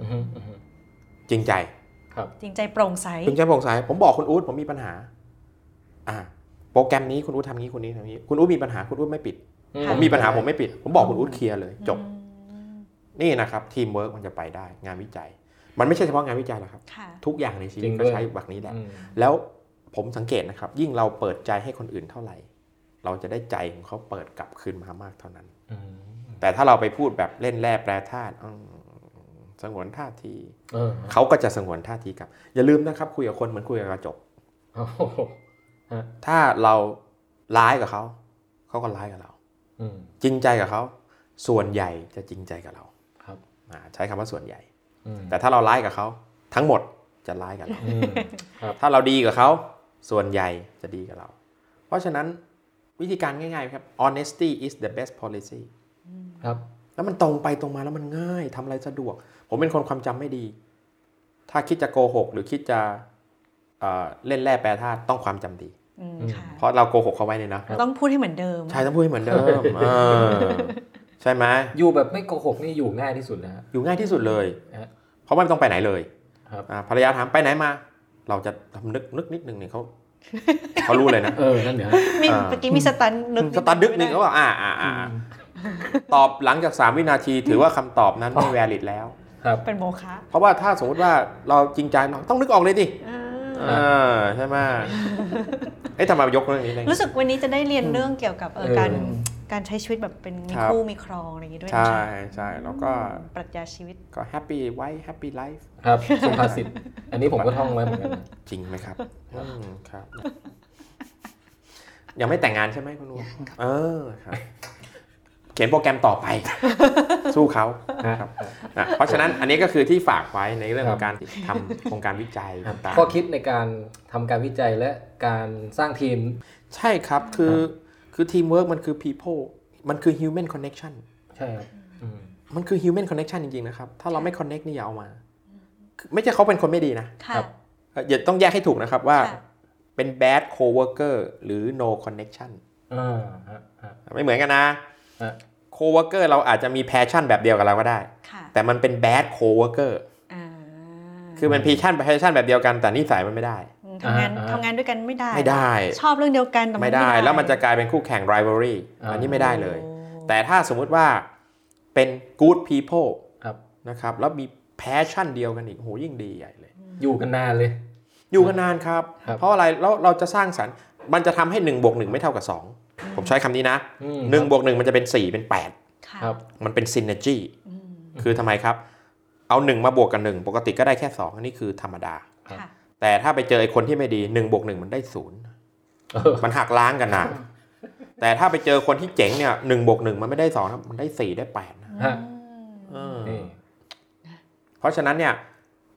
D: อือฮึอือฮึ
B: จริงใจ
D: ครับ
C: จริงใจโปร่งใส
B: จริงใจโปร่งใสผมบอกคุณอู๊ดผมมีปัญหาอ่าโปรแกรมนี้คุณอู๊ดทำนี้คุณนี้ทำนี้คุณอู๊ดมีปัญหาคุณอู๊ดไม่ปิด
C: ค่ะ
B: ผมมีปัญหาผมไม่ปิด ผมบอกคุณอู๊ดเคลียร์เลยจบ
C: อืม
B: นี่นะครับทีมเวิร์กมันจะไปได้งานวิจัย มันไม่ใช่เฉพาะงานวิจัยหรอกครับ
C: ค่ะ
B: ทุกอย่างในชีวิ
D: จริ
B: ต
D: งด้
B: ก็
D: วย
B: ใช้แบบนี้แหละ
D: อืม
B: แล้วผมสังเกตนะครับ ยิ่งเราเปิดใจให้คนอื่นเท่าไหร่ เราจะได้ใจของเขาเปิดกลับคืนมามากเท่านั้น
D: อืม
B: แต่ถ้าเราไปพูดแบบเล่นแร่แปรธาตุอืมสงวนท่าที
D: เออ
B: เขาก็จะสงวนท่าทีกลับ อย่าลืมนะครับ คุยกับคนเหมือนคุยกับกระจก
D: โอ้โห
B: ถ้าเราร้ายกับเขา เขาก็ร้ายกับเรา
D: อืม
B: จริงใจกับเขา ส่วนใหญ่จะจริงใจกับเรา
D: ครับ
B: อ่าใช้คำว่าส่วนใหญ่
D: อืม
B: แต่ถ้าเราร้ายกับเขาทั้งหมดจะร้ายกับเรา
D: อืม
B: ถ้าเราดีกับเขาส่วนใหญ่จะดีกับเรา เพราะฉะนั้นวิธีการง่ายๆครับ honesty is the best policy
D: ครับ
B: แล้วมันตรงไปตรงมาแล้วมันง่ายทำอะไรสะดวก ผมเป็นคนความจำไม่ดี ถ้าคิดจะโกหก หรือคิดจะเอ่อเล่นแร่แปรธาตุต้องความจำดี
C: อืมค่ะ
B: เพราะเราโกหกเขาไว้เนี่ยนะ
D: ครับ
C: ต้องพูดให้เหมือนเดิม
B: ใช่ต้องพูดให้เหมือนเดิมเออใช่ไหม
D: อยู่แบบไม่โกหกนี่อยู่ง่ายที่สุดนะฮะ
B: อยู่ง่ายที่สุดเลย
D: ฮะ
B: เพราะว่าไม่ต้องไปไหนเลย
D: ครับ
B: อ่าภรรยาถามไปไหนมา เราจะทำนึกนึกนิดนึงเนี่ยเขาเขารู้เลยนะ
D: เออ นั่นเดี๋ยว
C: มี
B: อ่า
C: เมื่อกี้มีสตันนึก
B: สตาร์ทดึกหนึ่งเขาบอกอ่าอ่าอ่าตอบหลังจาก 3 วินาทีถือว่าคำตอบนั้นไม่ แวลิดแล้ว
C: เป็นโมฆะ
B: เพราะว่าถ้าสมมติว่าเราจริงใจเราต้องนึกออกเลยดิ
C: อ่า
B: เออใช่ไหมเอ๊ะทำไมยกเรื่องนี้ได้ไง
C: รู้สึกวันนี้จะได้เรียนเรื่องเกี่ยวกับเออ
D: เออ
C: การการใช้ชีวิตแบบเป็นมี
B: ครับ
C: คู่มีครองอะไรอย่างงี้ด้วยนะ
B: ใช่
C: คะ
B: ใช่แล้วก็
C: ปรัชญาชีวิต
B: ก็แฮปปี้ไว้แฮปปี้ไลฟ์
D: ครับสุภาษิตอันนี้ผมก็ท่องไว้เหมือนกันนะ
B: จริงไหม ครับอืมครับ ยังไม่แต่งงานใช่ไหมคุณนุ่มเออครับ เขียนโปรแกรมต่อ ไป สู้เขา
D: ครับ
B: อ่ะเพราะฉะนั้นอันนี้ก็คือที่ฝากไว้ในเรื่องข
D: ครั
B: อง
D: บ
B: การทำโครงการวิจัยต่าง
D: ข้อคิดในการทำการวิจัยและการสร้างทีม
B: ๆใช่ครับคือคือทีมเวิร์กมันคือ people มันคือ human connection
D: ใช่ครับอืม
B: มันคือ human connection จริง ๆ นะครับ ถ้าเราไม่ connect นี่อย่าเอามาคือไม่ใช่เขาเป็นคนไม่ดีนะ
C: ค่ะ
B: เอ่ออย่าต้องแยกให้ถูกนะครับว่า
C: ค่ะ
B: เป็น bad coworker หรือ no connection
D: อ่าฮะฮะ
B: ไม่เหมือนกันนะ
D: ฮะ
B: coworker เราอาจจะมี passion แบบเดียวกับเราก็ได้
C: ค่ะ
B: แต่มันเป็น bad coworker
C: อ่า
B: คือมัน passion passion แบบเดียวกันแต่นิสัยมันไม่ได้
C: ทำงาน
D: อ่าอ่า
C: ทำงานด้วยกันไม่ได้
B: ไม่ได้
C: ชอบเรื่องเดียวกันแต่น
B: ไม่ได้แล้วมันจะกลายเป็นคู่แข่ง rivalry
D: อ่า
B: อันนี้ไม่ได้เลย
C: โอ้
B: แต่ถ้าสมมุติว่าเป็น good people
D: ครับ
B: นะครับแล้วมี passion เดียวกันอีกโหยิ่งดีใหญ่เลย
D: อยู่กันนานเลย
B: อยู่กันนานครับ
D: ครับ
B: เพราะอะไรแล้วเราจะสร้างสรรค์มันจะทำให้1บวก1ไม่เท่ากับ 2 ผมใช้คำนี้นะ
D: อืม
B: 1บวก1มันจะเป็น 4 เป็น
C: ค่ะ
D: ครับ
B: 8 มันเป็น synergy
C: อืม
B: คือทำไมครับ เอา 1 มาบวกกับ 1 ปกติก็ได้แค่ 2 อันนี้คือธรรมดา
D: ครับ
C: ค่ะ
B: แต่ถ้าไปเจอไอ้คนที่ไม่ดี1บวก1มันได้ศูนย์
D: เออ
B: มันหักล้างกันนะแต่ถ้าไปเจอคนที่เจ๋งเนี่ยหนึ่งบวกหนึ่งมันไม่ได้สองนะมันได้สี่ได้แปดนะ
D: ฮะ
B: เออ
D: นี่
B: เพราะฉะนั้นเนี่ย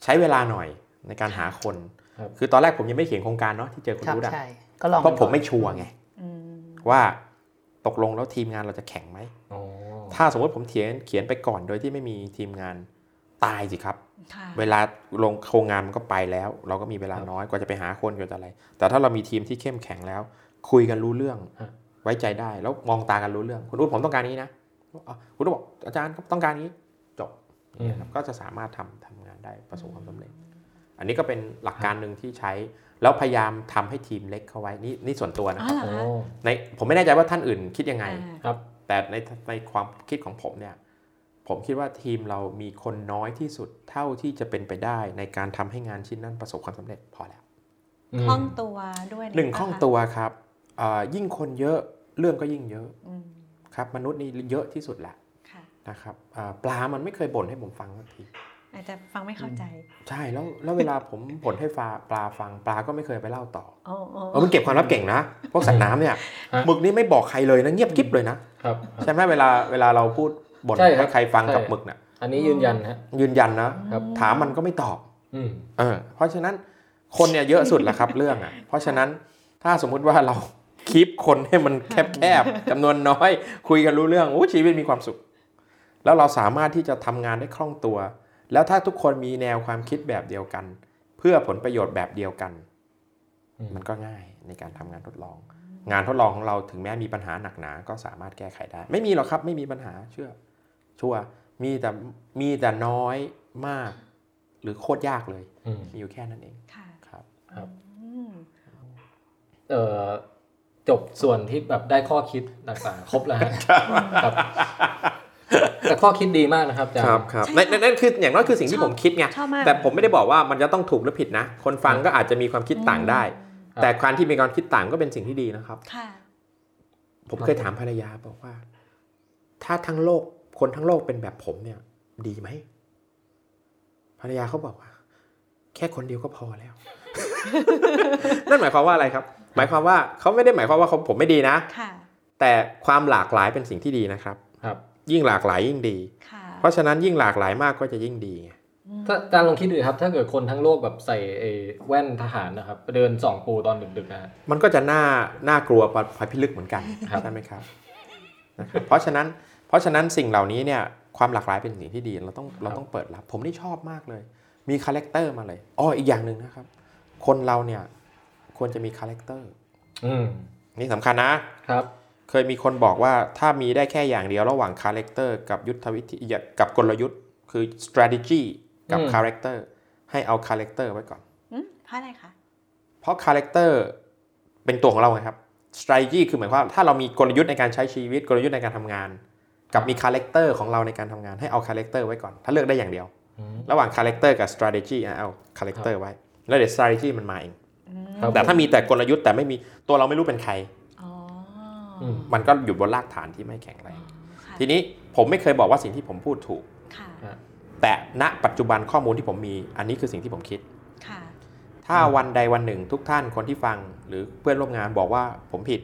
B: ใช้เวลาหน่อยในการหาคน
D: ครับ
B: คือตอนแรกผมยังไม่เขียนโครงการเนาะที่เจอคุณ
A: ครับ
B: รู้ดะ
A: ใช่ก็ลอง
B: เพราะผมไม่ชัวร์ไง
C: อืม
B: ว่าตกลงแล้วทีมงานเราจะแข่งไหม
D: อ๋อ
B: ถ้าสมมติผมเขียนเขียนไปก่อนโดยที่ไม่มีทีมงานตายสิครับ
C: ค่ะ
B: เวลาลงโครงงานมันก็ไปแล้ว เราก็มีเวลาน้อยกว่าจะไปหาคนกว่าจะอะไร แต่ถ้าเรามีทีมที่เข้มแข็งแล้ว คุยกันรู้เรื่อง ไว้ใจได้แล้วมองตากันรู้เรื่อง คุณรู้ผมต้องการนี้นะอ่ะคุณรู้บอกอาจารย์ครับต้องการนี้จบ
D: อืม
B: นะครับก็จะสามารถทำทำงานได้ประสบความสำเร็จ อันนี้ก็เป็นหลักการหนึ่งที่ใช้ แล้วพยายามทำให้ทีมเล็กเข้าไว้นี่นี่ส่วนตัวนะ
C: อ๋อ
B: ครับ
C: เหรอ
D: โอ้
C: คะ
B: ในผมไม่แน่ใจว่าท่านอื่นคิดยังไง
C: อ่า
B: แต่ในในความคิดของผมเนี่ย ผมคิดว่าทีมเรามีคนน้อยที่สุดเท่าที่จะเป็นไปได้ในการทำให้งานชิ้นนั้นประสบความสำเร็จพอแล้ว
C: คล่องตัวด้วยะไร
B: หนึ่งข้องตัวครับอ่ายิ่งคนเยอะเรื่องก็ยิ่งเยอะ
C: อืม
B: ครับ มนุษย์นี่เยอะที่สุดละ
C: ค่ะ
B: นะครับอ่าปลามันไม่เคยบ่นให้ผมฟังสักที
C: อาจจะฟังไม่เข้าใจ
B: ใช่แล้วแล้วเวลาผมผลให้ฟ้าปลาฟังปลาก็ไม่เคยไปเล่าต่อ
C: โอ้โอ้
B: เออมันเก็บความลับเก่งนะพวกสัตว์น้ำเนี่ย
D: ฮะ
B: หมึกนี่ไม่บอกใครเลยนะเงียบกิ๊บเลยนะครับ ใช่ไหมเวลาเวลาเราพูดบ่น
D: ใช่ครับ
B: ให้ใครฟัง
D: ใช่
B: กับหมึกน่ะ
D: อันนี้ยืนยันฮะ
B: ยืนยันนะครับ ถามมันก็ไม่ตอบ
D: อืม
B: เออเพราะฉะนั้นคนเนี่ยเยอะสุดแหละครับ เรื่องอ่ะเพราะฉะนั้นถ้าสมมุติว่า เราคลิปคนให้มันแคบๆ จำนวนน้อย คุยกันรู้เรื่องโอ้ชีวิตมีความสุข แล้วเราสามารถที่จะทำงานได้คล่องตัว แล้วถ้าทุกคนมีแนวความคิดแบบเดียวกัน เพื่อผลประโยชน์แบบเดียวกัน
D: อืม
B: มันก็ง่ายในการทำงานทดลอง งานทดลองของเราถึงแม้มีปัญหาหนักหนา ก็สามารถแก้ไขได้ ไม่มีหรอกครับ ไม่มีปัญหาเชื่อ ชัวร์มีแต่มีแต่น้อยมาก หรือโคตรยากเลย
D: อืม
B: มีอยู่แค่นั้นเอง
C: ค่ะ
B: ครับ
D: ครับ
C: อืม
D: เอ่อจบส่วนที่แบบได้ข้อคิดต่างๆครบแล้วฮะ ครับแต่ข้อคิดดีมากนะครับอาจารย์
B: นั่นนั่นนั่นคืออย่างน้อยคือสิ่งที่ผมคิดไง
C: ชอบมาก
B: แต่ผมไม่ได้บอกว่ามันจะต้องถูกหรือผิดนะ คนฟังก็อาจจะมีความคิดต่างได้
D: ครับ
B: แต่การที่มีความคิดต่างก็เป็นสิ่งที่ดีนะครับ
C: ค่ะ
B: ผมเคยถามภรรยาบอกว่า ถ้าทั้งโลกคนทั้งโลกเป็นแบบผมเนี่ย ดีไหมภรรยาเขาบอกว่า แค่คนเดียวก็พอ แล้ว นั่นหมายความว่าอะไรครับ หมายความว่าเขาไม่ได้หมายความว่าเขาผมไม่ดีนะ
C: ค่ะ
B: แต่ความหลากหลายเป็นสิ่งที่ดีนะครับ
D: ครับ
B: ยิ่งหลากหลายยิ่งดี
C: ค่ะ
B: เพราะฉะนั้นยิ่งหลากหลายมากก็จะยิ่งดีไง
C: อืม
D: ถ้าอาจารย์ลองคิดดูครับ ถ้าเกิดคนทั้งโลกแบบใส่ไอ้แว่นทหารนะครับไปเดินส่องปูตอนดึกๆนะฮะ
B: มันก็จะน่าน่ากลัวพภัยพิลึกเหมือนกัน
D: ครับ
B: ใช่ไหมครับนะครับ เพราะฉะนั้น เพราะฉะนั้นสิ่งเหล่านี้เนี่ยความหลากหลายเป็นสิ่งที่ดีเราต้องเราต้องเปิดรับ ผมนี่ชอบมากเลย มีคาแรคเตอร์มาเลยอ๋ออีกอย่างหนึ่งนะครับ คนเราเนี่ยควรจะมีคาแรคเตอร์
D: อืม
B: นี่สำคัญนะ
D: ครับ
B: เคยมีคนบอกว่าถ้ามีได้แค่อย่างเดียวระหว่างคาแรคเตอร์กับยุทธวิธีกับกลยุทธ์คือ strategy กับ
D: อืม
B: คาแรคเตอร์ให้เอาคาแรคเตอร์ไว้ก่อน
C: อืมเพราะอะไรคะ
B: เพราะคาแรคเตอร์เป็นตัวของเราไงครับ strategy คือหมายความว่าถ้าเรามีกลยุทธ์ในการใช้ชีวิตกลยุทธ์ในการทำงาน กับมีคาแรคเตอร์ของเราในการทำงานให้เอาคาแรคเตอร์ไว้ก่อน ถ้าเลือกได้อย่างเดียว
D: อืม
B: ระหว่างคาแรคเตอร์กับ strategy อ่ะเอาคาแรคเตอร์ไว้ แล้วเดี๋ยว strategy มันมาเอง
D: ครับ
B: แต่ถ้ามีแต่กลยุทธ์แต่ไม่มีตัวเราไม่รู้เป็นใคร
C: อ๋อ
D: อืม
B: มันก็อยู่บนรากฐานที่ไม่แข็งแรง
C: ค่ะ
B: ทีนี้ผมไม่เคยบอกว่าสิ่งที่ผมพูดถูก
C: ค่ะ
B: แต่ณปัจจุบันข้อมูลที่ผมมี อันนี้คือสิ่งที่ผมคิด
C: ค่ะ
B: ถ้าวันใดวันหนึ่งทุกท่านคนที่ฟังหรือเพื่อนร่วมงานบอกว่าผมผิด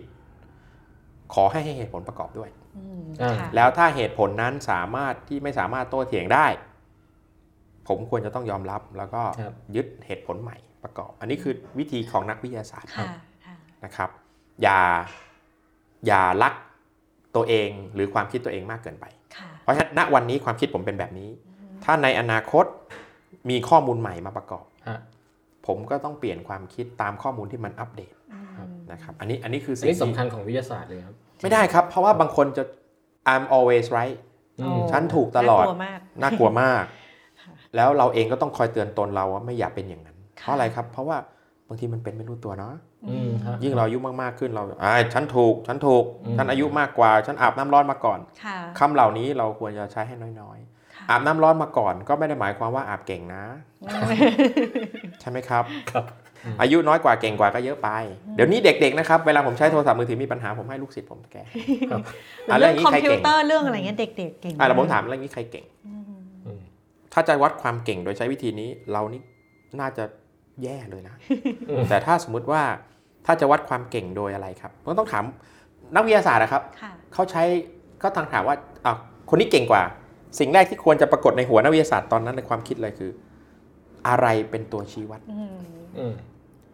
B: ขอให้ให้เหตุผลประกอบด้วย
C: อืม
D: อ่า
C: ค่ะ
B: แล้วถ้าเหตุผลนั้นสามารถที่ไม่สามารถโต้เถียงได้ ผมควรจะต้องยอมรับแล้วก็
D: ครับ
B: ยึดเหตุผลใหม่ประกอบ อันนี้คือวิธีของนักวิทยาศาสตร์
C: ค่ะค่ะ
B: นะครับ อย่าอย่ารักตัวเองหรือความคิดตัวเองมากเกินไป
C: ค่ะ
B: เพราะฉะนั้นณวันนี้ความคิดผมเป็นแบบนี้
C: อืม
B: ถ้าในอนาคตมีข้อมูลใหม่มาประกอบ
D: ฮะ
B: ผมก็ต้องเปลี่ยนความคิดตามข้อมูลที่มันอัปเดต
C: อืม
D: ครับ
B: นะครับ อันนี้อันนี้คือ
D: อัน
B: สิ่ง
D: นี้สำคั
B: ที่
D: ญของวิทยาศาสตร์เลยครับ
B: ไม่ได้ครับ เพราะว่าบางคนจะ I'm always right
D: อื
C: โอ้
D: ม
B: ฉันถูกตลอด
C: น่ากลัวมาก
B: น่ากลัวมาก
C: ค่ะ
B: แล้วเราเองก็ต้องคอยเตือนตนเราว่าไม่อย่าเป็นอย่างนั้น เพราะอะไรครับ เพราะว่าบางทีมันเป็นไม่รู้ตัวเนาะ
D: อืมครับ
B: ยิ่งเราอายุมากๆขึ้นเราไอ้ยฉันถูก ฉันถูก
D: อืม
B: ฉันอายุมากกว่า ฉันอาบน้ำร้อนมาก่อน
C: ค่ะ
B: คำเหล่านี้เราควรจะใช้ให้น้อย
C: ค่ะ
B: ๆ อาบน้ำร้อนมาก่อน ก็ไม่ได้หมายความว่าอาบเก่งนะ ใช่ไหมครับ
D: ครับ
B: อายุน้อยกว่าเก่งกว่าก็เยอะไป เดี๋ยวนี้เด็กๆนะครับ เวลาผมใช้โทรศัพท์มือถือมีปัญหาผมให้ลูกศิษย์ผมแก้
D: ครับ
B: อ่ะ
C: เรื่
B: เรื่อง ง
C: อ
B: นี้
C: คอม
B: ใคร
C: พิว
B: เก่ง
C: เตอร์เรื่องอะไรเงี้ยเด็กๆเก่ง
B: อ่ะแล้วผมถามเรื่องนี้ใครเก่ง
C: อืม
D: อืม
B: ถ้าจะวัดความเก่งโดยใช้วิธีนี้ เรานี่น่าจะแย่เลยนะ
D: อืม
B: แต่ถ้าสมมุติว่าถ้าจะวัดความเก่งโดยอะไรครับมันต้องถามนักวิทยาศาสตร์นะครับ
C: ค่ะ
B: เขาใช้ก็ทางถามว่าอ่ะคนนี้เก่งกว่า สิ่งแรกที่ควรจะปรากฏในหัวนักวิทยาศาสตร์ตอนนั้นในความคิดเลยคือ อะไรเป็นตัวชี้วัด
C: อืม
D: อืม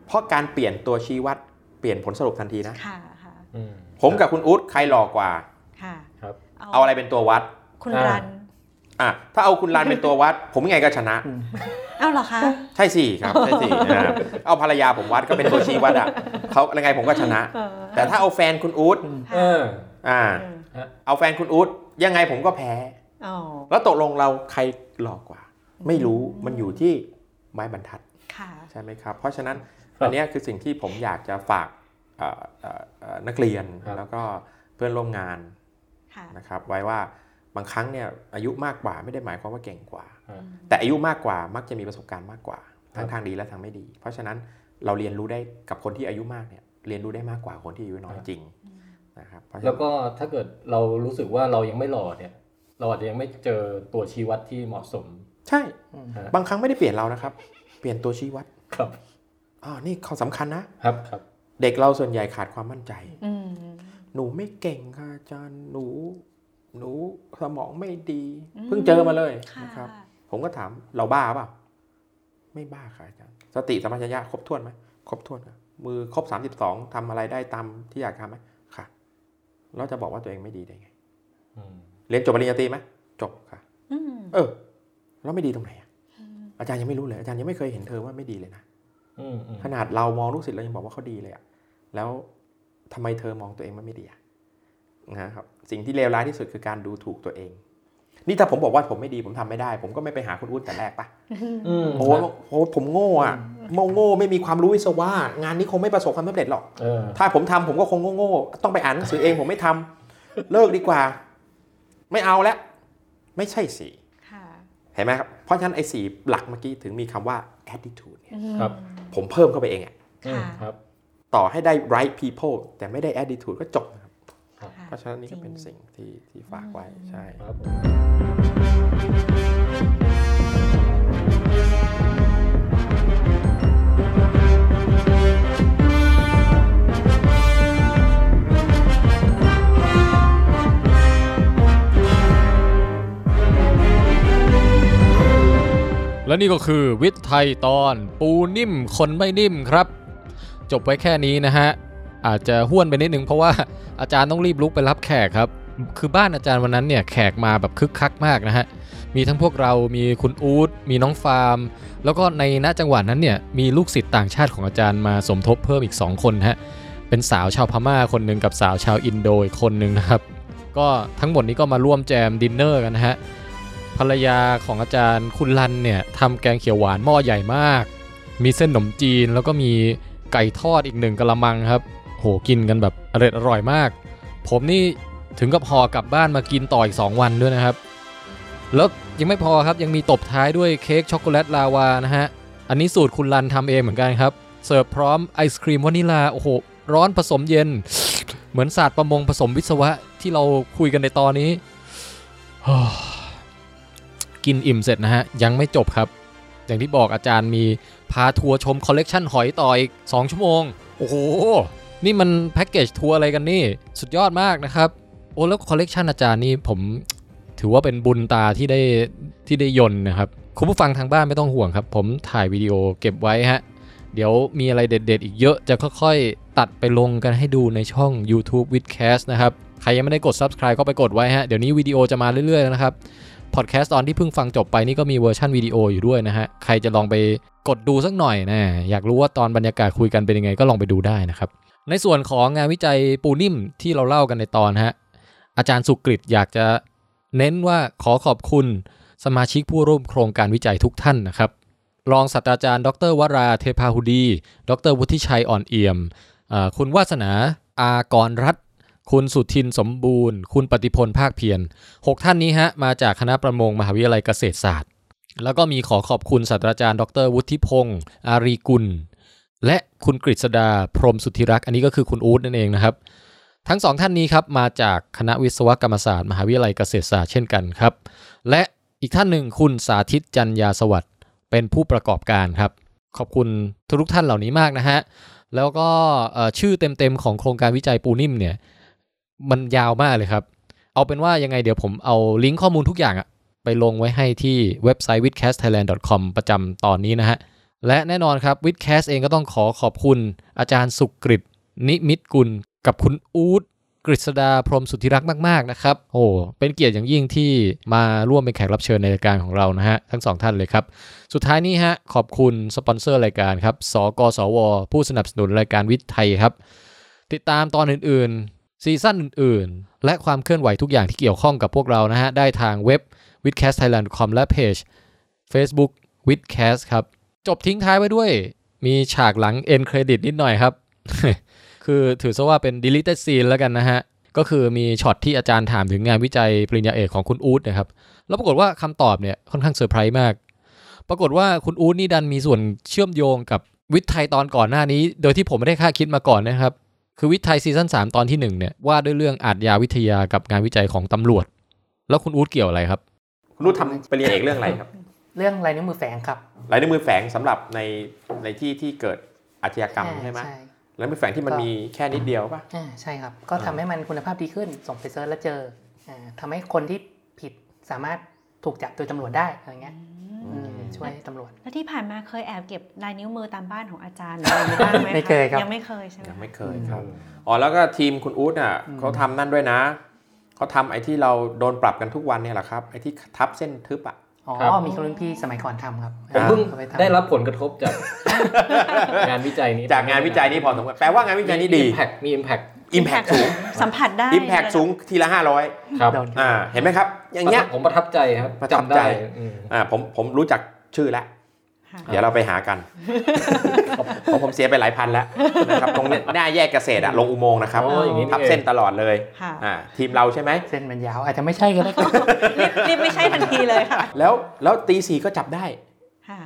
B: เพราะการเปลี่ยนตัวชี้วัดเปลี่ยนผลสรุปทันทีนะ
C: ค่ะค่ะ
D: อืม
B: ผมกับคุณอุ๊ดใครหล่อกว่า
C: ค่ะ
D: ครับ
B: เอาอะไรเป็นตัววัด
C: คุณ
D: อ่า
C: รัน
B: อ่ะถ้าเอาคุณรันเป็นตัววัด ผมยังไงก็ชนะ
C: เอ้าเหรอคะ
B: ใช่สิครับใช่สินะครับเอาภรรยาผมวัดก็เป็นตัวชี้วัดอ่ะเขายังไงผมก็ชนะ
C: เออ
B: แต่ถ้าเอาแฟนคุณอุ๊ด
D: เออ
B: อ่า
C: ค่ะอืม
B: เอาแฟนคุณอุ๊ดยังไงผมก็แพ้
C: อ๋อ
B: แล้วตกลงเราใครหล่อกว่า ไม่รู้มันอยู่ที่ไม้บรรทัด
C: ค่ะ
B: ใช่ไหมครับ เพราะฉะนั้น
D: ครับ
B: อันเนี้ยคือสิ่งที่ผมอยากจะฝากเอ่อเอ่อเอ่อนักเรียน
D: ครับ
B: แล้วก็เพื่อนร่วมงาน
C: ค่ะ
B: นะครับไว้ว่าบางครั้งเนี่ยอายุมากกว่าไม่ได้หมายความว่าเก่งกว่า
D: ครับ
B: แต่อายุมากกว่ามักจะมีประสบการณ์มากกว่า ทั้
D: ครั
B: ง
D: บ
B: ทางดีและทางไม่ดี เพราะฉะนั้น เราเรียนรู้ได้กับคนที่อายุมากเนี่ยเรียนรู้ได้มากกว่าคนที่อายุน้อย
D: ครับ
B: จริงนะครับเพราะฉะ
D: แล้
B: นั้
D: วน ก็ถ้าเกิดเรารู้สึกว่าเรายังไม่หล่อเนี่ย เราอาจจะยังไม่เจอตัวชี้วัดที่เหมาะสม
B: ใช่
A: อืม
B: บางครั้งไม่ได้เปลี่ยนเรานะครับ เปลี่ยนตัวชี้วัด
D: ครับ
B: อ๋อนี่ข้อสำคัญนะ
D: ครับครับ
B: เด็กเราส่วนใหญ่ขาดความมั่นใจ
C: อืม
B: หนูไม่เก่งค่ะอาจารย์หนู หนูสมองไม่ดี เพิ่งเจอมาเลย
C: ค่ะ
B: นะครับ ผมก็ถามเราบ้าเปล่าไม่บ้าค่ะอาจารย์สติสัมปชัญญะครบถ้วนไหมครบถ้วนค่ะมือครบ 32ทำอะไรได้ตามที่อยากทำไหมค่ะแล้วจะบอกว่าตัวเองไม่ดีได้ไง
D: อืม
B: เรียนจบปริญญาตรีไหมจบค่ะ
C: อืม
B: เออ แล้วไม่ดีตรงไหนอะอาจารย์ยังไม่รู้เลยอาจารย์ยังไม่เคยเห็นเธอว่าไม่ดีเลยนะ
D: อืมอืม
B: ขนาดเรามองลูกศิษย์เรายังบอกว่าเขาดีเลยอะแล้วทำไมเธอมองตัวเองว่าไม่ดีอะนะครับสิ่งที่เลวร้ายที่สุดคือการดูถูกตัวเอง นี่ถ้าผมบอกว่าผมไม่ดีผมทำไม่ได้ ผมก็ไม่ไปหาคุณอุ้นแต่แรกปะ
D: อืม
B: โอ้โหโอ้โหผมโง่อะโง่โง่ไม่มีความรู้วิศวะงานนี้คงไม่ประสบความสำเร็จหรอก
D: เออ
B: ถ้าผมทำผมก็คงโง่ๆต้องไปอ่านหนังสือเองผมไม่ทำเลิกดี กว่า ไม่เอาแล้วไม่ใช่สี
C: ค่ะ
B: เห็นไหมครับ เพราะฉะนั้นไอ้สีหลักเมื่อกี้ถึงมีคำว่า attitude เนี่ย
D: ครับ
B: ผมเพิ่มเข้าไปเองอะ
D: อื
C: ค่ะ
D: มครับ
B: ต่อให้ได้ right people แต่ไม่ได้ attitude ก็จบนะครับ
C: ค่
B: เพราะฉะนั้นนี่ก็เป็นสิ่งที่ที่ฝากไว้ใช่
D: ครับผม
G: และนี่ก็คือวิทย์ไทยตอนปูนิ่มคนไม่นิ่มครับ จบไว้แค่นี้นะฮะ อาจจะห้วนไปนิดนึงเพราะว่า อาจารย์ต้องรีบลุกไปรับแขกครับ คือบ้านอาจารย์วันนั้นเนี่ยแขกมาแบบคึกคักมากนะฮะ มีทั้งพวกเรามีคุณอู๊ดมีน้องฟาร์ม แล้วก็ในณจังหวะนั้นเนี่ยมีลูกศิษย์ต่างชาติของอาจารย์มาสมทบเพิ่มอีก 2 คนฮะเป็นสาวชาวพม่าคนหนึ่งกับสาวชาวอินโดอีกคนหนึ่งนะครับ ก็ทั้งหมดนี้ก็มาร่วมแจมดินเนอร์กันนะฮะ ภรรยาของอาจารย์คุณลันเนี่ยทำแกงเขียวหวานหม้อใหญ่มาก มีเส้นหนมจีนแล้วก็มีไก่ทอดอีกหนึ่งกะละมังครับ โหกินกันแบบอร่อยอร่อยมาก ผมนี่ถึงกับห่อกลับบ้านมากินต่ออีก 2 วันด้วยนะครับ แล้วยังไม่พอครับยังมีตบท้ายด้วยเค้กช็อกโกแลตลาวานะฮะ อันนี้สูตรคุณลันทำเองเหมือนกันครับ เสิร์ฟพร้อมไอศครีมวานิลา โอ้โห ร้อนผสมเย็น เหมือนศาสตร์ประมงผสมวิศวะที่เราคุยกันในตอนนี้ กินอิ่มเสร็จนะฮะ ยังไม่จบครับ อย่างที่บอกอาจารย์มีพาทัวร์ชมคอลเลกชันหอยต่ออีก 2 ชั่วโมง โอ้โห นี่มันแพ็กเกจทัวร์อะไรกันนี่ สุดยอดมากนะครับ โอ้แล้วคอลเลกชันอาจารย์นี่ผม ถือว่าเป็นบุญตาที่ได้ที่ได้ยนต์นะครับ คุณผู้ฟังทางบ้านไม่ต้องห่วงครับ ผมถ่ายวิดีโอเก็บไว้ฮะ เดี๋ยวมีอะไรเด็ด ๆ อีกเยอะจะค่อยๆ ตัดไปลงกันให้ดูในช่อง YouTube with Cast นะครับ ใครยังไม่ได้กด Subscribe ก็ไปกดไว้ฮะ เดี๋ยวนี้วิดีโอจะมาเรื่อยๆแล้วนะครับ พอดแคสต์ตอนที่เพิ่งฟังจบไปนี่ก็มีเวอร์ชันวิดีโออยู่ด้วยนะฮะ ใครจะลองไปกดดูสักหน่อยนะอยากรู้ว่าตอนบรรยากาศคุยกันเป็นยังไงก็ลองไปดูได้นะครับ ในส่วนของงานวิจัยปูนิ่มที่เราเล่ากันในตอนฮะ อาจารย์สุกฤตอยากจะเน้นว่าขอขอบคุณสมาชิกผู้ร่วมโครงการวิจัยทุกท่านนะครับ รองศาสตราจารย์ ดรวราเทพาหุดี ดรวุฒิชัยอ่อนเอี่ยมเอ่อคุณวาสนาอากรรัตน์คุณสุทินสมบูรณ์ คุณปฏิพลภาคเพียร หกท่านนี้ฮะ มาจากคณะประมงมหาวิทยาลัยเกษตรศาสตร์ แล้วก็มีขอขอบคุณศาสตราจารย์ ดร วุฒิพงศ์อารีกุล และคุณกฤษดา พรหมสุทธิรักษ์อันนี้ก็คือคุณอู๊ดนั่นเองนะครับ ทั้งสองท่านนี้ครับ มาจากคณะวิศวกรรมศาสตร์ มหาวิทยาลัยเกษตรศาสตร์เช่นกันครับ และอีกท่านหนึ่งคุณสาธิตจันยาสวัสดิ์เป็นผู้ประกอบการครับ ขอบคุณทุกๆท่านเหล่านี้มากนะฮะแล้วก็เอ่อชื่อเต็มๆของโครงการวิจัยปูนิ่มเนี่ยมันยาวมากเลยครับ เอาเป็นว่ายังไงเดี๋ยวผมเอาลิงก์ข้อมูลทุกอย่างอะไปลงไว้ให้ที่เว็บไซต์ withcastthailand.com ประจำตอนนี้นะฮะ และแน่นอนครับ withcast เองก็ต้องขอขอบคุณอาจารย์สุกฤตนิมิตกุล กับคุณอู๊ดกฤษดาพรหมสุทธิรักษ์มาก ๆ นะครับ โอ้เป็นเกียรติอย่างยิ่งที่มาร่วมเป็นแขกรับเชิญในรายการของเรานะฮะ ทั้งสองท่านเลยครับ สุดท้ายนี้ฮะขอบคุณสปอนเซอร์รายการครับสกสว ผู้สนับสนุนรายการวิทย์ไทยครับ ติดตามตอนอื่น ๆ ซีซั่นอื่น ๆ และความเคลื่อนไหวทุกอย่างที่เกี่ยวข้องกับพวกเรานะฮะ ได้ทางเว็บ w i t h c a s t t h a i l a n d c o m และเพจ Facebook w i t h c a s t ครับ จบทิ้งท้ายไว้ด้วย มีฉากหลัง end credit นิดหน่อยครับ คือถือซะว่าเป็น deleted scene แล้วกันนะฮะ ก็คือมีช็อตที่อาจารย์ถามถึงงานวิจัยปริญญาเอกของคุณอู๊ดนะครับ แล้วปรากฏว่าคำตอบเนี่ยค่อนข้างเซอร์ไพรส์มาก ปรากฏว่าคุณอู๊ดนี่ดันมีส่วนเชื่อมโยงกับ วิทย์ไทยตอนก่อนหน้านี้ โดยที่ผมไม่ได้คาดคิดมาก่อนนะครับ คือวิทย์ไทยซีซั่น3ตอนที่ 1 เนี่ยว่าด้วยเรื่องอาทยาวิทยากับงานวิจัยของตำรวจ แล้วคุณอู๊ดเกี่ยวอะไรครับ
B: คุณนุชทำไปเรียนเอกเรื่องอะไรครับ
A: เรื่องลายนิ้วมือแฝงครับ
B: ลายนิ้วมือแฝงสำหรับในในที่ที่เกิดอาชญากรรม
A: อ่า
B: ใช่ไหม
A: ใช่
B: ลายนิ้วมือแฝงที่มัน
A: ก็
B: มีแค่นิดเดียวป่ะ
A: อ่าใช่ครับ ก็
B: อ่า
A: ทำให้มันคุณภาพดีขึ้น ส่งไปเซิร์ชแล้วเจออ่าทำให้คนที่ผิดสามารถถูกจับโดยตำรวจได้อะไรเงี้ยอืมช่วยตำรวจ
C: แล้วที่ผ่านมาเคยแอบเก็บลายนิ้วมือตามบ้านของอาจารย์หรืออะไรอย่างงี้บ้างไหมะ
A: ไม่เคยครับ
C: ยังไม่เคยใช่ไหม
B: ยังไม่เคยครับ อ๋อแล้วก็ทีมคุณอู๊ดน่ะเขาทำนั่นด้วยนะ เขาทำไอ้ที่เราโดนปรับกันทุกวันเนี่ยแหละครับ ไอ้ที่ทับเส้นทึบอ่ะ
A: อ๋อ
D: ครับ
A: มีคนรุ่นพี่สมัยก่อนทำครับ
D: ผมเพิ่ง
A: อาปทำ
D: ได้รับผลกระทบจาก งานวิจัยนี้
B: จากงานวิจัยนี้พอสมควรแปลว่างานวิจัยนี้ดี
D: มี impact มี impact
B: Impact สูง
C: สัมผัสได้
B: Impact สูงทีละ 500
D: ครับ
A: โดน
B: อ่าเห็นไหมครับ อย่างเงี้ย
D: ผมประทับใจครับ
B: ประทับ
D: จำได้
B: ใจ
D: อืม
B: อ่าผมผมรู้จักชื่อแล้ว
C: ค่ะ
B: เดี๋ยวเราไปหากันเพราะผมเสียไปหลายพันแล้วนะครับตรงเนี้ยหน้าแยกเกษตรอะลงอุโมงค์นะครับ
D: อ๋ออย่างนี้นี่
B: ทับ
D: เอง
B: เส้นตลอดเลย
C: ค่ะ
B: อ่าทีมเราใช่ไหม
A: เส้นมันยาว อาจจะไม่ใช่ก็ได้ครับ
C: รีบรีบไม่ใช่ทันทีเลยค่ะ
B: แล้วแล้วตีสี่ก็จับได้
C: ค่ะ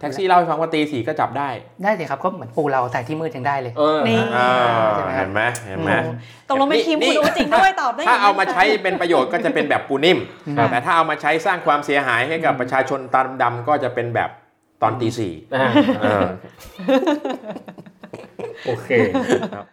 B: แท็กซี่เล่าให้ฟังว่าตีสี่ก็จับได้
A: ได้สิครับก็เหมือนปูเราแต่ที่มืดยังได้เลย
D: เออ
C: นี่
B: อ่า
A: ใช่ไหมครับ
B: เห็นไหมเห็นไหม
C: ตกลงเป็นทีม
B: นี่
C: คุณอู๋จริงด้วยตอบได้
B: ถ้าเอามา
C: ย่งนั้น
B: ใช้เป็นประโยชน์ก็จะเป็นแบบปูนิ่ม
A: ครับ
B: แต่ถ้าเอามาใช้สร้างความเสียหายให้กับประชาชนตาดำๆก็จะเป็นแบบตอนตีสี่
D: อ่า
B: เออ
D: โอเค
B: ครับ